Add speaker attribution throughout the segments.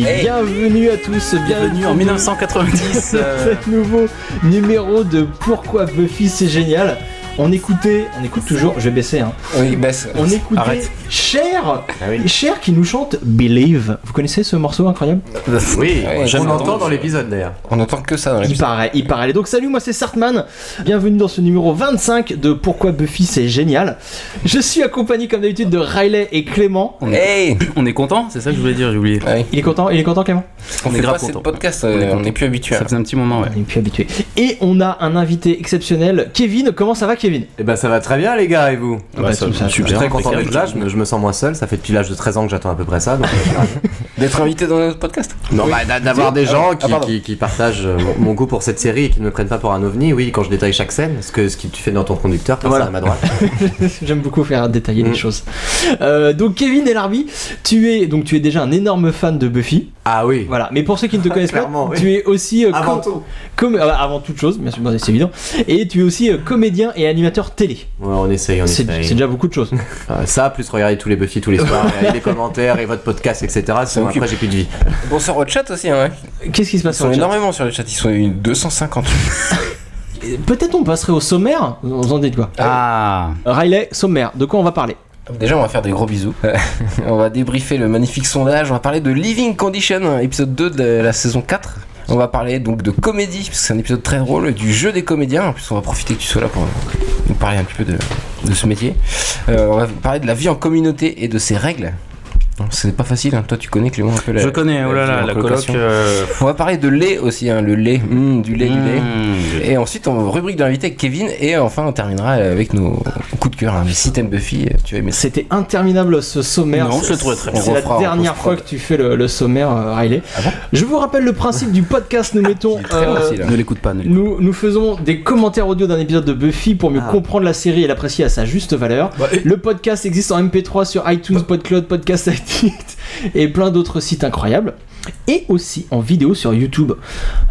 Speaker 1: Bienvenue à tous, bienvenue
Speaker 2: Bienvenue en 1990. euh,
Speaker 1: cet nouveau numéro de Pourquoi Buffy c'est génial. On écoutait, on écoute toujours, je vais baisser hein.
Speaker 3: Oui, baisse.
Speaker 1: On écoutait
Speaker 2: Arrête. Ah
Speaker 1: Cher,
Speaker 4: oui.
Speaker 1: Cher qui nous chante Believe. Vous connaissez ce morceau incroyable
Speaker 4: Oui,
Speaker 3: Ouais,
Speaker 4: je
Speaker 3: on
Speaker 4: l'entends
Speaker 3: entend.
Speaker 4: dans l'épisode d'ailleurs.
Speaker 3: On entend que ça dans
Speaker 1: Il
Speaker 3: l'épisode.
Speaker 1: paraît, il paraît. Donc salut, moi c'est Sartman. Bienvenue dans ce numéro 25 de Pourquoi Buffy c'est génial. Je suis accompagné comme d'habitude de Riley et Clément.
Speaker 3: Hey
Speaker 2: On est content, c'est ça que je voulais dire, j'ai oublié.
Speaker 3: Ouais,
Speaker 1: Il est content, il est content Clément
Speaker 3: On
Speaker 2: est
Speaker 3: fait
Speaker 2: grave
Speaker 3: pas assez de
Speaker 2: content.
Speaker 3: podcasts, euh,
Speaker 2: On est
Speaker 3: on n'est plus habitué.
Speaker 2: Ça
Speaker 3: hein.
Speaker 2: faisait un petit moment, ouais.
Speaker 1: On est plus habitué. Et on a un invité exceptionnel, Kevin. Comment ça va Kevin
Speaker 4: Et ben ça va très bien les gars et vous
Speaker 1: Bah, tout ça,
Speaker 4: Je suis
Speaker 2: tout ça.
Speaker 4: très content
Speaker 2: Impeccable.
Speaker 4: d'être là, je me, je me sens moins seul, ça fait depuis l'âge de 13 ans que j'attends à peu près ça. donc, euh,
Speaker 3: D'être invité dans notre podcast.
Speaker 4: non, bah, d'a- d'avoir des
Speaker 3: Ah,
Speaker 4: gens
Speaker 3: ah,
Speaker 4: qui,
Speaker 3: pardon.
Speaker 4: qui- qui partagent euh, mon, mon goût pour cette série et qui ne me prennent pas pour un ovni, oui, quand je détaille chaque scène, ce que, ce que tu fais dans ton conducteur, personne
Speaker 1: Voilà.
Speaker 4: à ma droite.
Speaker 1: J'aime beaucoup faire détailler les
Speaker 4: Mm.
Speaker 1: choses. Euh, donc Kevin et Larbi, tu es donc tu es déjà un énorme fan de Buffy.
Speaker 4: Ah oui, Ah
Speaker 1: Voilà. Mais pour ceux qui ne te connaissent pas,
Speaker 4: Clairement, oui.
Speaker 1: tu es aussi euh,
Speaker 4: avant
Speaker 1: com-
Speaker 4: tout.
Speaker 1: com- euh, avant toute chose, bien sûr, bon, c'est évident. Et tu es aussi euh, comédien et animateur télé.
Speaker 4: Ouais, on essaye, on
Speaker 1: C'est
Speaker 4: essaye.
Speaker 1: c'est déjà beaucoup de choses.
Speaker 4: Euh, ça, plus regarder tous les Buffy tous les soirs, regarder les commentaires et votre podcast, etc. Sinon
Speaker 3: occupe.
Speaker 4: après j'ai plus de vie.
Speaker 3: Bonsoir au chat aussi. Hein.
Speaker 1: Qu'est-ce qui se
Speaker 3: Ils
Speaker 1: passe
Speaker 3: sont
Speaker 1: sur le chat
Speaker 3: énormément sur le chat. Ils sont une 250.
Speaker 1: Peut-être on passerait au sommaire. Vous en dites quoi
Speaker 2: Ah,
Speaker 1: Riley, sommaire. De quoi on va parler
Speaker 3: Déjà, on va faire des gros bisous. on va débriefer le magnifique sondage. On va parler de Living Condition, épisode 2 de la saison 4. On va parler donc de comédie, parce que c'est un épisode très drôle, et du jeu des comédiens. En plus, on va profiter que tu sois là pour nous parler un petit peu de, de ce métier. Euh, on va parler de la vie en communauté et de ses règles. Non, C'est pas facile, hein. toi tu connais Clément un peu la.
Speaker 2: je connais, oh là là, la coloc.
Speaker 3: colocation.
Speaker 2: euh,
Speaker 3: On va parler de lait aussi, hein, le lait, Hum, du lait, du lait.
Speaker 2: hmm,
Speaker 3: Et ensuite, on rubrique de l'invité avec Kevin, et enfin, on terminera avec nos coups de cœur. hein. Mais si t'aimes Buffy, tu vas aimer ça.
Speaker 1: C'était interminable ce sommaire.
Speaker 2: Non,
Speaker 1: C'est-
Speaker 2: je trouvais très
Speaker 3: bien.
Speaker 1: C'est la
Speaker 3: On refera en
Speaker 1: dernière fois
Speaker 3: post-prod.
Speaker 1: que tu fais le, le sommaire, euh, Riley. Je vous rappelle le principe du podcast. Nous mettons.
Speaker 3: Il est très
Speaker 1: euh,
Speaker 3: facile.
Speaker 2: Ne l'écoute pas, ne l'écoute
Speaker 1: Nous, nous faisons des commentaires audio d'un épisode de Buffy pour mieux
Speaker 4: Ah.
Speaker 1: comprendre la série et l'apprécier à sa juste valeur.
Speaker 3: Bah,
Speaker 1: Le podcast existe en MP3 sur iTunes, PodCloud, Podcast Addict et plein d'autres sites incroyables. Et aussi en vidéo sur YouTube.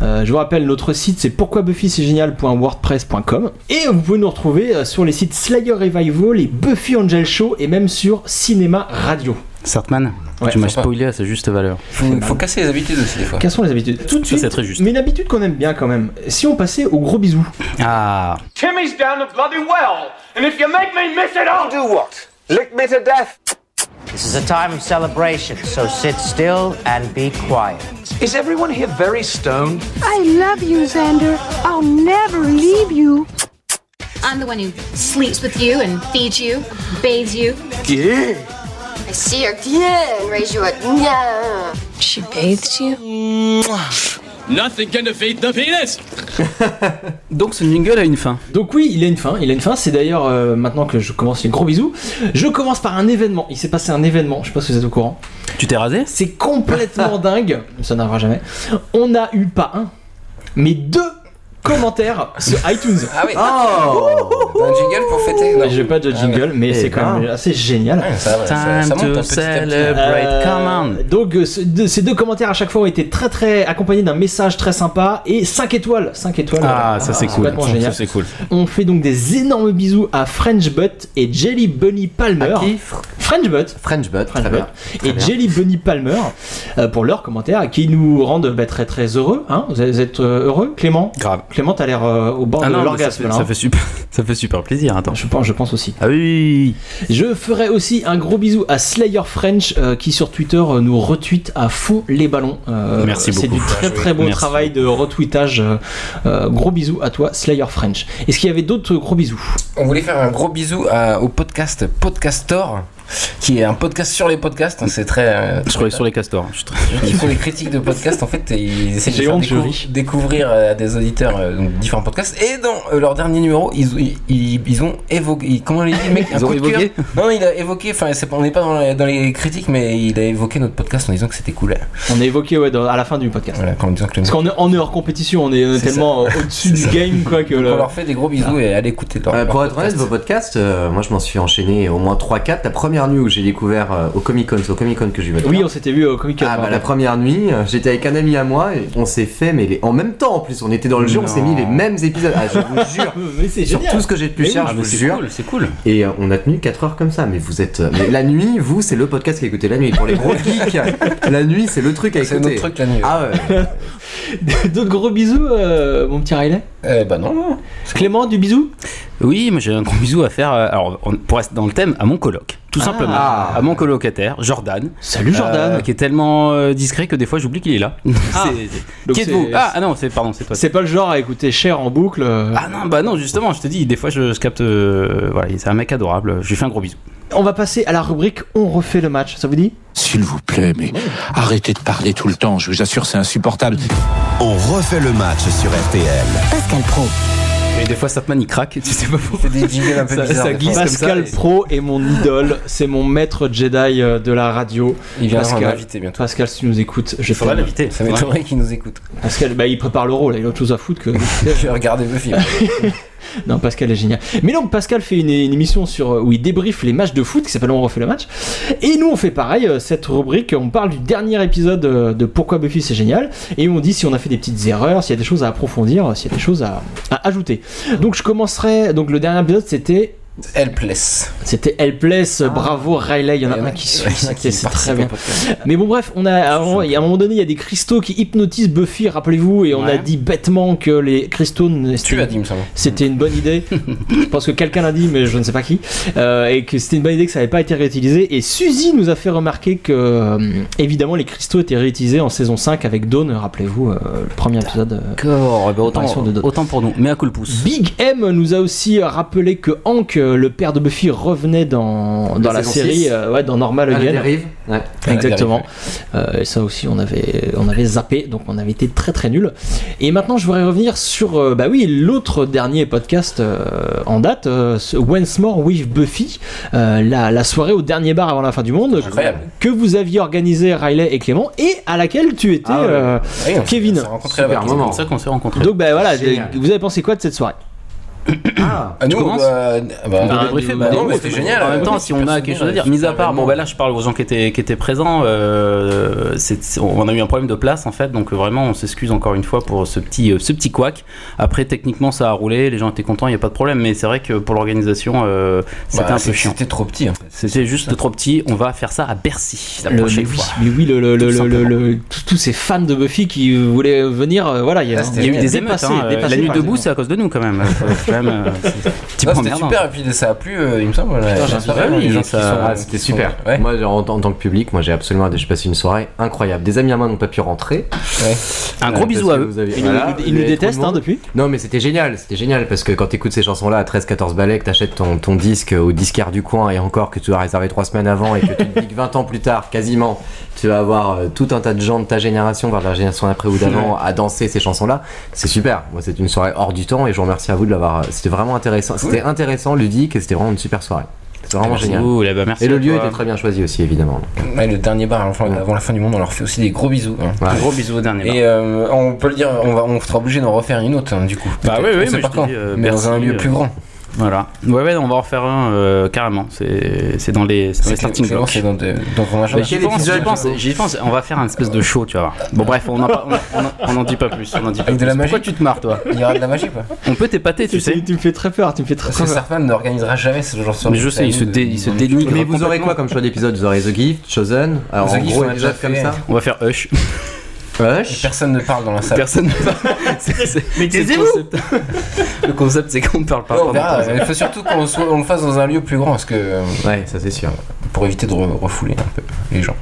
Speaker 1: Euh, je vous rappelle, notre site c'est pourquoibuffycestgénial.wordpress.com et vous pouvez nous retrouver euh, sur les sites Slayer Revival, les Buffy Angel Show et même sur Cinéma Radio.
Speaker 2: pas. Sartman,
Speaker 1: Ouais,
Speaker 2: tu m'as
Speaker 3: sympa.
Speaker 2: spoilé à sa juste valeur.
Speaker 3: Faut, faut casser les habitudes aussi des fois.
Speaker 1: Quelles sont les habitudes Tout de
Speaker 2: Ça,
Speaker 1: suite,
Speaker 2: c'est très juste.
Speaker 1: mais une habitude qu'on aime bien quand même. Si on passait au gros bisou.
Speaker 2: Ah,
Speaker 5: Timmy's down the bloody well, and if you make me miss it, I'll do what? Lick me to death.
Speaker 6: This is a time of celebration, so sit still and be quiet.
Speaker 5: Is everyone here very stoned?
Speaker 7: I love you, Xander. I'll never leave you.
Speaker 8: I'm the one who sleeps with you and feeds you, bathes you.
Speaker 7: I see her again, raise you up. She bathed you?
Speaker 2: donc ce jingle a une fin.
Speaker 1: Donc oui, il a une fin, il a une fin. C'est d'ailleurs euh, maintenant que je commence les gros bisous. Je commence par un événement. Il s'est passé un événement, je sais pas si vous êtes au courant.
Speaker 2: Tu t'es rasé
Speaker 1: C'est complètement dingue, ça n'arrivera jamais. On a eu pas un, mais deux commentaires sur iTunes.
Speaker 3: Ah oui,
Speaker 4: Oh
Speaker 3: t'as un jingle pour fêter non.
Speaker 1: J'ai pas de jingle, mais c'est quand
Speaker 4: ben.
Speaker 1: même assez génial.
Speaker 3: Ouais, ça, va, ça,
Speaker 2: Time
Speaker 3: ça monte un
Speaker 2: to
Speaker 3: petit hein. à petit.
Speaker 2: celebrate,
Speaker 1: Euh,
Speaker 2: come on.
Speaker 1: Donc euh, ce- de- ces deux commentaires à chaque fois ont été très très accompagnés d'un message très sympa et 5 étoiles, 5 étoiles.
Speaker 2: Ah, ça c'est cool.
Speaker 1: complètement génial.
Speaker 2: Ça c'est cool.
Speaker 1: On fait donc des énormes bisous à French Butt et Jelly Bunny Palmer.
Speaker 4: À qui Fr-
Speaker 1: French Butt
Speaker 4: French Butt,
Speaker 1: French Butt
Speaker 4: très bien. Très
Speaker 1: et
Speaker 4: bien.
Speaker 1: Jelly Bunny Palmer euh, pour leurs commentaires qui nous rendent bah, très très heureux. hein. Vous êtes- vous êtes euh, heureux, Clément
Speaker 2: Grave.
Speaker 1: Clément, t'as l'air euh, au bord
Speaker 2: Ah
Speaker 1: de
Speaker 2: non, mais ça
Speaker 1: l'orgasme
Speaker 2: fait,
Speaker 1: là.
Speaker 2: ça
Speaker 1: hein.
Speaker 2: fait super, ça fait super plaisir, attends.
Speaker 1: Je pense, je pense aussi.
Speaker 2: Ah oui,
Speaker 1: Je ferai aussi un gros bisou à Slayer French euh, qui sur Twitter euh, nous retweet à fond les ballons. Euh,
Speaker 2: Merci
Speaker 1: C'est
Speaker 2: beaucoup.
Speaker 1: du très très beau
Speaker 2: Merci.
Speaker 1: travail de retweetage. euh, euh, gros bisous à toi, Slayer French. Est-ce qu'il y avait d'autres gros bisous
Speaker 3: On voulait faire un gros bisou à- au podcast Podcastor, qui est un podcast sur les podcasts. hein, C'est très. euh,
Speaker 2: je travaille sur les castors. Je tra-
Speaker 3: Ils font les critiques de podcasts en fait et ils essaient de
Speaker 1: J'ai
Speaker 3: faire
Speaker 1: honte, je
Speaker 3: décou-
Speaker 1: ris.
Speaker 3: découvrir euh, à des auditeurs euh, donc, différents podcasts et dans euh, leur dernier numéro ils, ils, ils- ils ont évoqué ils- comment on les dit mec
Speaker 2: Ils ont
Speaker 3: coup de
Speaker 2: évoqué
Speaker 3: cœur non il a évoqué enfin c'est pas- on n'est pas dans, la- dans les critiques mais il a évoqué notre podcast en disant que c'était cool hein.
Speaker 1: On a évoqué ouais, dans- à la fin du podcast.
Speaker 3: voilà en disant que le
Speaker 1: Parce qu'on est, on est hors compétition, on est, euh,
Speaker 3: Euh, C'est
Speaker 1: tellement euh, au-dessus du
Speaker 3: ça.
Speaker 1: game quoi que le-
Speaker 3: on leur fait des gros bisous et allez écouter leur,
Speaker 4: Euh,
Speaker 3: leur
Speaker 4: pour être honnête,
Speaker 3: podcast.
Speaker 4: vos podcasts, euh, moi je m'en suis enchaîné au moins 3-4. La première première nuit où j'ai découvert euh, au Comic Con, c'est au Comic Con que j'ai vu.
Speaker 1: Oui, on s'était vu au Comic Con.
Speaker 4: Ah bah la première nuit, euh, j'étais avec un ami à moi et on s'est fait, mais les- en même temps en plus, on était dans le jeu, on s'est mis les mêmes épisodes. Ah, je vous jure,
Speaker 1: Mais c'est
Speaker 4: sur
Speaker 1: génial.
Speaker 4: tout ce que j'ai de plus
Speaker 1: Mais
Speaker 4: cher,
Speaker 2: Ah,
Speaker 4: je
Speaker 2: mais
Speaker 4: vous
Speaker 2: c'est
Speaker 4: jure.
Speaker 2: cool, c'est cool.
Speaker 4: Et euh, on a tenu 4 heures comme ça, mais vous êtes. euh, mais la nuit, vous, c'est le podcast qui écoutez la nuit. Pour les gros geeks, la nuit, c'est le truc à écouter.
Speaker 3: C'est notre truc la nuit.
Speaker 4: Ah ouais.
Speaker 1: D'autres gros bisous, euh, mon petit Riley.
Speaker 3: Euh, bah non.
Speaker 1: Clément, du bisou
Speaker 2: Oui, moi j'ai un gros bisou à faire, euh, alors on- pour rester dans le thème, à mon coloc, tout simplement. À mon colocataire, Jordan.
Speaker 1: Salut Jordan.
Speaker 2: Euh, qui est tellement euh, discret que des fois j'oublie qu'il est là.
Speaker 1: Ah.
Speaker 2: C'est- c'est-
Speaker 1: Donc
Speaker 2: qui êtes-vous
Speaker 1: c'est-
Speaker 2: Ah, ah non, c'est pardon, c'est toi.
Speaker 1: C'est pas le genre à écouter Cher en boucle. euh.
Speaker 2: Ah non, bah non, justement, je te dis, des fois je, je capte. euh, voilà, c'est un mec adorable, je lui fais un gros bisou.
Speaker 1: On va passer à la rubrique On refait le match, ça vous dit
Speaker 9: S'il vous plaît, mais arrêtez de parler tout le temps, je vous assure c'est insupportable.
Speaker 10: On refait le match sur RTL.
Speaker 11: Pascal Pro.
Speaker 2: Et des fois Statman il craque, tu sais pas pourquoi.
Speaker 3: C'est des jingles un peu
Speaker 2: Ça-
Speaker 3: bizarres.
Speaker 2: ça
Speaker 3: des
Speaker 2: glisse.
Speaker 3: fois.
Speaker 1: Pascal
Speaker 2: comme ça, et-
Speaker 1: Pro est mon idole, c'est mon maître Jedi euh, de la radio.
Speaker 3: Il viendra
Speaker 1: Pascal.
Speaker 3: m'inviter bientôt.
Speaker 1: Pascal, si tu nous écoutes, je
Speaker 2: Il faudra
Speaker 1: t'aime.
Speaker 2: l'inviter.
Speaker 3: Ça m'étonnerait qu'il nous écoute.
Speaker 1: Pascal, bah, il prépare l'euro, là, il a autre chose à foutre que.
Speaker 3: Je vais regarder le film.
Speaker 1: non, Pascal est génial. Mais donc, Pascal fait une, une émission sur, euh, où il débriefe les matchs de foot qui s'appelle On refait le match. Et nous, on fait pareil, euh, cette rubrique, on parle du dernier épisode euh, de Pourquoi Buffy c'est génial. Et on dit si on a fait des petites erreurs, s'il y a des choses à approfondir, s'il y a des choses à, à ajouter. Donc, je commencerai. Donc, le dernier épisode, c'était
Speaker 3: Helpless.
Speaker 1: C'était Helpless, bravo Riley, Ah. Eh il y en a un qui suit, c'était- c'est très bien. Mais bon bref, on a, à, un moment- à un moment donné, il y a des cristaux qui hypnotisent Buffy, rappelez-vous, et on a
Speaker 2: Ouais.
Speaker 1: dit bêtement que les cristaux, ne-
Speaker 3: Tu l'as dit, il me semble.
Speaker 1: c'était une bonne idée. je pense que quelqu'un l'a dit, mais je ne sais pas qui. Euh, et que c'était une bonne idée que ça n'avait pas été réutilisé. Et Suzy nous a fait remarquer que, euh, évidemment, les cristaux étaient réutilisés en saison 5 avec Dawn, rappelez-vous, euh, le premier épisode. euh,
Speaker 2: D'accord, bah, autant,
Speaker 1: Apparition de Dodo.
Speaker 2: autant pour nous, mais un coup le pouce.
Speaker 1: Big M nous a aussi rappelé que Hank, euh, le père de Buffy, revenait dans, dans la
Speaker 4: saison
Speaker 1: série,
Speaker 4: six.
Speaker 1: euh, ouais, dans Normal
Speaker 4: Ah, la
Speaker 1: Again.
Speaker 4: dérive. Ouais.
Speaker 1: Exactement. Euh, et ça aussi, on avait, on avait zappé, donc on avait été très très nul. Et maintenant, je voudrais revenir sur, euh, bah oui, l'autre dernier podcast euh, en date, euh, ce Once More with Buffy, euh, la, la soirée au dernier bar avant la fin du monde,
Speaker 4: Ah,
Speaker 3: Incroyable.
Speaker 1: que vous aviez organisé Riley et Clément, et à laquelle tu étais.
Speaker 4: Ah ouais.
Speaker 1: euh,
Speaker 3: Oui, on s'est-
Speaker 1: Kevin.
Speaker 3: on s'est rencontrés là-bas.
Speaker 4: Super
Speaker 2: C'est
Speaker 4: moment.
Speaker 2: comme ça qu'on s'est rencontrés.
Speaker 1: donc bah voilà,
Speaker 4: Génial.
Speaker 1: vous avez pensé quoi de cette soirée
Speaker 4: Ah.
Speaker 3: Ah, nous,
Speaker 2: commences
Speaker 3: bah, bah,
Speaker 2: Bah,
Speaker 3: bah,
Speaker 2: débriefer,
Speaker 3: nous-
Speaker 2: bah,
Speaker 3: non,
Speaker 2: nous,
Speaker 3: mais
Speaker 2: on
Speaker 3: c'était
Speaker 2: fait-
Speaker 3: génial.
Speaker 2: En même temps, si on a
Speaker 3: Personne
Speaker 2: quelque chose à
Speaker 3: n'a-
Speaker 2: dire, mis à part, bon,
Speaker 3: vraiment.
Speaker 2: bah là, je parle aux gens qui étaient, qui étaient présents. euh, c'est- c'est- on a eu un problème de place, en fait, donc euh, vraiment, on s'excuse encore une fois pour ce petit, euh, ce petit couac. Après, techniquement, ça a roulé, les gens étaient contents, il n'y a pas de problème, mais c'est vrai que pour l'organisation, euh, c'était
Speaker 3: Bah,
Speaker 2: un peu
Speaker 3: c'est-
Speaker 2: chiant.
Speaker 3: C'était trop petit en fait.
Speaker 2: C'était juste trop petit, on va faire ça à Bercy la
Speaker 1: Le-
Speaker 2: prochaine
Speaker 1: mais oui,
Speaker 2: fois.
Speaker 1: mais oui, le, le-
Speaker 2: Tout
Speaker 1: le- le-
Speaker 2: simplement.
Speaker 1: le- tous- tous ces fans de Buffy qui euh, voulaient venir, euh, voilà, il y a,
Speaker 3: Ah, c'était
Speaker 2: Il y a eu des émeutes,
Speaker 1: dépassé,
Speaker 2: hein, euh,
Speaker 1: dépassé
Speaker 2: la nuit
Speaker 1: par
Speaker 2: debout,
Speaker 1: les
Speaker 2: c'est à cause de nous quand même. Faut- faut quand même, euh, c'est un petit
Speaker 3: Non,
Speaker 2: peu
Speaker 3: Ah, c'était
Speaker 2: emmerdant.
Speaker 3: super, et puis ça a plu, euh, il me semble. la- la
Speaker 2: j'en suis
Speaker 3: soirée,
Speaker 2: vraiment,
Speaker 3: les gens
Speaker 2: ça-
Speaker 3: qui sont-
Speaker 4: Ah, c'était
Speaker 3: qui sont-
Speaker 4: super.
Speaker 3: Ouais.
Speaker 4: Moi, genre, en, en tant que public, moi j'ai absolument, j'ai passé une soirée incroyable. Des amis à moi n'ont pas pu rentrer.
Speaker 2: Un gros
Speaker 4: Euh,
Speaker 2: bisou
Speaker 4: parce
Speaker 2: à
Speaker 4: que
Speaker 2: eux.
Speaker 4: vous avez-
Speaker 1: Ils,
Speaker 4: voilà,
Speaker 1: nous,
Speaker 4: vous
Speaker 1: ils nous
Speaker 4: avez trop de
Speaker 1: détestent hein,
Speaker 4: monde.
Speaker 1: depuis.
Speaker 4: Non, mais c'était génial, c'était génial parce que quand t'écoutes ces chansons-là à 13-14 balais, que t'achètes ton, ton disque au disquaire du coin et encore que tu dois réserver 3 semaines avant et que tu te dis que 20 ans plus tard, quasiment, tu vas avoir euh, tout un tas de gens de ta génération, vers la génération d'après ou d'avant, à danser ces chansons-là, c'est super. Moi, c'est une soirée hors du temps et je vous remercie à vous de l'avoir. euh, C'était vraiment intéressant, c'était intéressant, ludique et c'était vraiment une super soirée. C'était vraiment
Speaker 2: Merci
Speaker 4: génial.
Speaker 2: beaucoup, là, bah, merci
Speaker 4: Et le
Speaker 2: à
Speaker 4: lieu
Speaker 2: toi.
Speaker 4: était très bien choisi aussi, évidemment.
Speaker 3: Ouais, le dernier bar enfin, avant la fin du monde, on leur fait aussi des gros bisous. hein.
Speaker 4: Ouais.
Speaker 2: Gros bisous au dernier.
Speaker 3: Et euh, on peut le dire, on, va, on sera obligé d'en refaire une autre, hein, du coup.
Speaker 2: Bah
Speaker 3: Peut-être,
Speaker 2: oui, oui,
Speaker 3: on
Speaker 2: mais
Speaker 3: sait pas
Speaker 2: je
Speaker 3: quand,
Speaker 2: dis, euh,
Speaker 3: mais dans un
Speaker 2: merci,
Speaker 3: lieu
Speaker 2: euh,
Speaker 3: plus grand.
Speaker 2: Voilà. Ouais, ouais, on va en refaire un euh, carrément. C'est c'est dans les, c'est dans
Speaker 3: C'est
Speaker 2: les starting
Speaker 3: c'est-
Speaker 2: blocks.
Speaker 3: c'est dans, de- dans ton
Speaker 2: Bah,
Speaker 3: agenda.
Speaker 2: J'y pense, j'y pense, j'y pense. On va faire un espèce de show, tu vois. Bon, bref, on n'en dit pas plus. On en dit pas
Speaker 3: Avec de la
Speaker 2: plus. Pourquoi
Speaker 3: magie
Speaker 2: tu te marres, toi
Speaker 3: Il y aura de la magie, quoi.
Speaker 2: On peut t'épater, tu sais.
Speaker 1: tu me fais très peur, tu me fais très
Speaker 3: Parce que
Speaker 1: peur.
Speaker 3: Sarfan n'organisera jamais ce genre de soirée.
Speaker 2: Mais je sais, il se, dé, il se dénigre.
Speaker 4: Mais vous aurez quoi comme choix d'épisode Vous aurez The Gift, Chosen, alors
Speaker 3: The
Speaker 4: en
Speaker 3: Gift,
Speaker 4: gros,
Speaker 3: on a
Speaker 4: épisode
Speaker 3: déjà
Speaker 4: comme
Speaker 3: fait.
Speaker 4: ça.
Speaker 2: On va faire Hush.
Speaker 4: Hush.
Speaker 3: Personne ne parle dans la salle.
Speaker 2: Personne Mais taisez-vous Le concept, c'est qu'on ne parle pas.
Speaker 3: Ouais, on verra.
Speaker 2: pendant-
Speaker 3: Oh, bah, Il faut surtout qu'on soit- on le fasse dans un lieu plus grand, parce que euh,
Speaker 4: Ouais, ça c'est sûr.
Speaker 3: pour éviter de re- refouler un peu les gens.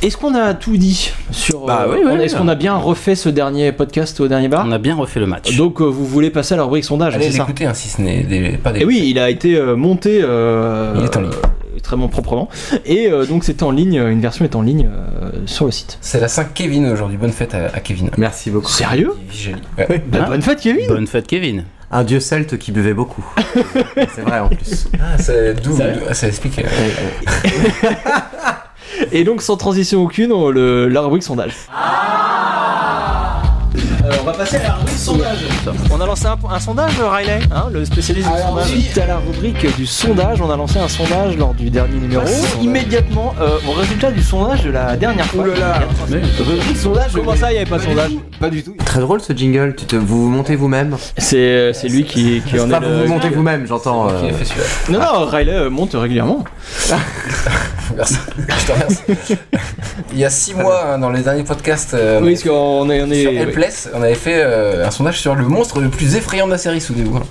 Speaker 1: Est-ce qu'on a tout dit sur
Speaker 2: Bah
Speaker 1: euh,
Speaker 2: oui, oui,
Speaker 1: Est-ce
Speaker 2: oui.
Speaker 1: qu'on a bien refait ce dernier podcast au dernier bar
Speaker 2: On a bien refait le match.
Speaker 1: Donc euh, vous voulez passer à la rubrique
Speaker 2: Ah,
Speaker 1: sondage,
Speaker 3: Allez
Speaker 1: c'est ça
Speaker 3: l'écouter, hein, si ce n'est des- pas des.
Speaker 1: Et oui, il a été euh, monté. euh,
Speaker 3: Il est en ligne.
Speaker 1: euh, Très bon, proprement. Et euh, donc, c'était en ligne, euh, une version est en ligne euh, sur le site.
Speaker 3: C'est la 5 Kevin aujourd'hui. Bonne fête à, à Kevin.
Speaker 1: Ah,
Speaker 4: Merci beaucoup.
Speaker 1: Sérieux
Speaker 3: Il vit joli. Ouais.
Speaker 1: Bah,
Speaker 2: Hein
Speaker 1: Bonne fête, Kevin
Speaker 2: Bonne fête, Kevin.
Speaker 4: Un dieu celte qui buvait beaucoup. c'est vrai en plus.
Speaker 3: Ah, c'est d'où d'où- ça explique. euh,
Speaker 1: Et donc, sans transition aucune, on- le, la rubrique sondage. Ah. Euh, on va passer à la rubrique sondage. On a lancé un, un sondage, Riley, hein, le spécialiste
Speaker 11: Alors,
Speaker 1: du sondage.
Speaker 11: suite
Speaker 1: à la rubrique du sondage, on a lancé un sondage lors du dernier numéro. immédiatement euh, au résultat du sondage de la dernière fois.
Speaker 4: Ouh là là.
Speaker 1: rubrique sondage. Comment ça, il n'y avait pas de sondage
Speaker 4: Pas du tout. Très drôle ce jingle, tu te, vous vous montez vous-même.
Speaker 1: C'est lui qui, qui en
Speaker 4: pas
Speaker 1: est
Speaker 4: vous
Speaker 1: le-
Speaker 4: vous montez vous-même, j'entends. euh,
Speaker 1: Non, non, Riley euh, monte régulièrement.
Speaker 3: Merci. Je te remercie. Il y a six mois, hein, dans les derniers podcasts euh,
Speaker 1: Oui, parce qu'on est. On est
Speaker 3: sur
Speaker 1: oui.
Speaker 3: Helpless, on avait fait euh, un sondage sur le monstre le plus effrayant de la série, souvenez-vous. hein.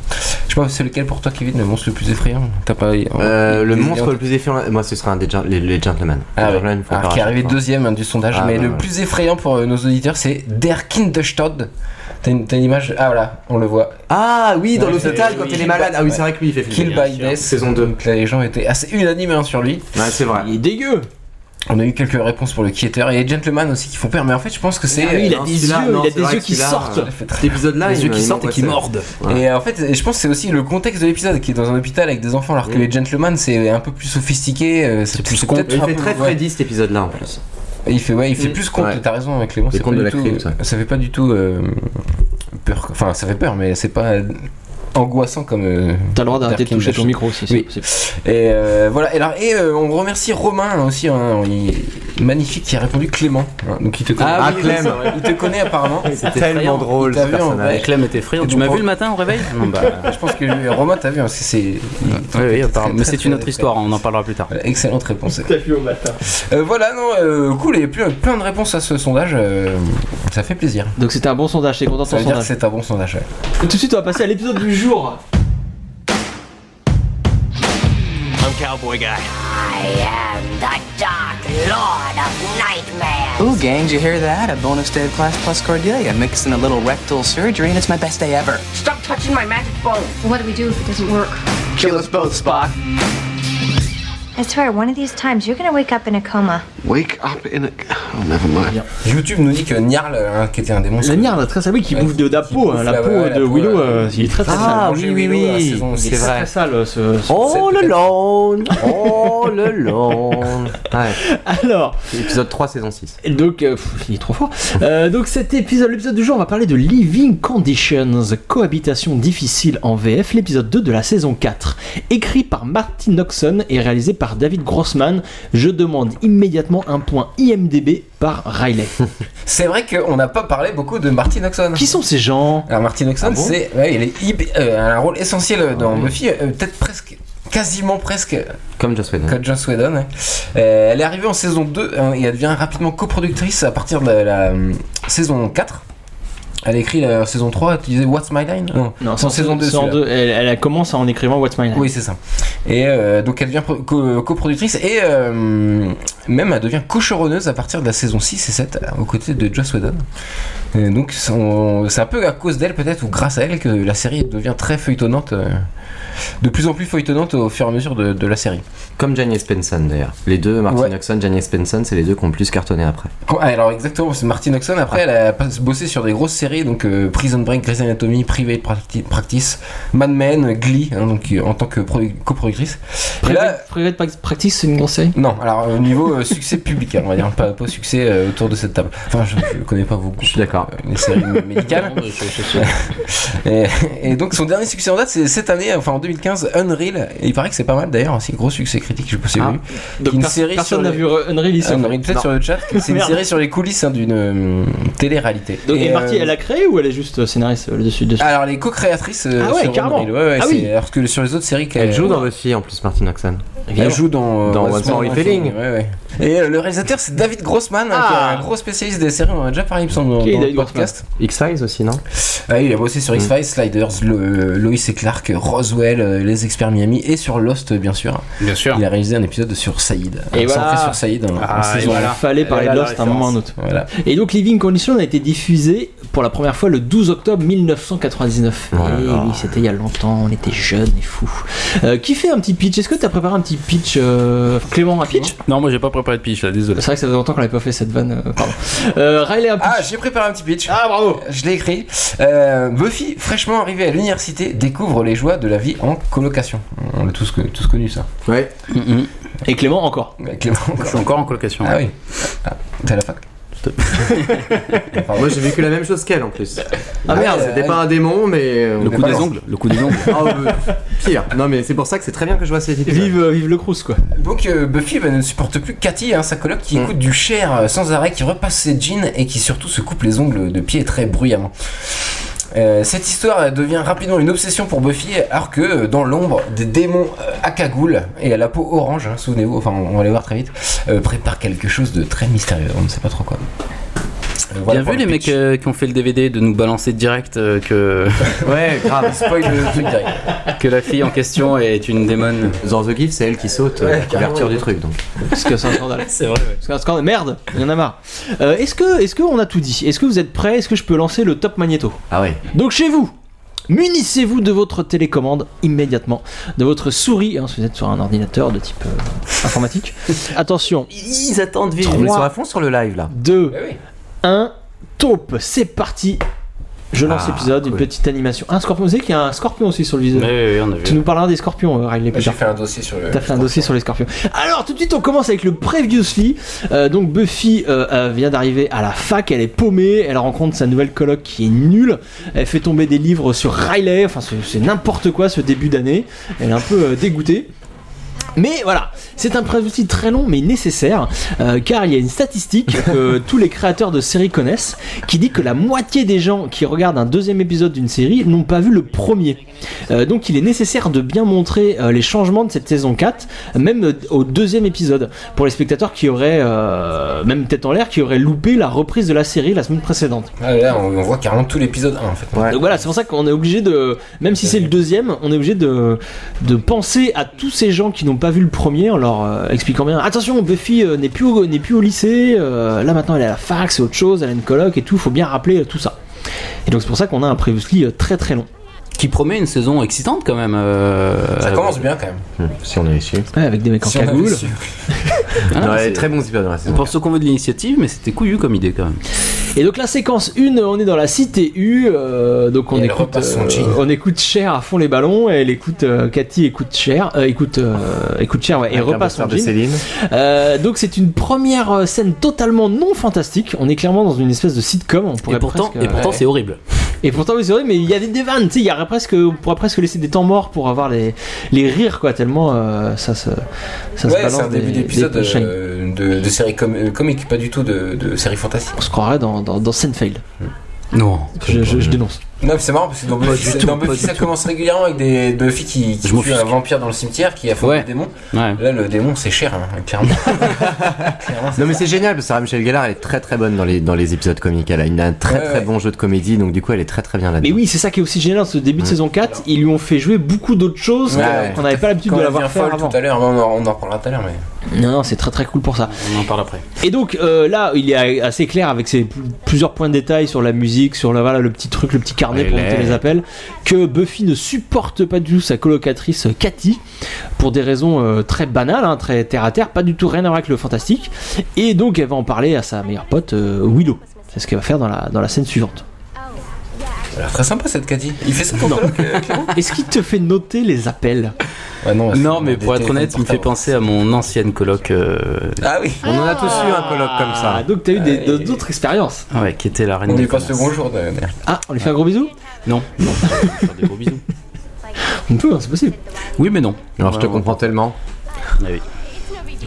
Speaker 3: Je sais pas, c'est lequel pour toi, Kevin, le monstre le plus effrayant T'as pas.
Speaker 4: euh, le
Speaker 3: Il-
Speaker 4: monstre le plus effrayant, moi ce sera un des gen- les, les gentlemen.
Speaker 3: Ah,
Speaker 4: Les
Speaker 3: ouais.
Speaker 4: gentlemen, faut
Speaker 3: Ah,
Speaker 4: pas
Speaker 3: qui est
Speaker 4: racheter,
Speaker 3: arrivé
Speaker 4: quoi.
Speaker 3: deuxième hein, du sondage,
Speaker 4: Ah,
Speaker 3: mais
Speaker 4: bah,
Speaker 3: le
Speaker 4: ouais.
Speaker 3: plus effrayant pour euh, nos auditeurs, c'est Der Kinderstod. T'as une, t'as une image Ah voilà, on le voit.
Speaker 1: Eh
Speaker 4: Ah oui, dans
Speaker 3: Ouais,
Speaker 4: l'hôpital
Speaker 3: c'est-
Speaker 4: quand il
Speaker 3: Kill
Speaker 4: est malade.
Speaker 3: by-
Speaker 4: Ah oui,
Speaker 3: ouais.
Speaker 4: c'est vrai que lui il fait flipper.
Speaker 3: Kill by Death, saison 2. Donc là, les gens étaient assez unanimes hein, sur lui.
Speaker 4: Ouais, c'est vrai.
Speaker 1: Il est dégueu.
Speaker 3: On a eu quelques réponses pour le Kieter et les Gentleman aussi qui font peur, mais en fait, je pense que c'est.
Speaker 1: Ah oui, il a
Speaker 3: euh,
Speaker 1: des
Speaker 4: celui-là,
Speaker 1: yeux,
Speaker 4: non,
Speaker 1: il a
Speaker 4: c'est
Speaker 1: des
Speaker 4: vrai
Speaker 1: yeux
Speaker 4: que
Speaker 1: qui
Speaker 4: celui-là,
Speaker 1: sortent.
Speaker 4: euh, Cet épisode-là,
Speaker 3: les yeux
Speaker 4: il-
Speaker 3: qui
Speaker 4: il
Speaker 3: sortent et qui
Speaker 4: m'angoissait.
Speaker 3: mordent.
Speaker 4: Ouais.
Speaker 3: Et euh, en fait, je pense que c'est aussi le contexte de l'épisode qui est dans un hôpital avec des enfants, alors que les gentlemen c'est un peu plus sophistiqué, euh, c'est plus con.
Speaker 4: Il fait très Freddy cet épisode-là en plus.
Speaker 3: Il fait ouais, il fait
Speaker 4: Mm.
Speaker 3: plus conte.
Speaker 4: Ouais.
Speaker 3: T'as raison, avec Clément,
Speaker 4: Les
Speaker 3: c'est
Speaker 4: contes
Speaker 3: pas
Speaker 4: de
Speaker 3: du
Speaker 4: la
Speaker 3: tout-
Speaker 4: crypte, ouais.
Speaker 3: Ça fait pas du tout euh, peur. Enfin, ça fait peur, mais c'est pas euh, angoissant comme. euh,
Speaker 1: T'as le droit d'arrêter de
Speaker 3: Dark
Speaker 1: toucher
Speaker 3: Kingdom.
Speaker 1: ton micro si c'est
Speaker 3: Oui.
Speaker 1: possible.
Speaker 3: Et euh, voilà. Et alors, et euh, on remercie Romain hein, aussi, hein, il- magnifique, qui a répondu Clément. hein, donc il te connaît.
Speaker 4: Ah oui,
Speaker 3: Clem,
Speaker 4: c'est vrai.
Speaker 3: il te connaît apparemment.
Speaker 4: C'était tellement drôle
Speaker 3: T'as
Speaker 4: ce
Speaker 3: vu en vrai.
Speaker 4: personnage.
Speaker 2: Clem était friand.
Speaker 3: Et
Speaker 2: Tu
Speaker 3: donc,
Speaker 2: m'as
Speaker 3: on-
Speaker 2: vu le matin au réveil Non, bah,
Speaker 3: Je pense que euh, Romain, t'as vu, hein, parce que c'est.
Speaker 2: Oui, oui, apparemment. Mais
Speaker 3: très,
Speaker 2: c'est
Speaker 3: très
Speaker 2: une autre
Speaker 3: effrayant.
Speaker 2: histoire, hein. on en parlera plus tard.
Speaker 3: Voilà, Excellente réponse.
Speaker 1: T'as vu au matin.
Speaker 3: Euh, voilà, non, euh, cool, il y a plein, plein de réponses à ce sondage. euh, ça fait plaisir.
Speaker 1: Donc c'était un bon sondage, t'es content de
Speaker 3: Ça
Speaker 1: ton
Speaker 3: veut dire que
Speaker 1: sondage.
Speaker 3: c'est un bon sondage. ouais.
Speaker 1: Tout de suite, on va passer à l'épisode du jour.
Speaker 5: I'm cowboy guy.
Speaker 7: I am the Dark Lord of Nightmare.
Speaker 12: Ooh, gang, did you hear that? A bonus day of class plus Cordelia. Mix in a little rectal surgery, and it's my best day ever.
Speaker 8: Stop touching my magic bone. What do we do if it doesn't work?
Speaker 12: Kill us both, Spock.
Speaker 13: I swear, one of these times you're gonna wake up in a coma.
Speaker 12: Wake up in a. Oh, never mind.
Speaker 3: YouTube nous dit que Niarl, hein, qui était un des monstres.
Speaker 1: Le Niarl, très sable qui bouffe de la peau, hein, la,
Speaker 3: la-
Speaker 1: peau
Speaker 3: ouais, la
Speaker 1: de
Speaker 3: peau,
Speaker 1: Willow,
Speaker 3: ouais.
Speaker 1: euh, il est très très
Speaker 3: Ah,
Speaker 1: sale. Oh.
Speaker 3: oui, oui, oui,
Speaker 1: Il est
Speaker 3: c'est
Speaker 1: très,
Speaker 3: vrai.
Speaker 1: très sale euh, ce. ce-
Speaker 4: All alone, all alone. Ah Ouais,
Speaker 1: Alors,
Speaker 4: épisode 3, saison 6.
Speaker 1: Et Donc, euh, pff, il est trop fort. Euh, donc, cet épisode, l'épisode du jour, on va parler de Living Conditions, cohabitation difficile en VF, l'épisode 2 de la saison 4. Écrit par Martin Noxon et réalisé par David Grossman, je demande immédiatement un point IMDB par Riley.
Speaker 3: C'est vrai qu'on n'a pas parlé beaucoup de Martin Oxon.
Speaker 1: Qui sont ces gens
Speaker 3: Alors Martin Oxon,
Speaker 1: Ah bon
Speaker 3: c'est, ouais, il est hyper- euh, elle a un rôle essentiel dans Buffy, euh, peut-être presque, quasiment presque,
Speaker 4: Comme Joss Whedon.
Speaker 3: Code John Sweden. ouais. Euh, elle est arrivée en saison 2 hein, et elle devient rapidement coproductrice à partir de la, la, euh, saison 4. Elle a écrit la saison 3, tu disais What's My Line Non, c'est en saison 2.
Speaker 1: c'est en
Speaker 3: celui-là.
Speaker 1: deux. Elle, elle commence en écrivant What's My Line.
Speaker 3: Oui, c'est ça. Et euh, donc elle devient pro- co- coproductrice et euh, même elle devient cochoronneuse à partir de la saison 6 et 7 euh, aux côtés de Joss Whedon. Euh, donc son- c'est un peu à cause d'elle peut-être ou grâce à elle que la série devient très feuilletonnante, euh, de plus en plus feuilletonnante au fur et à mesure de, de la série.
Speaker 4: Comme Janice Benson d'ailleurs. Les deux, Martin
Speaker 3: Ouais.
Speaker 4: Oxon, Janice Benson, c'est les deux qui ont le plus cartonné après.
Speaker 3: Quand- ah, alors exactement, c'est Martine Oxon. Après, elle a pas- bossé sur des grosses séries, donc euh, Prison Break, Grey's Anatomy, Private Practi- Practice, Mad Men, Glee, hein, donc euh, en tant que produ- coproductrice. Et là,
Speaker 1: Private, Private Practice, c'est une grande série
Speaker 3: Non, alors au niveau euh, succès public, hein, on va dire, pas, pas succès euh, autour de cette table. Enfin, je, je connais pas beaucoup. Je suis
Speaker 4: d'accord.
Speaker 3: les séries mé- médicales. et, et donc son dernier succès en date, c'est cette année, enfin en 2015, Unreal. Et il paraît que c'est pas mal d'ailleurs, aussi gros succès critique, je sais pas si vous
Speaker 4: Ah.
Speaker 3: avez vu.
Speaker 1: Donc,
Speaker 3: Une
Speaker 1: pers-
Speaker 3: série
Speaker 1: personne
Speaker 3: sur
Speaker 1: n'a
Speaker 3: les-
Speaker 1: vu euh, Unreal ici.
Speaker 3: Unreal, peut-être
Speaker 1: Non.
Speaker 3: sur le chat, c'est une
Speaker 1: Merde.
Speaker 3: série sur les coulisses hein, d'une euh, télé-réalité.
Speaker 1: Donc, et, Marty,
Speaker 3: euh,
Speaker 1: elle a créé ou elle est juste scénariste euh, dessus, dessus
Speaker 3: alors les co-créatrices euh,
Speaker 1: Ah ouais,
Speaker 3: sur
Speaker 1: carrément.
Speaker 3: Unreal, ouais, ouais,
Speaker 1: Ah
Speaker 3: c'est-
Speaker 1: oui.
Speaker 3: alors que sur les autres séries qu'elle
Speaker 4: Elle joue dans Buffy en plus, Martin Oxon.
Speaker 3: Elle joue dans, euh,
Speaker 4: Dans Once More Retelling.
Speaker 3: Ouais, ouais. Et euh, le réalisateur, c'est David Grossman, hein, qui
Speaker 1: Ah.
Speaker 3: est un gros spécialiste des séries. On en a déjà parlé, il me semble, dans,
Speaker 1: Qui est
Speaker 3: dans le
Speaker 1: David Grossman Mm.
Speaker 3: podcast.
Speaker 4: X-Files aussi, non
Speaker 3: Ah, il a bossé sur X-Files, Sliders, le- Lois et Clark, Roswell, euh, Les Experts Miami et sur Lost, bien sûr.
Speaker 2: Bien sûr.
Speaker 3: Il a réalisé un épisode sur Saïd.
Speaker 1: Ah. Et
Speaker 3: Un
Speaker 1: voilà.
Speaker 3: centré sur Saïd hein, en, en
Speaker 2: Ah, et
Speaker 3: saison
Speaker 2: voilà.
Speaker 1: Il fallait parler
Speaker 2: Là,
Speaker 1: de
Speaker 2: la
Speaker 1: Lost à un moment ou à un autre.
Speaker 3: un. Voilà.
Speaker 1: Et donc Living Condition a été diffusé pour la première fois le 12 octobre 1999.
Speaker 4: Oh là
Speaker 1: Et
Speaker 4: là.
Speaker 1: oui, c'était il y a longtemps, on était jeunes et fous. Euh, qui fait un petit pitch Est-ce que t'as préparé un petit pitch, euh, Clément, un pitch
Speaker 2: Non, moi j'ai pas préparé de pitch là, désolé.
Speaker 1: C'est vrai que ça faisait longtemps qu'on l'avait pas fait cette vanne, euh, pardon. Euh, Riley, un pitch.
Speaker 3: Ah, j'ai préparé un petit pitch.
Speaker 1: Ah, bravo
Speaker 3: Je l'ai écrit. Euh, Buffy, fraîchement arrivée à l'université, découvre les joies de la vie en colocation. On l'a tous, con- tous connu ça.
Speaker 4: Ouais.
Speaker 2: Mm,
Speaker 1: Et Clément encore.
Speaker 3: Avec Clément
Speaker 2: Ah Je suis encore en colocation.
Speaker 3: Ah oui. Ah, T'es à la fac.
Speaker 2: Tout triste.
Speaker 4: Enfin, moi j'ai vécu la même chose qu'elle en plus.
Speaker 2: Ah
Speaker 4: Ah merde,
Speaker 2: ouais,
Speaker 4: c'était
Speaker 2: elle-
Speaker 4: pas un démon, mais. euh, on
Speaker 2: Le
Speaker 4: est
Speaker 2: coup
Speaker 4: pas
Speaker 2: des
Speaker 4: loin.
Speaker 2: ongles, le coup des ongles.
Speaker 4: Ah, euh, pire. Non mais c'est pour ça que c'est très bien que je vois cette épisode.
Speaker 1: Vive, euh, vive le Crous quoi.
Speaker 3: Donc euh, Buffy bah, ne supporte plus Cathy, hein, sa coloc qui écoute du cher euh, sans arrêt, qui repasse ses jeans et qui surtout se coupe les ongles de pied très bruyamment. Euh, cette histoire euh, devient rapidement une obsession pour Buffy, alors que euh, dans l'ombre, des démons euh, à cagoule et à la peau orange, hein, souvenez-vous, enfin on on va les voir très vite, euh, préparent quelque chose de très mystérieux, on ne sait pas trop quoi. Euh, voilà
Speaker 2: Bien
Speaker 3: pour
Speaker 2: vu
Speaker 3: le
Speaker 2: les mecs euh, qui ont fait le DVD de nous balancer direct euh, que.
Speaker 4: Ouais, grave,
Speaker 3: spoil le truc direct.
Speaker 2: Que la fille en question est une démone.
Speaker 4: Dans The Gift, c'est elle qui saute euh,
Speaker 2: Ouais,
Speaker 4: la couverture du truc donc.
Speaker 1: Parce que c'est un scandale.
Speaker 2: C'est vrai, ouais.
Speaker 1: C'est un scandale. Merde, il y en a marre. Euh, est-ce que, est-ce que on a tout dit Est-ce que vous êtes prêts Est-ce que je peux lancer le top magnéto
Speaker 4: Ah ouais.
Speaker 1: Donc chez vous, munissez-vous de votre télécommande immédiatement, de votre souris, hein, si vous êtes sur un ordinateur de type euh, informatique. Attention.
Speaker 4: Ils attendent
Speaker 1: vite.
Speaker 4: On est sur à fond sur le live là.
Speaker 1: 2, 1, taupe, c'est parti je lance
Speaker 4: Ah,
Speaker 1: l'épisode, une
Speaker 4: cool.
Speaker 1: petite animation. Un scorpion, vous savez qu'il y a un scorpion aussi sur le visage.
Speaker 2: Oui, oui, on a vu.
Speaker 1: Tu nous parleras des scorpions, euh, Riley. plus
Speaker 3: J'ai
Speaker 1: tard.
Speaker 3: fait un dossier sur le.
Speaker 1: T'as fait un dossier sur les scorpions. Alors tout de suite on commence avec le Previously. Euh, donc Buffy euh, euh, vient d'arriver à la fac, elle est paumée, elle rencontre sa nouvelle coloc qui est nulle, elle fait tomber des livres sur Riley, enfin c'est c'est n'importe quoi ce début d'année, elle est un peu euh, dégoûtée. Mais voilà, c'est un previously très long mais nécessaire, euh, car il y a une statistique que tous les créateurs de séries connaissent, qui dit que la moitié des gens qui regardent un deuxième épisode d'une série n'ont pas vu le premier. Euh, donc il est nécessaire de bien montrer euh, les changements de cette saison 4, même euh, au deuxième épisode, pour les spectateurs qui auraient, euh, même tête en l'air, qui auraient loupé la reprise de la série la semaine précédente.
Speaker 3: Ah, là, on, on voit carrément tout l'épisode 1 en fait.
Speaker 1: Donc voilà, c'est pour ça qu'on est obligé de, même si c'est le deuxième, on est obligé de, de penser à tous ces gens qui n'ont pas vu le premier en leur euh, expliquant bien attention, Buffy euh, n'est plus, au- n'est plus au lycée, euh, là maintenant elle est à la fac, c'est autre chose, elle a une coloc et tout, faut bien rappeler euh, tout ça. Et donc c'est pour ça qu'on a un previously euh, très très long.
Speaker 2: Qui promet une saison excitante quand même. euh,
Speaker 3: Ça
Speaker 2: euh,
Speaker 3: commence bien quand même.
Speaker 4: Hmm, Si on est su.
Speaker 1: Ouais, avec des mecs en
Speaker 3: Si on avait
Speaker 1: cagoule.
Speaker 3: su.
Speaker 1: Hein
Speaker 4: Non,
Speaker 2: Ah, mais
Speaker 4: elle est
Speaker 2: c'est-
Speaker 4: très bons épisodes dans la
Speaker 2: On
Speaker 4: saison.
Speaker 2: pense qu'on veut de l'initiative, mais c'était couillu comme idée quand même.
Speaker 1: Et donc la séquence 1, on est dans la cité U, euh, donc on
Speaker 3: Et elle
Speaker 1: écoute,
Speaker 3: repasse son
Speaker 1: euh,
Speaker 3: jean.
Speaker 1: on écoute Cher à fond les ballons, et elle écoute euh, Cathy écoute Cher, euh, écoute euh, écoute Cher, ouais, et
Speaker 4: Avec la
Speaker 1: repasse son
Speaker 4: boxeur de
Speaker 1: jean.
Speaker 4: Céline.
Speaker 1: Euh, donc c'est une première euh, scène totalement non fantastique. On est clairement dans une espèce de sitcom. On pourrait
Speaker 2: Et pourtant,
Speaker 1: presque- euh,
Speaker 2: et pourtant c'est horrible.
Speaker 1: et pourtant, oui, c'est vrai, mais il y avait des vannes, tu sais, il y aurait presque, on pourrait presque laisser des temps morts pour avoir les, les rires, quoi, tellement euh, ça se, ça se
Speaker 3: ouais,
Speaker 1: balance
Speaker 3: c'est un début
Speaker 1: des- des
Speaker 3: d'épisode
Speaker 1: punchlines.
Speaker 3: euh, de, de série com- euh, comique, pas du tout de, de série fantastique.
Speaker 1: On se croirait dans, dans, dans Seinfeld.
Speaker 2: Non.
Speaker 1: Je, je- je dénonce.
Speaker 3: Non, mais c'est marrant parce que dans
Speaker 2: Pas
Speaker 3: Buffy,
Speaker 2: du
Speaker 3: ça-
Speaker 2: tout,
Speaker 3: dans
Speaker 2: pas
Speaker 3: Buffy,
Speaker 2: du
Speaker 3: ça commence régulièrement avec des Buffy qui, qui
Speaker 2: Je m'en
Speaker 3: tue un
Speaker 2: fiche.
Speaker 3: vampire dans le cimetière qui affronte
Speaker 2: Ouais.
Speaker 3: le démon.
Speaker 2: Ouais.
Speaker 3: Là, le démon, c'est cher, hein, clairement. Clairement, c'est
Speaker 4: Non mais
Speaker 3: ça.
Speaker 4: c'est génial parce que Sarah Michelle Gellar elle est très très bonne dans les, dans les épisodes comiques. Elle a une- un très
Speaker 3: Ouais,
Speaker 4: très
Speaker 3: ouais.
Speaker 4: bon jeu de comédie donc du coup elle est très très bien là-dedans.
Speaker 1: Mais oui, c'est ça qui est aussi gênant, ce début de saison 4, ils lui ont fait jouer beaucoup d'autres choses
Speaker 3: Ouais,
Speaker 1: qu'on-
Speaker 3: ouais.
Speaker 1: qu'on n'avait pas l'habitude
Speaker 3: Quand
Speaker 1: de
Speaker 3: elle
Speaker 1: l'avoir
Speaker 3: devient
Speaker 1: fait
Speaker 3: folle
Speaker 1: avant.
Speaker 3: tout à l'heure, on, en- on en reparlera tout à l'heure, mais.
Speaker 1: Non, non, c'est très très cool pour ça.
Speaker 2: On en parle après.
Speaker 1: Et donc euh, là, il est assez clair avec ses pl- plusieurs points de détail sur la musique, sur la, voilà, le petit truc, le petit carnet
Speaker 4: Elle
Speaker 1: pour
Speaker 4: est.
Speaker 1: noter les appels, que Buffy ne supporte pas du tout sa colocatrice euh, Cathy pour des raisons euh, très banales, hein, très terre à terre, pas du tout rien à voir avec le fantastique. Et donc elle va en parler à sa meilleure pote euh, Willow. C'est ce qu'elle va faire dans la, dans la scène suivante.
Speaker 3: Elle a l'air très sympa cette Cathy. Il fait ça ton coloc euh, Clément
Speaker 1: Est-ce qu'il te fait noter les appels
Speaker 3: Ouais, non, elle
Speaker 2: Non,
Speaker 3: fait
Speaker 2: mais
Speaker 3: des
Speaker 2: pour être
Speaker 3: téléphones
Speaker 2: honnête, il me fait
Speaker 3: portables.
Speaker 2: penser à mon ancienne coloc. euh,
Speaker 3: Ah oui
Speaker 4: On en a tous eu un colloque comme
Speaker 1: Ah,
Speaker 4: ça.
Speaker 1: donc t'as eu des- d'autres expériences.
Speaker 2: Ouais, qui était la reine
Speaker 3: On
Speaker 2: des
Speaker 3: lui passe le bonjour d'ailleurs.
Speaker 1: Ah, on lui fait un gros bisou
Speaker 2: Non, non, je vais faire des gros bisous.
Speaker 1: On peut, hein, c'est possible.
Speaker 3: Euh,
Speaker 2: Oui, mais non.
Speaker 4: Alors je te
Speaker 2: Ouais,
Speaker 4: comprends tellement.
Speaker 2: on- ah oui.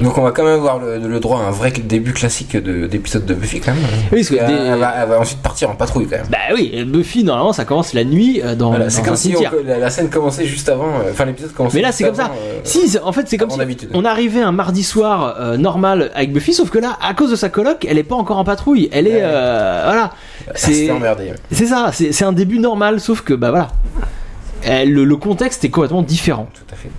Speaker 3: Donc on va quand même avoir le, le droit à un vrai début classique de- d'épisode de, Buffy quand même.
Speaker 1: Oui, parce que
Speaker 3: Et elle,
Speaker 1: des-
Speaker 3: elle va, elle va ensuite partir en patrouille quand même.
Speaker 1: Bah oui, Buffy, normalement, ça commence la nuit euh, dans,
Speaker 3: Voilà,
Speaker 1: dans
Speaker 3: c'est
Speaker 1: un
Speaker 3: comme si on-
Speaker 1: cimetière.
Speaker 3: la, la scène commençait juste avant, euh, enfin l'épisode commençait.
Speaker 1: Mais là,
Speaker 3: juste
Speaker 1: c'est comme ça.
Speaker 3: avant, euh,
Speaker 1: Si, c'est- en fait, c'est comme
Speaker 3: avant
Speaker 1: si
Speaker 3: d'habitude.
Speaker 1: on arrivait un mardi soir euh, normal avec Buffy, sauf que là, à cause de sa coloc, elle est pas encore en patrouille. Elle est,
Speaker 3: Ouais. Ah,
Speaker 1: euh, voilà,
Speaker 3: elle se
Speaker 1: c'est
Speaker 3: fait emmerder.
Speaker 1: c'est ça. C'est c'est un début normal, sauf que bah voilà, Elle- le, le contexte est complètement différent.
Speaker 3: Tout à fait.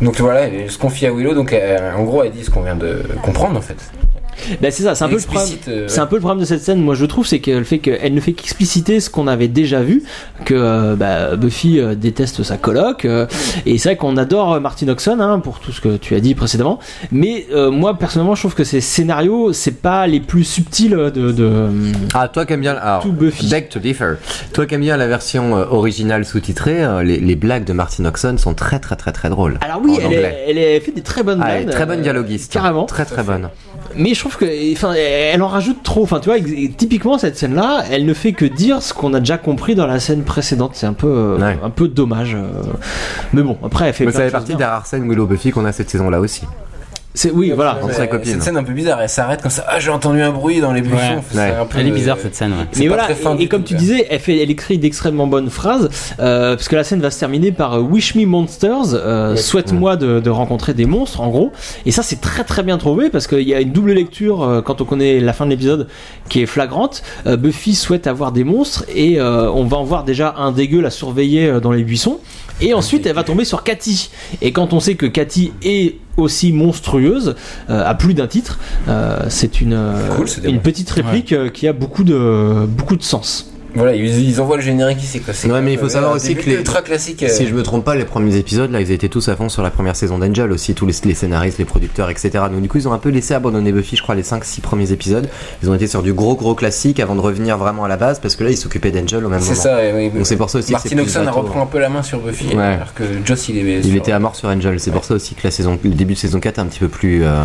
Speaker 3: Donc voilà, elle se confie à Willow, donc euh, en gros elle dit ce qu'on vient de comprendre en fait.
Speaker 1: Bah c'est ça, c'est un peu le problème.
Speaker 3: Explicite, euh,
Speaker 1: C'est un peu le problème de cette scène, moi je trouve, c'est qu'elle fait qu'elle ne fait qu'expliciter ce qu'on avait déjà vu, que euh, bah, Buffy euh, déteste sa coloc, euh, et c'est vrai qu'on adore euh, Martin Oxon hein, pour tout ce que tu as dit précédemment, mais euh, moi personnellement je trouve que ces scénarios, c'est pas les plus subtils euh, de. de...
Speaker 4: Ah, toi qui aimes bien. Alors,
Speaker 1: Tout Buffy.
Speaker 4: Beg to differ. Toi qui aimes bien la version euh, originale sous-titrée, euh, les, les blagues de Martin Oxon sont très très très très drôles.
Speaker 1: Alors oui,
Speaker 4: en
Speaker 1: elle,
Speaker 4: anglais.
Speaker 1: est- elle est- fait des très bonnes
Speaker 4: Ah, elle est
Speaker 1: blagues,
Speaker 4: très bonne
Speaker 1: euh,
Speaker 4: dialoguiste.
Speaker 1: carrément.
Speaker 4: Très très bonne.
Speaker 1: mais je trouve que, enfin, elle en rajoute trop. Enfin, tu vois, et typiquement cette scène-là, elle ne fait que dire ce qu'on a déjà compris dans la scène précédente. C'est un peu, euh, un peu dommage. euh. Mais bon, après, elle fait.
Speaker 4: Mais
Speaker 1: plein
Speaker 4: ça
Speaker 1: de choses
Speaker 4: fait
Speaker 1: hein.
Speaker 4: partie
Speaker 1: bien.
Speaker 4: des rares scènes Willow Buffy qu'on a cette saison-là aussi.
Speaker 1: C'est oui, voilà.
Speaker 4: Entre ses
Speaker 3: C'est
Speaker 4: copines.
Speaker 3: une scène un peu bizarre, elle s'arrête comme ça. Ah, j'ai entendu un bruit dans les buissons.
Speaker 4: Ouais.
Speaker 3: C'est
Speaker 4: Ouais.
Speaker 3: un peu- euh,
Speaker 2: Elle est bizarre cette scène. Ouais.
Speaker 3: C'est
Speaker 1: Mais
Speaker 3: pas
Speaker 1: voilà,
Speaker 3: très fin
Speaker 1: et, et comme tu disais, elle, fait, elle écrit d'extrêmement bonnes phrases, euh, parce que la scène va se terminer par euh, Wish Me Monsters, euh, souhaite-moi de, de rencontrer des monstres, en gros. Et ça, c'est très très bien trouvé, parce qu'il y a une double lecture, euh, quand on connaît la fin de l'épisode, qui est flagrante. Euh, Buffy souhaite avoir des monstres, et euh, on va en voir déjà un dégueu la surveiller euh, dans les buissons. Et ensuite, elle va tomber sur Cathy. Et quand on sait que Cathy est aussi monstrueuse, euh, à plus d'un titre, euh, c'est une, euh,
Speaker 3: Cool, ce débat.
Speaker 1: une petite réplique euh, qui a beaucoup de, beaucoup de sens.
Speaker 3: Voilà, ils, ils envoient le générique ici. Quoi. C'est
Speaker 4: Ouais, mais il faut
Speaker 3: euh,
Speaker 4: savoir
Speaker 3: un
Speaker 4: aussi
Speaker 3: début
Speaker 4: que les-
Speaker 3: ultra classique. euh,
Speaker 4: Si je me trompe pas, les premiers épisodes, là, ils étaient tous à fond sur la première saison d'Angel aussi, tous les, les scénaristes, les producteurs, etc. Donc du coup, ils ont un peu laissé abandonner Buffy, je crois, les 5-6 premiers épisodes. Ils ont été sur du gros gros classique avant de revenir vraiment à la base, parce que là, ils s'occupaient d'Angel au même moment.
Speaker 3: C'est ça, ouais, ouais.
Speaker 4: Donc c'est pour ça aussi que c'est
Speaker 3: Martin
Speaker 4: plus
Speaker 3: Oxon
Speaker 4: bateau.
Speaker 3: reprend un peu la main sur Buffy,
Speaker 4: Ouais.
Speaker 3: alors que Joss il est.
Speaker 4: Il
Speaker 3: sur-
Speaker 4: était à mort sur Angel, c'est pour ça aussi que la saison, le début de saison 4 est un petit peu plus euh,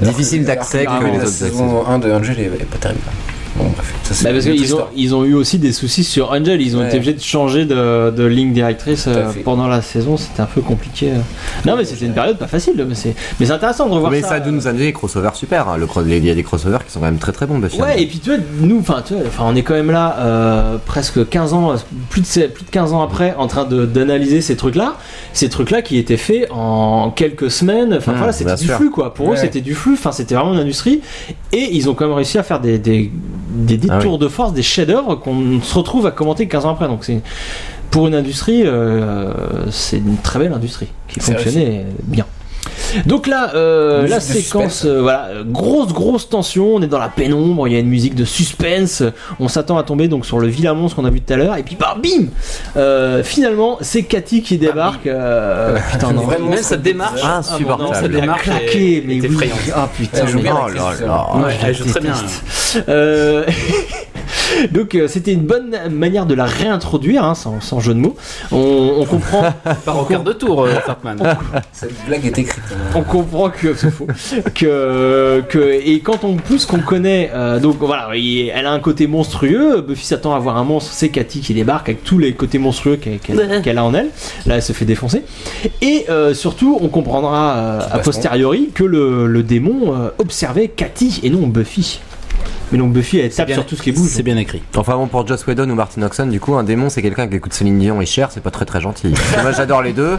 Speaker 4: difficile
Speaker 3: alors
Speaker 4: d'accès
Speaker 3: que
Speaker 4: que
Speaker 3: la
Speaker 4: les autres saisons.
Speaker 3: saison 1 de Angel est est pas terrible. Bon, bref, ça c'est
Speaker 1: Bah, parce
Speaker 3: une autre
Speaker 1: qu'ils ont,
Speaker 3: histoire.
Speaker 1: ils ont eu aussi des soucis sur Angel, ils ont
Speaker 3: Ouais.
Speaker 1: été obligés de changer de, de ligne directrice
Speaker 3: à
Speaker 1: euh,
Speaker 3: fait.
Speaker 1: pendant la saison, c'était un peu compliqué. euh. Non mais c'était une période pas facile, mais c'est mais c'est intéressant de revoir
Speaker 4: Mais
Speaker 1: ça.
Speaker 4: ça a dû nous amener des crossovers super. hein. Le cro- Il y a des crossovers qui sont quand même très très bons, Buffy.
Speaker 1: Ouais, et puis tu vois, nous, enfin, tu vois, enfin, on est quand même là euh, presque 15 ans, euh, plus de, ces- plus de 15 ans après, en train de- d'analyser ces trucs-là. Ces trucs-là qui étaient faits en quelques semaines. Enfin,
Speaker 4: Mmh,
Speaker 1: voilà, c'était
Speaker 4: bien
Speaker 1: du
Speaker 4: sûr.
Speaker 1: flux, quoi. Pour eux,
Speaker 3: Ouais.
Speaker 1: c'était du flux. Enfin, c'était vraiment une industrie. Et ils ont quand même réussi à faire des, des, des, des
Speaker 4: Ah oui.
Speaker 1: tours de force, des chefs-d'œuvre qu'on se retrouve à commenter 15 ans après. Donc, c'est. Pour une industrie, euh, c'est une très belle industrie qui
Speaker 3: C'est
Speaker 1: fonctionnait bien. Donc là, euh,
Speaker 3: Musique
Speaker 1: la
Speaker 3: de
Speaker 1: séquence,
Speaker 3: suspense.
Speaker 1: euh, voilà, euh, grosse grosse tension. On est dans la pénombre. Il y a une musique de suspense. On s'attend à tomber donc sur le vilain monstre qu'on a vu tout à l'heure. Et puis bah bim, Euh, finalement c'est Cathy qui
Speaker 2: Ah
Speaker 1: débarque. euh, putain non.
Speaker 3: Vraiment,
Speaker 2: Même sa démarche,
Speaker 4: Ah,
Speaker 1: Ah, bon, non,
Speaker 4: insupportable.
Speaker 1: ça démarque.
Speaker 2: Elle a
Speaker 1: Claqué,
Speaker 2: claqué,
Speaker 1: mais
Speaker 2: elle était
Speaker 1: oui.
Speaker 2: effrayante.
Speaker 1: Ah putain,
Speaker 3: Elle joue
Speaker 1: mais-
Speaker 3: bien
Speaker 4: Oh
Speaker 3: l'actrice,
Speaker 4: là
Speaker 3: euh,
Speaker 4: là.
Speaker 1: moi,
Speaker 2: Ouais,
Speaker 1: je la
Speaker 2: elle joue très bien. hein.
Speaker 1: déteste. Euh, Donc euh, c'était une bonne manière de la réintroduire, hein, sans, sans jeu de mots. On, on comprend,
Speaker 2: Par au quart de tour, euh, Cartman.
Speaker 3: Cette blague est écrite.
Speaker 1: on comprend que c'est faux, que, que et quand on plus qu'on connaît, euh, donc voilà, il- elle a un côté monstrueux. Buffy s'attend à voir un monstre, c'est Cathy qui débarque avec tous les côtés monstrueux qu'elle qu'elle- qu'elle a en elle. Là, elle se fait défoncer. Et euh, surtout, on comprendra euh, a posteriori que le, le démon euh, observait Cathy et non Buffy. Mais donc Buffy elle tape
Speaker 2: bien-
Speaker 1: sur tout ce qui bouge.
Speaker 2: C'est bien écrit.
Speaker 4: Enfin bon, pour Joss Whedon ou Martin Oxon, du coup, un démon, c'est quelqu'un qui écoute Céline Dion et Cher, c'est pas très très gentil. Moi, j'adore les deux.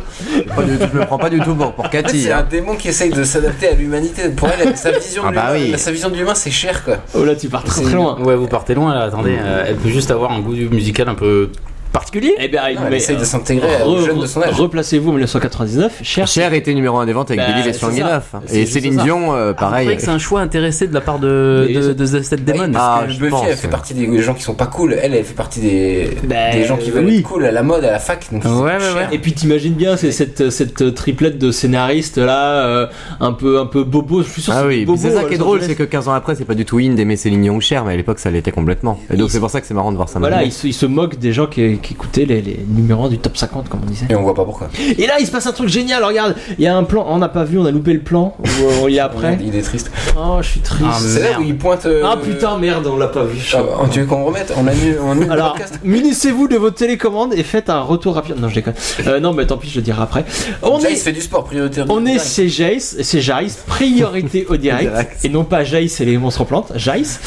Speaker 4: Pas du tout- je me prends pas du tout pour, pour
Speaker 3: En fait,
Speaker 4: Cathy.
Speaker 3: c'est un
Speaker 4: hein.
Speaker 3: démon qui essaye de s'adapter à l'humanité. Pour elle, sa vision
Speaker 4: Ah
Speaker 3: de
Speaker 4: bah
Speaker 3: l'humain,
Speaker 4: oui.
Speaker 3: sa vision de l'humain, c'est cher quoi.
Speaker 1: Oh là, tu pars très très loin.
Speaker 2: Ouais, vous partez loin là, attendez.
Speaker 4: Mmh.
Speaker 2: euh, elle peut juste avoir un goût musical un peu particulier.
Speaker 1: Eh bien,
Speaker 3: Non, elle
Speaker 1: mais,
Speaker 3: essaye de
Speaker 1: euh,
Speaker 3: s'intégrer aux
Speaker 1: re-
Speaker 3: jeunes de son âge.
Speaker 1: Replacez-vous en 1999, cher.
Speaker 4: Cher était numéro 1 des ventes avec
Speaker 2: Bah,
Speaker 4: Billy les
Speaker 2: c'est
Speaker 4: Strangulov.
Speaker 2: ça. C'est
Speaker 4: Et
Speaker 2: juste
Speaker 4: Céline
Speaker 2: ça.
Speaker 4: Dion, euh,
Speaker 2: Après,
Speaker 4: pareil.
Speaker 2: que c'est un choix intéressé de la part de,
Speaker 1: Mais
Speaker 2: de, de, de cette démon.
Speaker 4: Ah,
Speaker 3: Parce que
Speaker 4: je
Speaker 3: Buffy, elle
Speaker 4: pense.
Speaker 3: fait partie des gens qui sont pas cool. Elle, elle fait partie des,
Speaker 1: Bah,
Speaker 3: des gens qui veulent
Speaker 1: oui.
Speaker 3: être cool à la mode, à la fac. Donc,
Speaker 2: Ouais, ouais,
Speaker 3: c'est cher.
Speaker 1: Et puis t'imagines bien c'est cette cette triplette de scénaristes là euh, un peu un peu bobo je suis sûr que
Speaker 4: Ah
Speaker 1: c'est
Speaker 4: oui,
Speaker 1: des bobos,
Speaker 4: c'est ça
Speaker 1: euh,
Speaker 4: qui est drôle,
Speaker 1: Los
Speaker 4: c'est
Speaker 1: Angeles.
Speaker 4: que 15 ans après, c'est pas du tout in d'aimer Céline Dion ou Cher, mais à l'époque, ça l'était complètement. Et donc, c'est pour ça que c'est marrant de voir ça
Speaker 1: voilà
Speaker 4: maintenant.
Speaker 1: ils se, ils se moquent des gens qui, qui écoutaient les, les numéros un du top 50 comme on disait
Speaker 3: Et on voit pas pourquoi.
Speaker 1: et là il se passe un truc génial regarde il y a un plan on n'a pas vu on a loupé le plan ou euh, on y est après
Speaker 3: Il est triste.
Speaker 1: oh je suis
Speaker 4: Ah,
Speaker 1: triste
Speaker 3: C'est là où il pointe. euh,
Speaker 1: ah putain merde on l'a pas vu
Speaker 3: Ah, bah, tu veux qu'on remette On annule, on annule le
Speaker 1: Alors,
Speaker 3: podcast
Speaker 1: munissez-vous de vos télécommandes et faites un retour rapide. Non, je déconne. Euh, non, mais tant pis, je le dirai après. On
Speaker 3: Jace
Speaker 1: est,
Speaker 3: fait du sport prioritaire.
Speaker 1: on est
Speaker 3: Dingue.
Speaker 1: chez Jace, c'est Jace, priorité au direct, et non pas Jace et les monstres en plantes, Jace.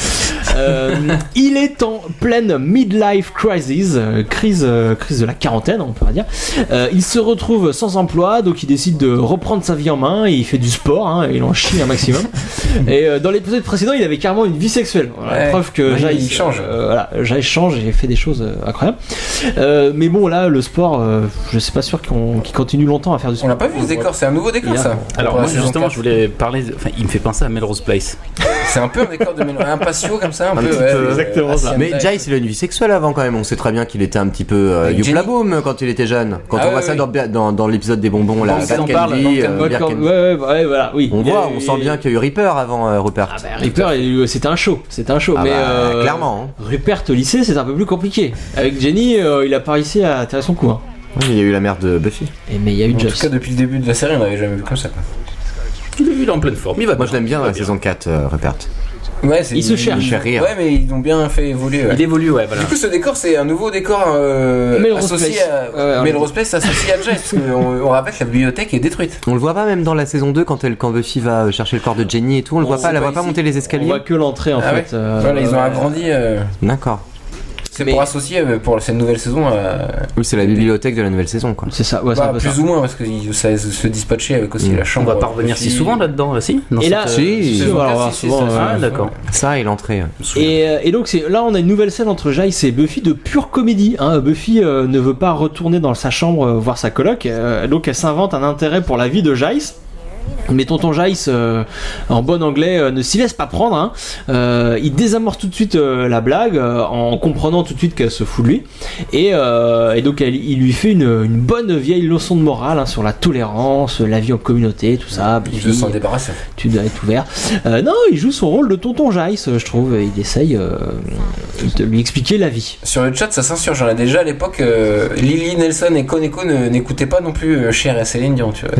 Speaker 1: Euh, il est en pleine midlife crisis, euh, crise, euh, crise de la quarantaine, on peut dire. Euh, il se retrouve sans emploi, donc il décide de reprendre sa vie en main, et il fait du sport, hein, et il en chie un maximum. et euh, dans l'épisode précédent, il avait carrément une vie sexuelle. Voilà,
Speaker 3: Ouais.
Speaker 1: preuve que
Speaker 3: Ouais,
Speaker 1: Jace,
Speaker 3: il change.
Speaker 1: euh, voilà, Jace change et fait des choses euh, incroyables. Euh, mais bon, là, le sport, euh, je sais pas sûr qu'on- qu'il continue longtemps à faire du
Speaker 3: On
Speaker 1: sport.
Speaker 3: l'a pas vu ce décor, c'est un nouveau décor
Speaker 1: Il y a-
Speaker 3: ça.
Speaker 2: Alors,
Speaker 3: Pour la
Speaker 2: moi,
Speaker 3: saison
Speaker 2: justement,
Speaker 3: 4.
Speaker 2: je voulais parler. de- Enfin, il me fait penser à Melrose Place.
Speaker 3: C'est un peu un décor de Melrose. Un patio comme ça, un,
Speaker 4: Un
Speaker 3: peu.
Speaker 4: petit
Speaker 3: ouais,
Speaker 4: peu.
Speaker 3: euh,
Speaker 1: Exactement ça.
Speaker 3: Hacienda
Speaker 4: Mais
Speaker 3: et
Speaker 4: Jace, il a une vie sexuelle avant quand même. On sait très bien qu'il était un petit peu euh,
Speaker 3: Avec
Speaker 4: Youp la
Speaker 3: Jenny.
Speaker 4: Boom quand il était jeune. Quand
Speaker 3: Ah
Speaker 4: on
Speaker 3: oui,
Speaker 4: voit ça
Speaker 3: oui.
Speaker 4: dans, dans, dans l'épisode des bonbons, là,
Speaker 2: Dans
Speaker 4: Bad
Speaker 2: Candy, dans
Speaker 4: Candy, euh,
Speaker 1: Ouais,
Speaker 4: Beer
Speaker 1: quand-
Speaker 4: Candy.
Speaker 1: ouais, ouais, ouais, voilà, oui.
Speaker 4: On
Speaker 1: Il y a-
Speaker 4: voit, on sent bien qu'il y a eu Reaper avant euh, Rupert.
Speaker 1: Ah bah, Ripper, il- c'était un show, c'était un show,
Speaker 4: Ah
Speaker 1: mais
Speaker 4: bah,
Speaker 1: euh,
Speaker 4: clairement, hein.
Speaker 1: Rupert au lycée, c'est un peu plus compliqué. Avec Jenny, euh, il a pas réussi à tirer son coup. hein.
Speaker 4: Oui, il y a eu la mère de Buffy.
Speaker 1: Et mais il y a eu
Speaker 3: En tout
Speaker 1: Jace.
Speaker 3: cas, depuis le début de la série, on n'avait jamais vu comme ça. Quoi.
Speaker 2: Il est il est en pleine forme. Il va
Speaker 4: Moi, je l'aime bah, bien la saison 4, euh, Rupert.
Speaker 3: Ouais, c'est-
Speaker 4: Il se cherche. Il fait rire.
Speaker 3: Ouais, mais ils ont bien fait évoluer. ouais.
Speaker 2: Il évolue, ouais, voilà.
Speaker 3: Du coup, ce décor, c'est un nouveau décor euh,
Speaker 1: Melrose
Speaker 3: associé
Speaker 1: Place.
Speaker 3: à.
Speaker 1: Ouais, ouais,
Speaker 3: Melrose Place associé à Jazz, parce qu'on on rappelle que la bibliothèque est détruite.
Speaker 4: On le voit pas même dans la saison 2 quand, elle, quand Buffy va euh, chercher le corps de Jenny et tout. On le
Speaker 3: On
Speaker 4: voit pas,
Speaker 3: sait
Speaker 4: elle la
Speaker 3: pas
Speaker 4: voit pas
Speaker 3: ici.
Speaker 4: monter les
Speaker 1: On
Speaker 4: escaliers.
Speaker 1: voit que l'entrée en
Speaker 3: Ah ouais
Speaker 1: fait. euh,
Speaker 3: Voilà, ils ont
Speaker 1: ouais.
Speaker 3: agrandi. euh,
Speaker 4: D'accord.
Speaker 3: c'est pour associer euh, pour cette nouvelle saison à.
Speaker 4: Ou c'est la bibliothèque de la nouvelle saison, quoi.
Speaker 1: C'est ça, ouais, c'est
Speaker 3: Bah,
Speaker 1: un peu ça.
Speaker 3: plus ou moins, parce que ils- ça se dispatchait avec aussi
Speaker 4: Mm.
Speaker 3: la
Speaker 2: On
Speaker 3: chambre.
Speaker 2: va pas revenir si
Speaker 3: aussi.
Speaker 2: souvent là-dedans, là, si Dans
Speaker 1: Et là,
Speaker 2: cette, euh,
Speaker 4: Si,
Speaker 1: si, on va le voir
Speaker 3: si, si,
Speaker 1: souvent,
Speaker 3: si,
Speaker 1: ouais.
Speaker 2: Ah, d'accord.
Speaker 4: ça et l'entrée.
Speaker 1: Et, euh, et donc c'est là on a une nouvelle scène entre Giles et Buffy de pure comédie. hein. Buffy euh, ne veut pas retourner dans sa chambre euh, voir sa coloc, euh, donc elle s'invente un intérêt pour la vie de Giles. Mais tonton Giles, euh, en bon anglais, euh, ne s'y laisse pas prendre. hein. Euh, il désamorce tout de suite euh, la blague euh, en comprenant tout de suite qu'elle se fout de lui. Et, euh, et donc elle- il lui fait une, une bonne vieille leçon de morale hein, sur la tolérance, la vie en communauté, tout ça.
Speaker 3: Ils
Speaker 1: Buffy,
Speaker 3: veulent s'en débarrasser.
Speaker 1: tu dois être ouvert. Euh, non, il joue son rôle de tonton Jace, je trouve. Il essaye euh, de lui expliquer la vie.
Speaker 3: Sur le chat, ça s'insurge. hein. Déjà à l'époque, euh, Lily Nelson et Koneko ne- n'écoutaient pas non plus euh, Cher et Céline Dion, tu vois.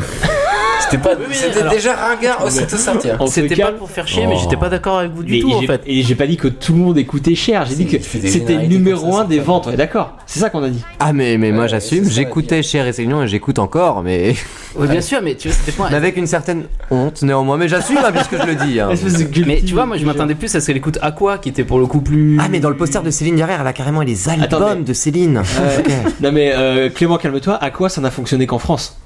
Speaker 3: C'était pas, c'était
Speaker 2: alors-
Speaker 3: déjà ringard aussitôt sorti. hein.
Speaker 1: On se
Speaker 2: C'était pas
Speaker 1: calme.
Speaker 2: pour faire chier, mais
Speaker 4: Oh.
Speaker 2: j'étais pas d'accord avec vous du
Speaker 1: Mais
Speaker 2: tout, en
Speaker 1: j'ai-
Speaker 2: fait.
Speaker 1: et j'ai pas dit que tout le monde écoutait Cher, j'ai dit que
Speaker 3: il fait des
Speaker 1: c'était le
Speaker 3: généralités comme
Speaker 1: numéro
Speaker 3: ça,
Speaker 1: un
Speaker 3: c'est
Speaker 1: des
Speaker 3: pas
Speaker 1: ventes, ouais, d'accord C'est ça qu'on a dit.
Speaker 4: Ah, mais, mais moi
Speaker 3: Ouais,
Speaker 4: j'assume,
Speaker 3: c'est ça,
Speaker 4: j'écoutais Cher et Céline et j'écoute encore, mais
Speaker 2: Ouais, bien sûr, mais tu vois, c'était pas.
Speaker 4: mais avec une certaine honte néanmoins. Mais j'assume, hein, puisque je le dis. hein.
Speaker 1: Espèce de guilty
Speaker 2: Mais tu vois, moi je m'attendais plus à ce qu'elle écoute Aqua, qui était pour le coup plus.
Speaker 4: Ah, mais dans le poster de Céline derrière, elle a carrément les albums
Speaker 1: Attends, mais-
Speaker 4: de Céline. Ok.
Speaker 1: Non mais euh, Clément, calme-toi, à quoi ça n'a fonctionné qu'en France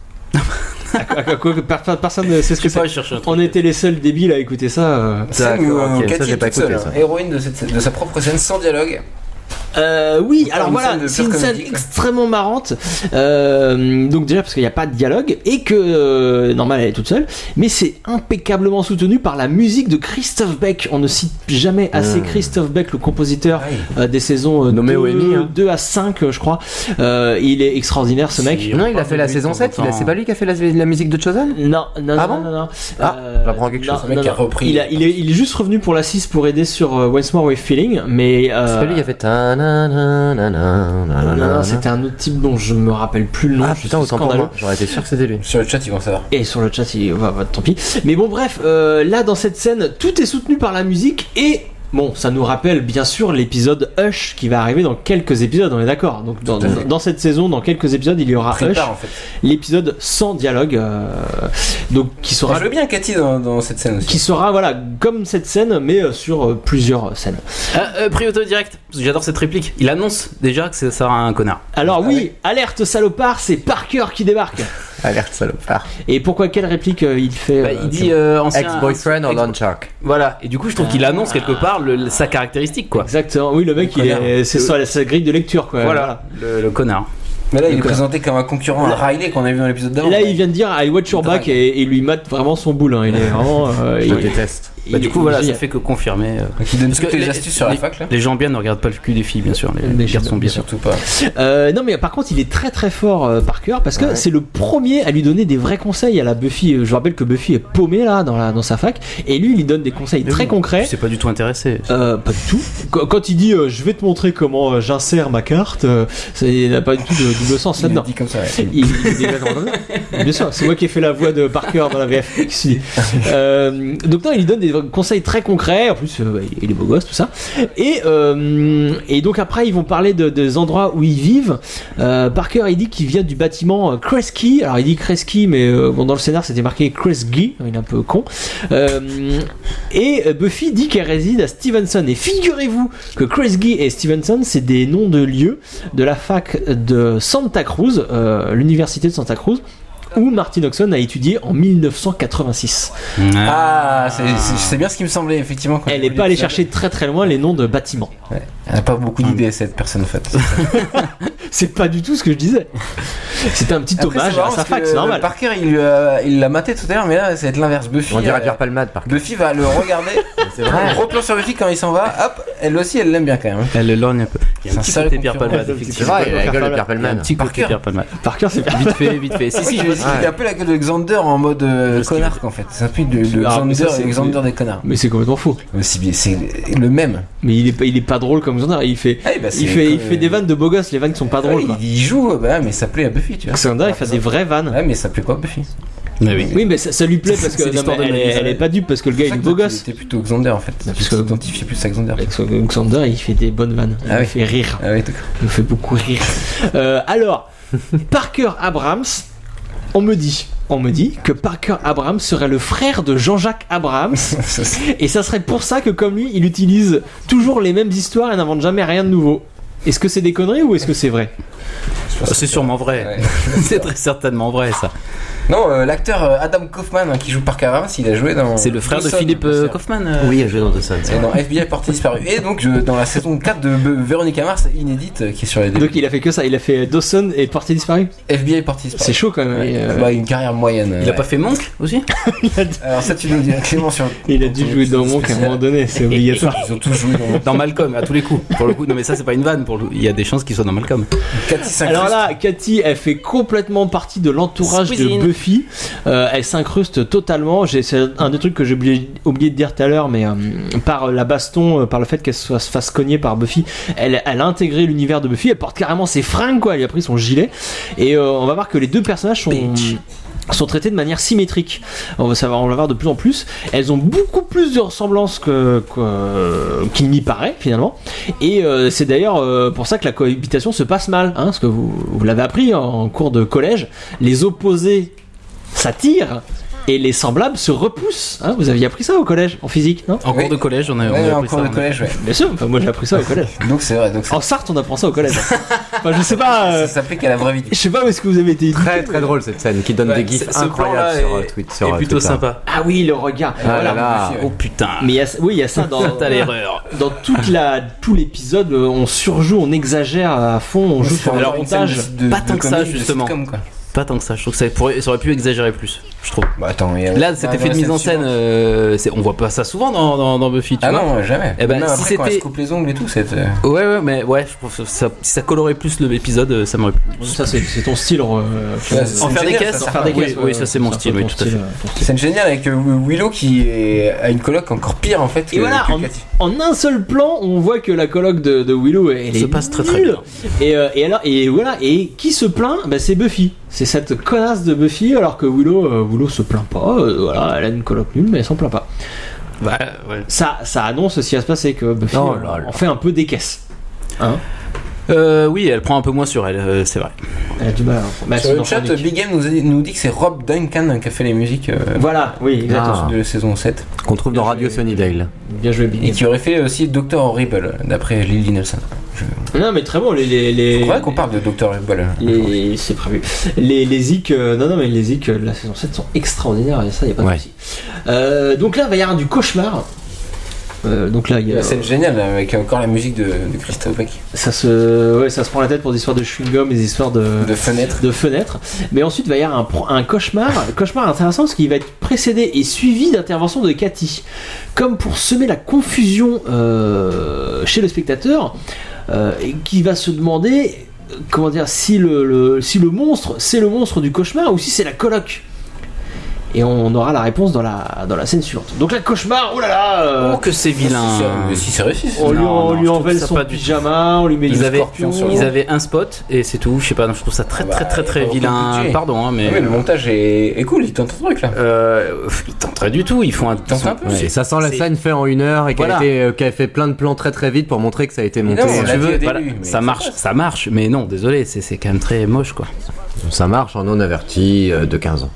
Speaker 1: À quoi- à quoi- que per- per- Personne ne sait ce
Speaker 2: Je
Speaker 1: que
Speaker 2: sais pas,
Speaker 1: c'est.
Speaker 2: je cherche un truc.
Speaker 1: On était les seuls débiles à écouter ça. euh.
Speaker 3: Scène où,
Speaker 4: D'accord,
Speaker 3: euh,
Speaker 4: ok, ça,
Speaker 3: Cathy
Speaker 4: j'ai
Speaker 3: est
Speaker 4: pas
Speaker 3: toute
Speaker 4: écouté,
Speaker 3: seule,
Speaker 4: ça.
Speaker 3: hein, héroïne de, cette- de sa propre scène sans dialogue.
Speaker 1: Euh, oui, alors
Speaker 3: une
Speaker 1: voilà,
Speaker 3: scène de
Speaker 1: c'est
Speaker 3: pure
Speaker 1: une scène
Speaker 3: comédie, quoi.
Speaker 1: extrêmement marrante. Euh, donc déjà parce qu'il n'y a pas de dialogue et que euh, normal elle est toute seule, mais c'est impeccablement soutenu par la musique de Christophe Beck. On ne cite jamais assez Christophe Beck, le compositeur
Speaker 3: Ah oui.
Speaker 1: euh, des saisons
Speaker 4: Hmm. Nommé au Emmy, hein.
Speaker 1: 2 à 5 euh, je crois. Euh, il est extraordinaire ce mec.
Speaker 2: Si, on
Speaker 4: Non, il a
Speaker 2: parle
Speaker 4: fait
Speaker 2: de
Speaker 4: la
Speaker 2: lui
Speaker 4: saison
Speaker 2: de temps en
Speaker 4: 7, il a-
Speaker 2: temps.
Speaker 4: c'est pas lui qui a fait la, la musique de Chosen
Speaker 1: Non, non,
Speaker 4: Ah
Speaker 1: non,
Speaker 4: bon
Speaker 1: non, non.
Speaker 4: Ah,
Speaker 1: Euh,
Speaker 4: j'apprends quelque
Speaker 1: non,
Speaker 4: chose.
Speaker 3: Le mec
Speaker 1: non,
Speaker 3: qui a
Speaker 1: non.
Speaker 3: repris.
Speaker 1: Il, a- il est, il est juste revenu pour la 6 pour aider sur euh, Once More With Feeling, mais euh,
Speaker 4: C'est pas lui qui a fait. ta na na na na na na
Speaker 1: Non,
Speaker 4: na.
Speaker 1: non, c'était un autre type dont je me rappelle plus le nom.
Speaker 4: Ah
Speaker 1: je
Speaker 4: putain,
Speaker 1: suis
Speaker 4: autant pour
Speaker 1: scandaleux.
Speaker 4: moi. J'aurais été sûr que c'était lui.
Speaker 3: Sur le chat, ils vont savoir.
Speaker 1: Et sur le chat, il... va va- tant pis. Mais bon, bref, euh, là, dans cette scène, tout est soutenu par la musique et... Bon, ça nous rappelle bien sûr l'épisode Hush qui va arriver dans quelques épisodes, on est d'accord. Donc dans,
Speaker 3: Tout à fait.
Speaker 1: dans cette saison, dans quelques épisodes, il y aura Hush,
Speaker 3: Prépare en fait.
Speaker 1: l'épisode sans dialogue, euh, donc qui sera
Speaker 3: Moi, je veux bien Cathy dans, dans cette scène aussi.
Speaker 1: qui sera voilà comme cette scène mais euh, sur euh, plusieurs scènes.
Speaker 2: Ah, euh, prix auto direct, parce que j'adore cette réplique. Il annonce déjà que ça sera un connard.
Speaker 1: Alors
Speaker 3: Ah
Speaker 1: oui,
Speaker 3: ouais.
Speaker 1: alerte salopard, c'est Parker qui débarque.
Speaker 4: Alerte salopard.
Speaker 1: Et pourquoi quelle réplique euh, il fait
Speaker 2: Bah,
Speaker 1: euh,
Speaker 2: il dit euh, ancien.
Speaker 4: Ex-boyfriend or
Speaker 2: ex-
Speaker 4: Don Chuck
Speaker 2: Voilà, et du coup, je trouve qu'il annonce quelque part le- sa caractéristique, quoi. euh,
Speaker 1: Exactement, oui, le mec, il est, c'est sur la- sa grille de lecture, quoi.
Speaker 2: Voilà, le, le connard.
Speaker 3: Mais là, il est présenté comme un concurrent à Riley qu'on a vu dans l'épisode d'avant.
Speaker 1: Et là, il vient de dire I watch your back et, et lui mate vraiment son boule. hein. Il est vraiment. euh,
Speaker 4: Je
Speaker 1: il-
Speaker 4: le déteste.
Speaker 1: il-
Speaker 2: Bah, du coup,
Speaker 1: il-
Speaker 2: voilà,
Speaker 1: il-
Speaker 2: ça fait que confirmer. euh.
Speaker 3: Donc, il donne
Speaker 2: Parce
Speaker 3: toutes
Speaker 2: que
Speaker 3: les,
Speaker 2: les-
Speaker 3: astuces sur la fac là.
Speaker 2: Les gens bien ne regardent pas le cul des filles, bien sûr. Les,
Speaker 1: Mais
Speaker 2: les
Speaker 1: je-
Speaker 2: garçons bien sûr.
Speaker 3: Surtout pas.
Speaker 1: Euh, non, mais par contre, il est très très fort euh, par cœur parce que
Speaker 3: Ouais.
Speaker 1: c'est le premier à lui donner des vrais conseils à la Buffy. Euh, Je rappelle que Buffy est paumée là dans, la, dans sa fac et lui, il lui donne des conseils
Speaker 2: Mais
Speaker 1: très
Speaker 2: oui,
Speaker 1: concrets.
Speaker 2: Je sais pas du tout intéressé.
Speaker 1: Euh, pas du tout. Qu- Quand il dit euh, je vais te montrer comment euh, j'insère ma carte, euh, ça il n'a pas du tout de double sens
Speaker 3: Il
Speaker 1: là-dedans.
Speaker 3: dit comme ça. ouais.
Speaker 1: Il- il est déjà dans le- Bien sûr, c'est moi qui ai fait la voix de Parker dans la VF. qui se dit. Euh, donc non, il lui donne des conseils très concrets. En plus, euh, bah, il est beau gosse, tout ça. Et euh, et donc après, ils vont parler de, des endroits où ils vivent. Euh, Parker, il dit qu'il vient du bâtiment euh, Kresge. Alors il dit Kresge, mais euh, bon dans le scénar, c'était marqué Kresge. Il est un peu con. Euh, et euh, Buffy dit qu'elle réside à Stevenson. Et figurez-vous que Kresge et Stevenson, c'est des noms de lieux de la fac de Santa Cruz, euh, l'université de Santa Cruz, où Martin Oxon a étudié en 1986.
Speaker 3: Ah, c'est- c'est c'est bien ce qui me semblait effectivement. quand
Speaker 1: Elle
Speaker 3: j'ai
Speaker 1: n'est
Speaker 3: lu
Speaker 1: pas allée
Speaker 3: l'épisode.
Speaker 1: chercher très très loin les noms de bâtiments.
Speaker 3: Elle a pas beaucoup d'idées cette personne en fait.
Speaker 1: C'est pas du tout ce que je disais. C'était un petit
Speaker 3: Après,
Speaker 1: hommage
Speaker 3: marrant
Speaker 1: à sa
Speaker 3: parce
Speaker 1: fac,
Speaker 3: que euh,
Speaker 1: c'est normal.
Speaker 3: Parker, il lui a- il l'a maté tout à l'heure, mais là, ça va être l'inverse. Buffy.
Speaker 4: On dirait
Speaker 3: euh,
Speaker 4: Pierre Palmade par
Speaker 3: Buffy va le regarder. C'est vrai. Gros plan sur Buffy quand il s'en va. Hop, elle aussi, elle l'aime bien quand même.
Speaker 2: Elle le lorgne un peu. Il y
Speaker 3: C'est un
Speaker 2: a un petit
Speaker 3: sale
Speaker 2: côté Pierre
Speaker 3: concurrent.
Speaker 2: Palmade,
Speaker 1: C'est vrai,
Speaker 4: C'est
Speaker 2: effectivement.
Speaker 4: vrai, il a la gueule de Pierre
Speaker 2: Il y a un
Speaker 4: Palmade.
Speaker 2: petit côté
Speaker 3: Parker.
Speaker 2: Pierre Palmade.
Speaker 1: Parker, c'est
Speaker 2: Vite fait, vite fait. Si, si,
Speaker 3: Si, je me dis
Speaker 4: Ouais.
Speaker 3: qu'il a un peu la gueule de Xander en mode euh, connard en fait. C'est un peu le, le
Speaker 1: Ah, mais ça,
Speaker 3: Xander,
Speaker 1: c'est-
Speaker 3: le Xander des connards.
Speaker 1: Mais c'est complètement faux.
Speaker 3: Mais C'est c'est le même.
Speaker 1: Mais il est, pas- il est pas drôle comme Xander. Il fait,
Speaker 3: Ah, bah, c'est
Speaker 1: il fait, il
Speaker 3: comme-
Speaker 1: fait des vannes de beau gosse, les vannes qui sont pas
Speaker 3: Ouais,
Speaker 1: drôles.
Speaker 3: il,
Speaker 1: quoi.
Speaker 3: il joue, bah, mais ça plaît à Buffy, tu vois.
Speaker 1: Xander, il fait des vraies vannes.
Speaker 3: Ouais, mais ça plaît quoi, Buffy
Speaker 1: oui. mais ça, ça lui plaît parce que
Speaker 3: C'est
Speaker 1: non,
Speaker 3: l'histoire
Speaker 1: mais
Speaker 3: de
Speaker 1: elle, est,
Speaker 3: Maïs.
Speaker 1: elle est pas dupe parce que le gars il est beau gosse.
Speaker 3: C'était plutôt Xander en fait. Parce que identifié plus à Xander.
Speaker 1: Xander il fait des bonnes vannes. il
Speaker 3: Ah
Speaker 1: nous fait rire. il nous fait beaucoup rire. Euh, alors, Parker Abrams, on me dit. On me dit que Parker Abrams serait le frère de Jean-Jacques Abrams et ça serait pour ça que comme lui, il utilise toujours les mêmes histoires et n'invente jamais rien de nouveau. Est-ce que c'est des conneries ou est-ce que c'est vrai
Speaker 2: C'est sûrement vrai. c'est très certainement vrai ça.
Speaker 3: Non, euh, l'acteur euh, Adam Kaufman hein, qui joue Parker Abrams, il a joué dans.
Speaker 2: C'est le frère de
Speaker 3: Dawson,
Speaker 2: Philippe euh, Kaufman. euh.
Speaker 4: Oui, il a joué dans The Sun.
Speaker 3: Et dans FBI porté disparu. Et donc je- dans la saison 4 de Be- Veronica Mars, inédite, euh, qui est sur les
Speaker 1: Donc il a fait que ça, il a fait Dawson et Porté disparu.
Speaker 3: FBI porté disparu.
Speaker 1: C'est chaud quand même. Et, euh,
Speaker 3: Ouais, Bah, une carrière moyenne.
Speaker 2: Il a pas fait Monk aussi
Speaker 3: Alors ça tu nous dis Clément sur.
Speaker 1: Il a dû jouer dans Monk à un moment donné, c'est obligatoire.
Speaker 3: Ils ont tous joué dans.
Speaker 2: Dans Malcolm, à tous les coups. Pour le coup, non mais ça c'est pas une vanne. Pour le- Il y a des chances qu'il soit dans Malcolm.
Speaker 3: Cathy s'incruste.
Speaker 1: Alors là, Cathy, elle fait complètement partie de l'entourage de
Speaker 2: Squeezine.
Speaker 1: Buffy. Euh, elle s'incruste totalement. J'ai- C'est un des trucs que j'ai oublié, oublié de dire tout à l'heure, mais euh, par la baston, euh, par le fait qu'elle soit- se fasse cogner par Buffy, elle, elle a intégré l'univers de Buffy. Elle porte carrément ses fringues, quoi. Elle lui a pris son gilet. Et euh, on va voir que les deux personnages sont. sont traités de manière symétrique. On va savoir, on va voir de plus en plus. Elles ont beaucoup plus de ressemblances que, que- qu'il n'y paraît finalement. Et euh, c'est d'ailleurs euh, pour ça que la cohabitation se passe mal, hein, parce que vous, vous l'avez appris en cours de collège. Les opposés s'attirent. Et les semblables se repoussent. hein. vous aviez appris ça au collège, en physique, non
Speaker 2: En cours de collège, on a, on a
Speaker 3: Ouais, en
Speaker 2: appris
Speaker 3: cours
Speaker 2: ça,
Speaker 3: de
Speaker 2: on a-
Speaker 3: collège, ouais.
Speaker 1: Bien sûr, enfin, moi j'ai appris ça au collège.
Speaker 3: Donc c'est vrai. Donc
Speaker 1: En Sarthe, on apprend ça au collège. Enfin, je sais pas. euh,
Speaker 3: ça s'applique à la vraie vie.
Speaker 1: je sais pas où est-ce que vous avez été.
Speaker 4: Très très drôle cette scène qui donne
Speaker 2: euh, Ouais,
Speaker 4: des gifs
Speaker 2: ce- ce
Speaker 4: incroyables
Speaker 2: plan-là
Speaker 4: sur euh,
Speaker 2: est-
Speaker 4: Twitter.
Speaker 2: est plutôt
Speaker 4: Twitter.
Speaker 2: sympa.
Speaker 1: Ah oui, le regard.
Speaker 4: Ah
Speaker 1: Voilà.
Speaker 4: là là.
Speaker 2: Oh putain.
Speaker 1: Mais il y a- oui, il y a ça dans.
Speaker 2: T'as l'erreur.
Speaker 1: dans toute la, tout l'épisode, euh, on surjoue, on exagère à fond, on joue sur le
Speaker 2: Alors,
Speaker 1: montage.
Speaker 2: pas tant que ça, justement. Pas tant que ça, je trouve que ça, pourrait- ça aurait pu exagérer plus, je trouve.
Speaker 3: Bah attends, il y a-
Speaker 2: Là, cet
Speaker 3: Ah,
Speaker 2: effet
Speaker 3: dans
Speaker 2: de
Speaker 3: la
Speaker 2: mise en
Speaker 3: scène
Speaker 2: scène, euh, c'est- on voit pas ça souvent dans, dans, dans Buffy, tu
Speaker 3: Ah
Speaker 2: vois.
Speaker 3: non, jamais.
Speaker 2: Eh ben,
Speaker 3: Non,
Speaker 2: si
Speaker 3: après, quand elle
Speaker 2: c'était-
Speaker 3: se coupe les ongles et tout, c'est. euh,
Speaker 2: Ouais, ouais, mais ouais, je pense que ça, si ça colorait plus le- l'épisode, euh, ça m'aurait plu.
Speaker 1: Ça, c'est, c'est ton style. euh,
Speaker 3: Ouais,
Speaker 1: Clément.
Speaker 3: c'est-
Speaker 2: En faire des
Speaker 3: génial,
Speaker 2: caisses,
Speaker 3: ça,
Speaker 2: en
Speaker 3: ça
Speaker 2: faire des
Speaker 1: sert à
Speaker 2: caisses.
Speaker 1: rien.
Speaker 2: Oui, ça c'est mon
Speaker 1: C'est un
Speaker 2: style,
Speaker 1: peu
Speaker 2: oui,
Speaker 1: ton
Speaker 2: tout à
Speaker 1: style,
Speaker 2: fait.
Speaker 1: euh, ton style.
Speaker 3: Scène géniale avec euh, Willow qui est- a une coloc encore pire en fait.
Speaker 1: Et
Speaker 3: que-
Speaker 1: voilà,
Speaker 3: que
Speaker 1: en,
Speaker 3: Cathy.
Speaker 1: en un seul plan, on voit que la colloque de, de Willow, elle
Speaker 2: Se
Speaker 1: est
Speaker 2: passe très, très
Speaker 1: nulle. Et, euh, et alors, et voilà, et qui se plaint bah, C'est Buffy. C'est cette connasse de Buffy, alors que Willow, euh, Willow se plaint pas. euh, voilà, elle a une colloque nulle, mais elle s'en plaint pas.
Speaker 2: Bah, ouais.
Speaker 1: Ça, ça annonce ce qui va se passer que Buffy
Speaker 2: Oh
Speaker 1: euh,
Speaker 2: là là.
Speaker 1: en fait un peu des caisses. Hein
Speaker 2: Euh, oui, elle prend un peu moins sur elle, euh, c'est vrai.
Speaker 1: elle a du mal. hein. Bah,
Speaker 3: Sur
Speaker 1: c'est
Speaker 3: le
Speaker 1: dans
Speaker 3: chat,
Speaker 1: Sonic.
Speaker 3: Big Game nous, a dit- nous dit que c'est Rob Duncan qui a fait les musiques euh,
Speaker 1: Voilà, oui, exactement.
Speaker 4: Ah.
Speaker 3: de la saison 7
Speaker 4: Qu'on trouve dans Radio Sunnydale.
Speaker 1: Bien joué,
Speaker 3: et
Speaker 1: Big
Speaker 3: qui aurait fait aussi Doctor Horrible d'après Lily Nelson.
Speaker 1: Game. Non, mais très bon, les. les, les-
Speaker 3: C'est vrai qu'on parle de Doctor Horrible.
Speaker 1: les- c'est prévu. Les, les Zik, euh, non, non, mais les Zik euh, de la saison 7 sont extraordinaires, et ça, y a pas de
Speaker 4: Ouais.
Speaker 1: souci. Euh, donc là, il va y avoir du cauchemar. Euh, donc là, il y a-
Speaker 3: La scène géniale là, avec encore la musique de, de Christophe Beck.
Speaker 1: ça, se, ouais, ça se prend la tête pour des histoires de chewing-gum, des histoires de,
Speaker 3: De fenêtre.
Speaker 1: de fenêtres. Mais ensuite, il va y avoir un, pro- un cauchemar, un cauchemar intéressant parce qu'il va être précédé et suivi d'interventions de Cathy. Comme pour semer la confusion euh, chez le spectateur, euh, et qui va se demander euh, comment dire, si le, le- si le monstre, c'est le monstre du cauchemar ou si c'est la coloc. Et on aura la réponse dans la, dans la scène suivante. Donc la cauchemar, oh là là euh,
Speaker 2: Oh que c'est
Speaker 3: Si Ah, c'est-
Speaker 2: vilain.
Speaker 3: mais Si c'est réussi. c'est-
Speaker 1: On lui,
Speaker 2: Oh, Non,
Speaker 1: on
Speaker 2: non,
Speaker 1: lui
Speaker 2: je trouve
Speaker 1: envèle
Speaker 2: ça
Speaker 1: son
Speaker 2: pas du tout.
Speaker 1: pyjama, on lui met
Speaker 3: Ils
Speaker 1: des
Speaker 2: avaient-
Speaker 1: scorpions sur
Speaker 2: Ils avaient un spot et c'est tout. Je sais pas, je trouve ça très
Speaker 3: Bah,
Speaker 2: très très très
Speaker 3: ils ont beaucoup de
Speaker 2: vilain.
Speaker 3: budget.
Speaker 2: Pardon, hein, mais.
Speaker 3: Ouais, Ah mais le montage est, est cool, il tente un truc là.
Speaker 2: Euh, pff, ils tentent pas du tout. Ils font un.
Speaker 3: tentent un peu,
Speaker 2: Ouais.
Speaker 4: Ça sent la
Speaker 2: C'est-
Speaker 4: scène faite en une heure et qu'elle
Speaker 2: Voilà.
Speaker 4: a été- euh, qu'elle a fait plein de plans très très vite pour montrer que ça a été monté.
Speaker 3: non, on
Speaker 4: euh,
Speaker 3: l'a
Speaker 2: Tu
Speaker 3: dit au
Speaker 2: veux,
Speaker 3: début,
Speaker 2: voilà,
Speaker 3: mais
Speaker 2: ça
Speaker 3: c'est
Speaker 2: marche,
Speaker 3: pas
Speaker 2: ça marche, mais non, désolé, c'est c'est quand même très moche quoi.
Speaker 4: Ça marche en non averti euh, de 15 ans.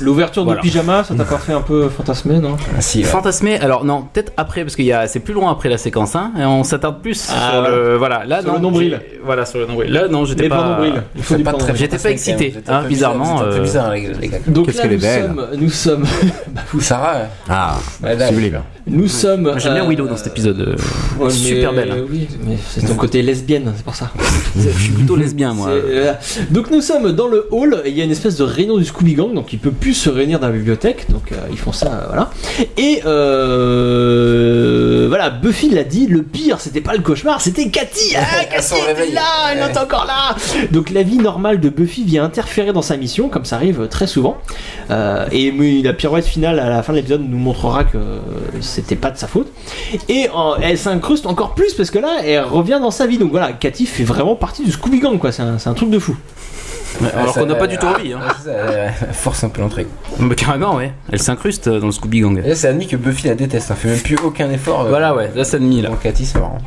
Speaker 1: L'ouverture
Speaker 2: Voilà.
Speaker 1: du pyjama, ça t'a pas fait un peu fantasmer, non
Speaker 3: Ah, si, ouais.
Speaker 2: Fantasmé, alors non, peut-être après, parce qu'il y a, c'est plus loin après la séquence, hein, et on s'attarde plus
Speaker 1: Ah,
Speaker 2: sur le, voilà, là,
Speaker 1: Sur
Speaker 2: non,
Speaker 1: le nombril.
Speaker 2: j'ai- Voilà, sur le nombril. Là, non, j'étais
Speaker 1: Les
Speaker 2: pas.
Speaker 1: plans nombril. Il faut
Speaker 3: C'est
Speaker 1: du
Speaker 3: pas
Speaker 1: plan
Speaker 3: très
Speaker 1: nombril.
Speaker 2: J'étais pas
Speaker 3: fantastique, quand même.
Speaker 2: excité,
Speaker 3: Vous êtes
Speaker 2: hein,
Speaker 3: un peu
Speaker 2: bizarre,
Speaker 3: bizarre, vous êtes un peu bizarre, les- les gars.
Speaker 1: Donc
Speaker 4: Qu'est-ce
Speaker 1: là,
Speaker 4: qu'elle est
Speaker 1: nous
Speaker 4: belle.
Speaker 1: sommes, nous sommes, bah, vous-
Speaker 3: Sarah,
Speaker 4: Ah,
Speaker 3: Ouais,
Speaker 2: bah,
Speaker 3: là,
Speaker 4: sublime.
Speaker 1: nous sommes.
Speaker 2: J'aime bien
Speaker 1: euh,
Speaker 2: Willow dans cet épisode. euh,
Speaker 1: ouais, mais-
Speaker 2: Super belle.
Speaker 1: Oui, mais c'est ton côté lesbienne, c'est pour ça.
Speaker 2: Je suis plutôt lesbien, moi.
Speaker 1: C'est, euh, donc nous sommes dans le hall. et Il y a une espèce de réunion du Scooby Gang, donc il peut plus se réunir dans la bibliothèque. Donc euh, ils font ça, euh, voilà. Et euh, voilà, Buffy l'a dit. Le pire, c'était pas le cauchemar, c'était Cathy. Ah, Cathy
Speaker 3: son
Speaker 1: était
Speaker 3: réveil.
Speaker 1: là, elle
Speaker 3: Ouais.
Speaker 1: est encore là. Donc la vie normale de Buffy vient interférer dans sa mission, comme ça arrive très souvent. Euh, et mais la pirouette finale à la fin de l'épisode nous montrera que c'était pas de sa faute. Et en- elle s'incruste encore plus parce que là, elle revient dans sa vie. Donc voilà, Cathy fait vraiment partie du Scooby Gang, quoi. C'est un, c'est un truc de fou.
Speaker 2: alors
Speaker 3: ah, ça
Speaker 2: qu'on n'a
Speaker 3: fait-
Speaker 2: pas du tout envie. hein.
Speaker 3: Ah, c'est ça, euh, Force un peu l'entrée.
Speaker 2: Bah, carrément, ouais. Elle s'incruste euh, dans le Scooby Gang.
Speaker 3: Et là, c'est admis que Buffy la déteste, hein. fait même plus aucun effort.
Speaker 2: Voilà, ouais, là c'est admis là.
Speaker 3: Donc Cathy, c'est marrant.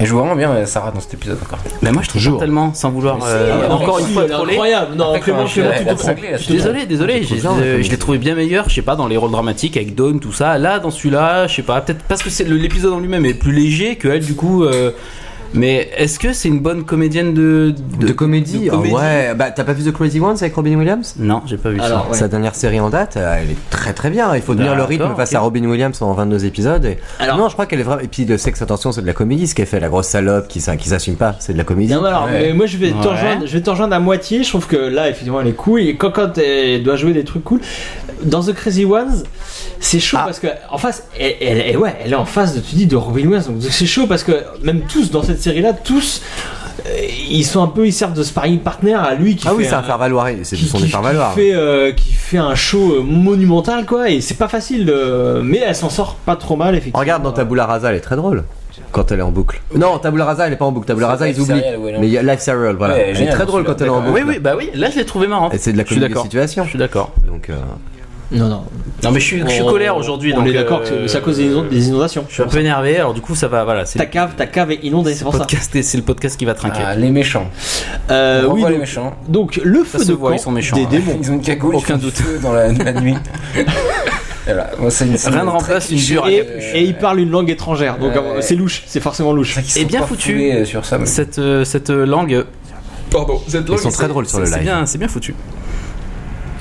Speaker 3: Elle joue vraiment bien euh, Sarah dans cet épisode encore.
Speaker 2: Mais moi je trouve pas tellement, sans vouloir
Speaker 3: Mais si,
Speaker 2: euh,
Speaker 3: elle est
Speaker 2: encore une
Speaker 3: si,
Speaker 2: fois
Speaker 3: elle est
Speaker 2: troller.
Speaker 1: incroyable. Non,
Speaker 2: Après,
Speaker 1: Clément,
Speaker 2: quand je suis
Speaker 1: Clément,
Speaker 2: là,
Speaker 1: tu
Speaker 2: la
Speaker 1: te prends.
Speaker 2: cinglée, là,
Speaker 1: Tu
Speaker 2: je
Speaker 1: te
Speaker 2: suis Désolé, désolé,
Speaker 1: prends.
Speaker 2: j'ai-
Speaker 1: Non,
Speaker 2: euh,
Speaker 1: mais-
Speaker 2: je l'ai trouvé bien meilleur, je sais pas, dans les rôles dramatiques avec Dawn, tout ça. Là, dans celui-là, je sais pas, peut-être parce que c'est le- l'épisode en lui-même est plus léger que elle, du coup. euh, mais est-ce que c'est une bonne comédienne de, de,
Speaker 4: comédie, Ah ouais, bah t'as pas vu The Crazy Ones avec Robin Williams
Speaker 2: Non, j'ai pas vu
Speaker 1: Ah
Speaker 4: Alors,
Speaker 2: ça. Ouais.
Speaker 4: Sa dernière série en date, euh, elle est très très bien. Il faut
Speaker 1: Bah,
Speaker 4: tenir le
Speaker 2: D'accord,
Speaker 4: rythme face
Speaker 2: ok.
Speaker 4: à Robin Williams en 22 épisodes. Et- non, je crois qu'elle est vraiment. Et puis le sexe, attention, c'est de la comédie. Ce qu'elle fait, la grosse salope qui, s'in- qui s'assume pas, c'est de la comédie.
Speaker 1: Non, mais alors, mais moi je vais, te
Speaker 4: Ouais.
Speaker 1: rejoindre, je vais te rejoindre à moitié. Je trouve que là, effectivement, elle est cool. Et quand, quand elle doit jouer des trucs cool, dans The Crazy Ones, c'est chaud
Speaker 4: Ah.
Speaker 1: parce que en face, elle, elle- elle- ouais, elle est en face de, tu dis, de Robin Williams. Donc c'est chaud parce que même tous dans cette série là, tous. euh, Ils sont un peu, ils servent de sparring partner à lui qui
Speaker 4: Ah oui,
Speaker 1: fait
Speaker 4: c'est un faire valoir. C'est
Speaker 1: qui-
Speaker 4: son
Speaker 1: qui-
Speaker 4: des faire valoir.
Speaker 1: qui fait, euh, qui fait un show euh, monumental quoi et c'est pas facile de- mais elle s'en sort pas trop mal effectivement
Speaker 4: Regarde dans Tabula Rasa, elle est très drôle. Quand elle est en boucle. Non, Tabula Rasa, elle est pas en boucle. Tabula
Speaker 1: C'est
Speaker 4: Rasa, ils
Speaker 1: Life
Speaker 4: oublient.
Speaker 1: Serial, ouais, non.
Speaker 4: Mais il y a Life Serial, voilà.
Speaker 2: Ouais,
Speaker 4: elle est
Speaker 2: génial,
Speaker 4: très drôle quand elle est en
Speaker 2: d'accord.
Speaker 4: boucle.
Speaker 2: Oui, oui, bah oui, là je l'ai trouvé marrant.
Speaker 4: Et c'est de la
Speaker 2: Je suis
Speaker 4: comédie de
Speaker 2: d'accord.
Speaker 4: situation.
Speaker 2: Je suis d'accord.
Speaker 4: Donc, euh,
Speaker 1: non non
Speaker 2: Non, mais je suis, je suis
Speaker 1: On-
Speaker 2: colère aujourd'hui.
Speaker 1: on
Speaker 2: donc, euh,
Speaker 1: est d'accord que c'est à cause des inond- des inondations.
Speaker 2: Je suis un peu énervé, alors du coup ça va, voilà. c'est-
Speaker 1: ta cave ta cave est inondée c'est pour ça
Speaker 2: podcast- C'est le podcast qui va trinquer.
Speaker 3: Ah, les méchants.
Speaker 1: Euh,
Speaker 3: On
Speaker 1: oui,
Speaker 3: revoit
Speaker 1: donc,
Speaker 3: les méchants.
Speaker 1: donc, le
Speaker 2: Ça
Speaker 1: feu
Speaker 2: se
Speaker 1: de
Speaker 2: voit,
Speaker 1: camp
Speaker 2: ils sont méchants,
Speaker 1: des
Speaker 2: hein.
Speaker 1: démons
Speaker 3: Ils ont une cagoule,
Speaker 2: Aucun
Speaker 3: ils font du feu dans la, la nuit. Voilà, moi, c'est une- c'est
Speaker 2: Rien
Speaker 3: une
Speaker 2: ne remplace
Speaker 3: très
Speaker 2: une
Speaker 3: cliché.
Speaker 2: jure.
Speaker 1: et, et ils parlent une langue étrangère donc
Speaker 3: Ouais,
Speaker 1: euh,
Speaker 3: ouais.
Speaker 1: c'est louche c'est forcément louche
Speaker 3: qu'ils
Speaker 2: Et
Speaker 3: sont
Speaker 2: bien
Speaker 3: pas
Speaker 2: foutu.
Speaker 3: foulés, euh, sur ça, mais-
Speaker 2: Cette, euh, cette euh, langue. Pardon, cette langue.
Speaker 4: sont
Speaker 2: c'est-
Speaker 4: très drôles sur
Speaker 2: c'est-
Speaker 4: le
Speaker 2: c'est
Speaker 4: live.
Speaker 2: bien- C'est bien foutu.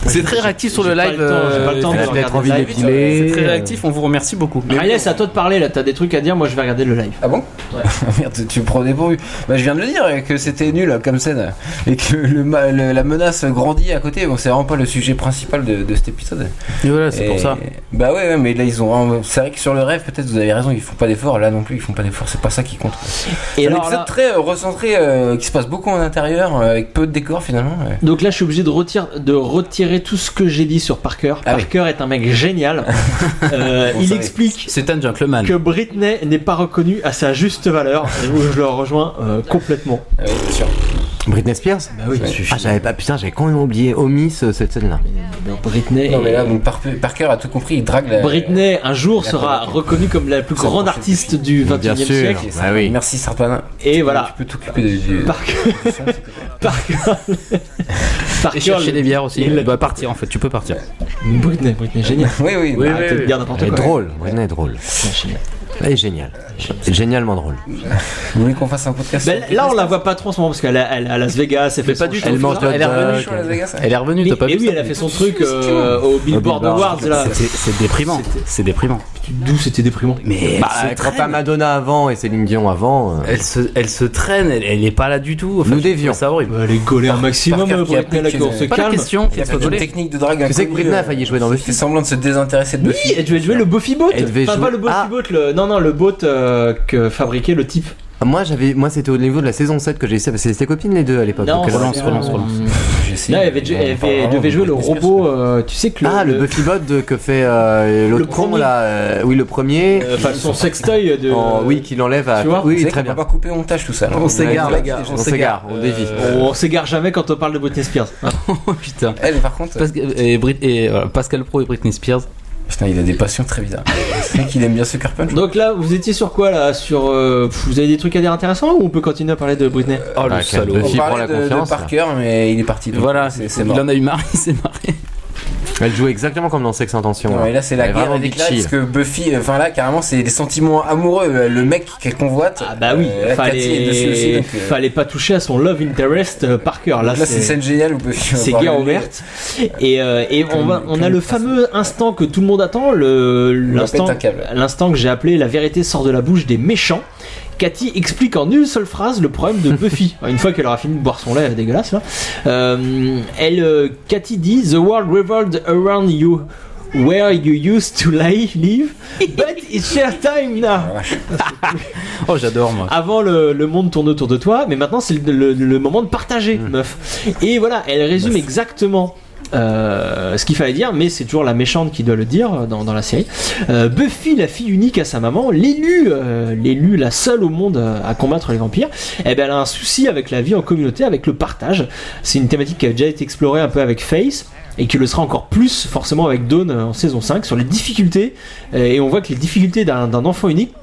Speaker 2: C'est très réactif sur le
Speaker 1: j'ai pas
Speaker 2: live.
Speaker 1: le temps, j'ai
Speaker 2: euh,
Speaker 1: pas le temps de
Speaker 2: Fred.
Speaker 1: regarder le live.
Speaker 2: C'est très réactif, on vous remercie beaucoup. Mais
Speaker 1: Ariel c'est à toi de parler là t'as des trucs à dire moi je vais regarder le live
Speaker 3: Ah bon Merde, tu me prends des pourvus. Bah, je viens de le dire que c'était nul comme scène et que le, ma- le- la menace grandit à côté. Bon, c'est vraiment pas le sujet principal de, de cet épisode.
Speaker 2: Et voilà, c'est
Speaker 3: Et-
Speaker 2: pour ça.
Speaker 3: Bah ouais, ouais, mais là ils ont. vraiment- C'est vrai que sur le rêve, peut-être vous avez raison, ils font pas d'efforts. Là non plus, ils font pas d'efforts. C'est pas ça qui compte.
Speaker 1: Et
Speaker 3: Et un
Speaker 1: alors,
Speaker 3: épisode
Speaker 1: là-
Speaker 3: très euh, recentré euh, qui se passe beaucoup en intérieur euh, avec peu de décors finalement. ouais.
Speaker 1: Donc là, je suis obligé de, retire- de retirer tout ce que j'ai dit sur Parker. Parker est un mec génial. Euh,
Speaker 2: Bon,
Speaker 1: il
Speaker 2: ça
Speaker 1: explique
Speaker 2: C'est un gentleman.
Speaker 1: que Britney n'est pas reconnue à sa juste valeur. Et où je le rejoins euh, complètement.
Speaker 3: Ah oui, bien sûr.
Speaker 4: Britney Spears Bah
Speaker 1: oui,
Speaker 4: Ah, j'avais pas, putain, j'avais complètement oublié, omis ce- cette scène-là.
Speaker 1: Britney.
Speaker 3: Non mais là, donc Par- Parker a tout compris. Il drague la.
Speaker 1: Britney, un jour,
Speaker 3: la
Speaker 1: sera
Speaker 3: provoque.
Speaker 1: reconnue comme la plus
Speaker 3: Ça
Speaker 1: grande
Speaker 3: prochaine
Speaker 1: artiste du
Speaker 4: Bien
Speaker 1: 21 e
Speaker 4: sûr.
Speaker 1: siècle.
Speaker 4: Bah oui.
Speaker 3: Merci Sarpana.
Speaker 1: Et voilà.
Speaker 3: Tu peux t'occuper de. du-
Speaker 1: Parker,
Speaker 2: Et chercher des bières aussi.
Speaker 1: il-
Speaker 2: Il doit partir en fait, tu peux partir.
Speaker 1: Britney, Britney, génial.
Speaker 3: Oui, oui.
Speaker 2: Oui,
Speaker 3: bah,
Speaker 2: oui,
Speaker 1: Arrêtez de
Speaker 2: oui.
Speaker 1: dire n'importe
Speaker 4: Elle est
Speaker 1: quoi.
Speaker 4: drôle, Britney est drôle. Elle est géniale. Génialement drôle.
Speaker 3: Vous voulez qu'on fasse un podcast
Speaker 1: Ben, là, on la voit pas trop en ce moment parce qu'elle est à- elle est à Las Vegas. Elle fait
Speaker 2: pas
Speaker 1: son
Speaker 2: du
Speaker 1: show.
Speaker 2: tout.
Speaker 4: Elle mange de
Speaker 2: Elle est
Speaker 4: hot
Speaker 2: revenue.
Speaker 4: dog.
Speaker 2: Elle est revenue, t'as pas
Speaker 1: Et
Speaker 2: vu
Speaker 1: oui,
Speaker 2: ça
Speaker 1: elle a fait son truc euh, au Billboard
Speaker 4: Billboard.
Speaker 1: Awards là.
Speaker 2: C'est- C'est déprimant. C'est déprimant.
Speaker 1: D'où c'était déprimant.
Speaker 2: Mais
Speaker 4: Bah,
Speaker 3: Ah,
Speaker 2: elle, se
Speaker 4: quand pas
Speaker 2: traîne,
Speaker 4: Madonna avant et Céline Dion avant. euh,
Speaker 2: elle, se, elle se traîne, elle, elle est pas là du tout. Enfin,
Speaker 4: Nous
Speaker 2: je trouve
Speaker 4: dévions.
Speaker 2: ça horrible.
Speaker 1: Elle est collée un maximum
Speaker 3: Parker
Speaker 1: euh,
Speaker 3: qui
Speaker 1: pour Britney, là,
Speaker 3: applique
Speaker 1: qu'on se
Speaker 3: une-
Speaker 2: Pas la
Speaker 1: calme.
Speaker 2: question,
Speaker 3: Il y a
Speaker 2: faut pas
Speaker 3: une
Speaker 2: voler.
Speaker 3: technique de drague.
Speaker 4: Tu sais que
Speaker 3: inconnue,
Speaker 4: Britney a
Speaker 3: euh,
Speaker 4: failli jouer dans Buffy.
Speaker 3: fait semblant de se désintéresser de
Speaker 1: Oui,
Speaker 3: Buffy.
Speaker 1: elle devait jouer le Buffy Boat.
Speaker 4: Elle devait
Speaker 1: Enfin, pas
Speaker 4: jouer-
Speaker 1: le Buffy
Speaker 4: Ah.
Speaker 1: Boat, le... non, non, le boat euh, que fabriquait le type.
Speaker 4: Ah, Moi, j'avais, moi, c'était au niveau de la saison 7 que j'ai essayé parce que c'était copines les deux à l'époque.
Speaker 1: Non,
Speaker 4: donc euh, elle-
Speaker 1: relance, relance, relance.
Speaker 3: J'ai essayé,
Speaker 1: Là, elle, avait-
Speaker 3: mais
Speaker 1: elle
Speaker 3: on parle
Speaker 1: avait-
Speaker 3: vraiment
Speaker 1: devait
Speaker 3: de
Speaker 1: jouer le
Speaker 3: Britney Spears,
Speaker 1: robot.
Speaker 3: quoi.
Speaker 1: euh, tu sais que le.
Speaker 4: Ah, le,
Speaker 1: le-
Speaker 4: Buffy Bot de- que fait euh,
Speaker 1: Le
Speaker 4: l'autre con
Speaker 1: premier.
Speaker 4: là. euh, oui, le premier.
Speaker 1: euh, Enfin, son sextoy de.
Speaker 4: En- oui, qui l'enlève à.
Speaker 1: tu vois,
Speaker 3: Vous
Speaker 4: oui,
Speaker 3: savez
Speaker 4: très
Speaker 3: qu'on
Speaker 4: bien.
Speaker 3: va pas couper au montage tout ça. là.
Speaker 2: On s'égare,
Speaker 3: Ouais,
Speaker 2: les gars,
Speaker 4: On s'égare, on dévie.
Speaker 1: euh, On s'égare jamais quand on parle de Britney Spears.
Speaker 2: Oh putain.
Speaker 3: Elle, Eh, par contre,
Speaker 2: Pascal, et Brit- et, voilà, Pascal Pro et Britney Spears.
Speaker 3: putain, il a des passions très bizarres. C'est vrai qu'il aime bien Sucker Punch.
Speaker 1: Donc là, vous étiez sur quoi là Sur euh, pff, vous avez des trucs à dire intéressants ou on peut continuer à parler de Britney
Speaker 3: Euh,
Speaker 2: Oh le
Speaker 4: Ah, quel
Speaker 2: salaud.
Speaker 4: deux.
Speaker 3: on
Speaker 4: Buffy prend
Speaker 3: parlait
Speaker 4: la
Speaker 3: de, de
Speaker 4: confiance, là.
Speaker 3: Parker, mais il est parti. donc
Speaker 2: Voilà,
Speaker 3: c'est c'est
Speaker 2: il
Speaker 3: mort.
Speaker 2: en a eu marre, il s'est marré.
Speaker 4: Elle joue exactement comme dans Sex Intention.
Speaker 3: Non, et là, c'est la
Speaker 4: Elle est
Speaker 3: guerre
Speaker 4: vraiment
Speaker 3: déclarée
Speaker 4: bitchy.
Speaker 3: parce que Buffy, euh, enfin là, carrément, c'est des sentiments amoureux. euh, Le mec qu'elle convoite.
Speaker 1: Ah bah oui,
Speaker 3: euh, là, Cathy est
Speaker 1: fallait,
Speaker 3: dessus aussi, donc, euh,
Speaker 1: fallait pas toucher à son love interest euh, par cœur. Là,
Speaker 3: Là, c'est une
Speaker 1: c'est
Speaker 3: scène géniale où Buffy. va
Speaker 1: c'est
Speaker 3: voir
Speaker 1: guerre
Speaker 3: le-
Speaker 1: ouverte. Et, euh, et on, va-
Speaker 3: Comme-
Speaker 1: on a
Speaker 3: comme
Speaker 1: le
Speaker 3: une princesse.
Speaker 1: fameux instant que tout le monde attend, le-
Speaker 3: va
Speaker 1: l'instant
Speaker 3: péter un câble.
Speaker 1: l'instant que j'ai appelé la vérité sort de la bouche des méchants. Cathy explique en une seule phrase le problème de Buffy. Une fois qu'elle aura fini de boire son lait dégueulasse, là, euh, elle, euh, Cathy dit The world revolved around you. Where you used to lie, live, but it's your time now.
Speaker 2: Oh j'adore moi.
Speaker 1: Avant, le, le monde tourne autour
Speaker 3: Hmm.
Speaker 1: de toi, mais maintenant c'est le, le- le moment de partager, meuf. Et voilà, elle résume exactement euh, ce qu'il fallait dire, mais c'est toujours la méchante qui doit le dire euh, dans, dans la série. Euh, Buffy, la fille unique à sa maman, l'élu, euh, l'élu, la seule au monde euh, à combattre les vampires, eh ben, elle a un souci avec la vie en communauté, avec le partage. C'est une thématique qui a déjà été explorée un peu avec Face et qui le sera encore plus forcément avec Dawn euh, en saison 5 sur les difficultés. Euh, Et on voit que les difficultés d'un d'un enfant unique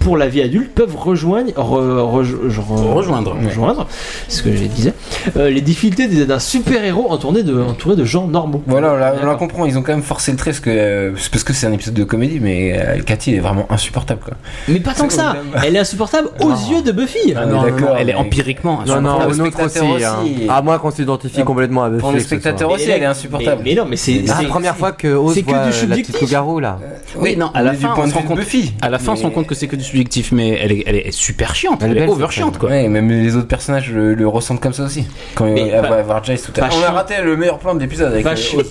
Speaker 1: pour la vie adulte peuvent rejoindre re- rejo- genre,
Speaker 2: Rejoindre, ouais.
Speaker 1: rejoindre c'est ce que je disais Euh, les difficultés des- d'un super héros entouré de entouré de gens normaux
Speaker 3: Voilà, on la, on la comprend, ils ont quand même forcé le trait parce que euh, c'est parce que c'est un épisode de comédie, mais euh, Cathy elle est vraiment insupportable quoi.
Speaker 1: mais pas tant que ça elle est insupportable aux yeux de Buffy
Speaker 3: Ah, non, non, non, elle est
Speaker 2: empiriquement
Speaker 4: Non, non,
Speaker 3: Le
Speaker 4: un autre aussi.
Speaker 3: spectateur
Speaker 4: hein.
Speaker 3: aussi.
Speaker 4: À moins qu'on s'identifie complètement à Buffy.
Speaker 3: Pour le spectateur aussi,
Speaker 1: Mais-
Speaker 3: elle est insupportable.
Speaker 1: mais, mais non mais c'est
Speaker 4: C'est
Speaker 1: c'est-
Speaker 4: la première fois que Oz
Speaker 1: c'est que
Speaker 4: voit
Speaker 1: du
Speaker 4: euh, la petite
Speaker 1: subjectif.
Speaker 4: loup-garou là.
Speaker 2: Oui, non, à la
Speaker 3: mais du
Speaker 2: fin,
Speaker 3: point
Speaker 2: on
Speaker 3: de
Speaker 2: se
Speaker 3: vue
Speaker 2: rend
Speaker 3: de
Speaker 2: compte,
Speaker 3: Buffy.
Speaker 2: à la fin, on se rend
Speaker 3: Mais-
Speaker 2: compte que c'est que du subjectif, mais elle est, elle est, elle est super chiante,
Speaker 4: Elle est
Speaker 2: elle, est
Speaker 4: belle,
Speaker 2: over
Speaker 4: cette
Speaker 2: chiante, quoi.
Speaker 3: Ouais, même les autres personnages le, le ressentent comme ça aussi. Quand euh,
Speaker 1: Mais
Speaker 3: elle
Speaker 1: pas-
Speaker 3: va voir Jace tout
Speaker 1: pas
Speaker 3: à l'heure. On a
Speaker 1: chiant.
Speaker 3: raté le meilleur plan de l'épisode avec
Speaker 1: Pas
Speaker 3: euh,
Speaker 1: chiant.
Speaker 3: Oz.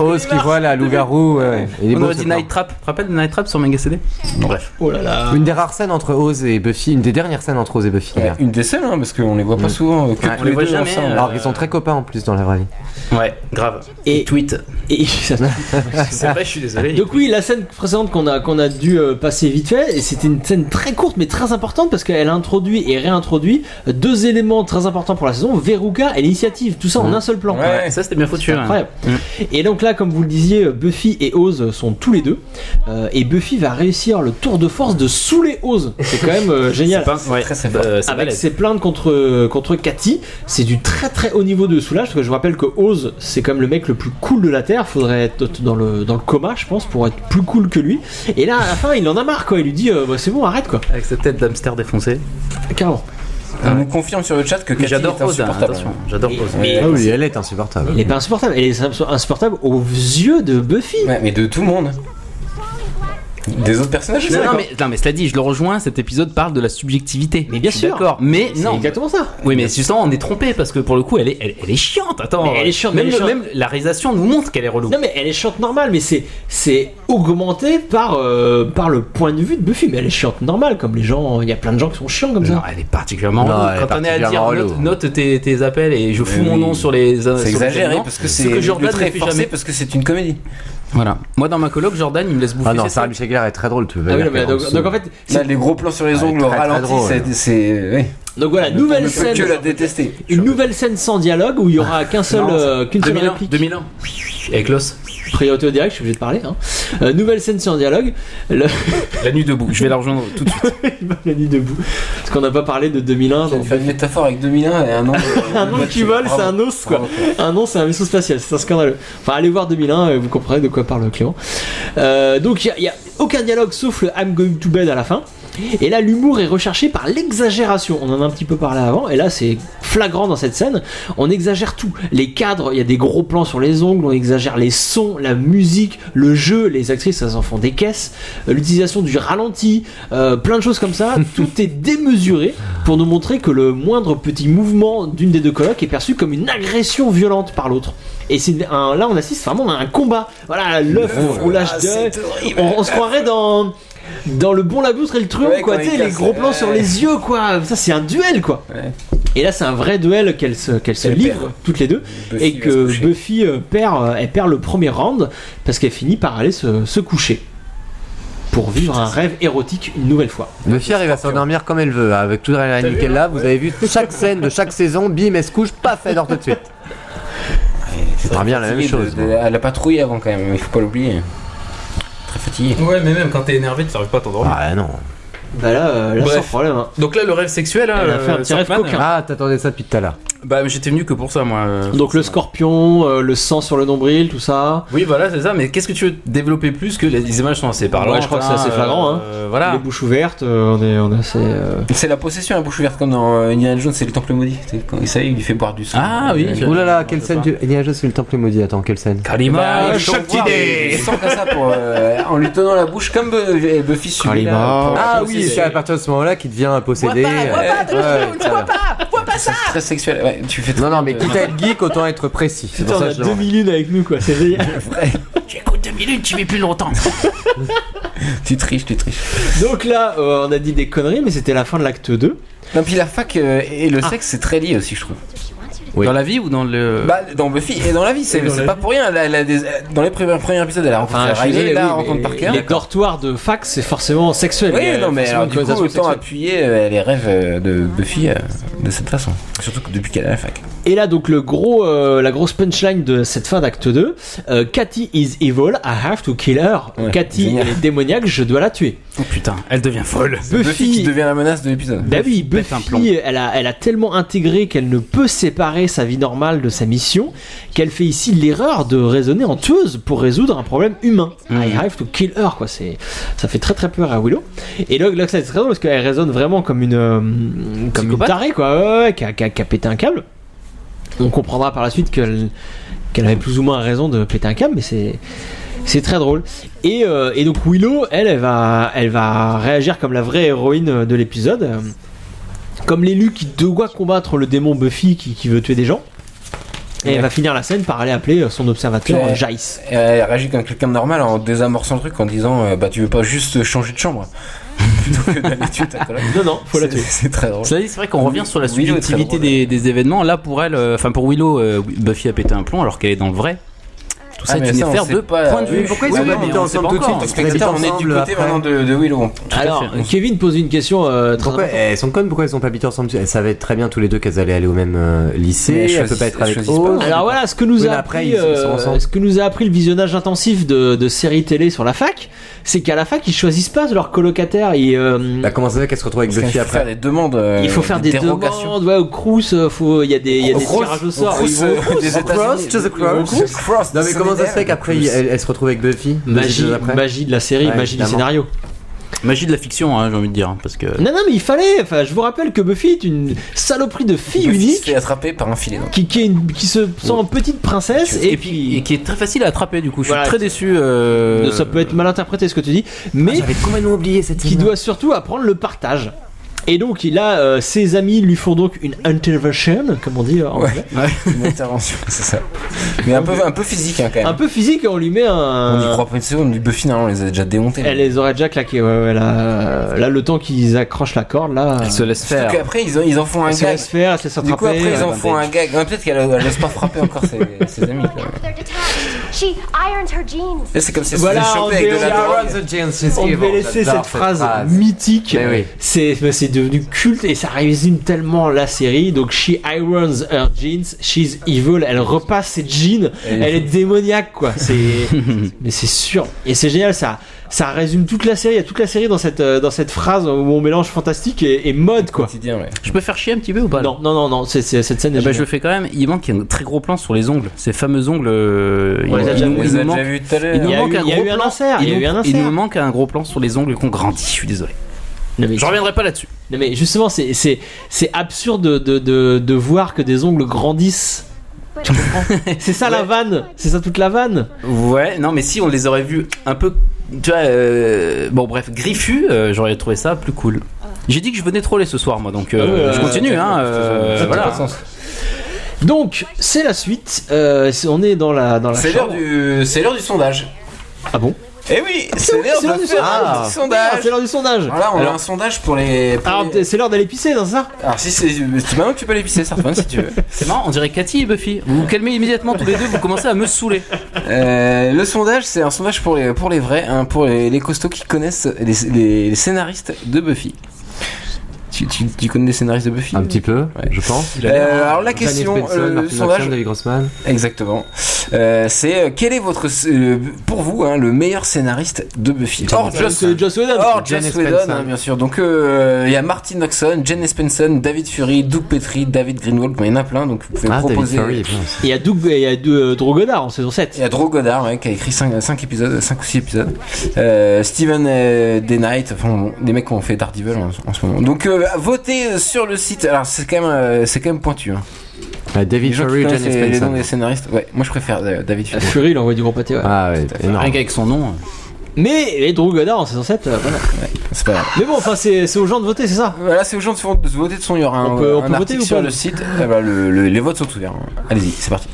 Speaker 4: Oz qui voit la loup-garou. ouais, ouais. Il est
Speaker 2: On
Speaker 4: beau,
Speaker 2: aurait
Speaker 4: ce
Speaker 2: dit
Speaker 4: plan.
Speaker 2: Night Trap. Tu te rappelles de Night Trap sur Manga CD Bref.
Speaker 1: oh là là
Speaker 4: Une des rares scènes entre Oz et Buffy, une des dernières scènes entre Oz et Buffy.
Speaker 3: Ouais,
Speaker 4: d'ailleurs.
Speaker 3: Une des seules, hein, parce qu'on les voit pas
Speaker 4: Mm.
Speaker 3: souvent, euh, que
Speaker 2: Ouais, on
Speaker 3: tous
Speaker 2: les
Speaker 3: les
Speaker 2: voit
Speaker 3: deux
Speaker 2: jamais,
Speaker 3: ensemble.
Speaker 2: euh,
Speaker 4: Alors qu'ils sont très copains en plus dans la vraie vie.
Speaker 2: Ouais, grave.
Speaker 1: Et-
Speaker 2: tweet.
Speaker 1: et ça-
Speaker 2: C'est vrai, je suis désolé.
Speaker 1: Donc oui, la scène précédente qu'on a, qu'on a dû euh, passer vite fait, et c'était une scène très courte mais très importante parce qu'elle introduit et réintroduit deux éléments très importants pour la saison, Veruca et l'initiative, tout ça en un seul plan.
Speaker 3: Mmh. Ouais.
Speaker 2: Ça, c'était bien foutu.
Speaker 1: C'est
Speaker 2: hein.
Speaker 1: incroyable.
Speaker 2: Mm.
Speaker 1: Et donc là, comme vous le disiez, Buffy et Oz sont tous les deux, euh, et Buffy va réussir le tour de force de saouler Oz. C'est quand même euh, génial.
Speaker 2: C'est pas- ouais,
Speaker 3: très, très
Speaker 2: bah, euh, c'est
Speaker 1: Avec
Speaker 2: balèze.
Speaker 1: ses plaintes contre, contre Cathy, c'est du très très haut niveau de soulage, parce que je rappelle que Oz, c'est comme le mec le plus cool de la Terre, faudrait être dans le, dans le coma, je pense, pour être plus cool que lui. Et là, à la fin, il en a marre, quoi. Il lui dit, euh, bah, c'est bon, arrête, quoi.
Speaker 2: Avec cette tête d'hamster défoncée.
Speaker 1: Carrément.
Speaker 3: On nous confirme sur le chat que Cathy
Speaker 2: J'adore
Speaker 3: est
Speaker 2: Oz, hein,
Speaker 3: insupportable.
Speaker 2: attention. J'adore
Speaker 1: Et-
Speaker 2: Oz.
Speaker 1: mais-
Speaker 4: Ah oui, elle est insupportable.
Speaker 1: Il est pas insupportable, elle est ins- insupportable aux yeux de Buffy.
Speaker 3: Ouais, mais de tout le monde. Des autres personnages
Speaker 2: Non,
Speaker 3: c'est
Speaker 2: non,
Speaker 3: d'accord.
Speaker 2: mais, non, mais cela dit, je le rejoins, cet épisode parle de la subjectivité.
Speaker 1: Mais bien
Speaker 2: Je suis
Speaker 1: sûr.
Speaker 2: D'accord, mais
Speaker 1: C'est
Speaker 2: non.
Speaker 1: exactement ça.
Speaker 2: Oui, mais justement, on est trompé parce que pour le coup, elle est, elle, elle est chiante. Attends,
Speaker 1: Mais elle est chiante,
Speaker 2: Même,
Speaker 1: elle est
Speaker 2: le-
Speaker 1: chiante.
Speaker 2: même la réalisation nous montre qu'elle est relou.
Speaker 1: Non mais elle est chiante normale, mais c'est c'est augmenté par euh, par le point de vue de Buffy. Mais elle est chiante normale, comme les gens. Il y a plein de gens qui sont chiants comme
Speaker 2: Non,
Speaker 1: ça.
Speaker 2: elle est particulièrement
Speaker 4: Non,
Speaker 2: relou.
Speaker 4: elle est
Speaker 2: Quand on est à dire
Speaker 4: particulièrement
Speaker 2: note,
Speaker 4: relou.
Speaker 2: note tes, tes appels et je fous
Speaker 3: Mais
Speaker 2: mon
Speaker 3: oui.
Speaker 2: nom sur les. sur
Speaker 3: C'est
Speaker 2: les
Speaker 3: exagéré
Speaker 2: événements,
Speaker 3: parce que
Speaker 2: ce
Speaker 3: c'est
Speaker 2: Jordan
Speaker 3: le trait
Speaker 2: ne fait
Speaker 3: forcé
Speaker 2: jamais.
Speaker 3: parce que c'est une comédie.
Speaker 2: Voilà. Moi, dans ma coloc, Jordan, il me laisse bouffer.
Speaker 4: Ah non,
Speaker 2: ses
Speaker 4: Sarah
Speaker 2: trucs.
Speaker 4: Michel Gellar est très drôle, tu veux
Speaker 1: Ah oui,
Speaker 4: dire
Speaker 1: non, mais
Speaker 4: qu'elle
Speaker 1: donc,
Speaker 4: est en
Speaker 1: donc en
Speaker 4: dessous.
Speaker 1: fait, c'est-
Speaker 3: Là, les gros plans sur
Speaker 4: Ah,
Speaker 3: les ongles, au
Speaker 4: très, très
Speaker 3: ralenti,
Speaker 4: drôle.
Speaker 3: c'est- c'est. oui.
Speaker 1: donc voilà,
Speaker 3: On
Speaker 1: nouvelle
Speaker 3: ne peut
Speaker 1: scène,
Speaker 3: que la détester.
Speaker 1: une nouvelle scène sans dialogue où il y aura qu'un seul
Speaker 2: Non,
Speaker 1: euh, qu'une seule
Speaker 2: 2001,
Speaker 1: réplique.
Speaker 2: 2001. Avec l'os.
Speaker 1: Priorité au direct, je suis obligé de parler. hein. Euh, nouvelle scène sans dialogue. Le...
Speaker 2: La nuit debout. Je vais la rejoindre tout de suite.
Speaker 1: il m'a mis debout. Parce qu'on n'a pas parlé de 2001.
Speaker 3: Une
Speaker 1: donc-
Speaker 3: une métaphore avec 2001 et un ongle.
Speaker 1: Un nom qui vole, c'est un os quoi. Un nom, c'est un vaisseau spatial, c'est un scandaleux. Enfin, allez voir 2001, euh, vous comprenez de quoi parle Clément. Euh, donc, il n'y a, aucun dialogue sauf le I'm going to bed à la fin. Et là, l'humour est recherché par l'exagération. On en a un petit peu parlé avant, et là, c'est flagrant dans cette scène. On exagère tout. Les cadres, il y a des gros plans sur les ongles, on exagère les sons, la musique, le jeu, les actrices, elles en font des caisses, euh, l'utilisation du ralenti, euh, plein de choses comme ça. Tout est démesuré pour nous montrer que le moindre petit mouvement d'une des deux colocs est perçu comme une agression violente par l'autre. Et c'est un- là, on assiste vraiment à un combat. Voilà, l'œuf
Speaker 3: Oh
Speaker 1: au lâche d'œil. On, on se croirait dans. Dans le bon la boutre et le truand,
Speaker 3: Ouais,
Speaker 1: quoi,
Speaker 3: quand
Speaker 1: tu sais,
Speaker 3: il
Speaker 1: les
Speaker 3: casse,
Speaker 1: gros plans
Speaker 3: ouais.
Speaker 1: sur les yeux, quoi. Ça, c'est un duel, quoi.
Speaker 3: Ouais.
Speaker 1: Et là, c'est un vrai duel qu'elles se, qu'elles se
Speaker 3: Elle
Speaker 1: livrent toutes les deux.
Speaker 3: Buffy
Speaker 1: et
Speaker 3: va
Speaker 1: que
Speaker 3: se coucher.
Speaker 1: Buffy euh, perd, euh, elle perd le premier round parce qu'elle finit par aller se, se coucher. Pour vivre un rêve érotique une nouvelle fois.
Speaker 4: Buffy arrive à s'endormir comme elle veut, hein, avec toute la dynamique qu'elle a. Vous avez vu chaque scène de chaque saison, bim, elle se couche, paf, elle dort tout de suite. C'est très bien la même chose.
Speaker 3: De, de- à la patrouille avant quand même, il faut pas l'oublier. Très fatigué.
Speaker 2: Ouais, mais même quand t'es énervé, tu n'arrives pas à t'endormir.
Speaker 4: Ah non.
Speaker 1: Bah là, euh, là
Speaker 2: Bref.
Speaker 1: sans problème. hein.
Speaker 2: Donc là, le rêve sexuel. hein, euh,
Speaker 1: Elle a fait un petit rêve coquin.
Speaker 4: Ah, t'attendais ça depuis tout à l'heure.
Speaker 2: Bah, j'étais venu que pour ça, moi. euh,
Speaker 1: Donc le
Speaker 2: forcément.
Speaker 1: scorpion, euh, le sang sur le nombril, tout ça.
Speaker 2: Oui, voilà, c'est ça. Mais qu'est-ce que tu veux développer plus que les- les images sont assez parlantes
Speaker 1: Ouais, je crois que c'est
Speaker 2: hein,
Speaker 1: assez flagrant, hein.
Speaker 2: euh, voilà.
Speaker 1: Les bouches ouvertes, euh, on est, on est assez. euh,
Speaker 3: C'est la possession à bouche ouverte comme dans euh, Indiana Jones, c'est le temple maudit. C'est Quand il savait, il lui fait boire du sang.
Speaker 2: Ah oui,
Speaker 3: Euh,
Speaker 2: je-
Speaker 4: Ouh là là, quelle scène tu. Il y a juste le temple maudit, attends, quelle scène
Speaker 2: Kalima,
Speaker 3: Bah,
Speaker 2: chaque
Speaker 3: il
Speaker 2: idée.
Speaker 3: sent comme ça pour, euh, en lui tenant la bouche comme Bu- Buffy sur lui, là,
Speaker 1: Kalima.
Speaker 3: pour-
Speaker 4: Ah
Speaker 3: pour-
Speaker 4: oui, c'est
Speaker 3: c'est
Speaker 4: à partir de ce moment-là qu'il devient possédé. euh, Ouais, ouais, ça va.
Speaker 3: très sexuel. Ouais, tu fais
Speaker 4: Non, non, mais quitte à être geek, autant être précis. C'est pour
Speaker 1: Putain, on
Speaker 4: ça que
Speaker 1: a
Speaker 4: je le remets.
Speaker 1: 2000 lunes avec nous, quoi. C'est génial.
Speaker 2: J'écoute deux minutes, tu vais plus longtemps.
Speaker 3: tu triches, tu triches.
Speaker 1: Donc là, euh, on a dit des conneries, mais c'était la fin de l'acte 2.
Speaker 3: Non, puis la fac euh, et le sexe, c'est très lié aussi, je trouve.
Speaker 7: If she wants you to
Speaker 2: Dans la vie ou dans le.
Speaker 3: Bah, dans Buffy et dans la vie,
Speaker 2: Et
Speaker 3: c'est
Speaker 2: dans
Speaker 3: c'est
Speaker 2: la
Speaker 3: pas pour rien. elle a- elle a des- euh, dans les premiers, premiers épisodes, elle a rencontré
Speaker 1: Enfin, je suis
Speaker 3: Riley,
Speaker 1: désolé,
Speaker 3: là,
Speaker 1: oui,
Speaker 3: elle rencontre
Speaker 1: mais
Speaker 3: Parker.
Speaker 1: Les dortoirs de fax, c'est forcément sexuel. Il y
Speaker 3: Oui,
Speaker 1: a
Speaker 3: non, mais
Speaker 1: euh, forcément
Speaker 3: alors,
Speaker 1: une
Speaker 3: du coup,
Speaker 1: connotation
Speaker 3: autant
Speaker 1: sexuelle.
Speaker 3: appuyer euh, les rêves euh, de Buffy euh, de cette façon. Surtout que depuis qu'elle est à la fac.
Speaker 1: Et là, donc, le gros, euh, la grosse punchline de cette fin d'acte 2, euh, Cathy is evil, I have to kill her. Cathy
Speaker 3: génial.
Speaker 1: est démoniaque, je dois la tuer.
Speaker 2: Oh putain, elle devient folle.
Speaker 3: Buffy, qui devient la menace de l'épisode.
Speaker 1: Bah oui, Buffy, elle a, elle a tellement intégré qu'elle ne peut séparer sa vie normale de sa mission qu'elle fait ici l'erreur de raisonner en tueuse pour résoudre un problème humain. I have to kill her, quoi. C'est, ça fait très très peur à Willow. Et là, là, c'est très drôle parce qu'elle raisonne vraiment comme une, euh, comme une tarée, quoi. Ouais, ouais, qui a, qui a- qui a pété un câble. On comprendra par la suite qu'elle, qu'elle avait plus ou moins raison de péter un câble, mais c'est. C'est très drôle. Et, euh, et donc Willow, elle, elle va, elle va réagir comme la vraie héroïne de l'épisode. Euh, Comme l'élu qui doit combattre le démon Buffy qui, qui veut tuer des gens. Et elle va finir la scène par aller appeler son observateur
Speaker 3: Ouais.
Speaker 1: Jace.
Speaker 3: Et Elle réagit comme quelqu'un de normal en désamorçant le truc en disant euh, Bah, tu veux pas juste changer de chambre Plutôt que d'aller tuer ta collègue.
Speaker 1: Non, non, faut la tuer.
Speaker 3: C'est très drôle.
Speaker 2: Cela dit, c'est vrai qu'on revient sur la
Speaker 3: Willow est très
Speaker 2: subjectivité
Speaker 3: drôle.
Speaker 2: des, des événements. Là, pour elle, euh, enfin pour Willow, euh, Buffy a pété un plomb alors qu'elle est dans le vrai. Tout ça
Speaker 3: Ah, mais
Speaker 2: est une
Speaker 3: ça, on
Speaker 2: affaire
Speaker 3: sait
Speaker 2: de
Speaker 3: pas,
Speaker 2: point de
Speaker 3: euh,
Speaker 2: vue.
Speaker 3: oui, pourquoi ils ont
Speaker 2: Ouais,
Speaker 3: pas
Speaker 2: mais
Speaker 3: monté
Speaker 2: on sait
Speaker 3: ensemble tout de
Speaker 2: encore.
Speaker 3: suite, spectateurs, on est du côté maintenant de, de Willow. Tout à
Speaker 1: Alors,
Speaker 3: fait.
Speaker 1: Kevin pose une question euh, très
Speaker 4: Pourquoi
Speaker 1: importante.
Speaker 4: elles sont connes Pourquoi elles ont pas habité ensemble Eh, Elles savaient très bien tous les deux qu'elles allaient aller au même euh,
Speaker 3: Mais
Speaker 4: lycée.
Speaker 3: elles
Speaker 4: Elles peuvent pas
Speaker 3: choisissent-
Speaker 4: être avec
Speaker 3: elles choisissent
Speaker 4: eux.
Speaker 1: Alors voilà, ce que nous
Speaker 4: Oui,
Speaker 1: a
Speaker 4: mais après,
Speaker 1: appris,
Speaker 4: ils- ils sont
Speaker 1: euh,
Speaker 4: ensemble.
Speaker 1: ce que nous a appris le visionnage intensif de, de séries télé sur la fac, c'est qu'à la fac ils choisissent pas leurs colocataires. Ils, euh,
Speaker 4: Bah, comment ça se fait qu'elles se retrouvent avec
Speaker 3: Parce
Speaker 4: Buffy
Speaker 3: qu'il faut
Speaker 4: après
Speaker 3: faire des demandes. euh,
Speaker 1: il faut faire des
Speaker 3: dérogations.
Speaker 1: demandes, ouais, au Crous, euh, faut, il y a des, il y a
Speaker 3: Au
Speaker 1: des
Speaker 3: Crous,
Speaker 1: tirages
Speaker 3: au
Speaker 1: au sort.
Speaker 3: Crous,
Speaker 1: Ils vont au
Speaker 3: euh,
Speaker 1: Crous.
Speaker 3: des États-Unis.
Speaker 4: Cross to the cross.
Speaker 3: Au Crous.
Speaker 4: Non mais comment ça se fait qu'après
Speaker 3: Crous.
Speaker 4: elle, elle se retrouve avec Buffy deux
Speaker 1: Magie,
Speaker 4: épisodes après
Speaker 1: magie de la série,
Speaker 4: Ouais,
Speaker 1: magie du
Speaker 4: évidemment.
Speaker 1: scénario.
Speaker 2: Magie de la fiction, hein, j'ai envie de dire, parce que.
Speaker 1: Non, non, mais il fallait. Enfin, je vous rappelle que Buffy est une saloperie de fille
Speaker 3: Buffy se
Speaker 1: unique
Speaker 3: fait attraper par un filet. non
Speaker 1: qui, qui, est une- qui se sent en petite princesse et,
Speaker 2: Et puis, et qui est très facile à attraper du coup. Je suis très déçu. euh,
Speaker 1: ça peut être mal interprété ce que tu dis, mais
Speaker 4: J'avais complètement oublié cette
Speaker 1: qui
Speaker 4: scène.
Speaker 1: doit surtout apprendre le partage. Et donc, il a euh, ses amis lui font donc une intervention, comme on dit en anglais.
Speaker 3: Une intervention, c'est ça. Mais un peu, un peu physique hein, quand même.
Speaker 1: Un peu physique, on lui met
Speaker 3: On y
Speaker 1: un.
Speaker 3: croit pas une seconde, mais Buffy, normalement, on les a déjà démontés.
Speaker 1: Ah, euh, Elle les aurait déjà claqués. Ouais, ouais, là, euh, là, le temps qu'ils accrochent la corde, là.
Speaker 2: Elle se laisse
Speaker 3: Surtout
Speaker 2: faire.
Speaker 3: qu'après, ils, en- ils en font un
Speaker 1: Elle se
Speaker 3: gag.
Speaker 1: laisse faire, elle se laisse
Speaker 3: Du coup,
Speaker 1: attraper.
Speaker 3: après, ils en
Speaker 1: ouais,
Speaker 3: font
Speaker 1: ben,
Speaker 3: un gag. Ouais, Peut-être qu'elle elle laisse pas frapper encore ses, ses amis. quoi.
Speaker 13: They're detached. She irons her jeans.
Speaker 3: Là, C'est comme si elle se
Speaker 1: Voilà,
Speaker 3: faisait choper
Speaker 1: on
Speaker 3: avec de
Speaker 1: est-
Speaker 3: la drogue.
Speaker 1: On devait laisser cette phrase, mythique.
Speaker 4: Mais oui.
Speaker 1: C'est mais c'est devenu culte et ça résume tellement la série. Donc she irons her jeans, she's evil. Elle repasse ses jeans.
Speaker 3: Elle-
Speaker 1: Elle est démoniaque quoi. C'est mais c'est sûr et c'est génial ça. Ça résume toute la série. Il y a toute la série dans cette euh, dans cette phrase où on mélange fantastique et, et mode quoi.
Speaker 3: Quotidien, ouais.
Speaker 2: Je peux faire chier un petit peu ou pas là
Speaker 1: Non non non non. c'est- c'est- cette scène. est
Speaker 2: Eh ben, je
Speaker 1: géniale.
Speaker 2: le fais quand même. Il manque un très gros plan sur les ongles. Ces fameux ongles. euh,
Speaker 1: On les a
Speaker 2: il-
Speaker 1: déjà-
Speaker 2: il
Speaker 3: On
Speaker 2: nous- il
Speaker 3: les
Speaker 2: nous
Speaker 3: a
Speaker 2: manque-
Speaker 3: déjà vus tout à
Speaker 2: il
Speaker 1: Il
Speaker 2: nous
Speaker 1: y
Speaker 3: l'heure.
Speaker 1: a
Speaker 2: manque
Speaker 1: eu-
Speaker 2: un
Speaker 1: il y a
Speaker 2: gros
Speaker 1: eu un
Speaker 2: plan.
Speaker 1: insert, il y a
Speaker 2: Il
Speaker 1: eu un
Speaker 2: nous- il
Speaker 1: insert.
Speaker 2: nous manque un gros plan sur les ongles qu'on grandit. Je suis désolé.
Speaker 1: Non, mais-
Speaker 2: Je reviendrai pas là-dessus.
Speaker 1: non, mais justement c'est c'est c'est absurde de, de, de, de voir que des ongles grandissent. Tu comprends C'est ça la vanne. C'est ça toute la vanne.
Speaker 2: Ouais, non, mais si on les aurait vus un peu. Tu vois, euh, bon, bref, griffu, euh, j'aurais trouvé ça plus cool. J'ai dit que je venais troller ce soir, moi, donc euh,
Speaker 1: Ah ouais,
Speaker 2: je
Speaker 1: ouais,
Speaker 2: continue, hein. euh,
Speaker 3: Ça n'a
Speaker 2: voilà.
Speaker 3: pas de sens.
Speaker 1: Donc, c'est la suite. Euh, c'est- on est dans la, dans la
Speaker 3: C'est l'heure
Speaker 1: chambre.
Speaker 3: du, c'est l'heure du sondage.
Speaker 1: Ah bon
Speaker 3: Eh oui, c'est
Speaker 1: oui,
Speaker 3: l'heure
Speaker 1: c'est l'heure
Speaker 3: de
Speaker 1: du
Speaker 3: faire
Speaker 1: sondage.
Speaker 3: un petit
Speaker 1: Ah,
Speaker 3: sondage.
Speaker 1: C'est l'heure du sondage.
Speaker 3: Voilà, on a un
Speaker 1: alors, Ah,
Speaker 3: sondage pour les. pour
Speaker 1: alors,
Speaker 3: les-
Speaker 1: t'es- c'est l'heure d'aller pisser, dans ça
Speaker 3: Alors si c'est c'est maintenant que tu peux l'épicer, Sarfan, si tu veux.
Speaker 2: C'est marrant, on dirait Cathy et Buffy. Vous vous calmez immédiatement tous les deux, vous commencez à me saouler.
Speaker 3: Euh, le sondage, c'est un sondage pour les pour les vrais, hein, pour les, les costauds qui connaissent les, les- les scénaristes de Buffy. Tu, tu- tu connais les scénaristes de Buffy
Speaker 4: Un petit peu,
Speaker 3: Ouais.
Speaker 4: je pense.
Speaker 3: Euh, alors la question,
Speaker 4: Janice Benson,
Speaker 3: euh, le
Speaker 4: Martin
Speaker 3: sondage,
Speaker 4: Watson, David Grossman.
Speaker 3: exactement. Euh, c'est euh, quel est votre sc- euh, pour vous hein, le meilleur scénariste de Buffy Or Joss,
Speaker 1: Euh, C'est Joss Whedon.
Speaker 3: or Joss
Speaker 4: Janice
Speaker 3: Whedon,
Speaker 4: Benson.
Speaker 3: hein, bien sûr. Donc euh, il y a Martin Noxon, Jen Espenson, David Fury, Doug Petrie, David Greenwald, mais il y en a plein, donc vous pouvez
Speaker 4: Ah, David
Speaker 3: proposer.
Speaker 4: Fury, putain, c'est-
Speaker 1: Il y a Doug, il y a Doug- euh, Drogodar en saison 7.
Speaker 3: Il y a Drew Goddard ouais, qui a écrit 5, épisodes, 5 ou 6 épisodes. Euh, Steven euh, Day Knight, enfin bon, des mecs qui ont fait Daredevil en, en ce moment. Donc euh, votez euh, sur le site. Alors c'est quand même euh, c'est quand même pointu. Hein.
Speaker 4: Ah,
Speaker 3: Les
Speaker 4: David
Speaker 3: gens qui
Speaker 4: Fury,
Speaker 3: connaissent les,
Speaker 4: Janice
Speaker 3: les noms des
Speaker 4: Benson.
Speaker 3: scénaristes. Ouais, moi je préfère euh, David Fury.
Speaker 1: Fury, il envoie du gros pâté, ouais.
Speaker 4: Ah ouais, énorme.
Speaker 2: Euh, Rien qu'avec son nom. hein.
Speaker 1: Mais et Drogodar en saison 7, euh, voilà.
Speaker 3: C'est pas grave.
Speaker 1: Mais bon, enfin, c'est c'est aux gens de voter, c'est ça
Speaker 3: Voilà, Bah, c'est aux gens de, se- de se voter de son. Il y aura un,
Speaker 1: On peut- on
Speaker 3: un
Speaker 1: peut voter
Speaker 3: article
Speaker 1: ou
Speaker 3: sur
Speaker 1: pas
Speaker 3: le site. Ah bah, le- le- les votes sont ouverts. hein. Allez-y, c'est parti.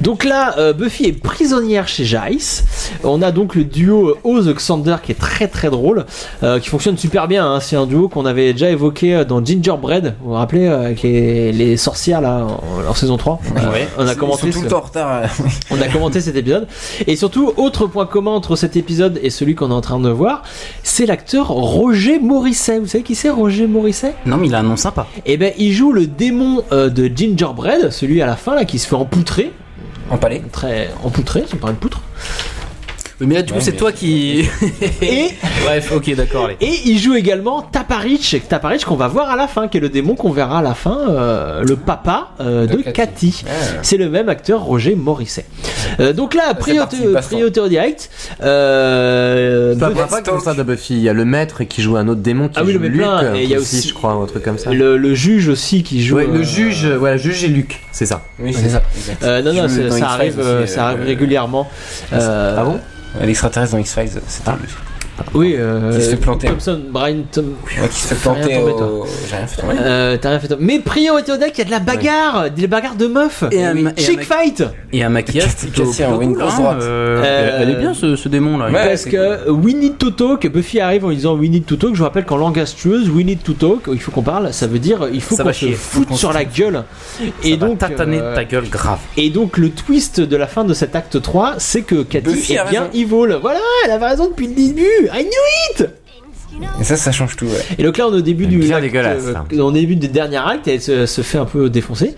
Speaker 1: Donc là, euh, Buffy est prisonnière chez Jace. On a donc le duo euh, Oz Xander qui est très très drôle, euh, qui fonctionne super bien. hein. C'est un duo qu'on avait déjà évoqué euh, dans Gingerbread, vous vous rappelez, euh, avec les, les sorcières là, en, en saison 3. Euh, on a
Speaker 3: Ils sont
Speaker 1: commenté
Speaker 3: tout
Speaker 1: ce-
Speaker 3: le temps en retard. euh,
Speaker 1: on a commenté cet épisode. Et surtout, autre point commun entre cet épisode et celui qu'on est en train de voir, c'est l'acteur Roger Morisset. Vous savez qui c'est Roger Morisset
Speaker 2: Non, mais il a un nom sympa.
Speaker 1: Eh ben, il joue le démon euh, de Gingerbread, celui à la fin là qui se fait empoutrer.
Speaker 3: Empalé
Speaker 1: Très empoutré, c'est pas une poutre.
Speaker 2: Oui, mais là, du coup, c'est toi qui.
Speaker 1: Et
Speaker 2: Bref, ok, d'accord, allez.
Speaker 1: Et il joue également Taparich, Taparich qu'on va voir à la fin, qui est le démon qu'on verra à la fin, euh, le papa euh, de, Cathy. C'est le même acteur Roger Morisset. Euh, donc là, priorité, priorité au direct. Euh,
Speaker 4: Ça
Speaker 1: Buffy-
Speaker 4: va pas comme ça de Buffy. Il y a le maître qui joue un autre démon qui
Speaker 1: Ah oui,
Speaker 4: joue
Speaker 1: le maître
Speaker 4: Luke,
Speaker 1: plein, et il y a
Speaker 4: aussi,
Speaker 1: aussi
Speaker 4: je crois, un truc comme ça.
Speaker 1: le, le juge aussi qui joue.
Speaker 4: Ouais, le
Speaker 1: euh,
Speaker 4: juge, euh, voilà, juge et Luc, c'est ça.
Speaker 3: Oui, c'est ça.
Speaker 1: Euh, non, non,
Speaker 3: Joue
Speaker 1: c'est-
Speaker 3: dans
Speaker 1: ça
Speaker 3: X-Files
Speaker 1: arrive,
Speaker 3: aussi,
Speaker 1: euh, ça
Speaker 3: euh,
Speaker 1: arrive régulièrement. Euh,
Speaker 3: Ah bon L'extraterrestre dans X-Files, c'est un
Speaker 1: Oui, euh,
Speaker 3: Qui se fait planter.
Speaker 1: Thompson, Brian Tom.
Speaker 3: Ouais, qui se fait
Speaker 1: T'as rien
Speaker 3: planter
Speaker 1: tombé, toi.
Speaker 3: au... J'ai rien fait tomber.
Speaker 1: Euh, t'as rien fait toi. Mais priorité au deck, il y a de la bagarre, des bagarres de meufs.
Speaker 2: Et un- et un
Speaker 1: Chick
Speaker 2: mec-
Speaker 1: fight.
Speaker 2: Et un maquillage
Speaker 3: Cassie,
Speaker 2: plutôt, plutôt
Speaker 3: hein, une
Speaker 2: cool,
Speaker 3: grosse
Speaker 2: hein,
Speaker 3: droite.
Speaker 2: euh,
Speaker 1: Euh,
Speaker 2: Elle est bien ce, ce démon là.
Speaker 3: Ouais,
Speaker 1: Parce
Speaker 3: c'est
Speaker 1: que we need to talk, Buffy arrive en disant we need to talk. Je vous rappelle qu'en langue astueuse, we need to talk, il faut qu'on parle, ça veut dire il faut
Speaker 2: Ça
Speaker 1: qu'on
Speaker 2: va
Speaker 1: se
Speaker 2: chier.
Speaker 1: foute sur la gueule.
Speaker 2: Et
Speaker 1: et
Speaker 2: ça
Speaker 1: donc,
Speaker 2: donc, va tataner
Speaker 1: euh,
Speaker 2: de ta gueule grave.
Speaker 1: Et donc le twist de la fin de cet acte 3, c'est que Cathy
Speaker 3: Buffy a
Speaker 1: est bien
Speaker 3: raison.
Speaker 1: evil. Voilà, elle avait raison depuis le début. I knew it.
Speaker 3: Et ça, ça change tout, ouais.
Speaker 1: Et donc là, on est au début du
Speaker 4: Bien
Speaker 1: acte,
Speaker 4: dégueulasse,
Speaker 1: euh,
Speaker 4: ça.
Speaker 1: on est au début du dernier acte, elle se, se fait un peu défoncer.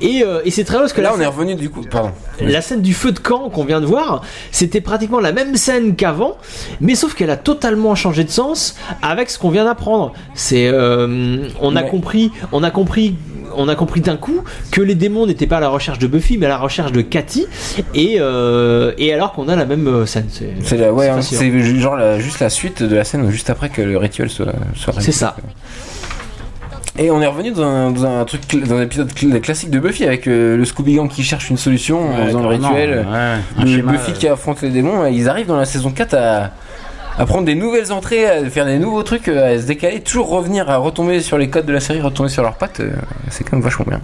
Speaker 1: Et, euh, et c'est très drôle parce que
Speaker 3: Là,
Speaker 1: la-
Speaker 3: on est revenu du coup. Pardon.
Speaker 1: la scène du feu de camp qu'on vient de voir, c'était pratiquement la même scène qu'avant, mais sauf qu'elle a totalement changé de sens avec ce qu'on vient d'apprendre. C'est, euh, on a
Speaker 3: Ouais.
Speaker 1: compris, on a compris. On a compris d'un coup que les démons n'étaient pas à la recherche de Buffy, mais à la recherche de Cathy, et, euh, et alors qu'on a la même euh, scène. C'est,
Speaker 3: C'est la, ouais,
Speaker 1: c'est
Speaker 3: hein,
Speaker 1: fascinant.
Speaker 3: c'est ju- genre la- juste la suite de la scène, juste après que le rituel soit. soit
Speaker 1: C'est ça.
Speaker 3: Et on est revenu dans un, dans un truc, cl- dans un épisode cl- classique de Buffy avec euh, le Scooby Gang qui cherche une solution en
Speaker 2: Ouais,
Speaker 3: faisant le
Speaker 2: carrément,
Speaker 3: rituel.
Speaker 2: ouais, un
Speaker 3: le
Speaker 2: schéma,
Speaker 3: Buffy
Speaker 2: euh,
Speaker 3: qui affronte les démons. Et ils arrivent dans la saison 4 à, à prendre des nouvelles entrées, à faire des nouveaux trucs, euh, à se décaler, toujours revenir, à retomber sur les codes de la série, retomber sur leurs pattes. euh, C'est quand même vachement bien.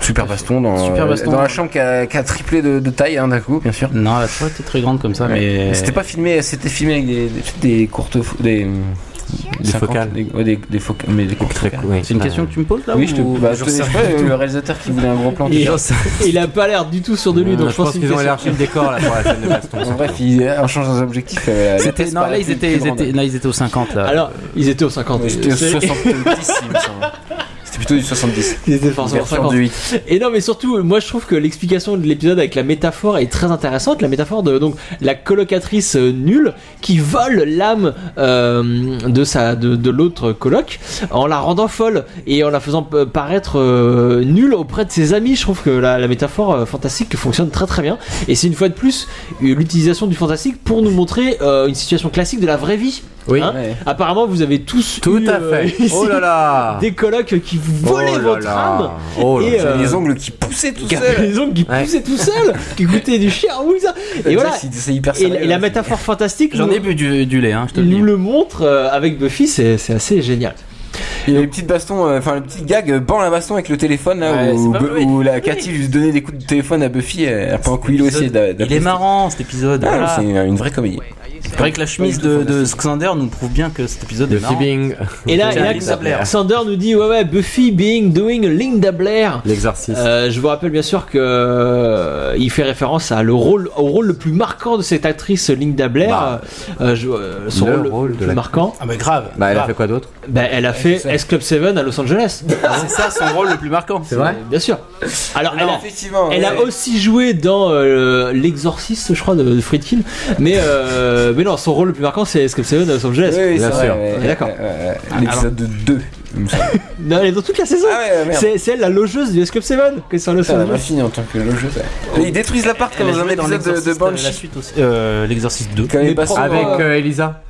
Speaker 3: Super baston dans,
Speaker 2: Super baston.
Speaker 3: dans la chambre qui a, qui a triplé de, de taille hein, d'un coup, bien sûr.
Speaker 2: Non, elle a pas été très grande comme ça, mais.
Speaker 3: C'était pas filmé, c'était filmé avec des, des, des courtes. fo- des.
Speaker 4: Des
Speaker 3: 50,
Speaker 4: focales.
Speaker 3: Des, ouais, des, des foca- mais des courtes focales.
Speaker 2: C'est une question que tu me poses là
Speaker 3: Oui, je te.
Speaker 2: ou-
Speaker 3: Bah, je
Speaker 2: J'en
Speaker 3: te
Speaker 2: sais
Speaker 3: laisse
Speaker 2: rien
Speaker 3: pas,
Speaker 2: du
Speaker 3: euh,
Speaker 2: tout.
Speaker 3: le réalisateur qui voulait un gros plan.
Speaker 1: Et-
Speaker 3: déjà.
Speaker 1: Et il a pas l'air du tout sûr de lui, donc
Speaker 4: Euh, je pense
Speaker 1: que
Speaker 4: qu'ils ont élargi le décor là pour la scène de baston.
Speaker 3: En bref, il euh, en changeant des objectifs. euh, la
Speaker 2: C'était-
Speaker 3: vitesse
Speaker 2: Non, là
Speaker 3: paraît
Speaker 2: ils
Speaker 3: plus-
Speaker 2: étaient,
Speaker 3: plus
Speaker 2: ils
Speaker 3: grande.
Speaker 2: étaient, là, ils étaient aux 50 là.
Speaker 1: Alors, ils étaient aux 50.
Speaker 3: Ouais, C'était au
Speaker 1: C'est-
Speaker 3: 70, il me semble. C'était plutôt du 70.
Speaker 1: Ils étaient forcément aux
Speaker 3: Version
Speaker 1: 50.
Speaker 3: du 8.
Speaker 1: Et non, mais surtout, euh, moi je trouve que l'explication de l'épisode avec la métaphore est très intéressante. La métaphore de donc la colocatrice euh, nulle qui vole l'âme euh, de sa de, de l'autre coloc en la rendant folle et en la faisant euh, paraître euh, nulle auprès de ses amis. Je trouve que la, la métaphore euh, fantastique fonctionne très très bien. Et c'est une fois de plus euh, l'utilisation du fantastique pour nous montrer euh, une situation classique de la vraie vie.
Speaker 4: Oui.
Speaker 1: Hein
Speaker 3: Ouais.
Speaker 1: Apparemment, vous avez tous
Speaker 4: Tout
Speaker 1: eu,
Speaker 4: à
Speaker 1: euh,
Speaker 4: fait.
Speaker 1: ici
Speaker 4: Oh là là.
Speaker 1: des colocs qui vous
Speaker 4: Oh
Speaker 1: volaient
Speaker 4: là
Speaker 1: votre
Speaker 4: là.
Speaker 1: âme.
Speaker 4: Oh là
Speaker 1: et,
Speaker 4: là.
Speaker 1: euh,
Speaker 3: Les ongles qui poussaient tout
Speaker 1: qui
Speaker 3: seul.
Speaker 1: avait les ongles qui
Speaker 4: Ouais.
Speaker 1: poussaient tout seul, qui goûtaient du charbon, ça. Et voilà.
Speaker 3: C'est c'est hyper
Speaker 1: Et
Speaker 3: sérieux. hein.
Speaker 1: la, et la métaphore fantastique,
Speaker 2: J'en
Speaker 1: nous,
Speaker 2: ai bu du, du lait, hein, je te le
Speaker 1: il
Speaker 2: dis.
Speaker 1: nous le montre euh, avec Buffy, c'est c'est assez génial.
Speaker 3: Il y a les petites bastons, euh, enfin le petit gag, euh, ban la baston avec le téléphone là,
Speaker 2: Ouais,
Speaker 3: où,
Speaker 2: c'est pas
Speaker 3: Bu-
Speaker 2: mal,
Speaker 3: où
Speaker 2: oui.
Speaker 3: la Cathy lui donnait des coups de téléphone à Buffy euh, pendant que Willow essayait d'a-
Speaker 2: Il
Speaker 3: d'appeler-
Speaker 2: est marrant cet épisode.
Speaker 3: Ah, non,
Speaker 2: voilà.
Speaker 3: C'est une, une vraie comédie.
Speaker 2: C'est vrai que la chemise de, de Xander nous prouve bien que cet épisode
Speaker 1: euh,
Speaker 4: De
Speaker 2: est marrant.
Speaker 4: Fibbing,
Speaker 1: Et là, et
Speaker 2: Déjà,
Speaker 1: là,
Speaker 2: Linda Blair.
Speaker 1: Sander nous dit ouais ouais Buffy being doing Linda Blair.
Speaker 4: l'exorciste.
Speaker 1: Euh, je vous rappelle bien sûr que euh, il fait référence à le rôle au rôle le plus marquant de cette actrice Linda Blair.
Speaker 4: Bah,
Speaker 1: Euh, je- euh, son
Speaker 4: le
Speaker 1: rôle,
Speaker 4: rôle
Speaker 1: le
Speaker 4: de
Speaker 1: plus
Speaker 4: la-
Speaker 1: marquant.
Speaker 2: Ah, mais grave.
Speaker 4: Bah, elle a
Speaker 2: grave.
Speaker 4: fait quoi d'autre
Speaker 1: Ben, elle a fait S Club 7 à Los Angeles.
Speaker 2: C'est ça son rôle le plus marquant. C'est
Speaker 4: vrai
Speaker 1: bien sûr. Alors, elle a-
Speaker 3: Effectivement.
Speaker 1: Elle a aussi joué dans euh, l'exorciste, je crois, de, de Friedkin. Mais, euh, mais non, son rôle le plus marquant, c'est Escape Seven euh, à Los Angeles.
Speaker 4: Bien sûr.
Speaker 1: Ouais, d'accord.
Speaker 3: L'épisode de 2. il me semble.
Speaker 1: Non, elle est dans toute la saison.
Speaker 3: Ah ouais, merde. Ah,
Speaker 1: c'est, c'est elle, la logeuse du Escape Seven, que c'est à Los
Speaker 3: Putain, ma
Speaker 1: Angeles.
Speaker 3: fille en tant que logeuse. Et Ils détruisent l'appart comme
Speaker 2: Elle a
Speaker 3: dans un
Speaker 2: joué dans
Speaker 3: épisode de, de
Speaker 2: l'exorciste, euh, la
Speaker 3: Banshee.
Speaker 2: suite aussi. Euh, L'exorciste 2.
Speaker 3: Quand les
Speaker 1: Mais
Speaker 3: bastons,
Speaker 1: pro-
Speaker 4: Avec
Speaker 3: euh,
Speaker 4: euh, Elisa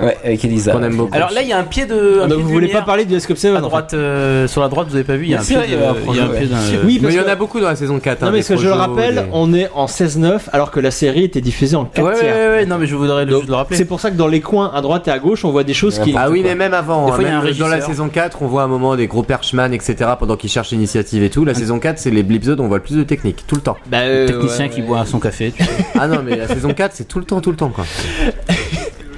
Speaker 3: Ouais, avec Elisa.
Speaker 4: Qu'on aime beaucoup.
Speaker 2: Alors là, il y a un pied de. un
Speaker 1: Non,
Speaker 2: pied
Speaker 1: Ah, bah, vous
Speaker 2: de
Speaker 1: voulez
Speaker 2: lumière.
Speaker 1: pas parler du Escape 7
Speaker 2: à droite, euh, Sur la droite, vous avez pas vu, il y a un
Speaker 1: C'est
Speaker 2: pied
Speaker 1: vrai, il y
Speaker 2: de-
Speaker 1: avait un
Speaker 2: il y a un
Speaker 1: problème,
Speaker 2: pied d'un.
Speaker 1: ouais. Oui,
Speaker 4: mais
Speaker 1: Euh, parce
Speaker 4: il y en
Speaker 1: que-
Speaker 4: a beaucoup dans la saison 4.
Speaker 1: Non,
Speaker 4: hein,
Speaker 1: mais
Speaker 4: des
Speaker 1: ce que je le
Speaker 4: projets,
Speaker 1: rappelle,
Speaker 4: des-
Speaker 1: on est en 16-9 alors que la série était diffusée en 4
Speaker 2: Ouais, ouais,
Speaker 1: tiers.
Speaker 2: ouais, ouais, non, mais je voudrais le- juste le rappeler.
Speaker 1: C'est pour ça que dans les coins à droite et à gauche, on voit des choses qui.
Speaker 4: Ah oui, mais même avant,
Speaker 2: Des
Speaker 4: hein,
Speaker 2: fois, il y a
Speaker 4: même
Speaker 2: un
Speaker 4: dans la
Speaker 2: régisseur.
Speaker 4: saison 4, on voit à un moment des gros perchman, etc. pendant qu'ils cherchent l'initiative et tout. La saison 4, c'est les blips on voit le plus de technique, tout le temps.
Speaker 1: Bah,
Speaker 2: Le
Speaker 1: euh,
Speaker 2: technicien
Speaker 1: ouais,
Speaker 2: qui boit son café. tu sais.
Speaker 4: Ah non, mais la saison 4, c'est tout le temps, tout le temps, quoi.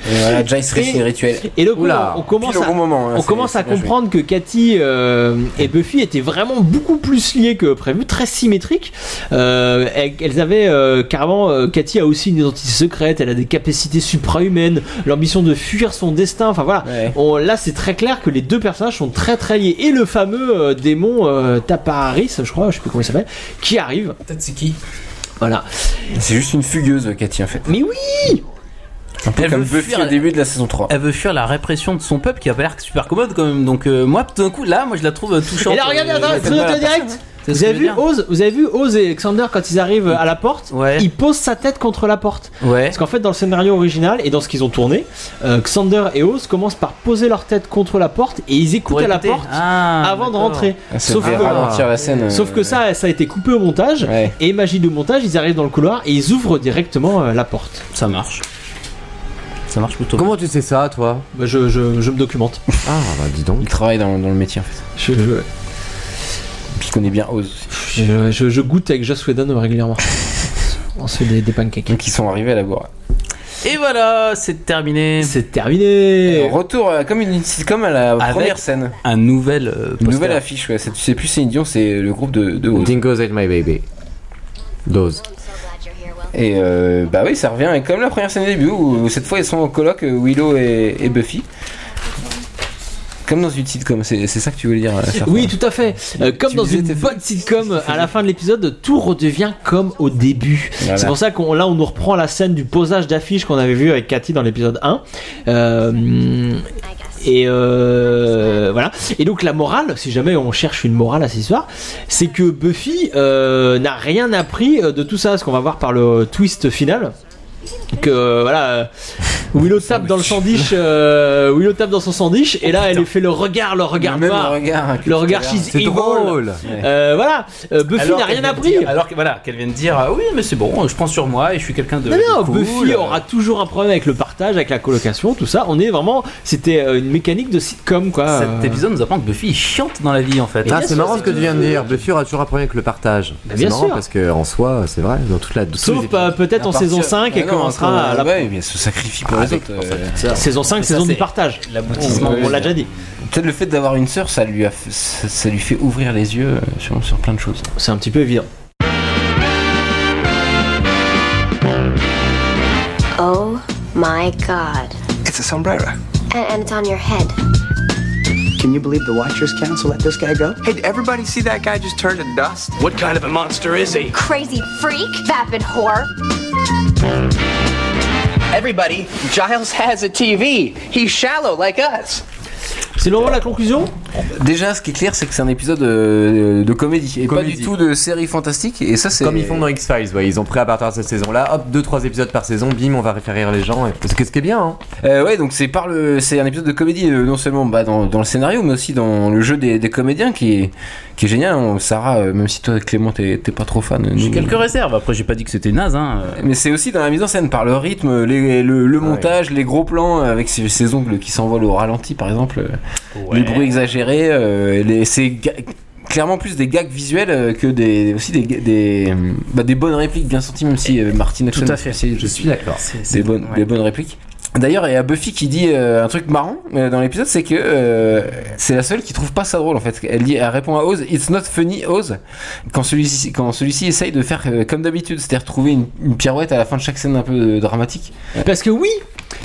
Speaker 3: Et voilà, Jace Reese,
Speaker 1: Et-
Speaker 3: les rituels.
Speaker 1: Et donc,
Speaker 4: Oula,
Speaker 1: on, on commence
Speaker 3: pile au
Speaker 1: à,
Speaker 3: bon moment, hein,
Speaker 1: on
Speaker 3: c'est-
Speaker 1: commence
Speaker 3: c'est
Speaker 1: à
Speaker 3: bien joué.
Speaker 1: comprendre que Cathy euh, et Buffy étaient vraiment beaucoup plus liées que prévu, très symétriques. Euh, elles- elles avaient euh, carrément. euh, Cathy a aussi une identité secrète, elle a des capacités suprahumaines, l'ambition de fuir son destin. Enfin voilà.
Speaker 3: Ouais.
Speaker 1: On- là, c'est très clair que les deux personnages sont très très liés. Et le fameux euh, démon euh, Taparis, je crois, je sais plus comment il s'appelle, qui arrive.
Speaker 3: Peut-être c'est qui
Speaker 1: Voilà.
Speaker 3: C'est juste une fugueuse, Cathy, en fait.
Speaker 1: Mais oui
Speaker 3: Un peu
Speaker 2: Elle
Speaker 3: comme
Speaker 2: veut
Speaker 3: Buffy
Speaker 2: fuir,
Speaker 3: au
Speaker 2: elle-
Speaker 3: début de la saison 3.
Speaker 2: Elle veut fuir la répression de son peuple qui a pas l'air super commode quand même. Donc, euh, moi, tout d'un coup, là, moi, je la trouve touchante.
Speaker 1: Et là, regardez,
Speaker 2: Euh,
Speaker 1: attendez,
Speaker 2: c'est pas la
Speaker 1: très
Speaker 2: personne,
Speaker 1: direct.
Speaker 2: hein. C'est ce
Speaker 1: Vous
Speaker 2: que
Speaker 1: avez,
Speaker 2: je
Speaker 1: vu
Speaker 2: veux dire.
Speaker 1: Oz, vous avez vu Oz et Alexander quand ils arrivent à la porte
Speaker 2: Ouais.
Speaker 1: Ils posent sa tête contre la porte.
Speaker 2: Ouais.
Speaker 1: Parce qu'en fait, dans le scénario original et dans ce qu'ils ont tourné, euh, Xander et Oz commencent par poser leur tête contre la porte et ils écoutent
Speaker 2: Pour
Speaker 1: à la
Speaker 2: écouter.
Speaker 1: porte
Speaker 2: Ah,
Speaker 1: avant de
Speaker 2: d'accord.
Speaker 1: rentrer.
Speaker 3: C'est
Speaker 1: Sauf
Speaker 3: vrai,
Speaker 1: que,
Speaker 3: ralentir la scène.
Speaker 1: sauf que
Speaker 3: euh,
Speaker 1: ça, ça a été coupé au montage.
Speaker 3: Ouais.
Speaker 1: Et magie de montage, ils arrivent dans le couloir et ils ouvrent directement euh, la porte.
Speaker 2: Ça marche. Ça marche plutôt.
Speaker 4: Comment tu sais ça, toi
Speaker 1: Bah, je, je- je me documente.
Speaker 4: Ah, bah dis donc.
Speaker 3: Il travaille dans, dans le métier, en fait.
Speaker 1: Je, je-
Speaker 3: Puis il connaît bien Oz aussi.
Speaker 1: je- je- je goûte avec Joss Whedon régulièrement. On se fait des, des pancakes.
Speaker 3: Donc ils sont arrivés à la bourre.
Speaker 2: Et voilà, c'est terminé.
Speaker 1: C'est terminé.
Speaker 3: Retour euh, comme une sitcom à la
Speaker 2: Avec
Speaker 3: première scène.
Speaker 2: Un nouvel. euh,
Speaker 3: Une
Speaker 2: poster.
Speaker 3: nouvelle affiche, ouais. c'est- Tu sais plus, c'est idiot, c'est le groupe de, de Oz.
Speaker 4: Dingoes ate my baby. Dose.
Speaker 3: Et euh, bah oui, ça revient comme la première scène du début où, où cette fois ils sont en colloque euh, Willow et, et Buffy. Comme dans une sitcom, c'est c'est ça que tu voulais dire. euh, Sarah
Speaker 1: Oui, tout à fait. Euh, comme
Speaker 3: Tu
Speaker 1: dans
Speaker 3: disais,
Speaker 1: une
Speaker 3: t'es
Speaker 1: bonne sitcom, à la fin de l'épisode, tout redevient comme au début.
Speaker 3: Voilà.
Speaker 1: C'est pour ça qu'on là, on nous reprend la scène du posage d'affiche qu'on avait vu avec Cathy dans l'épisode 1. Euh, et euh, voilà. Et donc la morale, si jamais on cherche une morale à cette histoire, c'est que Buffy euh, n'a rien appris euh, de tout ça, ce qu'on va voir par le twist final. Que euh, voilà, euh, Willow tape dans le sandwich, euh, Willow tape dans son sandwich, et là elle lui fait le regard, le regard
Speaker 3: Même
Speaker 1: noir.
Speaker 3: le regard. hein,
Speaker 1: Le regard
Speaker 3: Tout à l'heure.
Speaker 1: she's
Speaker 4: C'est
Speaker 1: evil.
Speaker 4: drôle.
Speaker 1: Euh, voilà, Euh, Buffy
Speaker 2: Alors
Speaker 1: n'a
Speaker 2: qu'elle
Speaker 1: rien
Speaker 2: vient de
Speaker 1: appris.
Speaker 2: dire- alors que voilà, qu'elle vient de dire ah oui, mais c'est bon, je prends sur moi et je suis quelqu'un de.
Speaker 1: Non, non,
Speaker 2: de cool. Euh.
Speaker 1: Buffy aura toujours un problème avec le partage, avec la colocation, tout ça. On est vraiment, c'était euh, une mécanique de sitcom
Speaker 3: Ah.
Speaker 1: quoi.
Speaker 2: Cet
Speaker 1: Euh,
Speaker 2: épisode nous apprend que Buffy est chiante dans la vie en fait.
Speaker 4: Ah, c'est marrant ce que tu viens de dire. Buffy aura toujours un problème avec le partage.
Speaker 1: Bah,
Speaker 4: c'est
Speaker 1: bien
Speaker 4: marrant
Speaker 1: sûr.
Speaker 4: parce que en soi, c'est vrai, dans toute la. dans tous les
Speaker 1: Sauf
Speaker 4: épisodes.
Speaker 1: euh, peut-être en
Speaker 3: Partir-
Speaker 1: saison 5
Speaker 3: Ah
Speaker 1: et
Speaker 3: non,
Speaker 1: commencera à la
Speaker 3: Ouais, mais elle se sacrifie pour les autres. euh.
Speaker 1: saison 5,
Speaker 2: ça,
Speaker 1: saison
Speaker 2: c'est
Speaker 1: du partage.
Speaker 2: l'aboutissement.
Speaker 1: On- On,
Speaker 3: Ouais,
Speaker 1: l'a
Speaker 3: ouais.
Speaker 1: déjà dit.
Speaker 3: Peut-être le fait d'avoir une sœur, ça lui a, f- ça, ça lui fait ouvrir les yeux euh, sur, sur plein de choses.
Speaker 1: C'est un petit peu évident.
Speaker 7: Oh my god.
Speaker 12: It's a sombrero.
Speaker 7: And, and it's on your head.
Speaker 12: Can you believe the Watchers Council let this guy go? Hey, did everybody see that guy just turn to dust?
Speaker 5: What kind of a monster is he?
Speaker 7: Crazy freak, vapid whore.
Speaker 12: Everybody, Giles has a TV. He's shallow like us.
Speaker 1: C'est le moment de la conclusion
Speaker 3: Déjà, ce qui est clair, c'est que c'est un épisode euh, de comédie et
Speaker 4: Comédie.
Speaker 3: pas du tout de série fantastique. Et ça, c'est
Speaker 4: Comme ils font dans X-Files, ouais, ils ont pris à partir de cette saison-là, hop, 2-3 épisodes par saison, bim, on va référer les gens. Et... Parce que ce qui est bien, hein.
Speaker 3: Euh, ouais, donc c'est par le, c'est un épisode de comédie euh, non seulement bah, dans, dans le scénario, mais aussi dans le jeu des, des comédiens qui est, qui est génial. On- Sarah, euh, même si toi Clément t'es, t'es pas trop fan,
Speaker 2: J'ai
Speaker 3: nous- euh.
Speaker 2: quelques réserves. Après, j'ai pas dit que c'était naze. Hein. euh.
Speaker 3: mais c'est aussi dans la mise en scène par le rythme, les- le, le montage, les gros plans euh, avec ses, ses ongles qui s'envolent au ralenti par exemple, euh,
Speaker 2: Ouais.
Speaker 3: les bruits exagérés, euh, les, c'est ga- clairement plus des gags visuels euh, que des aussi des ga- des, euh, bah, des bonnes répliques bien senties même si euh, Martin
Speaker 2: Tout
Speaker 3: Action-
Speaker 2: à fait.
Speaker 3: c'est- je suis d'accord
Speaker 2: C'est- c'est-
Speaker 3: des bonnes,
Speaker 2: ouais.
Speaker 3: des bonnes répliques. D'ailleurs, il y a Buffy qui dit euh, un truc marrant euh, dans l'épisode, c'est que euh, c'est la seule qui trouve pas ça drôle en fait. Elle, dit, elle répond à Oz, It's not funny Oz, quand celui-ci quand celui-ci essaye de faire euh, comme d'habitude, c'est-à-dire trouver une, une pirouette à la fin de chaque scène un peu euh, dramatique.
Speaker 1: Parce que oui,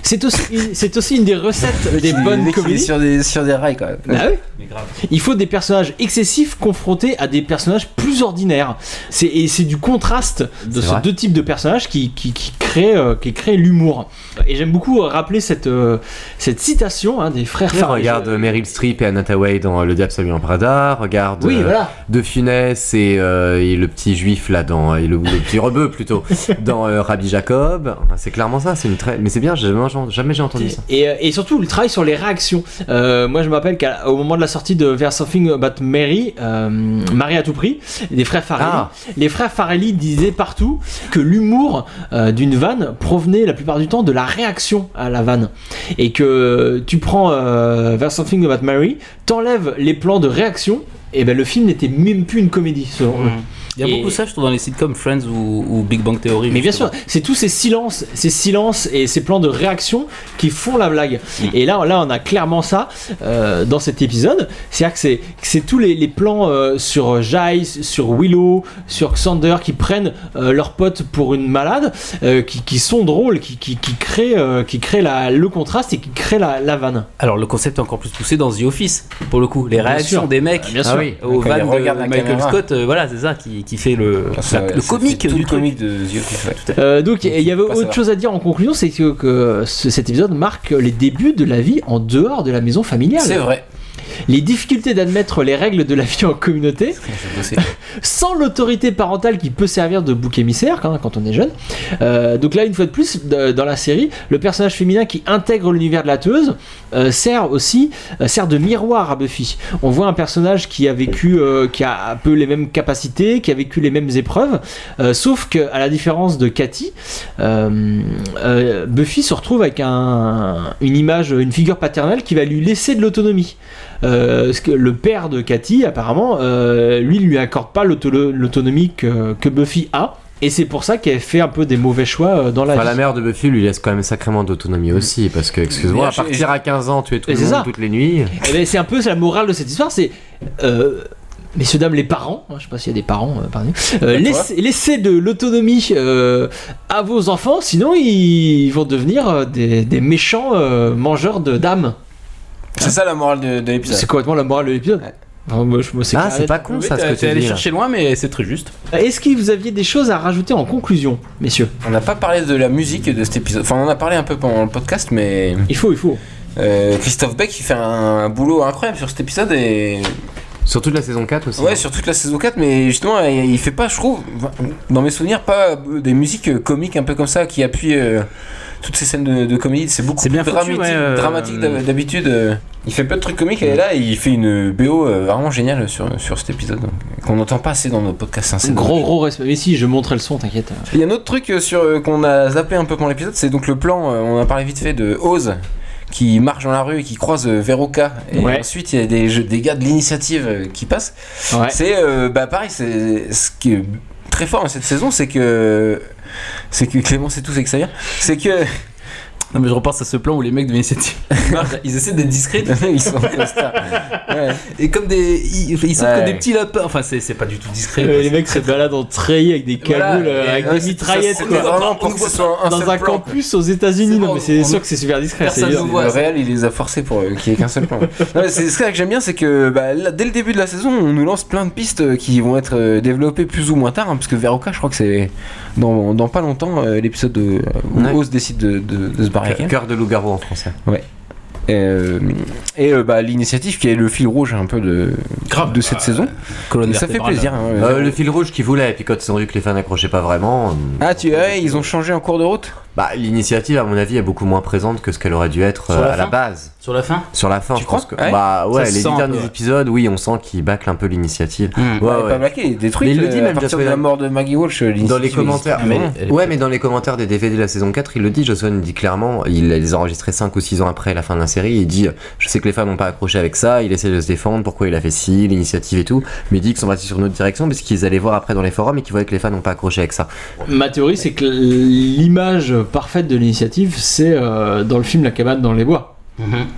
Speaker 1: c'est aussi, une- c'est aussi une des recettes des
Speaker 3: Le mec, il
Speaker 1: bonnes
Speaker 3: est
Speaker 1: comédies.
Speaker 3: sur des sur des rails quoi.
Speaker 1: Bah oui.
Speaker 2: Mais grave.
Speaker 1: Il faut des personnages excessifs confrontés à des personnages plus ordinaires. C'est et c'est du contraste de
Speaker 4: C'est
Speaker 1: ces
Speaker 4: vrai.
Speaker 1: deux types de personnages qui qui, qui crée euh, qui crée l'humour. Et j'aime beaucoup euh, rappeler cette euh, cette citation hein, des frères Farage.
Speaker 4: regarde euh, Meryl Streep et Anna Tawai dans euh, Le Diable s'habille en Prada, regarde
Speaker 1: Oui,
Speaker 4: euh,
Speaker 1: voilà.
Speaker 4: De Funès et, euh, et le petit juif là euh, dans et le, le petit rebeu plutôt dans euh, Rabbi Jacob. C'est clairement ça, c'est une très mais c'est bien, j'ai- moi, j'en- jamais j'ai entendu ça.
Speaker 1: Et, euh, et surtout le travail sur les réactions. Euh, moi je me rappelle qu'au moment de la sortie de There's Something About Mary, euh, Marie à tout prix, des frères Farelli,
Speaker 2: Ah.
Speaker 1: les frères Farelli disaient partout que l'humour euh, d'une vanne provenait la plupart du temps de la réaction à la vanne. Et que tu prends euh, There's Something About Mary, t'enlèves les plans de réaction, et ben le film n'était même plus une comédie selon eux.
Speaker 2: Il y a
Speaker 1: Et-
Speaker 2: beaucoup ça, je trouve, dans les sitcoms Friends ou, ou Big Bang Theory.
Speaker 1: mais bien
Speaker 2: justement.
Speaker 1: sûr, c'est tous ces silences, ces silences et ces plans de réaction qui font la blague.
Speaker 2: Mm.
Speaker 1: Et là, là, on a clairement ça euh, dans cet épisode. C'est-à-dire que c'est, que c'est tous les, les plans euh, sur Giles, sur Willow, sur Xander qui prennent euh, leur pote pour une malade, euh, qui, qui sont drôles, qui, qui, qui créent, euh, qui créent la- le contraste et qui créent la, la vanne.
Speaker 2: Alors le concept est encore plus poussé dans The Office, pour le coup. Les
Speaker 1: Bien
Speaker 2: réactions
Speaker 1: sûr.
Speaker 2: des mecs hein,
Speaker 1: Bien sûr. Ah oui.
Speaker 2: aux
Speaker 1: Quand ils
Speaker 2: vannes
Speaker 1: regardent
Speaker 2: de
Speaker 1: la
Speaker 2: Michael
Speaker 1: caméra.
Speaker 2: Scott, euh, voilà, c'est ça qui, qui fait le, la- le comique du truc.
Speaker 3: de The Office.
Speaker 1: Euh, donc il y avait
Speaker 2: pas
Speaker 1: autre
Speaker 2: savoir.
Speaker 1: chose à dire en conclusion, c'est que, que ce- cet épisode marque les débuts de la vie en dehors de la maison familiale.
Speaker 3: C'est vrai.
Speaker 1: Les difficultés d'admettre les règles de la vie en communauté, sans l'autorité parentale qui peut servir de bouc émissaire quand, quand on est jeune. Euh, donc là, une fois de plus, d- dans la série, le personnage féminin qui intègre l'univers de la tueuse euh, sert aussi euh, sert de miroir à Buffy. On voit un personnage qui a vécu, euh, qui a un peu les mêmes capacités, qui a vécu les mêmes épreuves, euh, sauf que à la différence de Cathy, euh, euh, Buffy se retrouve avec un, une image, une figure paternelle qui va lui laisser de l'autonomie. Euh, ce que le père de Cathy, apparemment, euh, lui, lui accorde pas l'auto- l'autonomie que, que Buffy a. Et c'est pour ça qu'elle fait un peu des mauvais choix euh, dans la
Speaker 4: Enfin,
Speaker 1: vie.
Speaker 4: la mère de Buffy lui laisse quand même sacrément
Speaker 1: Mm.
Speaker 4: d'autonomie aussi, parce que, excuse-moi, à
Speaker 1: Bien, j'ai-
Speaker 4: partir à 15 ans, tu es tout
Speaker 1: Mais
Speaker 4: le
Speaker 1: c'est
Speaker 4: monde
Speaker 1: ça.
Speaker 4: toutes les nuits.
Speaker 1: Eh ben, c'est un peu c'est la morale de cette histoire, c'est euh, messieurs dames les parents, hein, je sais pas s'il y a des parents, euh, pardon, euh,
Speaker 3: Bah, toi.
Speaker 1: laissez, laissez de l'autonomie euh, à vos enfants, sinon ils vont devenir euh, des, des méchants euh, mangeurs de dames.
Speaker 3: C'est ça la morale de, de l'épisode.
Speaker 1: C'est complètement la morale de l'épisode. Enfin, moi, je- moi,
Speaker 4: Ah,
Speaker 1: clair.
Speaker 4: c'est pas con, ça, ce que tu
Speaker 2: allé
Speaker 4: dis, là.
Speaker 2: chercher loin, mais c'est très juste.
Speaker 1: Est-ce que vous aviez des choses à rajouter en conclusion, messieurs
Speaker 3: On n'a pas parlé de la musique de cet épisode. Enfin, on en a parlé un peu pendant le podcast, mais. euh,
Speaker 1: Il faut, il faut.
Speaker 3: Christophe Beck, il fait un, un boulot incroyable sur cet épisode et.
Speaker 4: Sur toute la saison 4 aussi. hein.
Speaker 3: Ouais, sur toute la saison 4, mais justement, il il fait pas, je trouve, dans mes souvenirs, pas des musiques euh, comiques un peu comme ça qui appuient euh, toutes ces scènes de, de comédie. C'est beaucoup
Speaker 2: bien
Speaker 3: plus
Speaker 2: foutu,
Speaker 3: dramatique,
Speaker 2: ouais, euh, Mm.
Speaker 3: dramatique d'hab- d'habitude. euh. Il fait peu de trucs comiques et là, il fait une BO euh, vraiment géniale sur, sur cet épisode donc, qu'on n'entend pas assez dans nos podcasts. hein, c'est
Speaker 1: Gros gros respect. Mais si, je montrais le son, t'inquiète.
Speaker 3: il y a un autre truc euh, sur euh, qu'on a zappé un peu pendant l'épisode, c'est donc le plan. euh, on a parlé vite fait de Oz qui marche dans la rue et qui croise euh, Veroka. Et
Speaker 1: Ouais.
Speaker 3: ensuite, il y a des, jeux- des gars de l'initiative euh, qui passent.
Speaker 1: Ouais.
Speaker 3: C'est euh, bah pareil, c'est ce qui est très fort dans cette saison, c'est que c'est que Clément, c'est tout, c'est que ça vient. C'est que
Speaker 2: Non, mais je repense à ce plan où les mecs de l'initiative ils marchent, ils essaient d'être discrets.
Speaker 3: ils sont costards.
Speaker 2: Et comme des. Ils, ils sortent
Speaker 3: Ouais.
Speaker 2: comme des petits lapins. Enfin, c'est c'est pas du tout discret.
Speaker 1: Euh, les mecs se baladent en treillis avec des
Speaker 2: Voilà,
Speaker 1: cagoules, euh,
Speaker 2: et
Speaker 1: avec
Speaker 2: ouais,
Speaker 1: des
Speaker 2: c'est-
Speaker 1: mitraillettes.
Speaker 2: ça, c'est
Speaker 1: quoi.
Speaker 3: euh, vraiment pour
Speaker 1: On
Speaker 3: que
Speaker 1: voit
Speaker 3: ce soit un
Speaker 1: dans
Speaker 3: seul
Speaker 1: un
Speaker 3: plan,
Speaker 1: campus aux États-Unis, non mais c'est sûr que c'est super discret.
Speaker 2: personne
Speaker 1: c'est
Speaker 2: nous
Speaker 1: évident.
Speaker 2: voit.
Speaker 3: Le réel, il les a forcés pour euh, qu'il n'y ait qu'un seul plan. Non, mais c'est ce que j'aime bien, c'est que bah, là, dès le début de la saison, on nous lance plein de pistes euh, qui vont être euh, développées plus ou moins tard, hein, parce que Veroka, je crois que c'est dans, dans pas longtemps euh, l'épisode de- où
Speaker 4: Ouais.
Speaker 3: Oz décide de, de- de se barrer. avec elle.
Speaker 4: Cœur de loup-garou en français.
Speaker 3: Ouais. Et, euh, et, euh, bah, l'initiative qui est le fil rouge un peu de, de cette saison.
Speaker 2: Colonne
Speaker 3: Et ça fait
Speaker 2: vertébrale.
Speaker 3: plaisir. hein,
Speaker 4: Euh, le fil rouge qui voulait, et puis quand ils ont vu que les fans n'accrochaient pas vraiment. euh,
Speaker 3: Ah, tu ouais, ils ont changé en cours de route
Speaker 4: Bah, l'initiative, à mon avis, est beaucoup moins présente que ce qu'elle aurait dû être euh,
Speaker 2: Sur la
Speaker 4: à la
Speaker 2: fin
Speaker 4: base.
Speaker 2: Sur la fin
Speaker 4: Sur la fin, je
Speaker 3: crois
Speaker 4: pense que.
Speaker 3: Ouais.
Speaker 4: Bah, ouais,
Speaker 2: se
Speaker 4: les
Speaker 2: sent un
Speaker 4: dix
Speaker 2: peu,
Speaker 4: derniers
Speaker 2: ouais.
Speaker 4: épisodes, oui, on sent qu'ils bâclent un peu l'initiative.
Speaker 2: Mm.
Speaker 4: Ouais,
Speaker 3: Elle est
Speaker 4: ouais.
Speaker 3: pas blaquée, il y a des trucs.
Speaker 4: Mais il le dit
Speaker 3: euh,
Speaker 4: même,
Speaker 3: à partir
Speaker 4: Joss
Speaker 3: de la
Speaker 4: Whedon.
Speaker 3: mort de Maggie Walsh. euh,
Speaker 4: Dans les
Speaker 3: l'initiative
Speaker 4: commentaires.
Speaker 3: existe.
Speaker 4: mais-
Speaker 3: Ah,
Speaker 2: elle est-
Speaker 4: ouais, mais dans les commentaires des DVD de la saison 4, il le dit, Joss Whedon dit clairement, il les a enregistrés 5 ou 6 ans après la fin de la série, il dit, je sais que les fans n'ont pas accroché avec ça, il essaie de se défendre, pourquoi il a fait ci, l'initiative et tout, mais il dit qu'ils sont partis sur une autre direction, parce qu'ils allaient voir après dans les forums et qu'ils voyaient que les fans n'ont pas accroché avec ça.
Speaker 1: Ma théorie, c'est que l'image parfaite de l'initiative, c'est euh, dans le film La cabane dans les bois.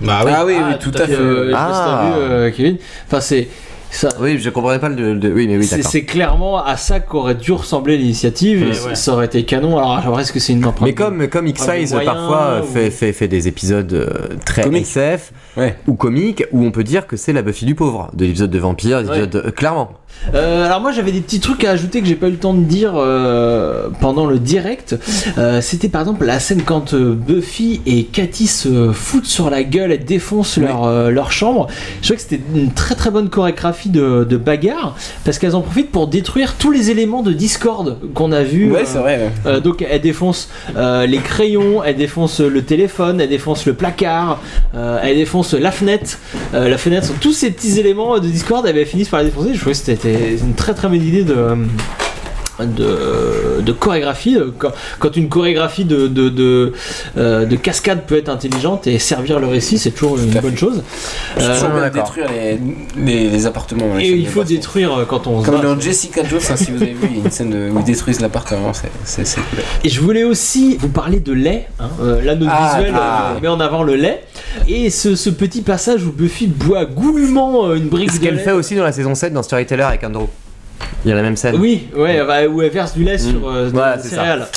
Speaker 2: Bah
Speaker 3: oui. Ah oui, oui, tout à fait.
Speaker 1: Euh, je sais pas si t'as
Speaker 4: Ah.
Speaker 1: vu, euh, Kevin. Enfin, c'est ça.
Speaker 4: Oui, je comprenais pas le... le- Oui, mais oui,
Speaker 1: c'est-
Speaker 4: d'accord.
Speaker 1: c'est clairement à ça qu'aurait dû ressembler l'initiative et
Speaker 2: Ouais,
Speaker 1: c-
Speaker 2: ouais.
Speaker 1: ça aurait été canon. Alors, après, est-ce que c'est une empreinte
Speaker 4: Mais comme, comme X-Files
Speaker 1: moyen,
Speaker 4: parfois euh,
Speaker 1: ou-
Speaker 4: fait, fait, fait des épisodes euh, très
Speaker 3: Comique.
Speaker 4: SF
Speaker 3: Ouais.
Speaker 4: ou comiques, où on peut dire que c'est la Buffy du pauvre, de l'épisode de Vampire, des épisodes de- euh, clairement.
Speaker 1: Euh, alors moi j'avais des petits trucs à ajouter que j'ai pas eu le temps de dire euh, pendant le direct. Euh, C'était par exemple la scène quand euh, Buffy et Cathy se foutent sur la gueule et défoncent leur, euh, leur chambre. Je crois que c'était une très très bonne chorégraphie de, de bagarre parce qu'elles en profitent pour détruire tous les éléments de Discord qu'on a vu.
Speaker 3: Ouais, c'est vrai, ouais.
Speaker 1: Euh, donc elle défonce euh, les crayons, elle défonce le téléphone, elle défonce le placard, euh, elle défonce la fenêtre. Euh, la fenêtre, tous ces petits éléments de Discord, elle finissent par les défoncer. Je trouvais que c'était une très très bonne idée de. De, de chorégraphie euh, quand, quand une chorégraphie de, de, de, euh, de cascade peut être intelligente et servir le récit c'est toujours une bonne chose
Speaker 3: C'est toujours
Speaker 1: Euh,
Speaker 3: bien de détruire les, les- les appartements. les
Speaker 1: et
Speaker 3: chambres
Speaker 1: il faut détruire euh, quand on se
Speaker 3: Comme
Speaker 1: bat.
Speaker 3: dans Jessica Jones, hein, si vous avez vu, il y a une scène de- où ils détruisent l'appartement, c'est- c'est c'est cool.
Speaker 1: Et je voulais aussi vous parler de lait. hein. Euh, là, notre
Speaker 3: Ah,
Speaker 1: visuel
Speaker 3: ah.
Speaker 1: euh, met en avant le lait. Et ce, ce petit passage où Buffy boit goulûment euh, une brique
Speaker 4: Ce
Speaker 1: de
Speaker 4: qu'elle
Speaker 1: lait.
Speaker 4: fait aussi dans la saison 7 dans Storyteller avec Andrew. Il y a la même scène.
Speaker 1: Oui, ouais, bah, où elle verse du lait sur euh, des
Speaker 4: Voilà, Mm. c'est ça.
Speaker 1: céréales.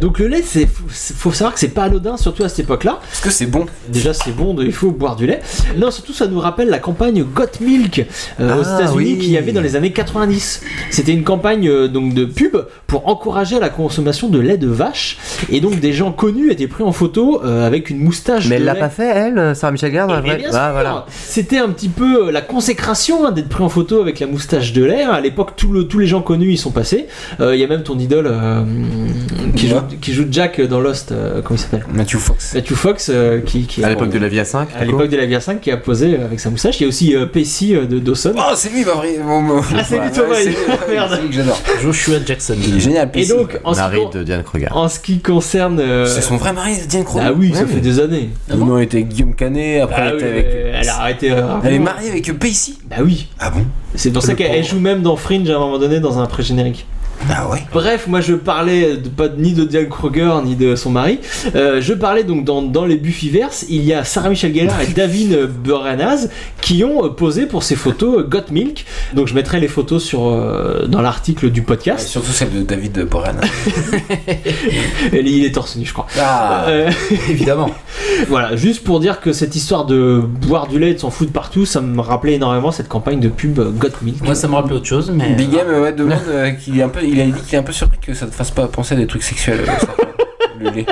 Speaker 1: Donc le lait, c'est faut- c'est- faut savoir que c'est pas anodin, surtout à cette époque-là.
Speaker 3: Parce que c'est bon.
Speaker 1: Déjà, c'est bon, de- il faut boire du lait. Non, surtout, ça nous rappelle la campagne Got Milk euh, aux
Speaker 4: Ah,
Speaker 1: États-Unis
Speaker 4: oui.
Speaker 1: qu'il y avait dans les années 90. C'était une campagne euh, donc de pub pour encourager la consommation de lait de vache. Et donc, des gens connus étaient pris en photo euh, avec une moustache.
Speaker 4: Mais elle
Speaker 1: de
Speaker 4: l'a
Speaker 1: lait.
Speaker 4: pas fait, elle, euh, Sarah Michel Gellar dans la
Speaker 1: Eh bien,
Speaker 4: vraie.
Speaker 1: bien
Speaker 4: Ah,
Speaker 1: sûr.
Speaker 4: voilà.
Speaker 1: C'était un petit peu euh, la consécration hein, d'être pris en photo avec la moustache de l'air. À l'époque, tout le- tous les gens connus y sont passés. Euh, Il y a même ton idole euh, qui, joue, qui joue Jack dans Lost, euh, comment il s'appelle
Speaker 3: Matthew Fox.
Speaker 1: Matthew Fox, euh, qui, qui
Speaker 4: À l'époque de la vie à 5.
Speaker 1: à l'époque de la Via 5 qui a posé euh, avec sa moustache. Il y a aussi euh, Pacey euh, de Dawson.
Speaker 3: Oh, c'est lui, bah vrai. bon, bon.
Speaker 1: Ah, c'est lui,
Speaker 3: Ouais,
Speaker 1: Thomas,
Speaker 3: c'est
Speaker 1: il- merde.
Speaker 3: c'est lui que j'adore.
Speaker 2: Joshua Jackson.
Speaker 3: Il est génial.
Speaker 1: Et
Speaker 3: PC.
Speaker 1: donc, en ce, qui,
Speaker 4: Marie
Speaker 1: con-
Speaker 4: de Diane Kruger.
Speaker 1: en ce qui concerne. euh,
Speaker 3: c'est son vrai mari, Diane Kruger.
Speaker 1: Ah oui, ça
Speaker 3: Ouais,
Speaker 1: fait
Speaker 3: mais-
Speaker 1: des années.
Speaker 3: Non, elle était avec Guillaume Canet, après
Speaker 1: Ah
Speaker 3: elle était
Speaker 1: oui,
Speaker 3: avec.
Speaker 1: euh, elle a arrêté. euh,
Speaker 3: Elle est
Speaker 1: rapidement.
Speaker 3: mariée avec Pacey.
Speaker 1: Bah oui.
Speaker 3: Ah bon
Speaker 1: C'est pour ça qu'elle elle joue même dans Fringe à un moment donné dans un pré-générique.
Speaker 3: Ah ouais.
Speaker 1: Bref, moi je parlais de, pas, ni de Diane Kruger ni de son mari. Euh, je parlais donc dans, dans les Buffyverse, il y a Sarah Michelle Gellar et David Boreanaz qui ont euh, posé pour ces photos euh, Got Milk. Donc je mettrai les photos sur, euh, dans l'article du
Speaker 3: Et
Speaker 1: podcast.
Speaker 3: surtout celle de David Boran.
Speaker 1: Et Il est torse nu, je crois.
Speaker 3: Ah,
Speaker 1: Euh,
Speaker 2: Évidemment.
Speaker 1: voilà, juste pour dire que cette histoire de boire du lait et de s'en foutre partout, ça me rappelait énormément cette campagne de pub euh, Got Milk.
Speaker 2: Moi, ça me rappelle autre chose, mais.
Speaker 3: Big M ouais, demande euh, qu'il est un peu, il a dit qu'il est un peu surpris que ça te fasse pas penser à des trucs sexuels. euh, ça. le lait.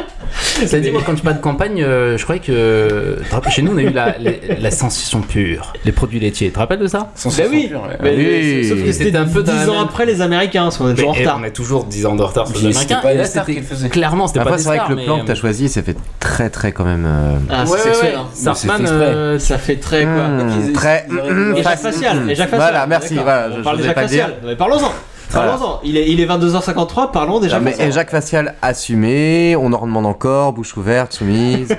Speaker 2: Ça dit, moi, quand je parle de campagne, euh, je croyais que. Te rappelles, Chez nous, on a eu la, la, la sensation pure, les produits laitiers. Tu te rappelles de ça
Speaker 3: Sans
Speaker 1: Bah
Speaker 3: se
Speaker 1: oui,
Speaker 3: sentir, ouais.
Speaker 1: mais-
Speaker 2: Oui.
Speaker 1: sauf que c'était
Speaker 2: C'était
Speaker 1: un
Speaker 2: un peu dans la
Speaker 1: 10 ans
Speaker 2: même-
Speaker 1: après les Américains, parce qu'on est toujours en
Speaker 2: Mais, eh,
Speaker 1: retard.
Speaker 2: On est toujours 10 ans de retard sur les
Speaker 3: Puis
Speaker 2: Américains.
Speaker 3: c'était pas
Speaker 2: et
Speaker 3: des
Speaker 2: là,
Speaker 3: stars
Speaker 2: c'était-
Speaker 3: qu'il faisait.
Speaker 2: Clairement, c'était pas
Speaker 4: Bah, Après,
Speaker 2: des
Speaker 4: c'est vrai
Speaker 2: stars.
Speaker 4: que le plan
Speaker 1: euh,
Speaker 2: mais-
Speaker 4: que t'as choisi, ça fait très très quand même. euh,
Speaker 1: Ah, c'est
Speaker 2: Ouais, ouais,
Speaker 1: sexuel,
Speaker 2: ouais.
Speaker 1: hein.
Speaker 2: Sartman,
Speaker 4: Mais c'est fait exprès.
Speaker 2: euh,
Speaker 1: Ça fait très quoi.
Speaker 4: Hum,
Speaker 3: Ils-
Speaker 4: Très.
Speaker 3: ils auraient-
Speaker 1: Et
Speaker 4: hum,
Speaker 1: Jacques
Speaker 4: face-
Speaker 1: Facial.
Speaker 4: hum.
Speaker 1: Et Jacques Facial.
Speaker 4: Voilà, merci.
Speaker 1: D'accord.
Speaker 4: Voilà,
Speaker 1: on
Speaker 4: je-
Speaker 1: parle de
Speaker 4: je voulais
Speaker 1: Jacques
Speaker 4: pas
Speaker 1: Facial.
Speaker 4: dire.
Speaker 1: Mais parlons-en. Parlons-en. Il est, il est 22h53. Parlons déjà.
Speaker 4: Non, mais
Speaker 2: eh,
Speaker 4: et Jacques Facial assumé, on en redemande encore, bouche ouverte, soumise.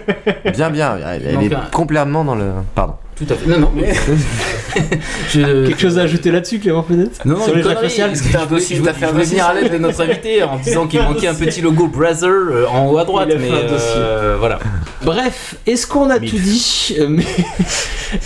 Speaker 4: bien, bien, elle, elle
Speaker 2: Non,
Speaker 4: est
Speaker 2: bien.
Speaker 4: complètement dans le. Pardon.
Speaker 2: Tout à fait. Non, non, mais. je...
Speaker 1: Quelque chose à ajouter là-dessus, Clément Fenette
Speaker 2: Non, non,
Speaker 1: Sur
Speaker 2: une
Speaker 1: les Jacques
Speaker 2: connerie,
Speaker 1: Facial.
Speaker 2: parce
Speaker 3: T'as
Speaker 2: que je
Speaker 3: un
Speaker 2: voulais-
Speaker 3: dossier,
Speaker 2: je voulais-
Speaker 3: t'as fait un
Speaker 2: je voulais venir à
Speaker 3: dossier.
Speaker 2: l'aide de notre invité en disant qu'il manquait un petit logo Brother euh, en haut à droite,
Speaker 1: Il a fait
Speaker 2: mais
Speaker 1: un
Speaker 2: euh, voilà.
Speaker 1: Bref, est-ce qu'on a
Speaker 2: Mif.
Speaker 1: tout dit Euh, mais-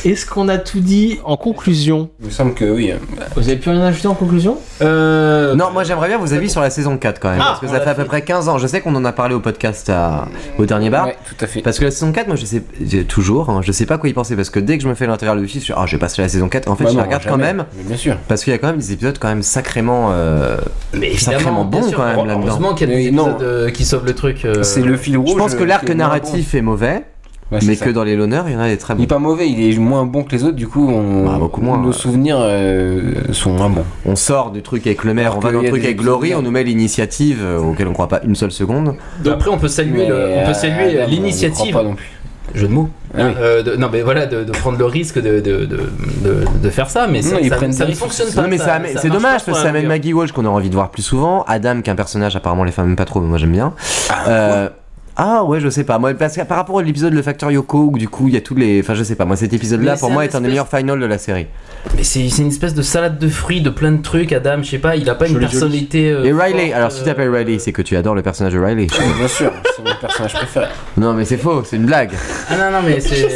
Speaker 1: Est-ce qu'on a tout dit en conclusion
Speaker 3: Il me semble que oui. hein.
Speaker 1: Vous avez plus rien à ajouter en conclusion
Speaker 2: Euh,
Speaker 4: Non, moi j'aimerais bien vos avis sur la saison 4 quand même.
Speaker 1: Ah,
Speaker 4: parce que
Speaker 1: on
Speaker 4: ça
Speaker 1: l'a
Speaker 4: fait à peu près 15 ans. Je sais qu'on en a parlé au podcast à- au dernier bar.
Speaker 3: Ouais, tout à fait.
Speaker 4: Parce que la saison 4, moi je sais j'ai- toujours, hein, je sais pas quoi y penser. Parce que dès que je me fais l'intérieur de film, je suis ah, je vais passer la saison 4. En fait,
Speaker 3: Bah
Speaker 4: je
Speaker 3: non,
Speaker 4: la regarde
Speaker 3: jamais.
Speaker 4: quand même.
Speaker 3: Mais bien sûr.
Speaker 4: Parce qu'il y a quand même des épisodes quand même sacrément. euh,
Speaker 2: mais évidemment,
Speaker 4: sacrément
Speaker 2: bien
Speaker 4: bon,
Speaker 2: sûr.
Speaker 4: quand même, là-dedans.
Speaker 2: Heureusement qu'il y a des
Speaker 3: Mais non.
Speaker 2: épisodes euh, qui sauvent le truc. euh,
Speaker 3: C'est le fil rouge.
Speaker 4: Je pense que
Speaker 3: euh,
Speaker 4: l'arc
Speaker 3: qui est moins
Speaker 4: narratif est mauvais,
Speaker 3: bon. Ouais, c'est
Speaker 4: mais
Speaker 3: ça.
Speaker 4: que dans les l'honneur, il y en a des très
Speaker 3: Il est
Speaker 4: bons.
Speaker 3: pas mauvais, il est moins bon que les autres, du coup, on...
Speaker 4: Bah, beaucoup moins,
Speaker 3: nos
Speaker 4: ouais.
Speaker 3: souvenirs euh, sont moins bons.
Speaker 4: On sort du truc avec le maire,
Speaker 3: Alors
Speaker 4: on va
Speaker 3: que
Speaker 4: dans
Speaker 3: y
Speaker 4: le
Speaker 3: a
Speaker 4: truc
Speaker 3: des
Speaker 4: avec Glory,
Speaker 3: épisodes-
Speaker 4: on nous met l'initiative euh, auquel on croit pas une seule seconde.
Speaker 2: Donc, après, on peut saluer,
Speaker 3: Mais,
Speaker 2: le- on
Speaker 3: euh,
Speaker 2: peut saluer
Speaker 3: là, on y
Speaker 2: l'initiative.
Speaker 3: croit pas non plus.
Speaker 2: Jeu de mots.
Speaker 3: Ah oui.
Speaker 2: Euh, de- non, mais voilà, de, de prendre le risque de, de, de, de, de faire ça, mais ça,
Speaker 3: Non, ils
Speaker 2: ça,
Speaker 3: prennent
Speaker 2: ça ne
Speaker 3: des-
Speaker 2: fonctionne pas.
Speaker 4: Non mais ça amène- c'est
Speaker 2: marche
Speaker 4: dommage
Speaker 2: pas
Speaker 4: parce
Speaker 2: sur
Speaker 4: que ça
Speaker 2: la
Speaker 4: amène
Speaker 2: longueur.
Speaker 4: Maggie Walsh qu'on a envie de voir plus souvent. Adam qui est un personnage apparemment les femmes aiment pas trop mais moi j'aime bien. Euh, ah ouais je sais pas moi parce que par rapport à l'épisode le facteur Yoko où du coup il y a tous les enfin je sais pas moi cet épisode là
Speaker 2: Mais
Speaker 4: pour
Speaker 2: c'est
Speaker 4: moi
Speaker 2: un
Speaker 4: est un des
Speaker 2: espèce-
Speaker 4: meilleurs finals de la série.
Speaker 2: Mais c'est c'est une espèce de salade de fruits, de plein de trucs, Adam, je sais pas, il a pas une
Speaker 1: Joli, joli.
Speaker 2: personnalité. euh,
Speaker 4: Et Riley
Speaker 2: forte,
Speaker 4: alors si tu
Speaker 2: euh,
Speaker 4: t'appelles Riley c'est que tu adores le personnage de Riley.
Speaker 3: Bien sûr, c'est mon personnage préféré.
Speaker 4: non mais c'est faux c'est une blague.
Speaker 2: Ah non, non, mais c'est.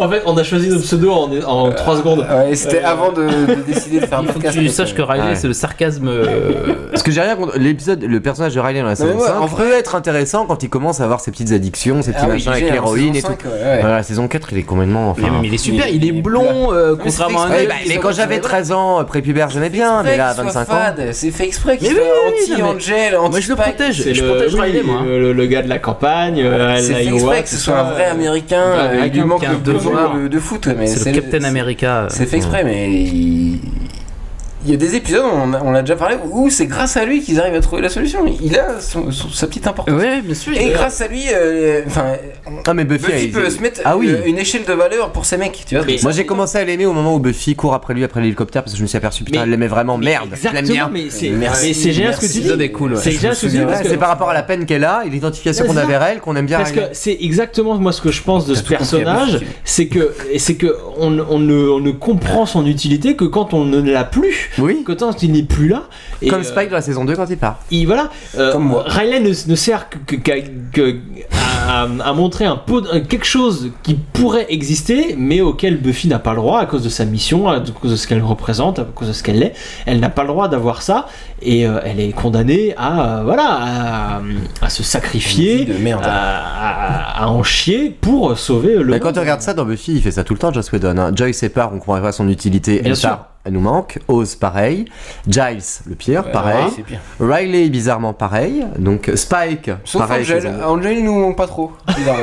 Speaker 1: En fait, on a choisi nos pseudos en,
Speaker 3: Euh,
Speaker 1: en 3 secondes.
Speaker 3: Ouais, c'était avant de, de décider de faire un
Speaker 2: Il faut que
Speaker 3: podcast. euh,
Speaker 2: tu saches que Riley,
Speaker 4: Ouais. Ah.
Speaker 2: c'est le sarcasme. euh,
Speaker 4: Parce que j'ai rien contre l'épisode, le personnage de Riley dans la saison
Speaker 3: mais ouais,
Speaker 4: 5
Speaker 3: en
Speaker 4: peut être intéressant quand il commence à avoir ses petites addictions, ses petits
Speaker 3: Ah oui,
Speaker 4: machins avec
Speaker 3: j'ai- en
Speaker 4: l'héroïne et tout.
Speaker 3: saison cinq, ouais, ouais.
Speaker 4: Voilà, la saison 4, il est complètement. Enfin...
Speaker 2: mais, mais il est super, il, est blond, euh, contrairement à
Speaker 4: Ouais,
Speaker 2: nous.
Speaker 4: bah, mais quand j'avais 13 ans, euh, prépubère, j'aimais bien, mais là, à 25 ans.
Speaker 3: C'est fait exprès qu'il
Speaker 2: Mais oui,
Speaker 3: soit
Speaker 2: oui, oui, non, mais-
Speaker 3: anti-Angel,
Speaker 2: Moi, je le
Speaker 3: anti-Spike.
Speaker 2: protège,
Speaker 1: C'est
Speaker 2: je
Speaker 1: le,
Speaker 2: protège
Speaker 1: oui,
Speaker 2: Riley, moi.
Speaker 1: le, le- le gars de la campagne, euh,
Speaker 3: C'est fait
Speaker 1: Iowa,
Speaker 3: exprès que
Speaker 1: tout
Speaker 3: ce
Speaker 1: ça.
Speaker 3: soit un vrai américain,
Speaker 2: bah,
Speaker 1: Ouais,
Speaker 3: euh, il lui
Speaker 1: américain
Speaker 3: manque
Speaker 1: qui a
Speaker 3: le
Speaker 1: un devoir.
Speaker 3: devoir de, de foot. mais
Speaker 2: C'est le Captain America.
Speaker 3: C'est fait
Speaker 4: Mm.
Speaker 3: exprès, mais il... il y a des épisodes, on, a- on a déjà parlé, où c'est grâce à lui qu'ils arrivent à trouver la solution. Il a son- son- sa petite importance.
Speaker 2: Ouais, bien sûr.
Speaker 3: Et grâce à lui, euh, enfin,
Speaker 4: Ah, mais Buffy,
Speaker 3: Buffy
Speaker 4: il-
Speaker 3: peut se mettre
Speaker 4: Ah oui.
Speaker 3: euh, une échelle de valeur pour ces mecs, tu vois.
Speaker 1: Mais-
Speaker 4: Moi j'ai commencé à l'aimer au moment où Buffy court après lui après l'hélicoptère parce que je me suis aperçu putain
Speaker 1: Mais-
Speaker 4: elle l'aimait vraiment merde. je l'aime
Speaker 1: Exactement,
Speaker 4: bien.
Speaker 1: mais c'est
Speaker 4: Merci,
Speaker 1: mais c'est génial ce que
Speaker 3: merci.
Speaker 1: tu dis.
Speaker 2: L'épisode est cool. ouais.
Speaker 1: C'est déjà ce que tu dis parce
Speaker 4: Ouais,
Speaker 1: que
Speaker 4: c'est par rapport à la peine qu'elle a et l'identification
Speaker 1: Mais
Speaker 4: qu'on
Speaker 1: c'est
Speaker 4: a
Speaker 1: ça.
Speaker 4: vers elle qu'on aime bien.
Speaker 1: Parce que
Speaker 4: Riley.
Speaker 1: c'est exactement moi ce que je pense de ce
Speaker 3: tout compris à
Speaker 1: personnage,
Speaker 3: Buffy.
Speaker 1: c'est que et c'est que on, on ne, on ne comprend son utilité que quand on ne l'a plus,
Speaker 4: Oui.
Speaker 1: que quand il n'est plus là. Et,
Speaker 4: Comme
Speaker 1: euh,
Speaker 4: Spike dans la saison 2 quand il part.
Speaker 1: il- voilà, euh,
Speaker 3: Comme moi.
Speaker 1: Riley ne, ne sert que, que- qu'à- que- à, à- à montrer un pot, un- quelque chose qui pourrait exister, mais auquel Buffy n'a pas le droit à cause de sa mission, à cause de ce qu'elle représente, à cause de ce qu'elle est. Elle n'a pas le droit d'avoir ça, et euh, elle est condamnée à euh, voilà à, à se sacrifier,
Speaker 3: Une vie de merde. Bah,
Speaker 1: à, à- à en chier pour sauver le.
Speaker 4: Mais quand
Speaker 1: monde.
Speaker 4: tu regardes ça dans Buffy, il fait ça tout le temps, Joss Whedon. hein. Joyce sépare, on comprend pas son utilité.
Speaker 1: Bien
Speaker 4: elle
Speaker 1: sûr.
Speaker 4: part, elle nous manque. Oz, pareil. Giles, le pire, pareil.
Speaker 3: c'est pire.
Speaker 4: Riley, bizarrement, pareil. Donc Spike,
Speaker 3: Sauf
Speaker 4: pareil.
Speaker 3: Angel.
Speaker 4: saison-
Speaker 3: Angel, il nous manque pas trop. bizarrement.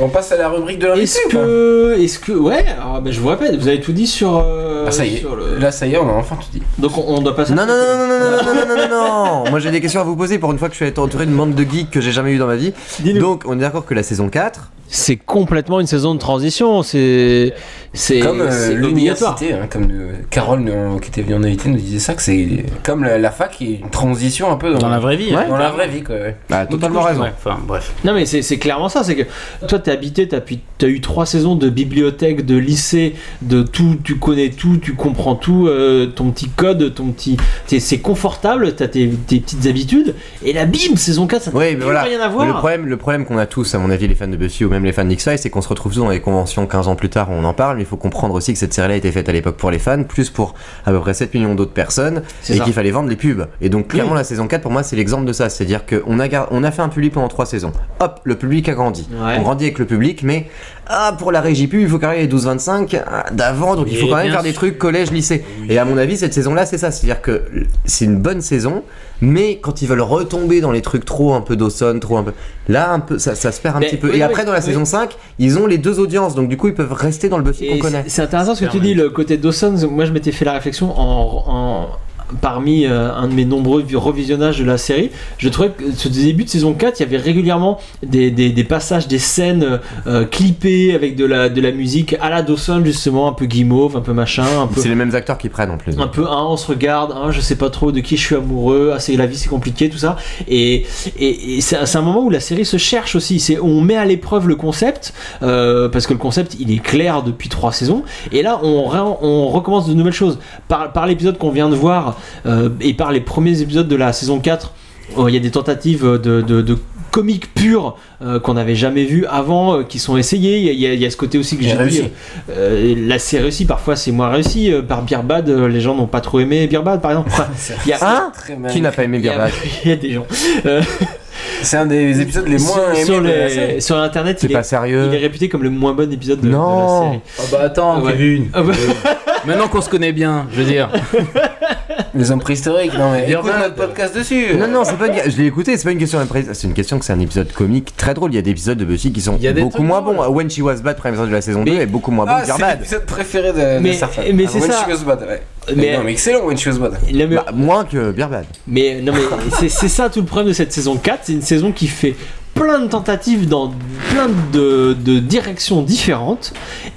Speaker 3: on passe à la rubrique de l'invité
Speaker 1: Est-ce
Speaker 3: ou pas
Speaker 1: que, est-ce que, ouais, alors, ben, je vous répète, vous avez tout dit sur. euh,
Speaker 3: Ah, ça y est,
Speaker 1: sur le-
Speaker 3: là ça y est, on a enfin tout dit.
Speaker 1: Donc on, on doit passer. à-
Speaker 4: Non, non, non, non, non, non, non, non, non, non, non, non. Moi j'ai des questions à vous poser pour une fois que je suis entouré d'une bande de geeks que j'ai jamais eu dans ma vie.
Speaker 1: Dis-nous.
Speaker 4: Donc on est d'accord que la saison 4.
Speaker 1: C'est complètement une saison de transition. C'est c'est
Speaker 3: Comme euh,
Speaker 1: c'est obligatoire.
Speaker 3: l'université, hein, comme euh, Carole nous- qui était venue en invité nous disait ça, que c'est comme la, la fac, il y a une transition un peu dans,
Speaker 2: Dans la vraie vie. hein.
Speaker 3: dans la vraie vie. Quoi, ouais.
Speaker 4: Bah, totalement
Speaker 2: Donc, du
Speaker 4: raison.
Speaker 2: coup, ouais, Enfin, bref.
Speaker 1: Non mais c'est c'est clairement ça. C'est que toi t'es habité, t'as pu- t'as eu trois saisons de bibliothèque, de lycée, de tout. Tu connais tout, tu comprends tout. euh, ton petit code, ton petit, t'es- c'est confortable. T'as tes, tes petites habitudes. Et la bim saison 4 ça n'a
Speaker 4: Oui,
Speaker 1: plus
Speaker 4: mais voilà.
Speaker 1: rien à voir.
Speaker 4: Le problème, le problème qu'on a tous, à mon avis, les fans de Buffy ou même les fans d'X-Files, c'est qu'on se retrouve tous dans les conventions 15 ans plus tard où on en parle, mais il faut comprendre aussi que cette série-là a été faite à l'époque pour les fans, plus pour à peu près 7 millions d'autres personnes,
Speaker 1: C'est
Speaker 4: et
Speaker 1: ça.
Speaker 4: qu'il fallait vendre les pubs. Et donc, clairement, la saison 4, pour moi, c'est l'exemple de ça. C'est-à-dire qu'on a, gar- on a fait un public pendant 3 saisons. Hop, le public a grandi.
Speaker 1: Ouais.
Speaker 4: On grandit avec le public, mais ah, pour la régie pub, il faut carrer les 12-25 ah, d'avant, donc il faut
Speaker 2: Et
Speaker 4: quand même
Speaker 2: bien
Speaker 4: faire des
Speaker 2: sûr.
Speaker 4: trucs collège-lycée. Et à mon avis, cette saison-là, c'est ça. C'est-à-dire que c'est une bonne saison, mais quand ils veulent retomber dans les trucs trop un peu Dawson, trop un peu. Là, un peu, ça, ça se perd un
Speaker 1: Mais
Speaker 4: petit peu.
Speaker 1: oui,
Speaker 4: et après,
Speaker 1: oui,
Speaker 4: dans la
Speaker 1: oui.
Speaker 4: saison 5, ils ont les deux audiences, donc du coup, ils peuvent rester dans le Buffy
Speaker 1: Et
Speaker 4: qu'on
Speaker 1: c'est-
Speaker 4: connaît.
Speaker 1: C'est intéressant ce que tu
Speaker 2: Clairement.
Speaker 1: dis, le côté Dawson. Moi, je m'étais fait la réflexion en, en- parmi euh, un de mes nombreux vu- revisionnages de la série. Je trouvais que ce début de saison 4, il y avait régulièrement des, des- des passages, des scènes euh, clippées avec de la, de la musique à la Dawson, justement, un peu guimauve, un peu machin, un peu.
Speaker 4: C'est les mêmes acteurs qui prennent en plus.
Speaker 1: Un peu, hein, on se regarde, hein, je sais pas trop de qui je suis amoureux, ah, c'est la vie, c'est compliqué, tout ça. Et, et, et c'est un c'est un moment où la série se cherche aussi. C'est on met à l'épreuve le concept euh, parce que le concept il est clair depuis trois saisons. Et là, on, re- on recommence de nouvelles choses par, par l'épisode qu'on vient de voir euh, et par les premiers épisodes de la saison 4 euh, Il y a des tentatives de, de, de comique pure euh, qu'on n'avait jamais vu avant, euh, qui sont essayées. Il y a- il y, a- il y a ce côté aussi que
Speaker 3: Et
Speaker 1: j'ai
Speaker 3: réussi.
Speaker 1: dit. euh, euh, là, c'est réussi, parfois c'est moins réussi. euh, par Birbad, euh, les gens n'ont pas trop aimé Birbad, par exemple. Enfin, il y a,
Speaker 4: Hein
Speaker 3: Très mal.
Speaker 4: Qui n'a pas aimé
Speaker 1: il y a-
Speaker 4: Birbad
Speaker 1: il y a des gens.
Speaker 3: C'est un des épisodes les moins
Speaker 1: sur, sur
Speaker 3: aimés de la
Speaker 1: les-
Speaker 3: série.
Speaker 1: sur Internet,
Speaker 4: C'est
Speaker 1: il
Speaker 4: pas
Speaker 1: est,
Speaker 4: sérieux.
Speaker 1: il est réputé comme le moins bon épisode de, de
Speaker 4: Non.
Speaker 1: la série.
Speaker 2: Ah bah attends,
Speaker 1: Ouais.
Speaker 2: Kevin.
Speaker 1: Ah bah-
Speaker 2: Maintenant qu'on se connaît bien, je veux dire.
Speaker 3: Les hommes préhistoriques, non mais
Speaker 2: Bien
Speaker 3: écoute
Speaker 2: mal.
Speaker 3: notre podcast dessus.
Speaker 4: Non, non, c'est pas une... je l'ai écouté, c'est pas une question d'imprécis- C'est une question que c'est un épisode comique très drôle. Il y a des épisodes de Buffy qui sont
Speaker 2: Il y a des
Speaker 4: beaucoup
Speaker 2: trucs
Speaker 4: moins
Speaker 2: drôles.
Speaker 4: bons. When She Was Bad, premier épisode de la saison 2, est beaucoup moins bon
Speaker 3: Ah,
Speaker 4: que
Speaker 3: c'est
Speaker 4: Birbad.
Speaker 3: l'épisode préféré de,
Speaker 1: Mais-
Speaker 3: de Sarfan.
Speaker 1: mais c'est
Speaker 3: When
Speaker 1: ça.
Speaker 3: She Was Bad, ouais.
Speaker 1: Mais-
Speaker 3: Non mais excellent When She Was Bad.
Speaker 1: Non, mais-
Speaker 4: Bah, moins que Birbad.
Speaker 1: Mais non, mais c'est- c'est ça tout le problème de cette saison 4. C'est une saison qui fait plein de tentatives dans plein de, de directions différentes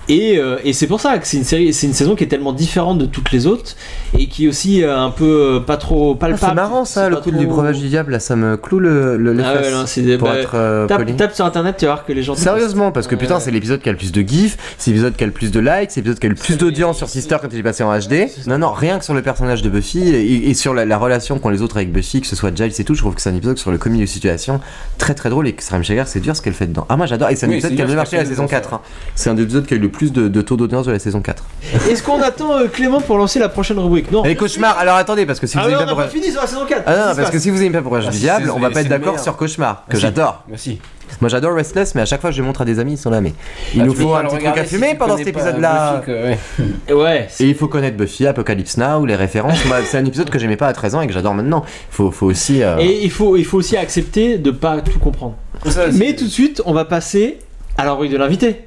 Speaker 1: Et, euh, et c'est pour ça que c'est une série, c'est une saison qui est tellement différente de toutes les autres et qui est aussi euh, un peu euh, pas trop palpable.
Speaker 4: c'est marrant ça, le truc du breuvage du diable, là, ça me cloue le, le, les
Speaker 1: Ah ouais,
Speaker 4: fesses,
Speaker 1: non, c'est des-
Speaker 4: pour
Speaker 1: bah,
Speaker 4: être euh, poli.
Speaker 1: tape, tape sur internet, tu vas voir que les gens.
Speaker 4: Sérieusement, parce que putain, c'est l'épisode qui a le plus de gifs, c'est l'épisode qui a le plus de likes, c'est l'épisode qui a le plus d'audience sur Sister quand il est passé en HD. Non, non, rien que sur le personnage de Buffy et, et sur la, la relation qu'ont les autres avec Buffy, que ce soit Giles et tout, je trouve que c'est un épisode sur le coming de situation très très drôle et que Sarah Shagar, c'est dur ce qu'elle fait dedans. Ah, moi j'adore, et c'est un
Speaker 3: Oui,
Speaker 4: épisode
Speaker 3: c'est
Speaker 4: qui a
Speaker 3: dur
Speaker 4: bien
Speaker 3: ce
Speaker 4: marché
Speaker 3: qu'elle
Speaker 4: la
Speaker 3: fait
Speaker 4: saison
Speaker 3: dedans,
Speaker 4: 4. hein. C'est un des épisodes qui a eu le plus de, de taux d'audience de la saison 4.
Speaker 1: Est-ce qu'on attend euh, Clément pour lancer la prochaine rubrique Non.
Speaker 4: Et Oh, cauchemar, alors attendez, parce que si
Speaker 1: Ah
Speaker 4: vous
Speaker 1: ouais,
Speaker 4: aimez
Speaker 1: on
Speaker 4: pas
Speaker 1: n'a pas
Speaker 4: Breuvage-
Speaker 1: fini sur la saison 4.
Speaker 4: Ah non,
Speaker 1: Qu'est-ce qui
Speaker 4: parce
Speaker 1: se
Speaker 4: que
Speaker 1: passe
Speaker 4: si vous aimez pas Breuvage
Speaker 1: Ah,
Speaker 4: du
Speaker 1: si,
Speaker 4: Diable,
Speaker 1: c'est-
Speaker 4: on va
Speaker 1: c'est
Speaker 4: pas être d'accord
Speaker 1: merde.
Speaker 4: sur Cauchemar, que
Speaker 1: Merci.
Speaker 4: j'adore.
Speaker 2: Merci.
Speaker 4: Moi j'adore Restless, mais à chaque fois je le montre à des amis, ils sont là, mais il
Speaker 3: Ah,
Speaker 4: nous
Speaker 3: tu peux
Speaker 4: faut
Speaker 3: pas
Speaker 4: un
Speaker 3: le
Speaker 4: petit truc
Speaker 3: regarder
Speaker 4: à
Speaker 3: si
Speaker 4: fumer
Speaker 3: tu
Speaker 4: pendant
Speaker 3: connais
Speaker 4: cet
Speaker 3: pas
Speaker 4: épisode-là.
Speaker 3: Buffy, que- ouais.
Speaker 1: Ouais.
Speaker 4: Et il faut connaître Buffy, Apocalypse Now, les références. Moi, c'est un épisode que j'aimais pas à 13 ans et que j'adore maintenant. Faut, faut aussi. euh,
Speaker 1: Et il faut, il faut aussi accepter de pas tout comprendre. Mais tout de suite, on va passer à la rubrique de l'invité.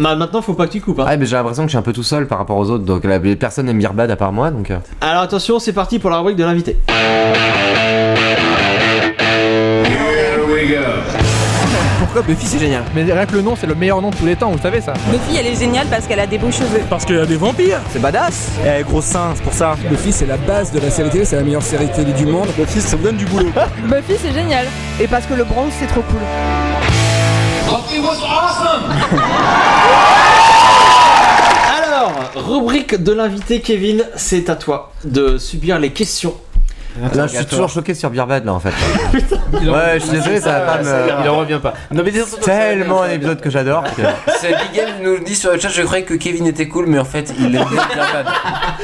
Speaker 1: Ma- Maintenant, faut pas que tu coupes. hein.
Speaker 4: Ouais, mais j'ai l'impression que je suis un peu tout seul par rapport aux autres, donc la, personne n'aime Birbad à part moi, donc. euh.
Speaker 1: Alors attention, c'est parti pour la rubrique de l'invité.
Speaker 4: Pourquoi Buffy c'est génial
Speaker 11: Mais rien que le nom, c'est le meilleur nom de tous les temps, vous savez ça
Speaker 14: Buffy, elle est géniale parce qu'elle a des beaux cheveux.
Speaker 11: Parce qu'il y a des vampires C'est badass Eh, gros sein, c'est pour ça
Speaker 15: Buffy, c'est la base de la série télé, c'est la meilleure série télé du monde. Buffy, ça vous donne du boulot.
Speaker 16: Buffy, c'est génial. Et parce que le Bronx, c'est trop cool.
Speaker 1: Alors, rubrique de l'invité, Kevin, c'est à toi de subir les questions.
Speaker 4: Là, je suis toujours choqué sur Birbad là en fait.
Speaker 1: en-
Speaker 4: ouais, je suis désolé, ça va pas me.
Speaker 2: Il en revient pas. Non, mais
Speaker 4: C'est tellement un épisode que j'adore. que-
Speaker 3: C'est Big Game qui nous dit sur le chat je croyais que Kevin était cool mais en fait il est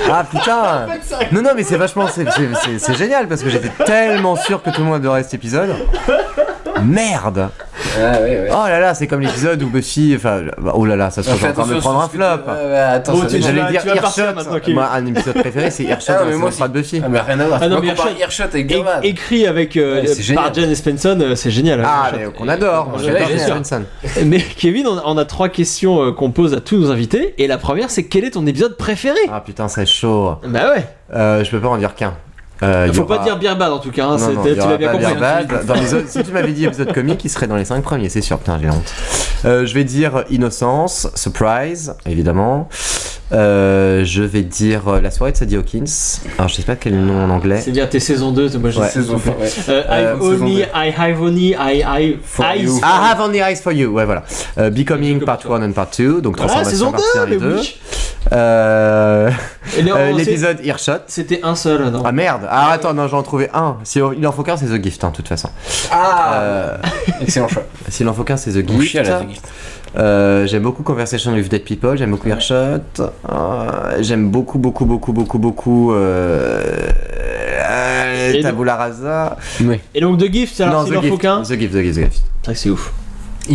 Speaker 4: Ah putain Non, non, mais c'est vachement. c'est- c'est- C'est c'est génial parce que j'étais tellement sûr que tout le monde adorait cet épisode. Merde Oh là là, c'est comme l'épisode où Buffy. Enfin, bah, oh là là, ça se trouve,
Speaker 3: Fais
Speaker 4: j'ai encore me
Speaker 3: attention
Speaker 4: prendre un
Speaker 3: sur ce que tu-
Speaker 4: flop.
Speaker 3: ouais, ouais, attends,
Speaker 4: Bon,
Speaker 3: ça-
Speaker 4: tu-
Speaker 3: tu
Speaker 4: J'allais
Speaker 3: vas-
Speaker 4: dire
Speaker 3: tu vas partir
Speaker 4: Earshot.
Speaker 3: maintenant, Kevin.
Speaker 4: Moi, un de mes épisodes préférés, c'est Earshot.
Speaker 3: Ah,
Speaker 4: dans
Speaker 3: mais
Speaker 4: la
Speaker 3: moi
Speaker 4: saison 3 de Buffy.
Speaker 3: Ah, mais rien à voir.
Speaker 1: Ah non,
Speaker 3: Tu
Speaker 1: mais
Speaker 3: compares
Speaker 1: Earshot-
Speaker 3: Earshot avec
Speaker 1: É-
Speaker 3: Birdman.
Speaker 1: écrit avec euh,
Speaker 3: Ouais, c'est génial.
Speaker 1: par Jane Espenson, euh, c'est génial.
Speaker 4: Ah,
Speaker 1: Earshot.
Speaker 4: mais qu'on adore, moi,
Speaker 1: Et-
Speaker 4: j'adore
Speaker 1: bien
Speaker 4: Jane
Speaker 1: sûr.
Speaker 4: Espenson.
Speaker 1: Mais Kevin, on, on a trois questions euh, qu'on pose à tous nos invités. Et la première, c'est quel est ton épisode préféré
Speaker 4: Ah putain, c'est chaud.
Speaker 1: Bah ouais.
Speaker 4: je peux pas en dire qu'un. Euh, il y
Speaker 1: Ah, Faut
Speaker 4: aura-
Speaker 1: pas dire Birbad en tout cas, hein,
Speaker 4: Non,
Speaker 1: c'est-
Speaker 4: non, il
Speaker 1: tu
Speaker 4: y aura
Speaker 1: l'as bien
Speaker 4: pas
Speaker 1: compris.
Speaker 4: Birbad. Dans les autres- si tu m'avais dit épisode comique, il serait dans les 5 premiers, c'est sûr. Putain, j'ai honte. Euh, je vais dire Innocence, Surprise, évidemment. Euh, je vais dire euh, La soirée de Sadie Hawkins. Alors, je sais pas quel est le nom en anglais.
Speaker 1: C'est bien tes saisons 2, moi j'ai
Speaker 4: Ouais.
Speaker 1: saison
Speaker 4: Saison
Speaker 1: 2.
Speaker 4: deux, Ah, ouais.
Speaker 1: Euh,
Speaker 4: Euh,
Speaker 1: I've only,
Speaker 4: saison
Speaker 1: I have only, I, I, I, Ah,
Speaker 4: I have only eyes for you. Ouais, voilà. Euh, Becoming Part 1 and Part 2. Donc,
Speaker 1: Voilà,
Speaker 4: transformation
Speaker 1: saison
Speaker 4: par
Speaker 1: deux,
Speaker 4: série
Speaker 1: mais
Speaker 4: 2.
Speaker 1: oui.
Speaker 4: Euh,
Speaker 1: Et non,
Speaker 4: euh,
Speaker 1: c'est-
Speaker 4: L'épisode Earshot.
Speaker 1: C'était un seul, non
Speaker 4: Ah merde. Ah, attends, non, j'en ai trouvé un. Si il en faut qu'un, c'est The Gift, hein, de toute façon.
Speaker 3: Ah
Speaker 4: Euh,
Speaker 3: Excellent choix.
Speaker 4: S'il en faut qu'un, c'est The
Speaker 3: On
Speaker 4: Gift.
Speaker 3: chiale à The Gift.
Speaker 4: Euh, j'aime beaucoup Conversation with Dead People, j'aime beaucoup Earshot. Euh, j'aime beaucoup, beaucoup, beaucoup, beaucoup, beaucoup. Euh... euh,
Speaker 1: Et
Speaker 4: Tabula Rasa.
Speaker 1: Et donc The Gift, alors
Speaker 4: Non,
Speaker 1: s'il
Speaker 4: The
Speaker 1: en faut
Speaker 4: Gift.
Speaker 1: qu'un. Ah,
Speaker 4: The Gift, The Gift, The Gift.
Speaker 1: c'est ouf.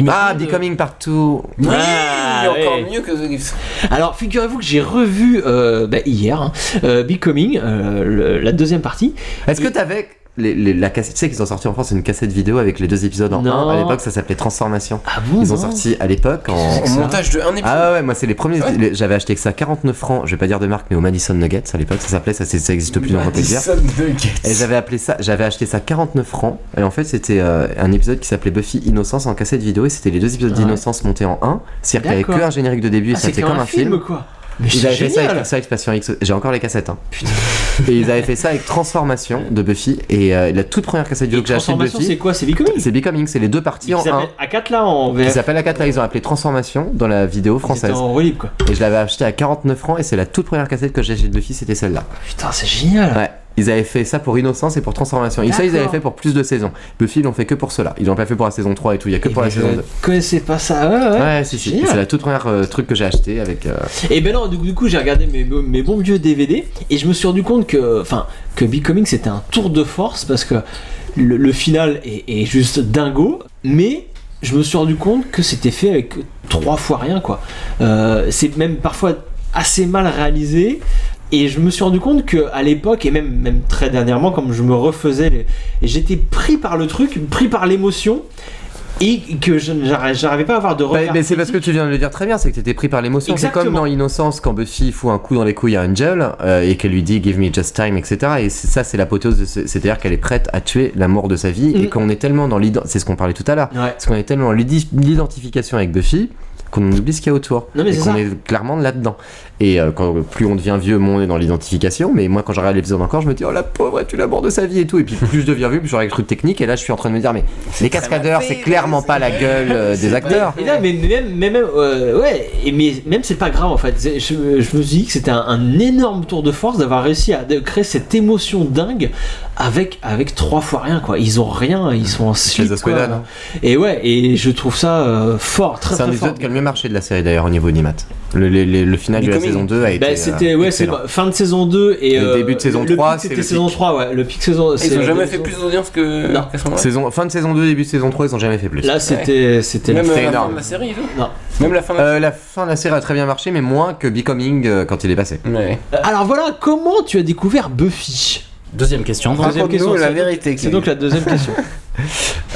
Speaker 4: Ah,
Speaker 1: euh,
Speaker 4: Becoming Partout.
Speaker 1: Oui,
Speaker 3: Ah, Il est encore mieux que The Gift.
Speaker 1: Ah, Alors, figurez-vous que j'ai revu euh, bah, hier hein, euh, Becoming, euh, le- la deuxième partie.
Speaker 4: Est-ce que t'avais les- les- la cassette, tu sais qu'ils ont sorti en France une cassette vidéo avec les deux épisodes en
Speaker 1: Non.
Speaker 4: un. À l'époque, ça s'appelait Transformation.
Speaker 1: bon,
Speaker 4: Ils ont
Speaker 1: Ah, non.
Speaker 4: sorti à l'époque en,
Speaker 3: En montage de un épisode.
Speaker 4: Ah ouais, ouais, moi c'est les premiers. les- J'avais acheté que ça 49 francs. Je vais pas dire de marque, mais au Madison Nuggets à l'époque, ça s'appelait. Ça, c'est- ça existe plus dans le dire.
Speaker 3: Madison Nuggets.
Speaker 4: Et j'avais appelé ça, j'avais acheté ça 49 francs. Et en fait, c'était euh, un épisode qui s'appelait Buffy Innocence en cassette vidéo. Et c'était les deux épisodes
Speaker 1: Ah ouais.
Speaker 4: d'Innocence montés en un. C'est-à-dire qu'il y avait
Speaker 1: D'accord.
Speaker 4: que un générique de début. et
Speaker 1: Ah,
Speaker 4: ça faisait comme un film.
Speaker 1: quoi. Mais
Speaker 4: Ils
Speaker 1: c'est
Speaker 4: avaient fait ça
Speaker 1: génial.
Speaker 4: avec, ça avec Station X. J'ai encore les cassettes. Hein. Et ils avaient fait ça avec Transformation de Buffy. Et euh, la toute première cassette vidéo que j'ai achetée de
Speaker 1: Transformation,
Speaker 4: Buffy.
Speaker 1: c'est quoi C'est Becoming
Speaker 4: C'est Becoming, c'est les deux parties
Speaker 1: Ils
Speaker 4: en un.
Speaker 1: s'appellent A4 là en
Speaker 4: Ils
Speaker 1: VF.
Speaker 4: s'appellent la 4 là, ils ont appelé Transformation dans la vidéo française.
Speaker 1: en relibre quoi.
Speaker 4: Et je l'avais acheté à 49 francs et c'est la toute première cassette que j'ai achetée de Buffy, c'était celle-là.
Speaker 1: Putain, c'est génial.
Speaker 4: Ouais. Ils avaient fait ça pour Innocence et pour Transformation. Et ça, ils
Speaker 1: Ah. D'accord.
Speaker 4: avaient fait pour plus de saisons. Buffy, ils l'ont fait que pour cela. Ils l'ont pas fait pour la saison 3 et tout, il y a que pour la
Speaker 1: Eh ben, Je
Speaker 4: saison 2.
Speaker 1: connaissais pas ça. Ouais, ouais.
Speaker 4: Ouais, si, si.
Speaker 1: génial.
Speaker 4: C'est la toute première euh, truc que j'ai acheté avec. euh,
Speaker 1: Et ben non, du coup, du coup, j'ai regardé mes, mes bons vieux DVD et je me suis rendu compte que, enfin, que Becoming c'était un tour de force parce que le, le final est, est juste dingo, mais je me suis rendu compte que c'était fait avec trois fois rien quoi. Euh, c'est même parfois assez mal réalisé. Et je me suis rendu compte que à l'époque et même même très dernièrement, comme je me refaisais, les- j'étais pris par le truc, pris par l'émotion, et que je n'arri- j'arrivais pas à avoir de
Speaker 4: Bah,
Speaker 1: regard
Speaker 4: mais c'est parce que tu viens de le dire très bien, c'est que t'étais pris par l'émotion. C'est comme
Speaker 1: Exactement.
Speaker 4: dans Innocence quand Buffy fout un coup dans les couilles à Angel euh, et qu'elle lui dit Give me just time, etc. Et c'est- ça, c'est l'apothéose, de ce- c'est-à-dire qu'elle est prête à tuer l'amour de sa vie et qu'on est tellement dans l'identité, c'est ce qu'on parlait tout à l'heure,
Speaker 1: Mm. Ouais.
Speaker 4: parce qu'on est tellement dans l'idi- l'identification avec Buffy qu'on oublie ce qu'il y a autour.
Speaker 1: Non, mais
Speaker 4: et
Speaker 1: c'est
Speaker 4: qu'on
Speaker 1: ça.
Speaker 4: est clairement là-dedans. Et euh, quand, plus on devient vieux, moins on est dans l'identification. Mais moi, quand je regarde l'épisode encore, je me dis oh la pauvre, tu l'abordes de sa vie et tout. Et puis plus je deviens vieux, plus je regarde le truc technique. Et là, je suis en train de me dire mais les cascadeurs, c'est clairement pas la gueule euh, des acteurs.
Speaker 1: Et là, mais même, mais même, euh, ouais, et mais même c'est pas grave en fait. C'est- Je, je me suis dit que c'était un, un énorme tour de force d'avoir réussi à de- créer cette émotion dingue avec avec trois fois rien quoi. Ils ont rien, ils sont en slip. quoi.
Speaker 4: Oswedad.
Speaker 1: Et ouais, et je trouve ça euh, fort, très
Speaker 4: C'est un
Speaker 1: très
Speaker 4: des
Speaker 1: fort.
Speaker 4: épisodes qui a le mieux marché de la série d'ailleurs au niveau Nimat. Le, le- le- le final de la
Speaker 1: Becoming.
Speaker 4: saison 2 a été.
Speaker 1: Bah,
Speaker 4: euh,
Speaker 1: c'était ouais, c'est
Speaker 4: excellent.
Speaker 1: pas- fin de saison 2 et
Speaker 4: Le
Speaker 1: euh,
Speaker 4: début de saison
Speaker 1: le pic,
Speaker 4: 3, c'est
Speaker 1: c'était
Speaker 4: le
Speaker 1: saison
Speaker 4: pic.
Speaker 1: 3 ouais, le pic saison c'est-
Speaker 3: Ils ont jamais fait plus d'audience que.
Speaker 1: Non.
Speaker 3: qu'à ce moment-là.
Speaker 4: Saison, fin de saison 2, début de saison 3, ils ont jamais fait plus.
Speaker 1: Là, c'était c'était
Speaker 3: Même euh, la fin de
Speaker 4: énorme.
Speaker 3: la série, ils ont.
Speaker 1: Non.
Speaker 3: Même la fin de la
Speaker 4: Euh, la fin de la série a très bien marché, mais moins que Becoming euh, quand il est passé.
Speaker 1: Alors voilà, comment tu as découvert Buffy
Speaker 2: Deuxième question.
Speaker 4: Raconte-nous la
Speaker 1: c'est-
Speaker 4: vérité,
Speaker 1: C'est
Speaker 4: Xavier.
Speaker 1: donc la deuxième question.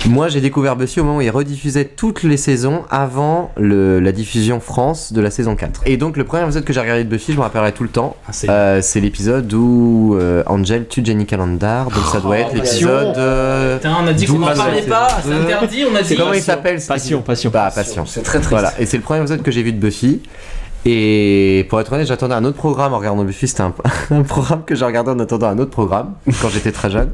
Speaker 4: Moi, j'ai découvert Buffy au moment où il rediffusait toutes les saisons avant le- la diffusion France de la saison 4. Et donc, le premier épisode que j'ai regardé de Buffy, je me rappellerai tout le temps,
Speaker 2: Ah,
Speaker 4: euh, c'est l'épisode où euh, Angel tue Jenny Calendar. Donc, ça doit être l'épisode. euh,
Speaker 2: on a dit qu'on
Speaker 4: 12,
Speaker 2: n'en parlait
Speaker 4: euh,
Speaker 2: pas, c'est interdit, on a dit.
Speaker 4: Comment il s'appelle Passion,
Speaker 1: passion.
Speaker 4: Bah, passion. C'est
Speaker 3: très triste.
Speaker 4: Voilà, et c'est le premier épisode que j'ai vu de Buffy. Et pour être honnête, j'attendais un autre programme en regardant Buffy. C'était un, un programme que j'ai regardé en attendant un autre programme quand j'étais très jeune.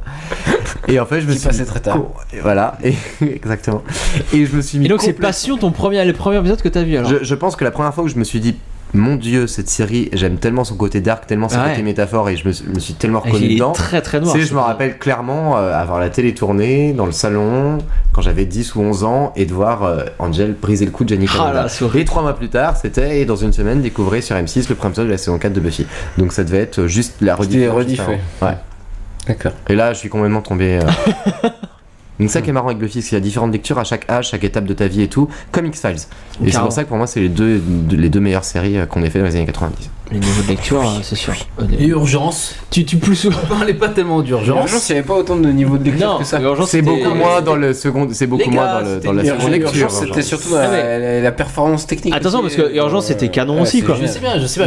Speaker 4: Et en fait, je me suis passé très tard. voilà, et, exactement. Et je me suis mis.
Speaker 1: Et donc c'est
Speaker 4: complètement-
Speaker 1: Passion, ton premier, le premier épisode que t'as vu alors
Speaker 4: je, je pense que la première fois où je me suis dit, mon dieu, cette série, j'aime tellement son côté dark, tellement son
Speaker 1: Ah Ouais.
Speaker 4: côté métaphore, et je me, suis- me suis tellement
Speaker 1: Et
Speaker 4: reconnu
Speaker 1: il est
Speaker 4: dedans.
Speaker 1: très, très noir,
Speaker 4: Tu sais,
Speaker 1: ce
Speaker 4: je me rappelle clairement euh, avoir la télé tournée dans le salon quand j'avais 10 ou 11 ans et de voir euh, Angel briser le cou de Jenny
Speaker 1: Ah
Speaker 4: Calendar.
Speaker 1: là, c'est
Speaker 4: et trois mois plus tard, c'était et dans une semaine, découvrez sur M6 le premier épisode de la saison 4 de Buffy. Donc ça devait être euh, juste la rediff.
Speaker 3: les rediffs,
Speaker 4: juste
Speaker 3: ouais.
Speaker 4: avant. Ouais. D'accord. Et là, je suis complètement tombé. euh, Donc ça qui est marrant avec Buffy, c'est qu'il y a différentes lectures à chaque âge, chaque étape de ta vie et tout, comme X-Files. Et c'est
Speaker 1: Carrément.
Speaker 4: pour ça que pour moi, c'est les deux, les deux meilleures séries euh, qu'on ait fait dans les années 90.
Speaker 1: Les niveaux de lecture, euh, c'est sûr.
Speaker 2: Et urgence.
Speaker 1: Tu, tu pousses. On
Speaker 2: parlait pas tellement d'urgence.
Speaker 3: L'urgence, il n'y avait pas autant de niveau de lecture que ça.
Speaker 4: C'est beaucoup moins dans le second, c'est beaucoup
Speaker 3: Les
Speaker 4: moins
Speaker 3: gars,
Speaker 4: dans, le,
Speaker 3: c'était
Speaker 4: dans la
Speaker 3: une
Speaker 4: seconde
Speaker 3: urgence,
Speaker 4: lecture. hein,
Speaker 3: C'était
Speaker 4: genre.
Speaker 3: surtout la,
Speaker 1: Ah, mais-
Speaker 3: la- la performance technique. euh,
Speaker 1: Attention parce que Urgence c'était canon aussi quoi.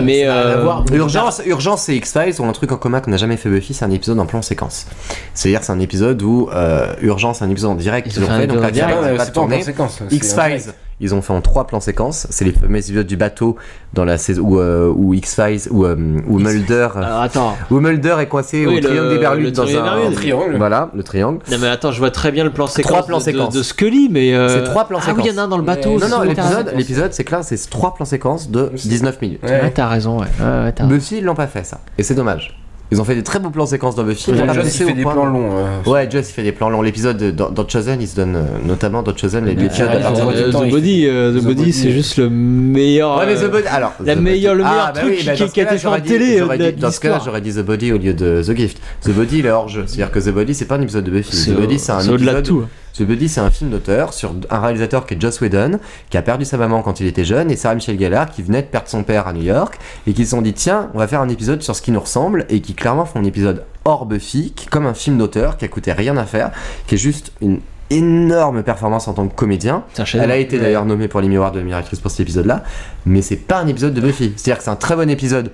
Speaker 1: Mais euh,
Speaker 4: Urgence, Urgence et X-Files ont un truc en commun qu'on n'a jamais fait Buffy, c'est un épisode en plan séquence. C'est-à-dire, c'est un épisode où euh, Urgence, c'est un épisode en direct,
Speaker 1: Ils
Speaker 4: ils,
Speaker 1: ont
Speaker 4: ont
Speaker 1: fait un
Speaker 4: fait, donc
Speaker 1: épisode en
Speaker 4: la
Speaker 1: direct.
Speaker 4: caméra
Speaker 1: Ouais,
Speaker 4: n'est pas
Speaker 1: c'est pas en plan
Speaker 4: tournée.
Speaker 1: séquence, c'est en
Speaker 4: X-Files,
Speaker 1: direct.
Speaker 4: ils ont fait en trois plans séquences. C'est les premiers épisodes du bateau dans la saison où, euh, où X-Files, où, euh, où Mulder.
Speaker 1: attends.
Speaker 4: Où Mulder est coincé
Speaker 1: Ah. Oui,
Speaker 4: au
Speaker 1: le-
Speaker 4: triangle des
Speaker 1: le
Speaker 4: Bermudes dans
Speaker 1: triangle des
Speaker 4: un
Speaker 1: Bermudes. Triangle.
Speaker 4: Voilà, le triangle.
Speaker 1: Non mais attends, je vois très bien le plan séquence.
Speaker 4: Trois plans
Speaker 1: de- de-
Speaker 4: séquences.
Speaker 1: de, Scully, mais euh,
Speaker 4: C'est trois plans
Speaker 1: Ah
Speaker 4: séquences.
Speaker 1: oui, il y en a un dans le bateau.
Speaker 4: Non,
Speaker 1: c'est
Speaker 4: non,
Speaker 1: vrai, t'as
Speaker 4: l'épisode,
Speaker 1: raison.
Speaker 4: l'épisode, c'est clair, c'est trois plans séquences de 19 minutes.
Speaker 1: Ouais, t'as raison, ouais. ouais, ouais, t'as raison.
Speaker 4: Buffy, ils l'ont pas fait ça. Et c'est dommage. Ils ont fait des très beaux plans séquences dans Buffy.
Speaker 3: Ouais,
Speaker 4: Ah, mais
Speaker 3: Joss,
Speaker 4: pas
Speaker 3: il
Speaker 4: passé
Speaker 3: fait
Speaker 4: au
Speaker 3: des
Speaker 4: point-
Speaker 3: plans longs,
Speaker 4: Ouais, Joss, il fait des plans longs. L'épisode de- dans, dans Chosen, il se donne euh, notamment dans Chosen les- l'épisode à
Speaker 1: Euh,
Speaker 4: partir du
Speaker 1: euh,
Speaker 4: temps,
Speaker 1: The
Speaker 4: il
Speaker 1: Body, euh, The Body, c'est juste le meilleur.
Speaker 4: Ouais, mais The
Speaker 1: euh,
Speaker 4: Body. Alors,
Speaker 1: la
Speaker 4: The Body.
Speaker 1: meilleure, le meilleur
Speaker 4: Ah, bah
Speaker 1: truc
Speaker 4: oui, bah,
Speaker 1: qui,
Speaker 4: dans ce
Speaker 1: qui a
Speaker 4: cas-là,
Speaker 1: été fait en
Speaker 4: j'aurais dit-
Speaker 1: télé. euh,
Speaker 4: j'aurais
Speaker 1: de-
Speaker 4: dit- Dans ce cas-là,
Speaker 1: d'histoire.
Speaker 4: j'aurais dit The Body au lieu de The Gift. The Body, il est hors jeu. C'est-à-dire que The Body, c'est pas un épisode de Buffy.
Speaker 1: C'est
Speaker 4: The
Speaker 1: au-
Speaker 4: Body, c'est un
Speaker 1: c'est au-delà de
Speaker 4: épisode-
Speaker 1: tout. hein.
Speaker 4: The Body, c'est un film d'auteur sur un réalisateur qui est Joss Whedon, qui a perdu sa maman quand il était jeune, et Sarah Michelle Gellar qui venait de perdre son père à New York, et qui se sont dit tiens, on va faire un épisode sur ce qui nous ressemble, et qui clairement font un épisode hors Buffy, qui est comme un film d'auteur qui a coûté rien à faire, qui est juste une énorme performance en tant que comédien.
Speaker 1: C'est un chef-d'œuvre.
Speaker 4: Elle a été d'ailleurs nommée pour les miroirs de la meilleure actrice pour cet épisode-là, mais c'est pas un épisode de Buffy. C'est-à-dire que c'est un très bon épisode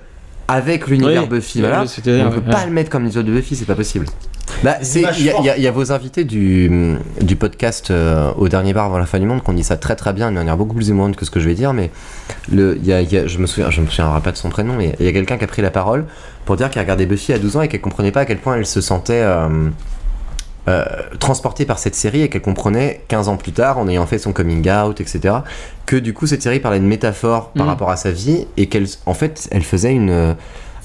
Speaker 4: avec l'univers
Speaker 1: Oui,
Speaker 4: Buffy,
Speaker 1: oui,
Speaker 4: voilà.
Speaker 1: oui, c'est-à-dire,
Speaker 4: on peut
Speaker 1: ouais.
Speaker 4: pas le mettre comme l'épisode de Buffy, c'est pas possible. Bah, c'est-
Speaker 1: images
Speaker 4: il y, a-
Speaker 1: fortes.
Speaker 4: il y a- il y a vos invités du, du podcast euh, au dernier bar avant la fin du monde qu'on dit ça très très bien, de manière beaucoup plus émouvante que ce que je vais dire, mais le, il y a- il y a- je me souviens, je me souviendrai pas de son prénom, mais il y a quelqu'un qui a pris la parole pour dire qu'elle regardait Buffy à 12 ans et qu'elle comprenait pas à quel point elle se sentait euh, euh, transportée par cette série et qu'elle comprenait 15 ans plus tard, en ayant fait son coming out, etc., que du coup cette série parlait de métaphore par
Speaker 1: Mhm.
Speaker 4: rapport à sa vie et qu'elle, en fait, elle faisait une,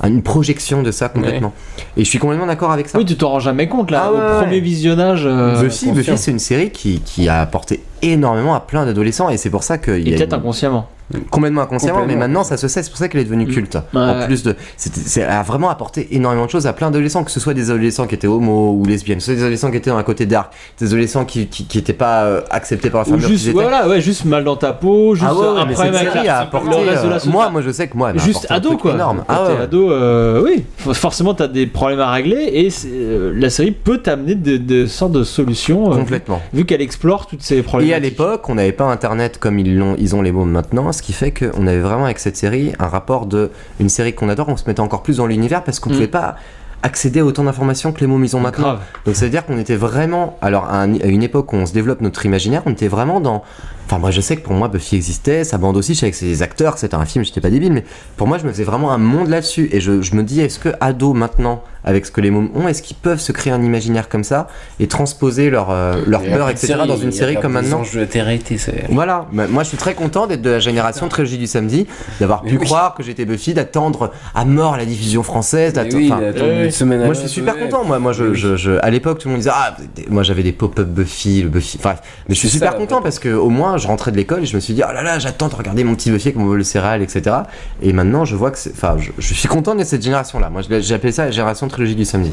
Speaker 4: une projection de ça complètement. Et je suis complètement d'accord avec ça.
Speaker 1: Oui, tu t'en rends jamais compte là.
Speaker 4: Ah ouais,
Speaker 1: Au
Speaker 4: ouais.
Speaker 1: premier visionnage. euh,
Speaker 4: Buffy, Buffy, c'est une série qui, qui a apporté énormément à plein d'adolescents et c'est pour ça que. il
Speaker 1: Et
Speaker 4: y a
Speaker 1: peut-être
Speaker 4: une-
Speaker 1: inconsciemment.
Speaker 4: Complètement inconsciemment,
Speaker 1: Complètement. Mm.
Speaker 4: mais maintenant ça se sait, c'est pour ça qu'elle est devenue culte.
Speaker 1: Ouais, ouais.
Speaker 4: En plus de. c'était- c'est- Elle a vraiment apporté énormément de choses à plein d'adolescents, que ce soit des adolescents qui étaient homo ou lesbiennes, que ce soit des adolescents qui étaient dans un côté dark, des adolescents qui n'étaient qui, étaient pas euh, acceptés par la
Speaker 1: Ou
Speaker 4: famille.
Speaker 1: juste, voilà, ouais, juste mal dans ta peau, juste
Speaker 4: ah ouais, ouais,
Speaker 1: un
Speaker 4: mais
Speaker 1: problème
Speaker 4: cette
Speaker 1: avec
Speaker 4: série
Speaker 1: la-
Speaker 4: a apporté,
Speaker 1: le reste de la
Speaker 4: euh,
Speaker 1: société.
Speaker 4: moi, moi, je sais que moi, elle m'a
Speaker 1: Juste
Speaker 4: apporté un
Speaker 1: ado
Speaker 4: truc
Speaker 1: quoi.
Speaker 4: Énorme.
Speaker 1: Quand
Speaker 4: Ah
Speaker 1: t'es
Speaker 4: ouais.
Speaker 1: ado, euh, oui, For- forcément t'as des problèmes à régler et c'est- euh, la série peut t'amener des des sortes de solutions. euh,
Speaker 4: Complètement.
Speaker 1: Vu qu'elle explore toutes ces problèmes.
Speaker 4: Et à l'époque, on n'avait pas Internet comme ils l'ont, ils ont les mots maintenant, ce qui fait qu'on avait vraiment avec cette série un rapport de une série qu'on adore, on se mettait encore plus dans l'univers parce
Speaker 3: Mm.
Speaker 4: qu'on pouvait pas accéder à autant d'informations que les mômes ils ont maintenant.
Speaker 1: Grave. Euh,
Speaker 4: Donc c'est à dire qu'on était vraiment, alors à, un- à une époque où on se développe notre imaginaire, on était vraiment dans, enfin, Enfin, moi, je sais que pour moi, Buffy existait, sa bande aussi, je sais que c'est des acteurs, que c'était un film, j'étais pas débile, mais pour moi, je me faisais vraiment un monde là-dessus. Et je, je me dis, est-ce que ados maintenant, avec ce que les mômes ont, est-ce qu'ils peuvent se créer un imaginaire comme ça et transposer leur, euh, leur
Speaker 3: Il y a
Speaker 4: peur,
Speaker 3: plus de
Speaker 4: etc.,
Speaker 3: séries,
Speaker 4: dans une
Speaker 3: il y a
Speaker 4: série
Speaker 3: pas
Speaker 4: comme
Speaker 3: plus
Speaker 4: maintenant
Speaker 3: d'anges de la télé-réalité, c'est-
Speaker 4: Voilà, Bah, moi je suis très content d'être de la génération Trilogie du samedi, d'avoir pu croire que j'étais Buffy, d'attendre à mort la diffusion française. d'attendre-
Speaker 3: oui,
Speaker 4: enfin,
Speaker 3: d'attendre une semaine à
Speaker 4: Moi je suis
Speaker 3: l'autre,
Speaker 4: super
Speaker 3: ouais.
Speaker 4: content, moi, moi je, je- je- à l'époque tout le monde disait Ah, vous êtes des- moi j'avais des pop-up Buffy, le Buffy, bref. Mais je suis
Speaker 3: C'est
Speaker 4: super
Speaker 3: ça,
Speaker 4: content parce que au moins je rentrais de l'école et je me suis dit Oh là là, j'attends de regarder mon petit Buffy avec mon vol de céréales, etc. Et maintenant je vois que c'est. Enfin, je, je suis content de cette génération là. Moi je- j'ai appelé ça la génération Trilogie du samedi.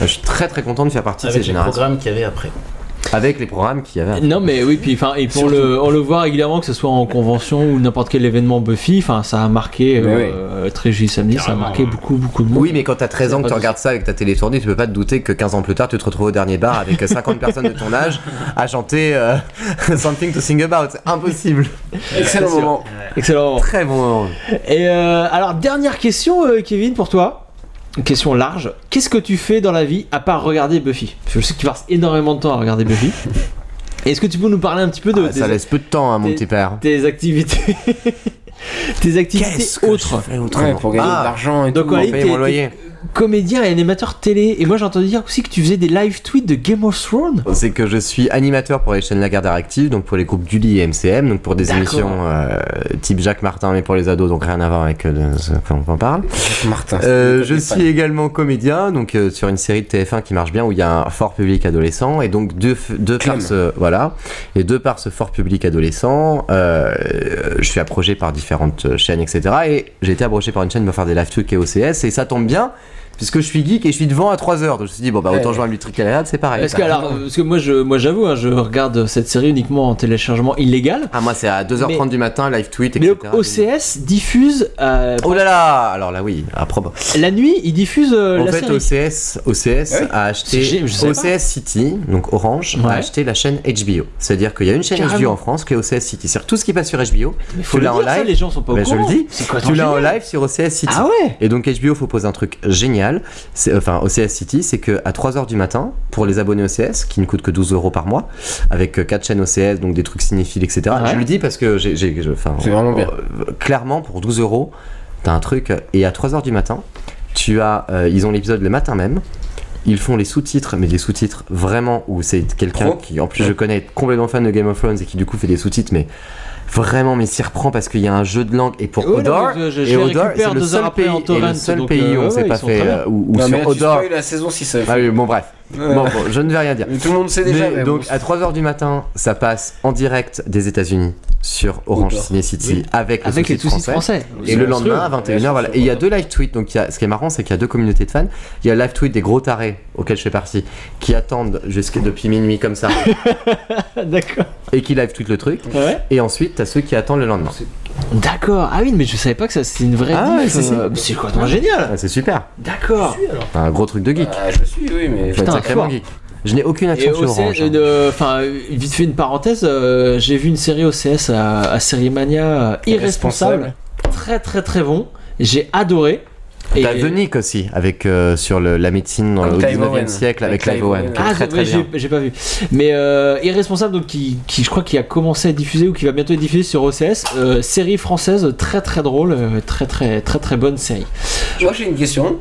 Speaker 4: je suis très très content de faire partie de
Speaker 2: Avec
Speaker 4: cette
Speaker 2: les
Speaker 4: génération.
Speaker 2: programmes qu'il y avait après.
Speaker 4: Avec les programmes qu'il y avait.
Speaker 1: Non mais oui puis enfin et pour le on le voit régulièrement que ce soit en convention ou n'importe quel événement Buffy enfin ça a marqué euh, très J samedi ça a marqué beaucoup beaucoup de monde.
Speaker 4: Oui, mais quand t'as 13 ans que tu regardes ça avec ta télé tournée, tu peux pas te douter que 15 ans plus tard, tu te retrouves au dernier bar avec 50 personnes de ton âge à chanter euh, Something to Sing About. C'est impossible.
Speaker 1: Excellent moment. Excellent moment.
Speaker 4: Très bon moment.
Speaker 1: Et euh, alors dernière question euh, Kevin pour toi. Une question large. Qu'est-ce que tu fais dans la vie à part regarder Buffy Parce que Je sais que tu passes énormément de temps à regarder Buffy. Et Est-ce que tu peux nous parler un petit peu de
Speaker 4: Ah, ça
Speaker 1: des-
Speaker 4: laisse peu de temps, hein, mon
Speaker 1: des-
Speaker 4: petit père.
Speaker 1: Tes activités. tes activités autres.
Speaker 4: autrement Ouais, pour gagner de Ah. l'argent et
Speaker 1: Donc,
Speaker 4: tout,
Speaker 1: en
Speaker 4: pour
Speaker 1: réalité,
Speaker 4: payer mon
Speaker 1: t'es-
Speaker 4: loyer.
Speaker 1: t'es Comédien et animateur télé. Et moi j'ai entendu dire aussi que tu faisais des live tweets de Game of Thrones.
Speaker 4: C'est que je suis animateur pour les chaînes Lagardère Active, donc pour les groupes Gulli et MCM, donc pour des
Speaker 1: D'accord.
Speaker 4: émissions euh, type Jacques Martin, mais pour les ados, donc rien à voir avec euh, ce qu'on en parle.
Speaker 3: Martin.
Speaker 4: Euh,
Speaker 3: c'est-
Speaker 4: je
Speaker 3: c'est
Speaker 4: suis également comédien, donc euh, sur une série de TF1 qui marche bien où il y a un fort public adolescent et donc deux deux
Speaker 3: Clem.
Speaker 4: par ce voilà et deux par ce fort public adolescent, euh, je suis approché par différentes euh, chaînes etc et j'ai été approché par une chaîne pour faire des live trucs et OCS et ça tombe bien puisque je suis geek et je suis devant à 3 heures donc je me suis dit bon bah autant
Speaker 1: Ouais.
Speaker 4: jouer à un truc à la c'est pareil.
Speaker 1: Parce que, alors, parce que moi, je, moi j'avoue, hein, je regarde cette série uniquement en téléchargement illégal.
Speaker 4: Ah, moi, c'est à 2h30 du matin, live tweet,
Speaker 1: etc. Mais le OCS diffuse. euh,
Speaker 4: Oh là là Alors là, oui, improbable.
Speaker 1: La nuit, ils diffusent euh,
Speaker 4: en
Speaker 1: la
Speaker 4: fait,
Speaker 1: série.
Speaker 4: OCS,
Speaker 1: Ah
Speaker 4: OCS
Speaker 1: oui.
Speaker 4: a
Speaker 1: C'est
Speaker 4: acheté
Speaker 1: gé- je savais
Speaker 4: OCS
Speaker 1: pas.
Speaker 4: City, donc Orange, a
Speaker 1: Ouais.
Speaker 4: acheté la chaîne HBO. C'est-à-dire qu'il y a une chaîne
Speaker 1: Carrément.
Speaker 4: HBO en France qui est OCS City. C'est-à-dire tout ce qui passe sur HBO,
Speaker 1: Mais faut
Speaker 4: tu
Speaker 1: le
Speaker 4: l'as en
Speaker 1: dire, ça,
Speaker 4: live.
Speaker 1: les gens sont pas au
Speaker 4: Ben, Je
Speaker 1: courant.
Speaker 4: le dis,
Speaker 1: C'est quoi ton
Speaker 4: tu l'as en
Speaker 1: génial
Speaker 4: live sur OCS City.
Speaker 1: Ah ouais
Speaker 4: Et donc HBO propose un truc génial, c'est- enfin OCS City, c'est que à 3h du matin, pour les abonnés OCS, qui ne coûtent que 12 euros par mois, avec 4 chaînes OCS, donc des trucs cinéphiles, etc.
Speaker 3: Ouais.
Speaker 4: Je le dis parce que j'ai. j'ai- je- enfin,
Speaker 3: C'est vraiment bien.
Speaker 4: euh, clairement, pour 12 euros, t'as un truc. Et à 3h du matin, tu as, euh, ils ont l'épisode le matin même. Ils font les sous-titres, mais des sous-titres vraiment où c'est quelqu'un
Speaker 3: Pro.
Speaker 4: qui, en plus, je connais, est complètement fan de Game of Thrones et qui, du coup, fait des sous-titres, mais vraiment, mais s'y reprend parce qu'il y a un jeu de langue. Et pour
Speaker 1: Ouais, Oh non,
Speaker 4: Odor,
Speaker 1: mais je- je
Speaker 4: et
Speaker 1: les
Speaker 4: Odor,
Speaker 1: récupère
Speaker 4: c'est le
Speaker 1: deux heures
Speaker 4: seul
Speaker 1: après
Speaker 4: pays,
Speaker 1: en
Speaker 4: et le
Speaker 1: torrent,
Speaker 4: seul
Speaker 1: donc,
Speaker 4: pays où
Speaker 1: euh,
Speaker 4: on
Speaker 1: ouais,
Speaker 4: s'est
Speaker 1: ils
Speaker 4: pas
Speaker 1: sont
Speaker 4: fait.
Speaker 1: très bien.
Speaker 4: euh, Ou ou
Speaker 3: Non, mais là,
Speaker 4: sur
Speaker 3: tu
Speaker 4: Odor.
Speaker 3: spoil la saison 6.
Speaker 4: Ah oui, bon, bref.
Speaker 3: Ouais.
Speaker 4: Bon, bon, je ne vais rien dire.
Speaker 3: tout le monde sait déjà,
Speaker 4: Mais
Speaker 3: mais
Speaker 4: donc,
Speaker 3: bon,
Speaker 4: à 3h du matin, ça passe en direct des États-Unis sur Orange
Speaker 3: Odor.
Speaker 4: Ciné City
Speaker 3: Oui.
Speaker 4: avec,
Speaker 1: Avec les
Speaker 4: les sous-titres
Speaker 1: sous-titres
Speaker 4: français.
Speaker 1: Ah, français.
Speaker 4: Et le
Speaker 1: Bien
Speaker 4: lendemain, à
Speaker 1: sûr.
Speaker 4: 21h, voilà. Et il y a deux live tweets. Donc, il y a- ce qui est marrant, c'est qu'il y a deux communautés de fans. Il y a le live tweet des gros tarés auxquels je fais partie qui attendent jusqu'à depuis minuit comme ça.
Speaker 1: Ah, D'accord.
Speaker 4: Et qui live tweet le truc.
Speaker 1: Ouais.
Speaker 4: Et ensuite, t'as ceux qui attendent le lendemain.
Speaker 1: D'accord. Ah oui, mais je savais pas que ça c'est une vraie.
Speaker 4: Ah ouais,
Speaker 1: diff,
Speaker 4: si, si.
Speaker 1: euh, mais C'est quoi, ton génial
Speaker 4: Ah, C'est super.
Speaker 1: D'accord.
Speaker 4: Un gros truc de geek.
Speaker 1: Ah,
Speaker 3: je suis, oui, mais.
Speaker 4: Faut être
Speaker 1: Putain,
Speaker 4: sacrément
Speaker 1: fort.
Speaker 4: geek. Je n'ai aucune
Speaker 1: Et
Speaker 4: action sur
Speaker 1: OCS,
Speaker 4: Orange. hein.
Speaker 1: euh, enfin, euh, vite fait une parenthèse, euh, j'ai vu une série OCS à, à Série Mania euh, irresponsable.
Speaker 4: Irresponsable.
Speaker 1: Très très très bon. J'ai adoré. Et-
Speaker 4: T'as Venic aussi, avec, euh, sur le- la médecine dans le, au
Speaker 3: Clive
Speaker 4: 19 e
Speaker 3: Owen.
Speaker 4: siècle
Speaker 3: Avec
Speaker 4: avec Clive
Speaker 3: Clive
Speaker 4: Owen. qui est
Speaker 1: Ah,
Speaker 4: très,
Speaker 1: c'est
Speaker 4: très
Speaker 1: vrai,
Speaker 4: bien.
Speaker 1: j'ai- j'ai pas vu. Mais euh, Irresponsable, donc, qui, qui, je crois qu'il a commencé à diffuser ou qui va bientôt être diffusé sur OCS, euh, série française très très drôle, euh, très très très très bonne série.
Speaker 3: Moi, j'ai une question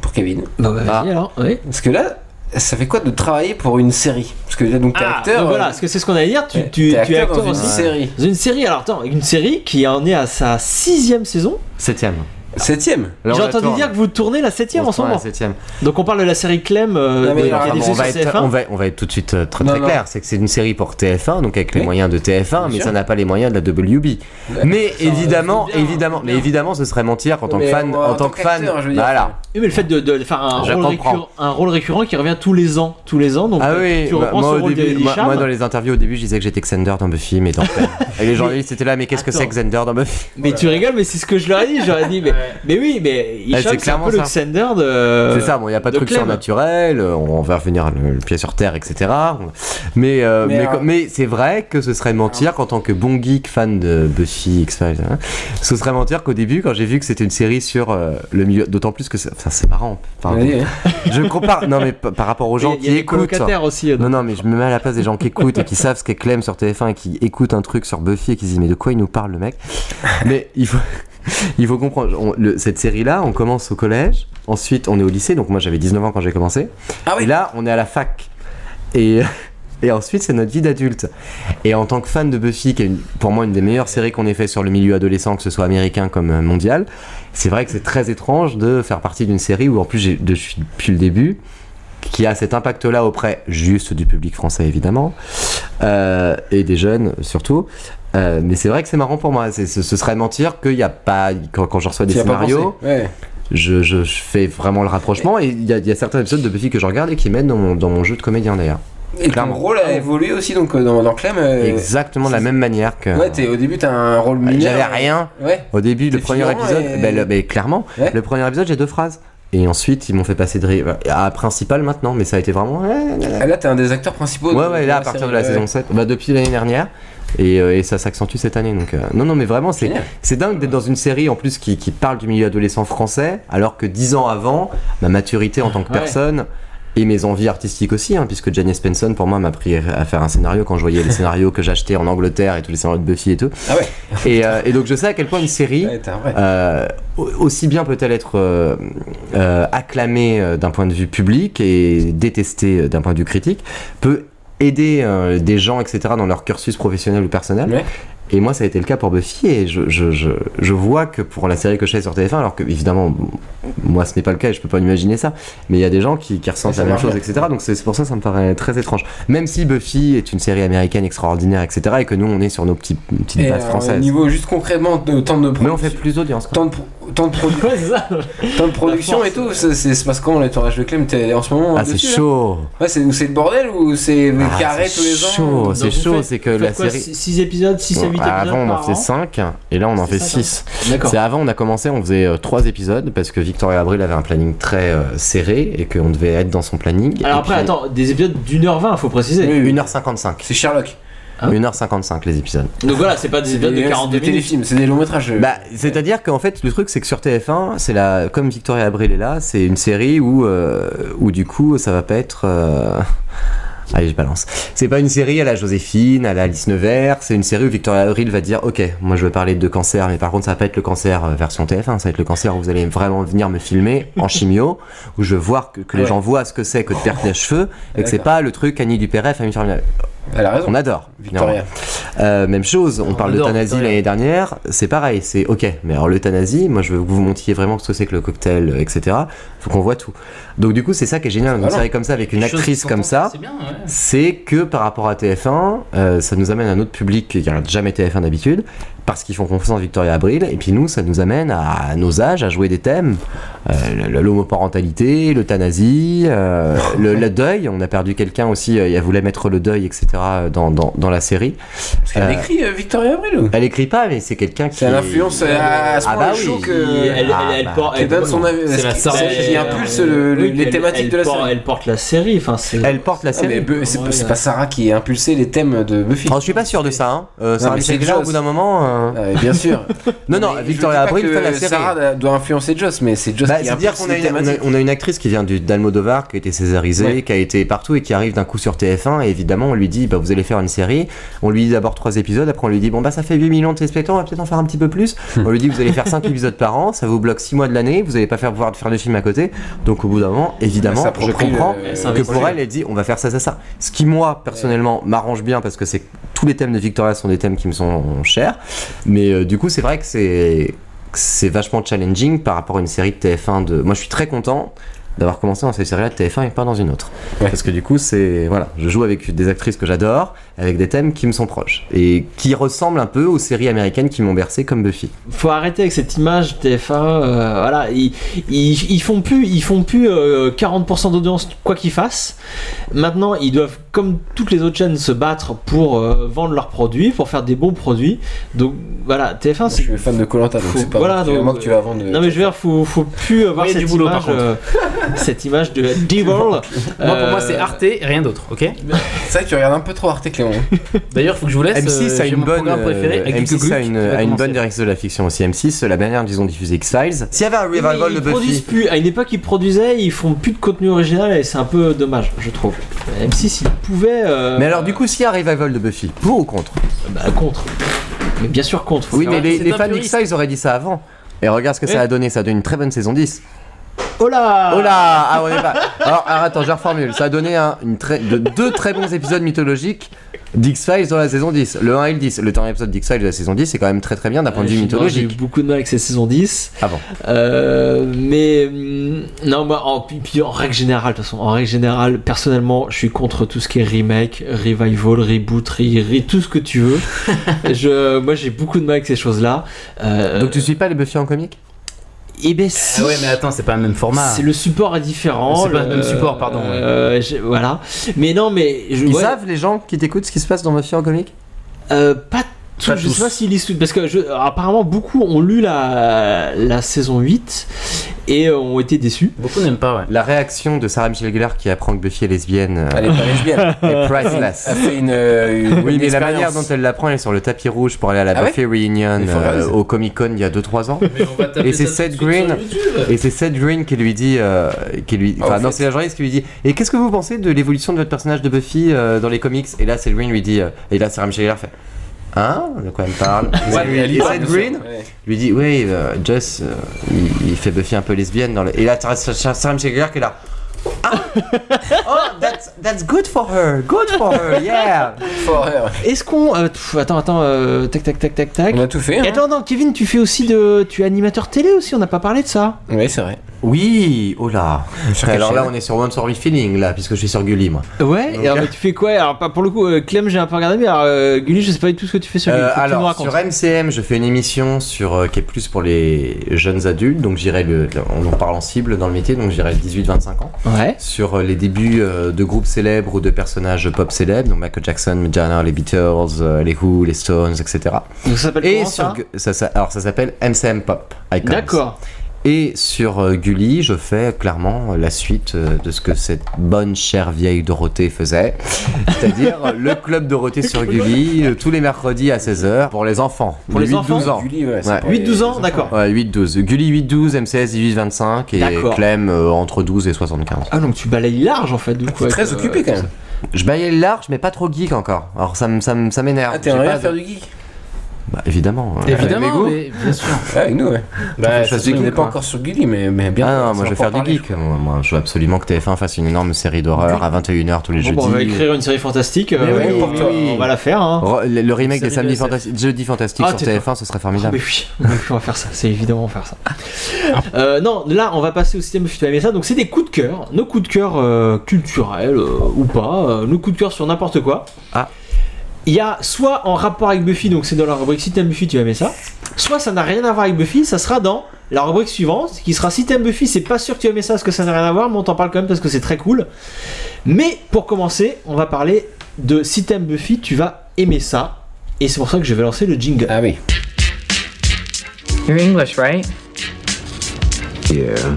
Speaker 3: pour Kevin.
Speaker 1: Bah, bah, vas-y, alors, oui.
Speaker 3: Parce que là, ça fait quoi de travailler pour une série Parce que là, donc, t'es
Speaker 1: Ah,
Speaker 3: acteur.
Speaker 1: donc voilà,
Speaker 3: euh,
Speaker 1: parce que c'est ce qu'on allait dire, tu,
Speaker 3: Ouais,
Speaker 1: tu-
Speaker 3: t'es
Speaker 1: tu es
Speaker 3: acteur
Speaker 1: acteur
Speaker 3: dans une
Speaker 1: aussi.
Speaker 3: série.
Speaker 1: Dans une série, alors attends, une série qui en est à sa sixième saison.
Speaker 4: Septième.
Speaker 3: Septième
Speaker 1: J'ai entendu dire que vous tournez la septième
Speaker 4: On
Speaker 1: en ce
Speaker 4: tourne la
Speaker 1: moment.
Speaker 4: septième.
Speaker 1: Donc on parle de la série Clem euh,
Speaker 4: Non, mais
Speaker 1: de- qui est
Speaker 4: non, non, on,
Speaker 1: diffusée
Speaker 4: va
Speaker 1: sur
Speaker 4: être,
Speaker 1: TF1.
Speaker 4: on, va, on va être tout de suite euh, très
Speaker 1: Non,
Speaker 4: très
Speaker 1: non.
Speaker 4: clair, c'est que c'est une série pour TF1, donc avec les
Speaker 1: Oui.
Speaker 4: moyens de TF1, mais
Speaker 1: sûr.
Speaker 4: ça n'a pas les moyens de la WB. mais évidemment, évidemment, mais évidemment, ce serait mentir en tant que
Speaker 1: Mais
Speaker 4: fan,
Speaker 1: moi, en
Speaker 4: en tant
Speaker 1: tant
Speaker 4: que fan,
Speaker 1: qu'acteur, je veux dire.
Speaker 4: voilà.
Speaker 1: Oui, mais le fait de, de faire un
Speaker 4: Je
Speaker 1: rôle,
Speaker 4: comprends.
Speaker 1: récurrent, un rôle récurrent qui revient tous les ans, tous les ans, donc
Speaker 4: Ah
Speaker 1: euh,
Speaker 4: oui,
Speaker 1: tu
Speaker 4: bah,
Speaker 1: reprends
Speaker 4: moi,
Speaker 1: ce
Speaker 4: au
Speaker 1: rôle
Speaker 4: début,
Speaker 1: d'Eli
Speaker 4: moi,
Speaker 1: Charm.
Speaker 4: moi, dans les interviews au début, je disais que j'étais Xander dans Buffy, mais dans et les journalistes étaient là, mais qu'est-ce que c'est
Speaker 1: Attends.
Speaker 4: Xander dans Buffy
Speaker 1: Mais tu rigoles, mais c'est ce que je leur ai dit. J'aurais dit, mais Mais oui, mais
Speaker 4: Ouais,
Speaker 1: Hicham,
Speaker 4: c'est
Speaker 1: c'est un
Speaker 4: clairement
Speaker 1: peu le
Speaker 4: ça.
Speaker 1: Xander de.
Speaker 4: C'est ça, bon, il n'y a pas de, truc
Speaker 1: Clem.
Speaker 4: surnaturel, euh, on va revenir le, le pied sur terre, etc. Mais, euh,
Speaker 1: Mais,
Speaker 4: mais,
Speaker 1: euh,
Speaker 4: co- mais c'est vrai que ce serait mentir qu'en tant que bon geek fan de Buffy, X-Files, hein, ce serait mentir qu'au début, quand j'ai vu que c'était une série sur euh, le milieu, d'autant plus que c'est enfin, c'est marrant. pardon.
Speaker 1: Oui,
Speaker 4: Je compare, non mais p- par rapport aux gens
Speaker 1: Il y a
Speaker 4: qui
Speaker 1: des
Speaker 4: écoutent.
Speaker 1: colocataires aussi. euh,
Speaker 4: Non, non, mais je me mets à la place des gens qui écoutent et qui savent ce qu'est Clem sur TF1 et qui écoutent un truc sur Buffy et qui se disent mais de quoi il nous parle le mec Mais il faut, il faut comprendre, on- le- cette série-là, on commence au collège, ensuite on est au lycée, donc moi j'avais 19 ans quand j'ai commencé, et là on est à la fac. Et, et ensuite c'est notre vie d'adulte. Et en tant que fan de Buffy, qui est une- pour moi une des meilleures séries qu'on ait fait sur le milieu adolescent, que ce soit américain comme euh, mondial, c'est vrai que c'est très étrange de faire partie d'une série où en plus j'ai- de- je suis depuis le début qui a cet impact-là auprès juste du public français évidemment euh, et des jeunes surtout. Euh, mais c'est vrai que c'est marrant pour moi. C'est- Ce, ce serait mentir qu'il n'y a pas quand, quand je reçois des
Speaker 3: Tu y as pas
Speaker 4: scénarios.
Speaker 3: pensé, ouais.
Speaker 4: Je, je- je fais vraiment le rapprochement et il y, a- il y a certains épisodes de Buffy que je regarde et qui m'aident dans mon, dans mon jeu de comédien d'ailleurs.
Speaker 3: Et ton
Speaker 4: Clairement.
Speaker 3: rôle a évolué aussi donc euh, dans, dans Clem. euh,
Speaker 4: Exactement de la même manière que.
Speaker 3: Ouais, t'es- au début t'as un rôle mineur.
Speaker 4: J'avais rien.
Speaker 3: Ouais.
Speaker 4: Au début, le
Speaker 3: T'es
Speaker 4: premier
Speaker 3: finant
Speaker 4: épisode,
Speaker 3: et-
Speaker 4: ben, le- ben, clairement, le premier épisode, j'ai deux phrases. Et ensuite, ils m'ont fait passer de ri- à principal maintenant, mais ça a été vraiment.
Speaker 3: Ah, Là t'es un des acteurs principaux.
Speaker 4: Ouais,
Speaker 3: de-
Speaker 4: ouais,
Speaker 3: de
Speaker 4: là, à partir
Speaker 3: série,
Speaker 4: de la
Speaker 3: ouais.
Speaker 4: saison 7, bah, depuis l'année dernière, et, euh, et ça s'accentue cette année. Donc, euh, non, non, mais vraiment, c'est, c'est dingue d'être dans une série en plus qui, qui parle du milieu adolescent français, alors que dix ans avant, ma maturité en tant que
Speaker 3: Ouais.
Speaker 4: personne. Et mes envies artistiques aussi, hein, puisque Janice Benson, pour moi, m'a pris à faire un scénario quand je voyais les scénarios que j'achetais en Angleterre et tous les scénarios de Buffy et tout.
Speaker 3: Ah
Speaker 4: et, euh, et donc, je sais à quel point une série, euh, au- aussi bien peut-elle être euh, euh, acclamée euh, d'un point de vue public et détestée euh, d'un point de vue critique, peut aider euh, des gens, etc., dans leur cursus professionnel ou personnel. Et moi, ça a été le cas pour Buffy, et je, je, je, je vois que pour la série que je fais sur TF1, alors que, évidemment, m- moi, ce n'est pas le cas, et je peux pas imaginer ça, mais il y a des gens qui, qui ressentent
Speaker 3: Et ça
Speaker 4: la même
Speaker 3: marche
Speaker 4: chose,
Speaker 3: bien.
Speaker 4: etc., donc c'est c'est pour ça que ça me paraît très étrange. Même si Buffy est une série américaine extraordinaire, etc., et que nous, on est sur nos petits, petites
Speaker 3: Et
Speaker 4: bases
Speaker 3: alors, au
Speaker 4: françaises.
Speaker 3: niveau juste concrètement de temps de production. Mais on fait
Speaker 4: plus d'audience.
Speaker 3: Temps de, pro- temps de produ- temps de production
Speaker 4: force.
Speaker 3: et tout. C'est c'est- c'est parce qu'on les tournages de Clem t'es en ce moment.
Speaker 4: Ah, c'est
Speaker 3: dessus, là
Speaker 4: chaud
Speaker 3: Ouais, c'est ou c'est le bordel ou c'est
Speaker 4: Ah,
Speaker 3: carré
Speaker 4: c'est
Speaker 3: tous les ans.
Speaker 4: chaud, c'est chaud, c'est que la série.
Speaker 1: 6 épisodes, 6 à 8
Speaker 4: Bon, bah,
Speaker 1: épisodes.
Speaker 4: Avant, on en
Speaker 1: par
Speaker 4: faisait
Speaker 1: an.
Speaker 4: 5 et là, on en fait 6.
Speaker 1: D'accord.
Speaker 4: C'est avant, on a commencé, on faisait 3 épisodes parce que Victoria Abril avait un planning très euh, serré et qu'on devait être dans son planning.
Speaker 1: Alors
Speaker 4: Et
Speaker 1: après,
Speaker 4: puis-
Speaker 1: attends, des épisodes d'une heure vingt, faut préciser.
Speaker 4: 1h55.
Speaker 3: C'est Sherlock.
Speaker 4: 1h55 les épisodes.
Speaker 1: Donc voilà, c'est pas des épisodes de 42 minutes.
Speaker 3: c'est des longs métrages.
Speaker 4: Bah, c'est-à-dire qu'en fait, le truc, c'est que sur TF1, c'est la, comme Victoria Abril est là, c'est une série où, euh, où du coup, ça va pas être. euh, Allez, je balance. C'est pas une série à la Joséphine, à la Alice Nevers, c'est une série où Victoria Abril va dire Ok, moi je veux parler de cancer, mais par contre, ça va pas être le cancer euh, version TF1, ça va être le cancer où vous allez vraiment venir me filmer en chimio, où je veux voir que, que les
Speaker 3: Ouais.
Speaker 4: gens voient ce que c'est que de perdre des cheveux, et que c'est
Speaker 3: D'accord.
Speaker 4: pas le truc Annie Dupéret, famille familiale.
Speaker 3: Elle a raison.
Speaker 4: On adore.
Speaker 3: Victoria.
Speaker 4: Euh, même chose, on parle
Speaker 3: adore
Speaker 4: d'euthanasie
Speaker 3: Victoria.
Speaker 4: l'année dernière, c'est pareil, c'est ok, mais alors l'euthanasie, moi je veux que vous montiez vraiment ce que c'est que le cocktail, euh, etc. Faut qu'on voit tout. Donc du coup, c'est ça qui est génial, une
Speaker 3: Voilà.
Speaker 4: série comme ça, avec une
Speaker 3: Les choses
Speaker 4: actrice
Speaker 3: qui
Speaker 4: comme ça,
Speaker 3: s'entendent,
Speaker 4: c'est que par rapport à TF1, euh, ça nous amène à un autre public qui regarde jamais TF1 d'habitude, parce qu'ils font confiance à Victoria Abril, et puis nous, ça nous amène à, à nos âges à jouer des thèmes, euh, le- l'homoparentalité, l'euthanasie, euh, le, le deuil, on a perdu quelqu'un aussi, euh, elle voulait mettre le deuil, etc. dans, dans, dans la série. Parce
Speaker 3: Elle écrit euh, Victoria Abril ou
Speaker 4: elle écrit pas, mais c'est quelqu'un qui.
Speaker 3: C'est une influence euh, à ce
Speaker 4: Ah
Speaker 3: point
Speaker 4: bah
Speaker 3: chaud
Speaker 4: oui,
Speaker 3: que.
Speaker 4: il- elle- elle- elle porte-
Speaker 3: qui
Speaker 4: elle-
Speaker 3: donne son avis.
Speaker 4: c'est la
Speaker 3: qui-
Speaker 4: sorcière.
Speaker 3: qui impulse le- le-
Speaker 1: Euh, Oui,
Speaker 3: les
Speaker 1: elle-
Speaker 3: thématiques
Speaker 1: elle
Speaker 3: de la
Speaker 1: porte-
Speaker 3: série.
Speaker 1: Elle porte la série, enfin c'est.
Speaker 4: Elle porte la
Speaker 3: Ah, mais Be- c'est c'est pas Sarah qui impulse les thèmes de Buffy.
Speaker 4: je suis pas sûr de ça. Hein. Euh,
Speaker 3: Non,
Speaker 4: Sarah
Speaker 3: mais c'est
Speaker 4: Michel Gellar, au
Speaker 3: Joss.
Speaker 4: bout d'un moment. euh,
Speaker 3: Ah, mais bien sûr.
Speaker 4: non, non,
Speaker 3: Mais
Speaker 4: Victoria
Speaker 3: je dis pas
Speaker 4: Abril
Speaker 3: que
Speaker 4: fait la série.
Speaker 3: Sarah doit influencer Joss, mais c'est Joss
Speaker 4: Bah,
Speaker 3: qui
Speaker 4: C'est-à-dire
Speaker 3: impulse
Speaker 4: qu'on a,
Speaker 3: les
Speaker 4: une- on
Speaker 3: thématiques.
Speaker 4: a- on a une actrice qui vient du d'Almodovar, qui a été césarisée, qui a été partout et qui arrive d'un coup sur TF1. Et évidemment, on lui dit bah, Vous allez faire une série. On lui dit d'abord trois épisodes. Après, on lui dit Bon, bah, ça fait 8 millions de téléspectateurs, on va peut-être en faire un petit peu plus. on lui dit Vous allez faire 5 épisodes par an, ça vous bloque 6 mois de l'année, vous n'allez pas faire, pouvoir faire de film à côté. Donc, au bout d'un moment, évidemment,
Speaker 3: Ça
Speaker 4: je
Speaker 3: s'approprie
Speaker 4: comprends
Speaker 3: le-
Speaker 4: que
Speaker 3: s'investit.
Speaker 4: pour elle, elle dit On va faire ça, ça, ça. Ce qui, moi, personnellement, m'arrange bien parce que c'est tous les thèmes de Victoria sont des thèmes qui me sont chers. Mais euh, du coup, c'est vrai que c'est c'est vachement challenging par rapport à une série de TF1 de. Moi, je suis très content d'avoir commencé dans cette série-là de TF1 et pas dans une autre. Parce que du coup, c'est voilà, je joue avec des actrices que j'adore, avec des thèmes qui me sont proches et qui ressemblent un peu aux séries américaines qui m'ont bercé comme Buffy.
Speaker 1: Faut arrêter avec cette image TF1. euh, voilà, ils, ils, ils font plus, ils font plus euh, 40% d'audience quoi qu'ils fassent. Maintenant, ils doivent, comme toutes les autres chaînes, se battre pour euh, vendre leurs produits, pour faire des bons produits. Donc voilà, TF1. Je suis
Speaker 3: fan de Colanta, donc c'est pas
Speaker 1: voilà,
Speaker 3: moi qui-
Speaker 1: donc,
Speaker 3: moi que tu
Speaker 4: euh,
Speaker 3: vas vendre. euh.
Speaker 1: Non mais je veux dire, faut, faut plus avoir
Speaker 2: Il y a
Speaker 1: cette
Speaker 2: du boulot,
Speaker 1: image,
Speaker 2: par contre.
Speaker 1: euh, cette image de Devil.
Speaker 2: Moi, pour moi, c'est
Speaker 1: Euh,
Speaker 2: Arte et rien d'autre, ok
Speaker 3: C'est vrai que tu regardes un peu trop Arte, Clément. hein.
Speaker 2: D'ailleurs, faut que je vous laisse.
Speaker 4: M6
Speaker 2: euh,
Speaker 4: a
Speaker 2: j'ai
Speaker 4: une
Speaker 2: mon
Speaker 4: bonne,
Speaker 2: programme préféré,
Speaker 4: euh,
Speaker 2: avec
Speaker 4: M6
Speaker 2: Gluck
Speaker 4: a une,
Speaker 2: qui va
Speaker 4: a une
Speaker 2: commencer.
Speaker 4: bonne direction de la fiction aussi. M6, la dernière, ils ont diffusé X-Files. S'il y avait un
Speaker 1: Oui, mais
Speaker 4: revival
Speaker 1: ils
Speaker 4: de
Speaker 1: produisent
Speaker 4: Buffy,
Speaker 1: plus. À une époque, ils produisaient, ils font plus de contenu original et c'est un peu dommage, je trouve. M6, ils pouvaient. euh,
Speaker 4: Mais alors, du coup, s'il y a un revival de Buffy, pour ou contre
Speaker 1: Bah, contre. Mais bien sûr, contre.
Speaker 4: Oui, mais
Speaker 1: Ah,
Speaker 4: les,
Speaker 1: c'est
Speaker 4: les
Speaker 1: un
Speaker 4: fans
Speaker 1: puriste.
Speaker 4: d'X-Files auraient dit ça avant. Et regarde ce que
Speaker 1: Oui.
Speaker 4: ça a donné. Ça a donné une très bonne saison 10.
Speaker 1: Oh là
Speaker 4: Oh là Ah, on est pas. Alors, alors, attends, je reformule. Ça a donné un- une très- de- deux très bons épisodes mythologiques d'X-Files dans la saison 10. Le 1 et le 10. Le dernier épisode d'X-Files de la saison 10 c'est quand même très très bien d'un point de vue
Speaker 1: J'ai- non, J'ai eu
Speaker 4: mythologique.
Speaker 1: beaucoup de mal avec cette saison 10.
Speaker 4: Ah bon.
Speaker 1: Euh, mais hum, non, moi, en, puis- puis en règle générale, de toute façon, en règle générale, personnellement, je suis contre tout ce qui est remake, revival, reboot, re- re- tout ce que tu veux. je, moi, j'ai beaucoup de mal avec ces choses-là. Euh,
Speaker 4: Donc, tu suis pas les Buffy en comique
Speaker 1: Eh ben, si.
Speaker 2: Ah ouais, mais attends, c'est pas le même format.
Speaker 1: C'est le support est différent.
Speaker 2: C'est pas le même support, pardon, ouais.
Speaker 1: euh, j'ai- voilà. Mais non, mais je,
Speaker 4: Ils
Speaker 1: ouais,
Speaker 4: savent, les gens qui t'écoutent, ce qui se passe dans Buffy en comique
Speaker 1: euh, pas tous,
Speaker 4: Pas
Speaker 1: je
Speaker 4: tous.
Speaker 1: sais pas s'ils lisent tout, parce que je- apparemment beaucoup ont lu la, la saison 8 et euh, ont été déçus.
Speaker 2: Beaucoup n'aiment pas, ouais.
Speaker 4: La réaction de Sarah Michelle Gellar qui apprend que Buffy est lesbienne. euh,
Speaker 3: Elle est pas lesbienne.
Speaker 4: est priceless.
Speaker 3: Elle fait une. euh, une-
Speaker 4: Oui,
Speaker 3: une
Speaker 4: mais la
Speaker 3: expérience.
Speaker 4: manière dont elle l'apprend, elle est sur le tapis rouge pour aller à la
Speaker 3: Ah ouais
Speaker 4: Buffy Reunion
Speaker 3: Il faut
Speaker 4: euh,
Speaker 3: réaliser.
Speaker 4: au Comic Con il y a 2-3 ans. Et c'est Seth Green. Et c'est Seth Green qui lui dit, euh, qui lui, enfin
Speaker 3: Ah, au
Speaker 4: non,
Speaker 3: fait.
Speaker 4: c'est la journaliste qui lui dit. Et qu'est-ce que vous pensez de l'évolution de votre personnage de Buffy euh, dans les comics Et là, Seth Green lui dit, euh, et là, Sarah Michelle Gellar fait. Hein De quoi elle me parle Et
Speaker 3: Ouais, mais elle
Speaker 4: lui-
Speaker 3: y
Speaker 4: et
Speaker 3: va,
Speaker 4: Seth
Speaker 3: bien sûr.
Speaker 4: Green
Speaker 3: Ouais.
Speaker 4: lui dit, oui, euh, Jess, euh, il, il fait Buffy un peu lesbienne dans le. Et là, Sarah- Sarah Sarah Michelle Gellar qui est là. Ah Oh, that's, that's good for her, good for her, yeah.
Speaker 3: For her.
Speaker 1: Est-ce qu'on euh, pff, attends attends euh, tac tac tac tac tac.
Speaker 3: On a tout fait,
Speaker 1: Et
Speaker 3: hein.
Speaker 1: attends attends Kevin, tu fais aussi de tu es animateur télé aussi, on n'a pas parlé de ça.
Speaker 3: Oui, c'est vrai.
Speaker 4: Oui, oh là.
Speaker 3: Sur quelle
Speaker 4: Alors là,
Speaker 3: chaîne
Speaker 4: on est sur One Story Feeling, là, puisque je suis sur Gulli, moi.
Speaker 1: Ouais,
Speaker 4: Donc,
Speaker 1: et alors,
Speaker 4: euh,
Speaker 1: mais tu fais quoi Alors pas pour le coup euh, Clem, j'ai un peu regardé mais alors euh, Gulli, je sais pas du tout ce que tu fais sur Gulli,
Speaker 4: Euh,
Speaker 1: faut que tu nous
Speaker 4: alors,
Speaker 1: racontes.
Speaker 4: sur MCM, je fais une émission sur, euh, qui est plus pour les jeunes adultes, donc j'irai, le, on en parle en cible dans le métier, donc j'irai 18-25 ans.
Speaker 1: Ouais.
Speaker 4: Sur euh, les débuts euh, de groupes célèbres ou de personnages pop célèbres, donc Michael Jackson, Madonna, les Beatles, euh, les Who, les Stones, etc.
Speaker 1: Donc ça s'appelle
Speaker 4: Et
Speaker 1: comment,
Speaker 4: sur
Speaker 1: ça
Speaker 4: Gu- ça, ça- alors ça s'appelle MCM Pop Icons.
Speaker 1: D'accord.
Speaker 4: Et sur euh, Gulli, je fais clairement euh, la suite euh, de ce que cette bonne chère vieille Dorothée faisait, c'est-à-dire euh, le club Dorothée sur Gulli euh, tous les mercredis à 16h pour les enfants.
Speaker 1: Pour les
Speaker 4: 8-12
Speaker 1: enfants
Speaker 4: ans.
Speaker 3: Gulli, ouais, c'est pour
Speaker 1: 8-12 ans, d'accord.
Speaker 4: Ouais, 8-12. Gulli 8-12, MCS 18-25 et
Speaker 1: D'accord.
Speaker 4: Clem euh, entre 12 et 75.
Speaker 1: Ah donc tu balayes large en fait
Speaker 4: Ah,
Speaker 1: du coup. avec, euh, tout ça.
Speaker 4: Je baillais large, mais pas trop geek encore. Alors ça me- ça me- ça m'énerve.
Speaker 3: Ah, t'es
Speaker 4: J'ai
Speaker 3: un
Speaker 4: pas
Speaker 3: vrai
Speaker 4: de-
Speaker 3: faire du geek
Speaker 4: Bah, évidemment. euh,
Speaker 2: Évidemment,
Speaker 3: goûts.
Speaker 2: mais bien sûr.
Speaker 3: Ouais, Avec nous, ouais. Bah,
Speaker 4: je fasse du
Speaker 3: on n'est
Speaker 4: geek,
Speaker 3: pas
Speaker 4: quoi.
Speaker 3: encore sur Gulli, mais, mais bien.
Speaker 4: Ah
Speaker 3: ça
Speaker 4: non, moi je
Speaker 3: va
Speaker 4: vais
Speaker 3: pas
Speaker 4: faire du
Speaker 3: parler,
Speaker 4: geek. Moi, moi, je veux absolument que TF1 fasse une énorme série d'horreur à 21h tous les
Speaker 1: Bon,
Speaker 4: jeudis.
Speaker 1: bon, on va écrire une série fantastique. euh,
Speaker 4: oui,
Speaker 1: on-
Speaker 4: oui, oui.
Speaker 1: On va la faire. Hein.
Speaker 4: Re- le, le remake
Speaker 1: Série
Speaker 4: des
Speaker 1: de
Speaker 4: samedis
Speaker 1: SF.
Speaker 4: fantastiques, jeudi fantastique
Speaker 1: Ah,
Speaker 4: sur
Speaker 1: t'es-
Speaker 4: TF1, ce serait
Speaker 1: Ah,
Speaker 4: formidable. Ah.
Speaker 1: mais oui, on va faire ça, c'est évidemment on va faire ça. Euh, non, là on va passer au système tu avais ça, donc c'est des coups de cœur, nos coups de cœur euh, culturels euh, ou pas, euh, nos coups de cœur sur n'importe quoi.
Speaker 4: Ah.
Speaker 1: Il y a soit en rapport avec Buffy, donc c'est dans la rubrique si t'aimes Buffy tu aimer ça, soit ça n'a rien à voir avec Buffy, ça sera dans la rubrique suivante, qui sera si t'aimes Buffy, c'est pas sûr que tu aimes ça parce que ça n'a rien à voir, mais on t'en parle quand même parce que c'est très cool. Mais pour commencer, on va parler de si t'aimes Buffy, tu vas aimer ça, et c'est pour ça que je vais lancer le jingle.
Speaker 3: Ah oui.
Speaker 17: You're English, right?
Speaker 18: Yeah.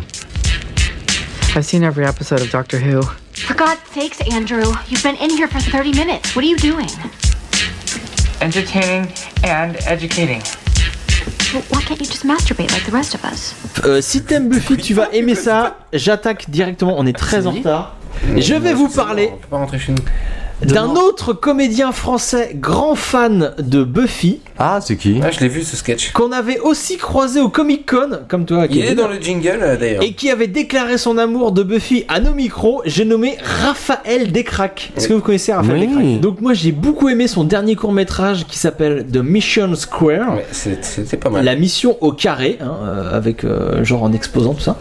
Speaker 17: I've seen every episode of Doctor Who.
Speaker 8: For God's sakes, Andrew, you've been in here for 30 minutes. What are you doing?
Speaker 17: Entertaining and educating.
Speaker 8: Well, why can't you just masturbate like the rest of us?
Speaker 1: Euh, si t'aimes Buffy, tu vas aimer ça. J'attaque directement, on est très en retard. Je vais vous parler
Speaker 3: On peut pas rentrer chez nous.
Speaker 1: d'un autre comédien français grand fan de Buffy.
Speaker 4: Ah, c'est qui
Speaker 3: Ah, je l'ai vu ce sketch.
Speaker 1: Qu'on avait aussi croisé au Comic Con, comme toi.
Speaker 3: Il est
Speaker 1: Kevin,
Speaker 3: dans le jingle euh, d'ailleurs.
Speaker 1: Et qui avait déclaré son amour de Buffy à nos micros, j'ai nommé Raphaël Descraques. Est-ce que vous connaissez Raphaël
Speaker 4: Oui.
Speaker 1: Descraques Donc moi j'ai beaucoup aimé son dernier court métrage qui s'appelle The Mission Square.
Speaker 3: Ouais, c'est- C'était pas mal.
Speaker 1: La mission au carré, hein, euh, avec euh, genre en exposant tout ça.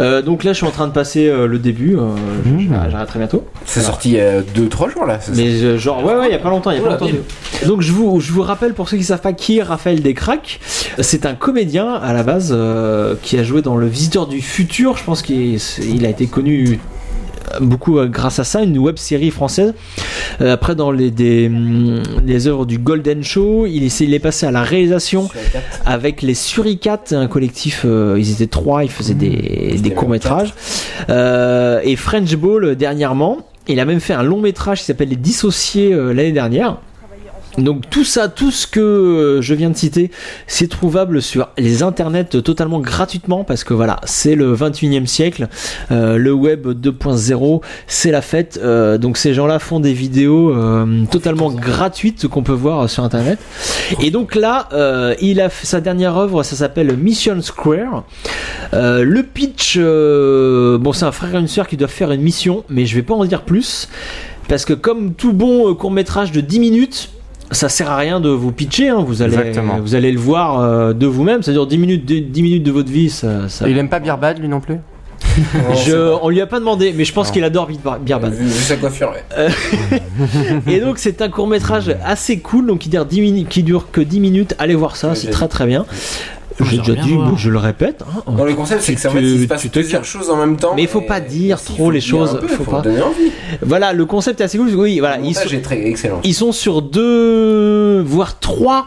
Speaker 1: Euh, donc là, je suis en train de passer euh, le début. euh, je- j'arrêterai bientôt.
Speaker 3: C'est sorti il y a 2-3 jours là. Mmh. c'est
Speaker 1: Mais
Speaker 3: ça
Speaker 1: euh, genre, ouais, ouais, il y a pas longtemps, il y a pas
Speaker 3: Oula,
Speaker 1: longtemps.
Speaker 3: bim.
Speaker 1: Donc je vous, je vous rappelle pour ceux qui savent pas qui est Raphaël Descraques, c'est un comédien à la base euh, qui a joué dans Le Visiteur du Futur. Je pense qu'il c'est- il a été connu euh, beaucoup euh, grâce à ça, une web série française. Euh, après, dans les, des, hum, les œuvres du Golden Show, il, est- il est passé à la réalisation avec les Suricates, un collectif, euh, ils étaient trois, ils faisaient des, des courts-métrages. Euh, et French Ball euh, dernièrement. Il a même fait un long métrage qui s'appelle Les Dissociés euh, l'année dernière. Donc tout ça, tout ce que euh, je viens de citer, c'est trouvable sur les internets totalement gratuitement parce que voilà, c'est le 21e siècle, euh, le web 2.0, c'est la fête. euh, donc ces gens-là font des vidéos euh, totalement gratuites qu'on peut voir euh, sur internet. Et donc là, euh, il a fait sa dernière œuvre, ça s'appelle Mission Square. Euh, le pitch, euh, bon, c'est un frère et une sœur qui doivent faire une mission, mais je vais pas en dire plus parce que comme tout bon court métrage de 10 minutes ça sert à rien de vous pitcher, hein, vous, allez,
Speaker 4: Exactement.
Speaker 1: vous allez le voir euh, de vous-même, ça dure 10 minutes, de, 10 minutes de votre vie. Ça, ça-
Speaker 4: Il aime pas Birbad lui non plus
Speaker 1: Je- Ah, bah. on lui a pas demandé, mais je pense
Speaker 4: Non.
Speaker 1: qu'il adore Bir- Birbad.
Speaker 3: Vu vu sa coiffure, ouais.
Speaker 1: Et donc c'est un court métrage assez cool, donc qui dure, 10 minutes, qui dure que 10 minutes, allez voir ça, c'est très très bien. J'ai déjà dit, bon, je le répète. hein.
Speaker 3: Dans le concept, c'est que
Speaker 1: Tu
Speaker 3: ça en fait, il
Speaker 1: te-
Speaker 3: se passe
Speaker 1: tu te
Speaker 3: plusieurs choses en même temps.
Speaker 1: mais il faut pas dire trop les
Speaker 3: dire un
Speaker 1: choses.
Speaker 3: peu,
Speaker 1: faut
Speaker 3: faut
Speaker 1: pas.
Speaker 3: donner envie.
Speaker 1: Voilà, le concept est assez cool. parce que Oui,
Speaker 2: Ah,
Speaker 1: voilà,
Speaker 3: Le
Speaker 1: ils
Speaker 3: montage
Speaker 1: sont,
Speaker 3: est très excellent.
Speaker 1: ils sont sur deux, voire trois,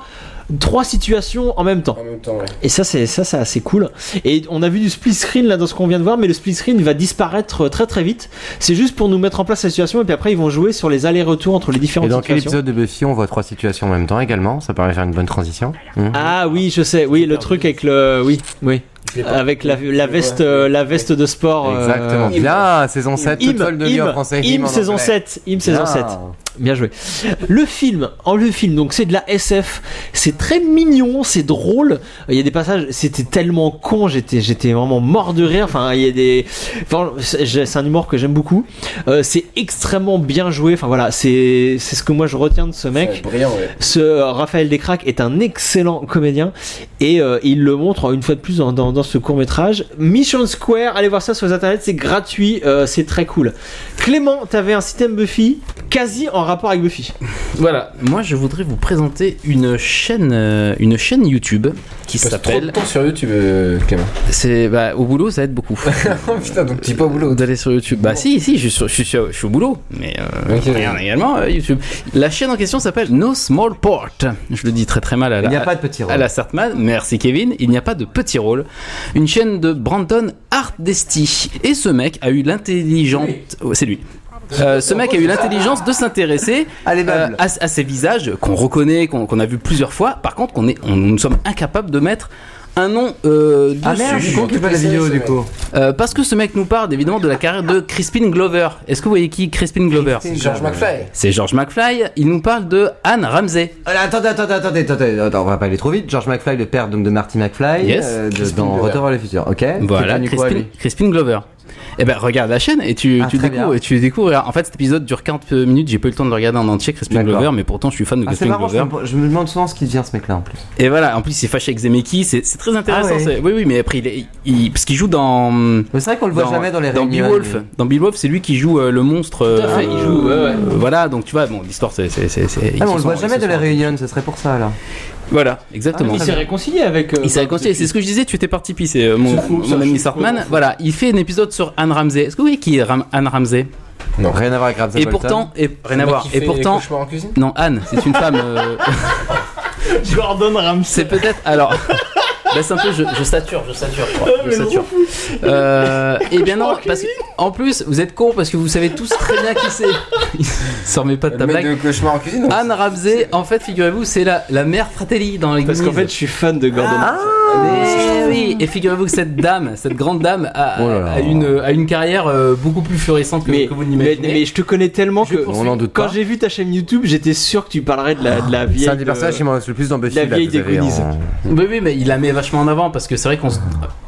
Speaker 1: trois situations en même temps.
Speaker 3: En même temps, ouais.
Speaker 1: Et ça, c'est ça, c'est assez cool. Et on a vu du split screen là dans ce qu'on vient de voir, mais le split screen va disparaître euh, très très vite. C'est juste pour nous mettre en place la situation, et puis après ils vont jouer sur les allers-retours entre les différentes
Speaker 4: Et dans quel
Speaker 1: situations.
Speaker 4: épisode de Buffy on voit trois situations en même temps également Ça paraît faire une bonne transition. Hmm.
Speaker 1: Ah oui, je sais. Oui, le truc avec le, oui, oui, avec la, la veste, euh, la veste de sport. euh,
Speaker 4: Exactement. Bien, saison 7, toute
Speaker 1: Im,
Speaker 4: folle de vie
Speaker 1: Im,
Speaker 4: en français.
Speaker 1: Im,
Speaker 4: en
Speaker 1: saison
Speaker 4: anglais. Ah.
Speaker 1: 7, Im saison
Speaker 4: Bien.
Speaker 1: 7. Bien joué. Le film, en le film, donc c'est de la SF, c'est très mignon, c'est drôle. Il y a des passages, c'était tellement con, j'étais, j'étais vraiment mort de rire. Enfin, il y a des, enfin, c'est c'est un humour que j'aime beaucoup. Euh, c'est extrêmement bien joué. Enfin voilà, c'est, c'est ce que moi je retiens de ce mec.
Speaker 3: brillant, ouais.
Speaker 1: Ce euh, Raphaël Descraques est un excellent comédien et euh, il le montre une fois de plus dans, dans- dans ce court métrage. Mission Square, allez voir ça sur les internets, c'est gratuit, euh, c'est très cool. Clément, t'avais un système Buffy quasi en rapport avec Buffy.
Speaker 2: Voilà, moi je voudrais vous présenter une chaîne, euh, une chaîne YouTube qui
Speaker 3: passe trop de
Speaker 2: s'appelle.
Speaker 3: temps sur YouTube, euh, Clément.
Speaker 2: C'est bah, au boulot, ça aide beaucoup. Oh,
Speaker 3: Putain, donc tu dis pas au boulot.
Speaker 2: D'aller sur YouTube. Bah si, si, je suis, sur- je suis sur- je suis au boulot, mais euh,
Speaker 3: Ok.
Speaker 2: regarde également euh, YouTube. La chaîne en question s'appelle No Small Port. Je le dis très très mal à la.
Speaker 4: Il n'y a pas de petit rôle.
Speaker 2: À la Sartman, merci Kevin. Il n'y a pas de petit rôle. Une chaîne de Brandon Hardesty. Et ce mec a eu l'intelligente. Oh, c'est lui. Euh, ce mec a eu l'intelligence de s'intéresser euh, à, à ces visages qu'on reconnaît, qu'on qu'on a vu plusieurs fois. Par contre, qu'on est, on- nous sommes incapables de mettre un nom euh, dessus.
Speaker 4: Ah merde, je compte pas la vidéo du coup.
Speaker 2: Euh, parce que ce mec nous parle évidemment de la carrière de Crispin Glover. Est-ce que vous voyez qui Crispin Glover
Speaker 3: C'est George McFly.
Speaker 2: C'est George McFly. Il nous parle de Anne Ramsey.
Speaker 4: Alors, Attendez, attendez, attendez, attendez, attendez, on va pas aller trop vite. George McFly, le père donc, de Marty McFly,
Speaker 2: Yes.
Speaker 4: euh, de-
Speaker 2: Crispin
Speaker 4: dans
Speaker 2: Glover.
Speaker 4: Retour vers le futur, ok
Speaker 2: Voilà,
Speaker 4: Qui est connu quoi,
Speaker 2: Crispin,
Speaker 4: lui
Speaker 2: Crispin Glover. Eh ben regarde la chaîne et tu,
Speaker 4: Ah,
Speaker 2: tu
Speaker 4: très
Speaker 2: découvres
Speaker 4: bien.
Speaker 2: et tu découvres. En fait, cet épisode dure 40 minutes. J'ai pas eu le temps de le regarder en entier, Crispin
Speaker 4: D'accord.
Speaker 2: Glover, mais pourtant je suis fan de
Speaker 4: Ah, c'est
Speaker 2: Crispin
Speaker 4: marrant, je
Speaker 2: Glover.
Speaker 4: me, je me demande souvent ce qui devient ce mec-là en plus.
Speaker 2: Et voilà, en plus il est fâché avec Zemeki, c'est c'est très intéressant.
Speaker 4: Ah ouais.
Speaker 2: c'est- Oui, oui, mais après, il, est- il- parce qu'il joue dans.
Speaker 4: C'est vrai qu'on le voit jamais dans les
Speaker 2: dans
Speaker 4: réunions,
Speaker 2: Beowulf.
Speaker 4: lui.
Speaker 2: Dans Beowulf, c'est lui qui joue euh, le monstre. euh,
Speaker 1: Tout à fait, il joue, ouais, ouais.
Speaker 2: Voilà, donc tu vois, bon, l'histoire, c'est. c'est- c'est- c'est- ils
Speaker 4: euh, Ah, mais
Speaker 2: se
Speaker 4: on le
Speaker 2: sont-
Speaker 4: voit
Speaker 2: ils
Speaker 4: jamais
Speaker 2: se
Speaker 4: dans les
Speaker 2: sont-
Speaker 4: réunions, ce serait pour ça là.
Speaker 2: Voilà, exactement.
Speaker 4: Ah,
Speaker 1: il s'est réconcilié avec. euh,
Speaker 2: Il s'est réconcilié, c'est ce que je disais, tu étais parti pisser, euh, mon,
Speaker 1: C'est fou,
Speaker 2: mon
Speaker 1: ça, je
Speaker 2: ami
Speaker 1: suis
Speaker 2: Sartman.
Speaker 1: complètement fou.
Speaker 2: Voilà, il fait un épisode sur Anne Ramsey. Est-ce que vous voyez qui est Ram- Anne Ramsey
Speaker 4: Non, rien à voir avec Ramsey
Speaker 2: Et
Speaker 4: Bolton.
Speaker 2: pourtant, et, rien à
Speaker 3: mec
Speaker 2: voir.
Speaker 3: qui
Speaker 2: Et
Speaker 3: fait
Speaker 2: pourtant,
Speaker 3: Cauchemar en cuisine
Speaker 2: non, Anne, c'est une femme. euh,
Speaker 1: Gordon Ramsay.
Speaker 2: C'est peut-être. Alors. Laisse un peu, je, je sature, je sature, je crois, je sature. Euh, et bien non, parce que, en plus, vous êtes cons parce que vous savez tous très bien qui c'est. Ça remet pas de
Speaker 3: Le
Speaker 2: ta
Speaker 3: mec
Speaker 2: blague. Ah,
Speaker 3: de Cauchemar en cuisine.
Speaker 2: Anne Ramsey, en fait, figurez-vous, c'est la, la mère Fratelli dans l'église.
Speaker 1: Parce qu'en fait, je suis fan de Gordon Ramsay.
Speaker 2: Mais oui, et figurez-vous que cette dame, cette grande dame, a,
Speaker 4: Oh là là.
Speaker 2: a une, a une carrière euh, beaucoup plus florissante que,
Speaker 1: Mais,
Speaker 2: que vous
Speaker 1: mais,
Speaker 2: n'imaginez.
Speaker 1: mais je te connais tellement que
Speaker 4: On n'en doute
Speaker 1: quand
Speaker 4: pas.
Speaker 1: j'ai vu ta chaîne YouTube, j'étais sûr que tu parlerais de la, de la vieille.
Speaker 4: C'est un des personnages qui
Speaker 1: euh,
Speaker 4: m'intéresse le plus dans Buffy.
Speaker 1: la
Speaker 4: là,
Speaker 1: vieille
Speaker 4: vous avez
Speaker 1: dégonise.
Speaker 4: en-
Speaker 2: Oui, oui, mais il la met vachement en avant parce que c'est vrai qu'on. se-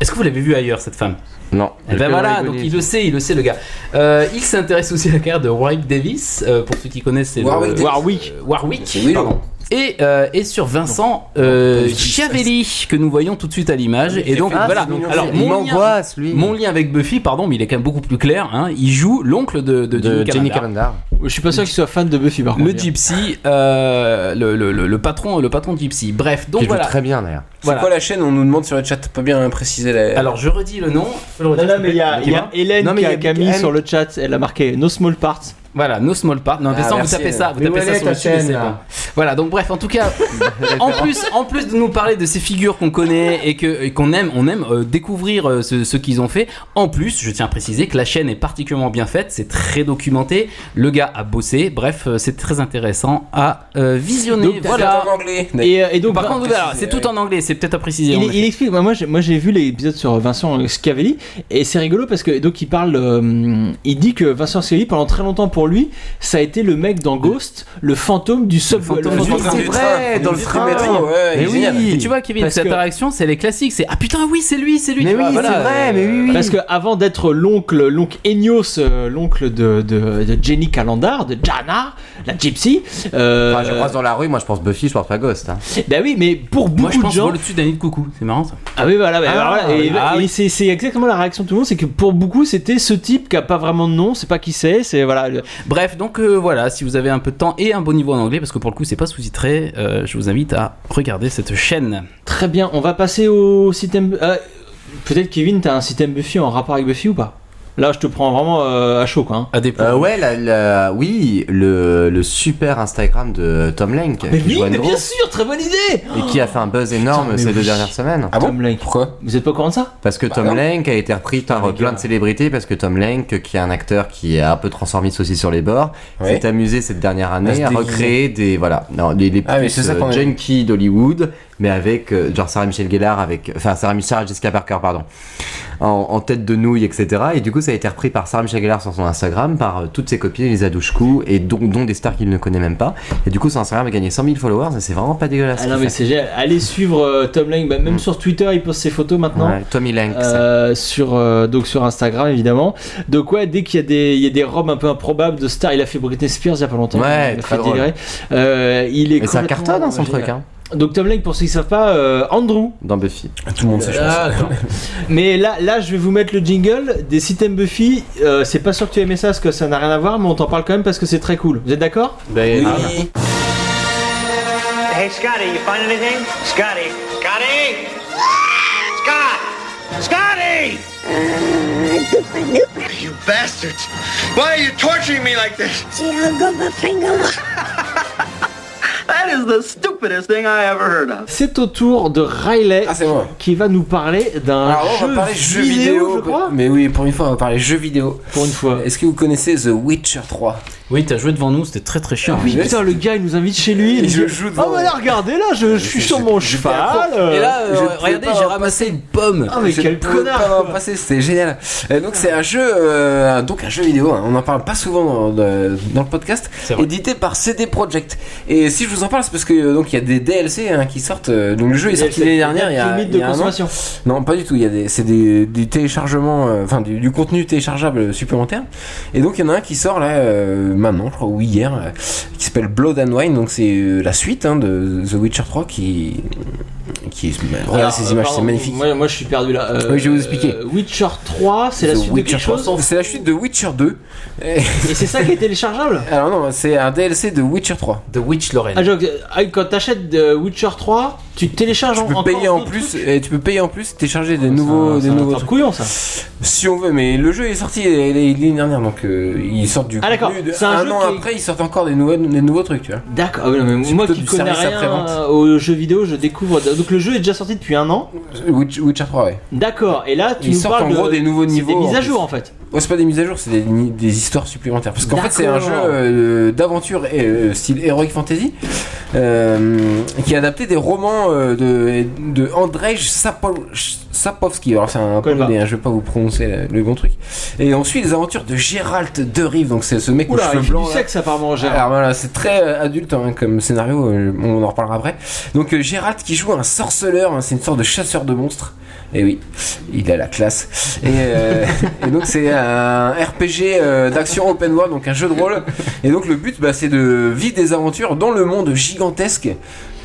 Speaker 2: Est-ce que vous l'avez vue ailleurs cette femme
Speaker 4: Non.
Speaker 2: Eh ben voilà, donc il le sait, il le sait le gars. Euh, il s'intéresse aussi à la carrière de Warwick Davis. euh, pour ceux qui connaissent, c'est le-
Speaker 3: Warwick Davis.
Speaker 1: Warwick.
Speaker 2: Euh, Warwick.
Speaker 3: C'est Willow.
Speaker 2: pardon. Et, euh, et sur Vincent euh, Chiavelli que nous voyons tout de suite à l'image. Et donc
Speaker 4: Ah, c'est
Speaker 2: voilà.
Speaker 4: mignon.
Speaker 2: Alors
Speaker 4: Il
Speaker 2: mon lien,
Speaker 4: m'angoisse lui.
Speaker 2: mon lien avec Buffy, pardon, mais il est quand même beaucoup plus clair. hein. Il joue l'oncle de, de,
Speaker 4: de Jenny
Speaker 2: Calendar.
Speaker 4: Calendar.
Speaker 1: Je suis pas sûr qu'il soit fan de Buffy par contre.
Speaker 2: Le Gypsy, euh, le, le- le- le patron, le patron de Gypsy. Bref, donc
Speaker 3: Qui joue
Speaker 2: voilà.
Speaker 3: très
Speaker 4: bien d'ailleurs.
Speaker 3: C'est quoi la chaîne On nous demande sur le chat. Pas bien préciser la.
Speaker 2: Alors je redis le nom.
Speaker 1: Non,
Speaker 2: Non,
Speaker 1: non, mais il y a, il y a Hélène
Speaker 2: Non, mais
Speaker 1: qui
Speaker 2: il y
Speaker 1: a,
Speaker 2: a
Speaker 1: qui a
Speaker 2: Big
Speaker 1: mis
Speaker 2: N.
Speaker 1: sur le chat, elle a marqué No Small Parts.
Speaker 2: Voilà, No Small Parts. Non,
Speaker 1: mais
Speaker 2: mais ça, vous tapez ça, vous tapez ça sur le site, c'est bon. Voilà, donc bref, en tout cas, en plus, en plus de nous parler de ces figures qu'on connaît et que et qu'on aime, on aime euh, découvrir euh, ce, ce qu'ils ont fait. En plus, je tiens à préciser que la chaîne est particulièrement bien faite, c'est très documenté. Le gars a bossé. Bref, euh, c'est très intéressant à euh, visionner.
Speaker 3: Donc, t'as
Speaker 2: voilà.
Speaker 3: tout en anglais.
Speaker 1: Et, euh, et donc,
Speaker 2: par
Speaker 1: bah,
Speaker 2: contre,
Speaker 1: préciser,
Speaker 2: voilà, c'est tout en anglais. C'est peut-être à préciser.
Speaker 1: Il,
Speaker 2: en
Speaker 1: est-
Speaker 2: effet.
Speaker 1: il explique. bah, moi, j'ai, moi, j'ai vu l'épisode sur Vincent Schiavelli et c'est rigolo parce que donc il parle. euh, il dit que Vincent Schiavelli pendant très longtemps pour lui, ça a été le mec dans Ghost, le fantôme du sub.
Speaker 2: fantôme du train.
Speaker 1: c'est
Speaker 2: Du train. Du train.
Speaker 3: ouais,
Speaker 1: Mais
Speaker 2: Mais
Speaker 1: oui.
Speaker 2: oui. Et tu vois, Kevin,
Speaker 1: Parce
Speaker 2: cette
Speaker 1: que-
Speaker 2: réaction, c'est les classiques. C'est ah putain, oui, c'est lui, c'est lui. tu vois, voilà.
Speaker 1: Parce que avant d'être l'oncle, l'oncle Enios, euh, l'oncle de, de- de Jenny Calendar, de Jana, la gypsy. euh,
Speaker 4: Enfin, je croise dans la rue, moi je pense Buffy, je pense pas Ghost. hein.
Speaker 1: Bah oui, mais pour beaucoup
Speaker 2: Moi, je
Speaker 1: de
Speaker 2: pense
Speaker 1: gens.
Speaker 2: voler au-dessus d'un nid de coucou. C'est marrant ça.
Speaker 1: Ah oui, voilà, bah,
Speaker 2: Ah,
Speaker 1: voilà, et,
Speaker 2: ah
Speaker 1: et
Speaker 2: oui.
Speaker 1: c'est, c'est exactement la réaction de tout le monde, c'est que pour beaucoup c'était ce type qui a pas vraiment de nom, c'est pas qui c'est, c'est voilà. le-
Speaker 2: Bref, donc euh, voilà, si vous avez un peu de temps et un bon niveau en anglais, parce que pour le coup, c'est pas sous-titré, euh, je vous invite à regarder cette chaîne.
Speaker 1: Très bien, on va passer au système. euh, Peut-être Kevin, t'as un système Buffy en rapport avec Buffy ou pas Là, je te prends vraiment euh, à chaud quoi. hein.
Speaker 2: À des
Speaker 4: Euh, ouais, la- la- oui, le, le super Instagram de Tom Lenk.
Speaker 1: Mais
Speaker 4: qui
Speaker 1: oui,
Speaker 4: joue
Speaker 1: mais
Speaker 4: Andrew,
Speaker 1: bien sûr, très bonne idée
Speaker 4: Et qui a fait un buzz énorme
Speaker 1: Putain, mais
Speaker 4: ces deux
Speaker 1: oui.
Speaker 4: dernières semaines.
Speaker 3: Ah bon
Speaker 1: Tom Lake.
Speaker 3: Pourquoi
Speaker 1: Vous êtes pas au courant de ça
Speaker 4: Parce que Tom
Speaker 3: Bah non.
Speaker 4: Lenk a été repris par euh, plein de célébrités parce que Tom Lenk, qui est un acteur qui a un peu transformé aussi sur les bords,
Speaker 3: Ouais.
Speaker 4: s'est amusé cette dernière
Speaker 3: À se
Speaker 4: année à,
Speaker 3: déguiser.
Speaker 4: recréer des voilà, non, des, des
Speaker 3: Ah, mais
Speaker 4: plus,
Speaker 3: c'est ça
Speaker 4: euh,
Speaker 3: qu'on aime.
Speaker 4: junkies d'Hollywood, mais avec euh, genre Sarah Michelle Gellar avec enfin Sarah Michelle Sarah Jessica Parker pardon. En, en tête de nouilles, etc. Et du coup, ça a été repris par Sarah Michelle Gellar sur son Instagram, par euh, toutes ses copines, Elisa Douchkou, et dont, dont des stars qu'il ne connaît même pas. Et du coup, son Instagram a gagné 100 000 followers, et c'est vraiment pas dégueulasse.
Speaker 1: Ah non, mais c'est génial. Allez suivre euh, Tom Lang, bah, même sur Twitter, il poste ses photos maintenant.
Speaker 4: Ouais, Tommy Lang.
Speaker 1: Euh, sur euh, donc sur Instagram évidemment donc ouais dès qu'il y a des il y a des robes un peu improbables de stars il a fait Britney Spears il y a pas longtemps
Speaker 4: Ouais,
Speaker 1: il a
Speaker 4: très
Speaker 1: fait
Speaker 4: drôle.
Speaker 1: délirer Euh, il est
Speaker 4: Mais ça
Speaker 1: complètement euh,
Speaker 4: cartonne, hein, son
Speaker 1: génial.
Speaker 4: truc, hein.
Speaker 1: donc Tom Lang pour ceux qui savent pas euh, Andrew Ah,
Speaker 4: Dans Buffy.
Speaker 3: Tout le monde sait, je pense.
Speaker 1: mais là là je vais vous mettre le jingle des systèmes Buffy Euh, c'est pas sûr que tu aimais ça parce que ça n'a rien à voir mais on t'en parle quand même parce que c'est très cool vous êtes d'accord
Speaker 3: Oui.
Speaker 5: Hey, Scotty, you find anything? Scotty. Scotty! Scott! Scotty! You bastards! Why are you torturing me like this? that is the stupidest thing I ever heard of.
Speaker 1: c'est au tour de Riley qui va nous parler d'un
Speaker 3: Ah, Alors, on
Speaker 1: jeu,
Speaker 3: va parler jeux
Speaker 1: vidéo,
Speaker 3: vidéo.
Speaker 1: je crois.
Speaker 3: mais oui, pour une fois, on va parler jeux vidéo.
Speaker 1: Pour une fois.
Speaker 3: Est-ce que vous connaissez The Witcher 3
Speaker 2: Oui, t'as joué devant nous, c'était très très chiant.
Speaker 1: Ah oui, putain, le gars il nous invite chez lui.
Speaker 3: Et
Speaker 1: il
Speaker 3: je
Speaker 1: dit,
Speaker 3: joue devant
Speaker 1: Ah, voilà,
Speaker 3: lui.
Speaker 1: regardez là, je, je suis sur mon cheval.
Speaker 3: Et là, euh,
Speaker 1: Je pouvais
Speaker 3: regardez,
Speaker 1: pas-
Speaker 3: j'ai ramassé une pomme.
Speaker 1: Ah, mais
Speaker 3: Je
Speaker 1: quel
Speaker 3: ne pouvais
Speaker 1: connard,
Speaker 3: pas m'en
Speaker 1: quoi.
Speaker 3: passer, c'était génial. Euh, donc c'est un jeu, euh, donc un jeu vidéo. hein. On n'en parle pas souvent dans, dans- dans le podcast. Édité par CD Projekt. Et si je vous en parle, c'est parce que euh, donc il y a des DLC hein, qui sortent. euh, donc le jeu est
Speaker 1: DLC,
Speaker 3: sorti l'année dernière. Il y a,
Speaker 1: limite de
Speaker 3: il y a un an.
Speaker 1: consommation.
Speaker 3: Non, pas du tout. Il y a des, c'est des, des téléchargements, euh, enfin du, du contenu téléchargeable supplémentaire. Et donc il y en a un qui sort là euh, maintenant, je crois, ou hier, euh, qui s'appelle Blood and Wine. Donc c'est euh, la suite hein, de The Witcher 3 qui, qui est. Regardez
Speaker 1: Alors,
Speaker 3: ces
Speaker 1: euh,
Speaker 3: images,
Speaker 1: pardon,
Speaker 3: c'est magnifique.
Speaker 1: Moi, moi, je suis perdu là. Euh,
Speaker 3: Oui, je vais vous expliquer.
Speaker 1: euh, Witcher 3, c'est la
Speaker 3: The
Speaker 1: suite de
Speaker 3: Witcher
Speaker 1: quelque chose.
Speaker 3: 3. C'est la suite de Witcher 2. Et
Speaker 1: Et c'est ça qui est téléchargeable
Speaker 3: Alors non, c'est un DLC de Witcher 3.
Speaker 2: The Witch Lorraine.
Speaker 1: ah, je- ah, Quand t'achètes euh, Witcher 3, tu télécharges
Speaker 3: Tu
Speaker 1: en
Speaker 3: peux
Speaker 1: Ah encore
Speaker 3: payer en
Speaker 1: d'autres
Speaker 3: plus,
Speaker 1: trucs.
Speaker 3: et tu peux payer en plus, télécharger des nouveaux, des
Speaker 1: C'est un
Speaker 3: nouveaux
Speaker 1: truc
Speaker 3: trucs.
Speaker 1: couillon ça.
Speaker 3: Si on veut, mais le jeu est sorti l'année dernière, donc euh, ils sortent du
Speaker 1: Ah, d'accord.
Speaker 3: contenu de-
Speaker 1: C'est un
Speaker 3: un,
Speaker 1: jeu
Speaker 3: an
Speaker 1: qui est-
Speaker 3: après, ils sortent encore des, nouvelles, des nouveaux trucs, tu vois.
Speaker 1: D'accord, ah oui, non, mais
Speaker 3: C'est
Speaker 1: moi
Speaker 3: plutôt
Speaker 1: qui
Speaker 3: du
Speaker 1: connais
Speaker 3: service
Speaker 1: rien
Speaker 3: après-vente.
Speaker 1: aux jeux vidéo, je découvre. Donc le jeu est déjà sorti depuis un an.
Speaker 3: Witch- Witcher 3, ouais.
Speaker 1: D'accord, et là tu
Speaker 3: Ils
Speaker 1: nous
Speaker 3: sortent
Speaker 1: parles
Speaker 3: en
Speaker 1: de-
Speaker 3: gros des nouveaux
Speaker 1: c'est
Speaker 3: niveaux,
Speaker 1: Des mises
Speaker 3: en
Speaker 1: à
Speaker 3: plus.
Speaker 1: jour en fait.
Speaker 3: Oh, c'est pas des mises à jour, c'est des, des histoires supplémentaires. Parce qu'en fait, c'est un
Speaker 1: D'accord.
Speaker 3: jeu euh, d'aventure et euh, style heroic fantasy euh, qui est adapté des romans euh, de, de Andrzej Sapo- Sapowski. Alors, c'est un
Speaker 1: Connais
Speaker 3: polonais, hein, je vais pas vous prononcer le, le bon truc. Et on suit les aventures de Gérald de Rive, donc c'est ce mec aux
Speaker 1: Oula, il
Speaker 3: cheveux
Speaker 1: fait du
Speaker 3: blancs. là.
Speaker 1: sexe apparemment, Gérard.
Speaker 3: Alors voilà, c'est très euh, adulte hein, comme scénario, euh, on en reparlera après. Donc euh, Gérald qui joue un sorceleur, hein, c'est une sorte de chasseur de monstres. Et oui, il a la classe. Et, euh, et donc c'est un RPG euh, d'action open world, donc un jeu de rôle. Et donc le but, bah, c'est de vivre des aventures dans le monde gigantesque.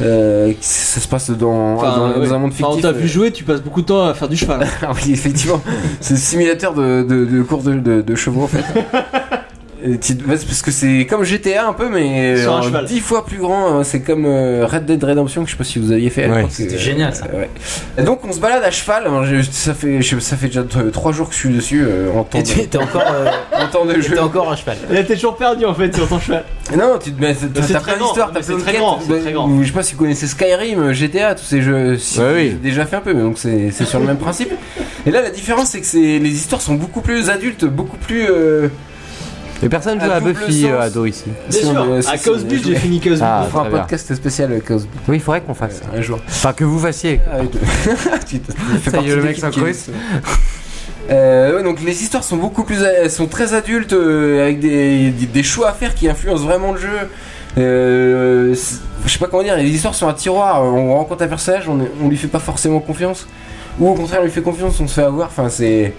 Speaker 3: Euh, ça se passe Ah, dans,
Speaker 1: Enfin,
Speaker 3: dans-
Speaker 1: ouais.
Speaker 3: dans un monde
Speaker 1: Enfin,
Speaker 3: fictif.
Speaker 1: on t'a vu
Speaker 3: euh,
Speaker 1: jouer, tu passes beaucoup de temps à faire du cheval. hein.
Speaker 3: ah oui, effectivement, c'est le simulateur de, de, de course de, de- de chevaux en fait. Et tu- ouais, c'est Parce que c'est comme GTA un peu, mais
Speaker 2: Sur un
Speaker 3: en
Speaker 2: cheval.
Speaker 3: 10 fois plus grand. hein. C'est comme euh, Red Dead Redemption, que je sais pas si vous aviez fait. à
Speaker 2: Ouais.
Speaker 3: l'époque.
Speaker 2: C'était génial, ça.
Speaker 3: Euh, ouais. Et donc on se balade à cheval. hein. Je- Ça fait, je- ça fait déjà 3 jours que je suis dessus. euh, en temps
Speaker 2: Et tu
Speaker 3: de-
Speaker 2: étais encore,
Speaker 3: en temps de jeu.
Speaker 2: encore à cheval.
Speaker 1: Là, t'es toujours perdu en fait sur ton cheval.
Speaker 3: Non, tu te mets. t'as-
Speaker 1: C'est
Speaker 3: T'as
Speaker 1: très
Speaker 3: plein
Speaker 1: grand,
Speaker 3: d'histoires,
Speaker 1: mais c'est
Speaker 3: t'as plein de
Speaker 1: très
Speaker 3: quêtes.
Speaker 1: grand, c'est
Speaker 3: Bah,
Speaker 1: très grand.
Speaker 3: Je sais pas si vous connaissez Skyrim, euh, GTA, tous ces jeux. euh, Si vous avez Déjà fait un peu, mais donc c'est c'est sur le même principe. Et là, la différence, c'est que c'est- les histoires sont beaucoup plus adultes, beaucoup plus. euh,
Speaker 4: Mais personne joue
Speaker 3: À
Speaker 4: à
Speaker 3: double
Speaker 4: Buffy
Speaker 3: sens.
Speaker 4: euh, ado ici.
Speaker 3: Bien Si, sûr, on est- à si, si, Cosby, on est- j'ai fini Cosby.
Speaker 4: Ah,
Speaker 3: On fera un
Speaker 4: très bien.
Speaker 3: podcast spécial Cosby.
Speaker 4: Oui, il faudrait qu'on fasse
Speaker 3: Ah, un jour.
Speaker 4: Enfin, que vous fassiez.
Speaker 3: Ah tu te- tu fais
Speaker 4: Ça y est,
Speaker 3: partie
Speaker 4: le
Speaker 3: de
Speaker 4: mec
Speaker 3: l'équipe qui-
Speaker 4: s'incruste.
Speaker 3: Euh, ouais, donc les histoires sont beaucoup plus, elles sont très adultes euh, avec des, des- des choix à faire qui influencent vraiment le jeu. Euh, c'est- je sais pas comment dire, les histoires sont un tiroir. On rencontre un personnage, on, est- on lui fait pas forcément confiance, ou au contraire on lui fait confiance, on se fait avoir. Enfin, c'est
Speaker 4: Les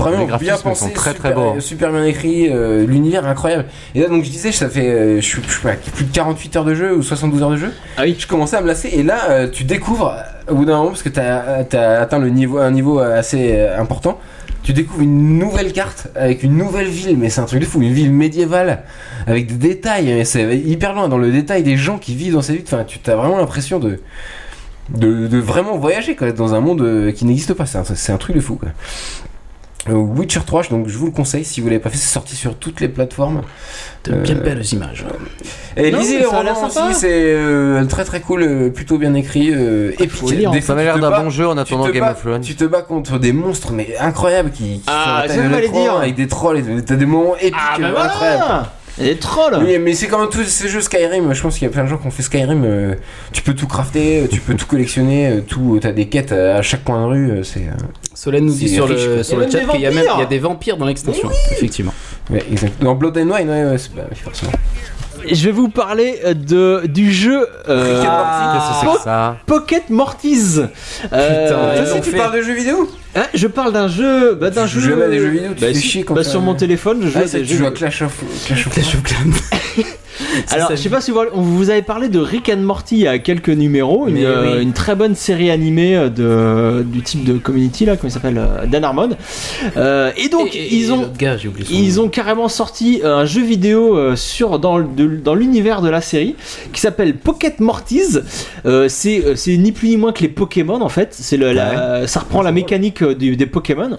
Speaker 3: vraiment bien
Speaker 4: graphismes
Speaker 3: pensé,
Speaker 4: sont très, très
Speaker 3: super,
Speaker 4: beaux.
Speaker 3: super bien écrit, euh, l'univers incroyable. Et là donc je disais, ça fait euh, je suis je sais pas, plus de 48 heures de jeu ou 72 heures de jeu.
Speaker 1: Ah
Speaker 3: Je commençais à me lasser et là euh, tu découvres euh, au bout d'un moment parce que t'as as atteint le niveau un niveau assez euh, important. Tu découvres une nouvelle carte avec une nouvelle ville, mais c'est un truc de fou, une ville médiévale avec des détails, mais c'est hyper loin dans le détail des gens qui vivent dans ces villes. Enfin, tu as vraiment l'impression de, de de vraiment voyager quoi, dans un monde euh, qui n'existe pas. C'est un, c'est un truc de fou. quoi. Euh, Witcher 3, je- donc je vous le conseille si vous l'avez pas fait, c'est sorti sur toutes les plateformes.
Speaker 2: De bien belles images.
Speaker 3: Et
Speaker 2: Non,
Speaker 3: lisez
Speaker 2: mais
Speaker 3: les
Speaker 2: ça a l'air
Speaker 3: romans
Speaker 2: sympa.
Speaker 3: aussi, c'est euh, très très cool, euh, plutôt bien écrit, euh, épique.
Speaker 4: faut lire, hein. Ça
Speaker 3: fois,
Speaker 4: m'a
Speaker 3: tu
Speaker 4: l'air
Speaker 3: te
Speaker 4: d'un
Speaker 3: bats-
Speaker 4: bon jeu en
Speaker 3: tu
Speaker 4: attendant
Speaker 3: te
Speaker 4: Game
Speaker 3: bats-
Speaker 4: of Thrones.
Speaker 3: Tu te bats contre des monstres mais incroyables qui, qui
Speaker 1: Ah,
Speaker 3: font la
Speaker 1: je
Speaker 3: taille de
Speaker 1: vais
Speaker 3: l'écran,
Speaker 1: les dire.
Speaker 3: avec des trolls, et des- t'as des moments épiques
Speaker 1: Ah, bah
Speaker 3: euh,
Speaker 1: voilà.
Speaker 3: incroyables.
Speaker 1: Des trolls.
Speaker 3: Oui, mais c'est quand même tous ces jeux Skyrim. Je pense qu'il y a plein de gens qui ont fait Skyrim. euh, tu peux tout crafter, euh, tu peux tout collectionner, euh, tout. T'as des quêtes à chaque coin de rue. euh, C'est.
Speaker 2: Solène nous dit sur le, sur le chat qu'il y a même il y a
Speaker 3: des
Speaker 2: des vampires dans l'extension. Effectivement.
Speaker 3: Ouais, exact. Dans Blood and Wine, ouais, ouais, c'est bah, oui, forcément.
Speaker 1: Je vais vous parler euh, de, du jeu euh,
Speaker 3: Rick and Morty, qu'est-ce que c'est que
Speaker 1: Po-
Speaker 4: ça
Speaker 1: Pocket Mortise. Ah,
Speaker 3: Toi aussi, tu parles de jeux vidéo
Speaker 1: Hein, je parle d'un jeu, bah, d'un
Speaker 3: Tu
Speaker 1: jeu.
Speaker 3: joues jamais à des jeux vidéo, tu
Speaker 1: bah,
Speaker 3: fais
Speaker 1: si-
Speaker 3: chier quand
Speaker 1: bah,
Speaker 3: t'as-
Speaker 1: sur mon téléphone, je joue
Speaker 3: Ah,
Speaker 1: à
Speaker 3: c'est-
Speaker 1: des
Speaker 3: tu
Speaker 1: jeux.
Speaker 3: joues à Clash of Clash of
Speaker 1: Alors, je sais pas si vous, on vous avez parlé de Rick and Morty il y a quelques numéros, une,
Speaker 3: Mais
Speaker 1: euh,
Speaker 3: oui.
Speaker 1: une très bonne série animée euh, de, du type de Community là, comment il s'appelle, euh, Dan Harmon. Euh, et donc ils ont, ils ont carrément sorti un jeu vidéo euh, sur dans, le- de- dans l'univers de la série qui s'appelle Pocket Mortise. Euh, c'est euh, c'est ni plus ni moins que les Pokémon en fait. C'est le, la- ça reprend la mécanique euh, du- des Pokémon.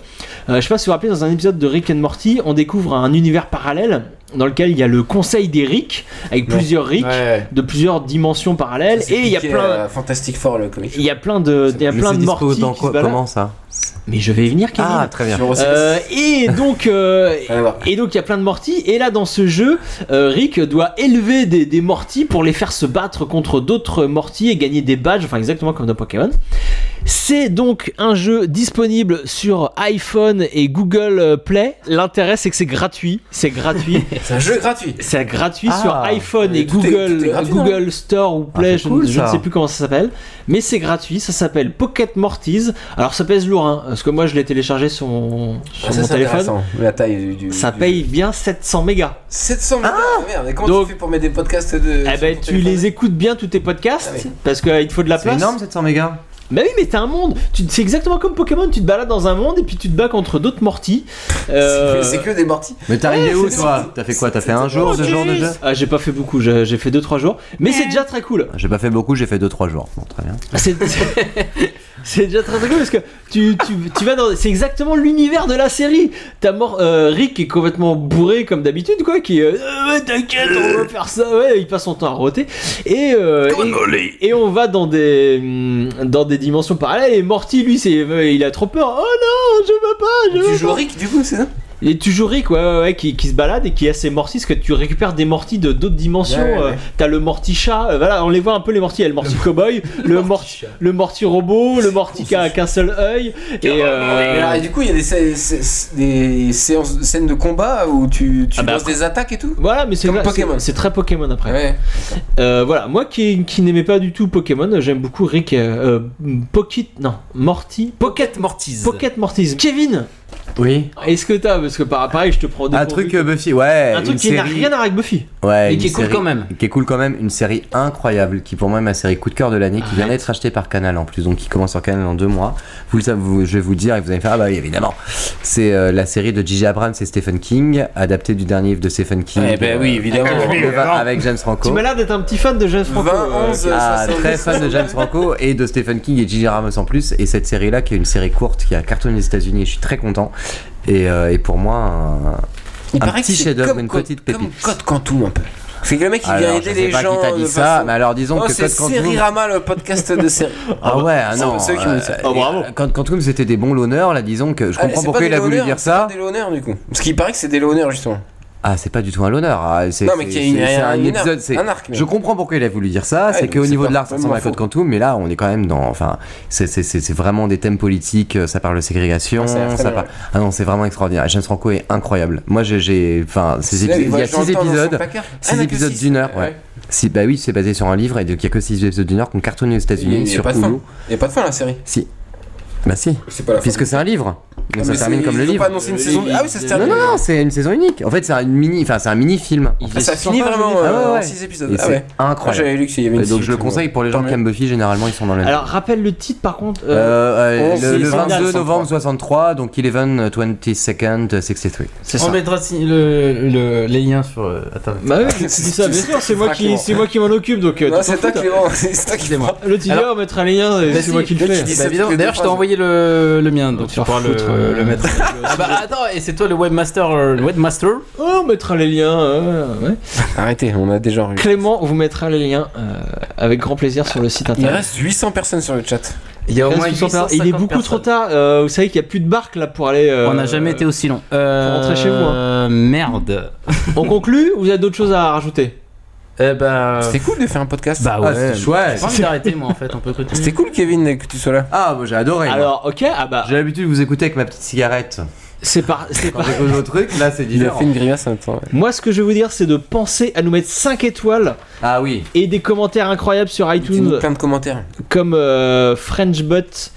Speaker 1: Euh, je sais pas si vous vous rappelez dans un épisode de Rick and Morty, on découvre un univers parallèle dans lequel il y a le conseil des Rick avec plusieurs Rick de plusieurs dimensions parallèles et il y a
Speaker 4: euh,
Speaker 1: plein
Speaker 3: Fantastic Four, le comic.
Speaker 1: il y a plein de il y a
Speaker 4: Mais
Speaker 1: plein
Speaker 4: c'est
Speaker 1: de
Speaker 4: dispo
Speaker 1: Morty
Speaker 4: dans
Speaker 1: qui
Speaker 4: quoi-
Speaker 1: se baladent.
Speaker 4: Comment ça
Speaker 1: Mais je vais y venir, Kevin.
Speaker 4: Ah, très bien.
Speaker 3: Sur OCS.
Speaker 1: Euh, et donc, euh, et donc il y a plein de Morty. Et là, dans ce jeu, euh, Rick doit élever des, des Morty pour les faire se battre contre d'autres Morty et gagner des badges, enfin exactement comme dans Pokémon. C'est donc un jeu disponible sur iPhone et Google euh, Play. L'intérêt, c'est que c'est gratuit. C'est gratuit.
Speaker 3: C'est un jeu gratuit.
Speaker 1: C'est gratuit
Speaker 3: Ah.
Speaker 1: sur iPhone
Speaker 3: Mais
Speaker 1: et
Speaker 3: tout est- tout est
Speaker 1: Google,
Speaker 3: gratuit, non
Speaker 1: Google Store ou Play,
Speaker 3: c'est
Speaker 1: je,
Speaker 3: cool,
Speaker 1: ne- je ne
Speaker 3: ça.
Speaker 1: sais plus comment ça s'appelle, mais c'est gratuit, ça s'appelle Pocket Mortise. Alors ça pèse lourd, hein, parce que moi je l'ai téléchargé sur mon, sur
Speaker 3: Ah, ça,
Speaker 1: mon
Speaker 3: c'est
Speaker 1: téléphone.
Speaker 3: intéressant, La taille du. du-
Speaker 1: Ça
Speaker 3: du-
Speaker 1: paye bien 700 mégas.
Speaker 3: 700 mégas,
Speaker 4: Ah
Speaker 3: merde. Et comment
Speaker 1: Donc-
Speaker 3: tu fais pour mettre des podcasts de.
Speaker 1: Eh ben, tu les écoutes bien tous tes podcasts
Speaker 3: Ah oui.
Speaker 1: parce qu'il te faut de la place.
Speaker 4: énorme, 700 mégas.
Speaker 1: Bah oui, mais t'as un monde. Tu- C'est exactement comme Pokémon. Tu te balades dans un monde et puis tu te bats contre d'autres mortis. Euh,
Speaker 3: C'est que des mortis.
Speaker 4: Mais t'es arrivé
Speaker 1: Ouais,
Speaker 4: où
Speaker 1: c'est-
Speaker 4: toi T'as fait quoi T'as fait un jour, deux jours déjà
Speaker 1: Ah, j'ai pas fait beaucoup. J'ai j'ai fait 2-3 jours, mais c'est déjà très cool.
Speaker 4: J'ai pas fait beaucoup, j'ai fait 2-3 jours. Bon, très bien.
Speaker 1: C'est c'est déjà très très cool parce que tu, tu, tu vas dans. C'est exactement l'univers de la série. T'as mort. euh, Rick qui est complètement bourré comme d'habitude, quoi. Qui est. euh, Euh, ouais, T'inquiète, on va faire ça. Ouais, il passe son temps à roter. Et, euh, et, et on va dans des, hum, dans des dimensions parallèles. Et Morty, lui, c'est euh, il a trop peur. Oh non, je veux pas. Je veux
Speaker 3: Tu joues
Speaker 1: pas.
Speaker 3: Rick du coup, c'est ça
Speaker 1: Il est toujours Rick, ouais, ouais, ouais, qui, qui se balade et qui a ses mortis, parce que tu récupères des mortis de d'autres dimensions.
Speaker 3: Ouais, ouais,
Speaker 1: euh,
Speaker 3: ouais.
Speaker 1: T'as le morti chat, euh, voilà, on les voit un peu les mortis. Il y a le morti cowboy, le morti, le morti robot, le morti qui a qu'un seul œil. Et, euh,
Speaker 3: Et alors, et du coup, il y a des, sé- sé- sé- des séances, scènes de combat où tu, tu
Speaker 1: Ah bah
Speaker 3: lances
Speaker 1: après-
Speaker 3: des attaques et tout
Speaker 1: Voilà, mais c'est
Speaker 3: Comme
Speaker 1: vrai,
Speaker 3: Pokémon.
Speaker 1: c'est- c'est très Pokémon après.
Speaker 3: Ouais.
Speaker 1: Euh, voilà, moi qui, qui n'aimais pas du tout Pokémon, j'aime beaucoup Rick euh, euh, Pocket, non, Morty, Pocket Mortise, Pocket Mortise. Kevin,
Speaker 4: Oui.
Speaker 1: Est-ce que t'as, parce que par- pareil, je te prends des
Speaker 4: Un truc euh, Buffy, ouais.
Speaker 1: Un truc
Speaker 4: une
Speaker 1: qui n'a
Speaker 4: série-
Speaker 1: rien à voir avec Buffy.
Speaker 4: Ouais,
Speaker 1: Mais
Speaker 4: une
Speaker 1: qui est cool
Speaker 4: série-
Speaker 1: quand même.
Speaker 4: Qui est cool quand même, une série incroyable, qui pour moi est ma série coup de cœur de l'année, qui vient d'être achetée par Canal en plus, donc qui commence sur Canal en deux mois. Vous le savez, vous- je vais vous le dire et vous allez faire, ah bah oui, évidemment. C'est euh, la série de J.J. Abrams et Stephen King, adaptée du dernier livre de Stephen King.
Speaker 2: Eh ben oui, évidemment.
Speaker 4: le vingt- Avec James
Speaker 1: Tu
Speaker 4: Franco.
Speaker 1: m'as l'air d'être un petit fan de James Franco. euh,
Speaker 4: Ah, très fan de James Franco et de Stephen King et J.J. Ramos en plus. Et cette série-là, qui est une série courte, qui a cartonné aux États-Unis, et je suis très content. Et, euh, et pour moi, un,
Speaker 3: Il
Speaker 4: un
Speaker 3: paraît
Speaker 4: petit
Speaker 3: que c'est
Speaker 4: chef-d'œuvre,
Speaker 3: comme
Speaker 4: une
Speaker 3: Code-
Speaker 4: petite pépite.
Speaker 3: Code Quantum un peu. C'est que le mec il vient
Speaker 4: Alors,
Speaker 3: aider
Speaker 4: je sais
Speaker 3: les
Speaker 4: pas qui
Speaker 3: gens.
Speaker 4: t'a
Speaker 3: de
Speaker 4: dit
Speaker 3: façon-
Speaker 4: ça, mais alors disons
Speaker 3: Oh,
Speaker 4: que
Speaker 3: c'est
Speaker 4: Code Quantum-
Speaker 3: Sérirama le podcast de série.
Speaker 4: Ah ouais, ah
Speaker 3: bah, C'est
Speaker 4: non.
Speaker 3: ceux qui m'ont dit ça.
Speaker 4: euh, Quand Quantum c'était des bons l'honneur, là disons que je
Speaker 3: Ah,
Speaker 4: comprends
Speaker 3: c'est
Speaker 4: pourquoi
Speaker 3: pas
Speaker 4: il
Speaker 3: des
Speaker 4: a voulu
Speaker 3: loaners,
Speaker 4: dire
Speaker 3: c'est
Speaker 4: ça.
Speaker 3: pas des loaners, du coup. Parce qu'il paraît que c'est des loaners justement.
Speaker 4: Ah, c'est pas du tout un l'honneur. Ah, c'est
Speaker 3: Non, mais
Speaker 4: c'est-
Speaker 3: qu'il y a une-
Speaker 4: c'est- c'est
Speaker 3: un-
Speaker 4: un
Speaker 3: une
Speaker 4: épisode.
Speaker 3: arc,
Speaker 4: c'est-
Speaker 3: un arc, mais-
Speaker 4: Je comprends pourquoi il a voulu dire ça.
Speaker 3: Ouais,
Speaker 4: c'est
Speaker 3: donc
Speaker 4: qu'au
Speaker 3: c'est
Speaker 4: niveau
Speaker 3: pas
Speaker 4: de l'art, ça
Speaker 3: complètement
Speaker 4: ressemble à Code
Speaker 3: faux.
Speaker 4: Quantum, mais là, on est quand même dans. Enfin, c'est- c'est c'est- c'est vraiment des thèmes politiques. euh, Ça parle de ségrégation.
Speaker 3: Ah, ça a l'air très
Speaker 4: ça
Speaker 3: bien,
Speaker 4: parle-
Speaker 3: ouais.
Speaker 4: Ah non, c'est vraiment extraordinaire. James Franco est incroyable. Moi, j'ai- j'ai. Enfin, ces
Speaker 3: C'est là,
Speaker 4: épis- il y
Speaker 3: ouais,
Speaker 4: a
Speaker 3: je l'entends
Speaker 4: six
Speaker 3: dans son
Speaker 4: épisodes.
Speaker 3: placard. Ah, il y en
Speaker 4: Six
Speaker 3: a que
Speaker 4: épisodes
Speaker 3: six,
Speaker 4: d'une heure, ouais.
Speaker 3: ouais.
Speaker 4: Si, bah oui, c'est basé sur un livre et donc il y a que six épisodes d'une heure qu'on cartonne aux
Speaker 3: Il
Speaker 4: États-Unis
Speaker 3: n'y a
Speaker 4: sur
Speaker 3: pas de fin.
Speaker 4: Hulu.
Speaker 3: Il n'y a pas de fin la série.
Speaker 4: Si. Bah si.
Speaker 3: pas la fin
Speaker 4: Puisque
Speaker 3: du
Speaker 4: c'est un livre.
Speaker 3: Ah,
Speaker 4: Donc ça
Speaker 3: mais
Speaker 4: se termine
Speaker 3: c'est-
Speaker 4: comme
Speaker 3: ils
Speaker 4: le
Speaker 3: ont
Speaker 4: livre.
Speaker 3: pas annoncé une saison. Ah oui, ça se
Speaker 4: Non,
Speaker 3: termine.
Speaker 4: non, non, c'est une saison unique. En fait, c'est un mini, enfin, c'est un mini film.
Speaker 3: Ah, ça finit vraiment
Speaker 4: Ah ouais,
Speaker 3: en
Speaker 4: ouais.
Speaker 3: 6
Speaker 4: Et
Speaker 3: épisodes. Ah
Speaker 4: c'est
Speaker 3: ouais.
Speaker 4: incroyable.
Speaker 3: Ah, J'avais lu qu'il y avait une
Speaker 4: Et donc je
Speaker 3: suite,
Speaker 4: le
Speaker 3: mais
Speaker 4: conseille
Speaker 3: bon.
Speaker 4: pour les gens qui aiment Buffy. Généralement, ils sont dans le.
Speaker 1: Alors rappelle le titre par contre.
Speaker 4: Euh, euh,
Speaker 1: on-
Speaker 4: le,
Speaker 1: c'est
Speaker 4: le
Speaker 1: Scandale
Speaker 4: 22
Speaker 1: 63.
Speaker 4: novembre 63, donc 11 22nd 63. C'est
Speaker 2: On
Speaker 4: ça.
Speaker 2: mettra si- le- le- les liens sur euh, internet.
Speaker 1: Bah oui, tu dis ça, bien sûr, c'est moi qui, c'est moi qui m'en occupe donc. euh,
Speaker 2: Non,
Speaker 1: t'en
Speaker 2: c'est
Speaker 1: fous,
Speaker 2: toi,
Speaker 1: t'as-
Speaker 2: Clément, c'est toi qui-
Speaker 1: Excusez-moi. Le titre, on
Speaker 2: Alors-
Speaker 1: va mettre un lien, et
Speaker 2: Bah
Speaker 1: euh, c'est
Speaker 2: si,
Speaker 1: moi qui le
Speaker 2: toi
Speaker 1: fais.
Speaker 2: qui dis ça, Bah, évidemment. D'ailleurs, je t'ai envoyé le, le mien, donc tu
Speaker 1: t'en
Speaker 2: pourras le,
Speaker 1: foutre, euh,
Speaker 2: le mettre. ah bah attends, et c'est toi le webmaster, euh, le webmaster
Speaker 1: Oh, on mettra les liens. euh, ouais.
Speaker 3: Arrêtez, on a déjà revu.
Speaker 1: Clément vous mettra les liens euh, avec grand plaisir sur le site
Speaker 3: Il
Speaker 1: internet.
Speaker 3: reste 800 personnes sur le chat.
Speaker 2: Il y a au
Speaker 1: Reste
Speaker 2: moins
Speaker 1: sous son père. Il est
Speaker 2: 850
Speaker 1: beaucoup trop
Speaker 2: personnes.
Speaker 1: tard. euh, vous savez qu'il n'y a plus de barque là pour aller. euh,
Speaker 2: On n'a jamais été aussi long.
Speaker 1: Faut
Speaker 2: Euh,
Speaker 1: rentrer chez vous, hein.
Speaker 2: Merde.
Speaker 1: On conclut ou vous avez d'autres choses à rajouter
Speaker 2: Eh ben.
Speaker 3: C'était cool de faire un podcast.
Speaker 2: Bah ouais.
Speaker 3: Ah, c'était chouette.
Speaker 2: J'ai pas envie d'arrêter moi en fait, on peut continuer.
Speaker 3: C'était cool, Kevin, que tu sois là.
Speaker 4: Ah, moi j'ai adoré.
Speaker 1: Alors, ok, ah bah.
Speaker 4: J'ai l'habitude de vous écouter avec ma petite cigarette.
Speaker 1: C'est par. C'est
Speaker 4: Quand
Speaker 1: par...
Speaker 4: j'écoute vos trucs, là c'est
Speaker 3: Il a
Speaker 4: différent.
Speaker 3: fait une grimace en même temps. ouais.
Speaker 1: Moi, ce que je veux vous dire, c'est de penser à nous mettre 5 étoiles
Speaker 4: Ah oui.
Speaker 1: et des commentaires incroyables sur iTunes,
Speaker 3: Dis-nous plein de commentaires.
Speaker 1: comme euh, FrenchBot.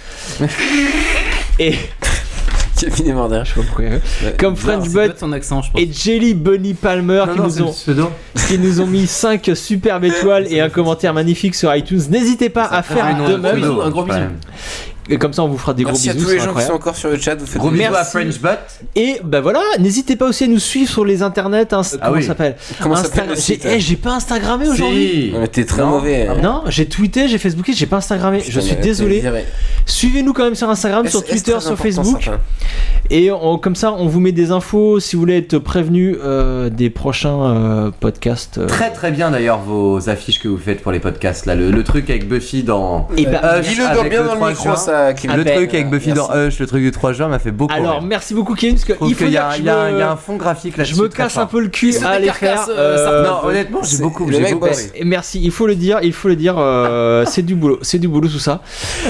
Speaker 1: et.
Speaker 3: Kevin est mort derrière.
Speaker 1: Je sais pas pourquoi.
Speaker 3: hein.
Speaker 1: Comme FrenchBot
Speaker 2: ton accent, je pense.
Speaker 1: et Jelly Bunny Palmer qui,
Speaker 4: non,
Speaker 1: nous
Speaker 4: c'est
Speaker 1: ont,
Speaker 4: le pseudo.
Speaker 1: qui nous ont mis 5 superbes étoiles et un commentaire magnifique sur iTunes. N'hésitez pas à faire
Speaker 4: nom
Speaker 1: de
Speaker 4: de pseudo,
Speaker 1: même.
Speaker 2: un gros bisou.
Speaker 4: Ouais.
Speaker 1: Et comme ça, on vous fera des
Speaker 3: Merci
Speaker 1: gros
Speaker 3: à
Speaker 1: bisous.
Speaker 3: tous les
Speaker 1: c'est
Speaker 3: gens qui
Speaker 1: incroyable.
Speaker 3: sont encore sur le chat. Vous faites
Speaker 4: Gros bisous à
Speaker 1: Merci.
Speaker 4: FrenchBot.
Speaker 1: Et bah voilà, n'hésitez pas aussi à nous suivre sur les internets. hein, comment
Speaker 4: oui.
Speaker 1: ça s'appelle
Speaker 3: Ah Comment ça s'appelle le
Speaker 1: J'ai
Speaker 3: site
Speaker 1: eh, j'ai pas Instagrammé aujourd'hui.
Speaker 4: Si.
Speaker 3: On était très
Speaker 4: Non.
Speaker 3: mauvais. euh, hein.
Speaker 1: Non, j'ai tweeté, j'ai Facebooké, j'ai pas Instagrammé.
Speaker 3: Putain,
Speaker 1: je suis
Speaker 3: mais t'es
Speaker 1: désolé.
Speaker 3: viré.
Speaker 1: Suivez-nous quand même sur Instagram, sur
Speaker 3: Est-ce- est-ce
Speaker 1: Twitter,
Speaker 3: très
Speaker 1: sur
Speaker 3: Ah, important,
Speaker 1: Facebook. eh
Speaker 3: ça, enfin
Speaker 1: Et on- comme ça, on vous met des infos si vous voulez être prévenu euh, des prochains euh, podcasts. euh.
Speaker 4: Très très bien d'ailleurs vos affiches que vous faites pour les podcasts là. Le, le truc avec Buffy dans.
Speaker 3: Eh
Speaker 1: Et
Speaker 3: ben,
Speaker 1: bah,
Speaker 4: Hush
Speaker 3: Dis-le dans-
Speaker 4: avec
Speaker 3: bien dans le
Speaker 4: 3
Speaker 3: micro,
Speaker 4: juin.
Speaker 3: ça, Kevin.
Speaker 4: Le
Speaker 1: Ah ben,
Speaker 4: truc avec Buffy
Speaker 3: merci.
Speaker 4: dans Hush, le truc du 3 juin m'a fait beaucoup.
Speaker 1: alors,
Speaker 4: rire.
Speaker 1: merci beaucoup, Kevin, parce
Speaker 4: Je
Speaker 1: qu'il
Speaker 4: trouve
Speaker 1: faut
Speaker 4: qu'il y,
Speaker 1: dire
Speaker 4: a-
Speaker 1: que je
Speaker 4: il y a-
Speaker 1: me-
Speaker 4: il y a un fond graphique là
Speaker 1: je me casse un peu le cul
Speaker 2: Ils ont
Speaker 1: à
Speaker 2: des
Speaker 1: les faire.
Speaker 2: carcasses, euh,
Speaker 1: euh,
Speaker 2: ça-
Speaker 4: Non, honnêtement, j'ai
Speaker 3: C'est-
Speaker 4: beaucoup,
Speaker 3: le
Speaker 4: j'ai
Speaker 3: mec
Speaker 4: beaucoup
Speaker 3: bosse.
Speaker 4: aimé.
Speaker 1: Et Merci, il faut le dire, il faut le dire, euh, c'est du boulot, c'est du boulot tout ça.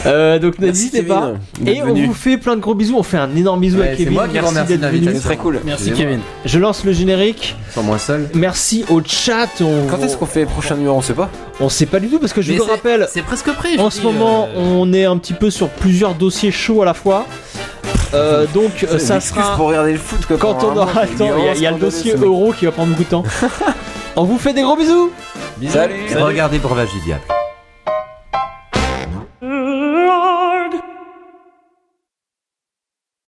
Speaker 1: Euh, donc
Speaker 3: Merci,
Speaker 1: n'hésitez
Speaker 3: Kevin,
Speaker 1: pas.
Speaker 3: d'être
Speaker 1: Et on
Speaker 3: venu.
Speaker 1: vous fait plein de gros bisous, on fait un énorme bisou
Speaker 4: Ouais,
Speaker 1: à
Speaker 4: c'est
Speaker 1: Kevin.
Speaker 4: moi qui vous
Speaker 1: Merci
Speaker 4: remercie de
Speaker 1: d'être venu.
Speaker 3: C'est très cool.
Speaker 2: Merci Kevin.
Speaker 1: Je lance le générique.
Speaker 4: Sans moi seul.
Speaker 1: Merci au chat. On,
Speaker 3: Quand est-ce qu'on fait les prochains numéros On sait pas.
Speaker 1: on sait pas du tout parce que je
Speaker 2: Mais
Speaker 1: vous
Speaker 2: c'est-
Speaker 1: rappelle,
Speaker 2: C'est presque prêt. je
Speaker 1: en
Speaker 2: dis,
Speaker 1: ce moment
Speaker 2: euh,
Speaker 1: on est un petit peu sur plusieurs dossiers chauds à la fois. Euh, donc euh,
Speaker 3: C'est
Speaker 1: ça
Speaker 3: une excuse
Speaker 1: sera
Speaker 3: pour regarder le foot quoi,
Speaker 1: quand
Speaker 3: pendant
Speaker 1: on
Speaker 3: un mois,
Speaker 1: aura le
Speaker 3: j'ai
Speaker 1: temps. Il y a- il y a le
Speaker 3: vraiment
Speaker 1: dossier
Speaker 3: scandaleux,
Speaker 1: euro qui va prendre beaucoup de temps. on vous fait des gros bisous.
Speaker 3: ce mec. Salut
Speaker 4: Regardez Breuvage du Diable.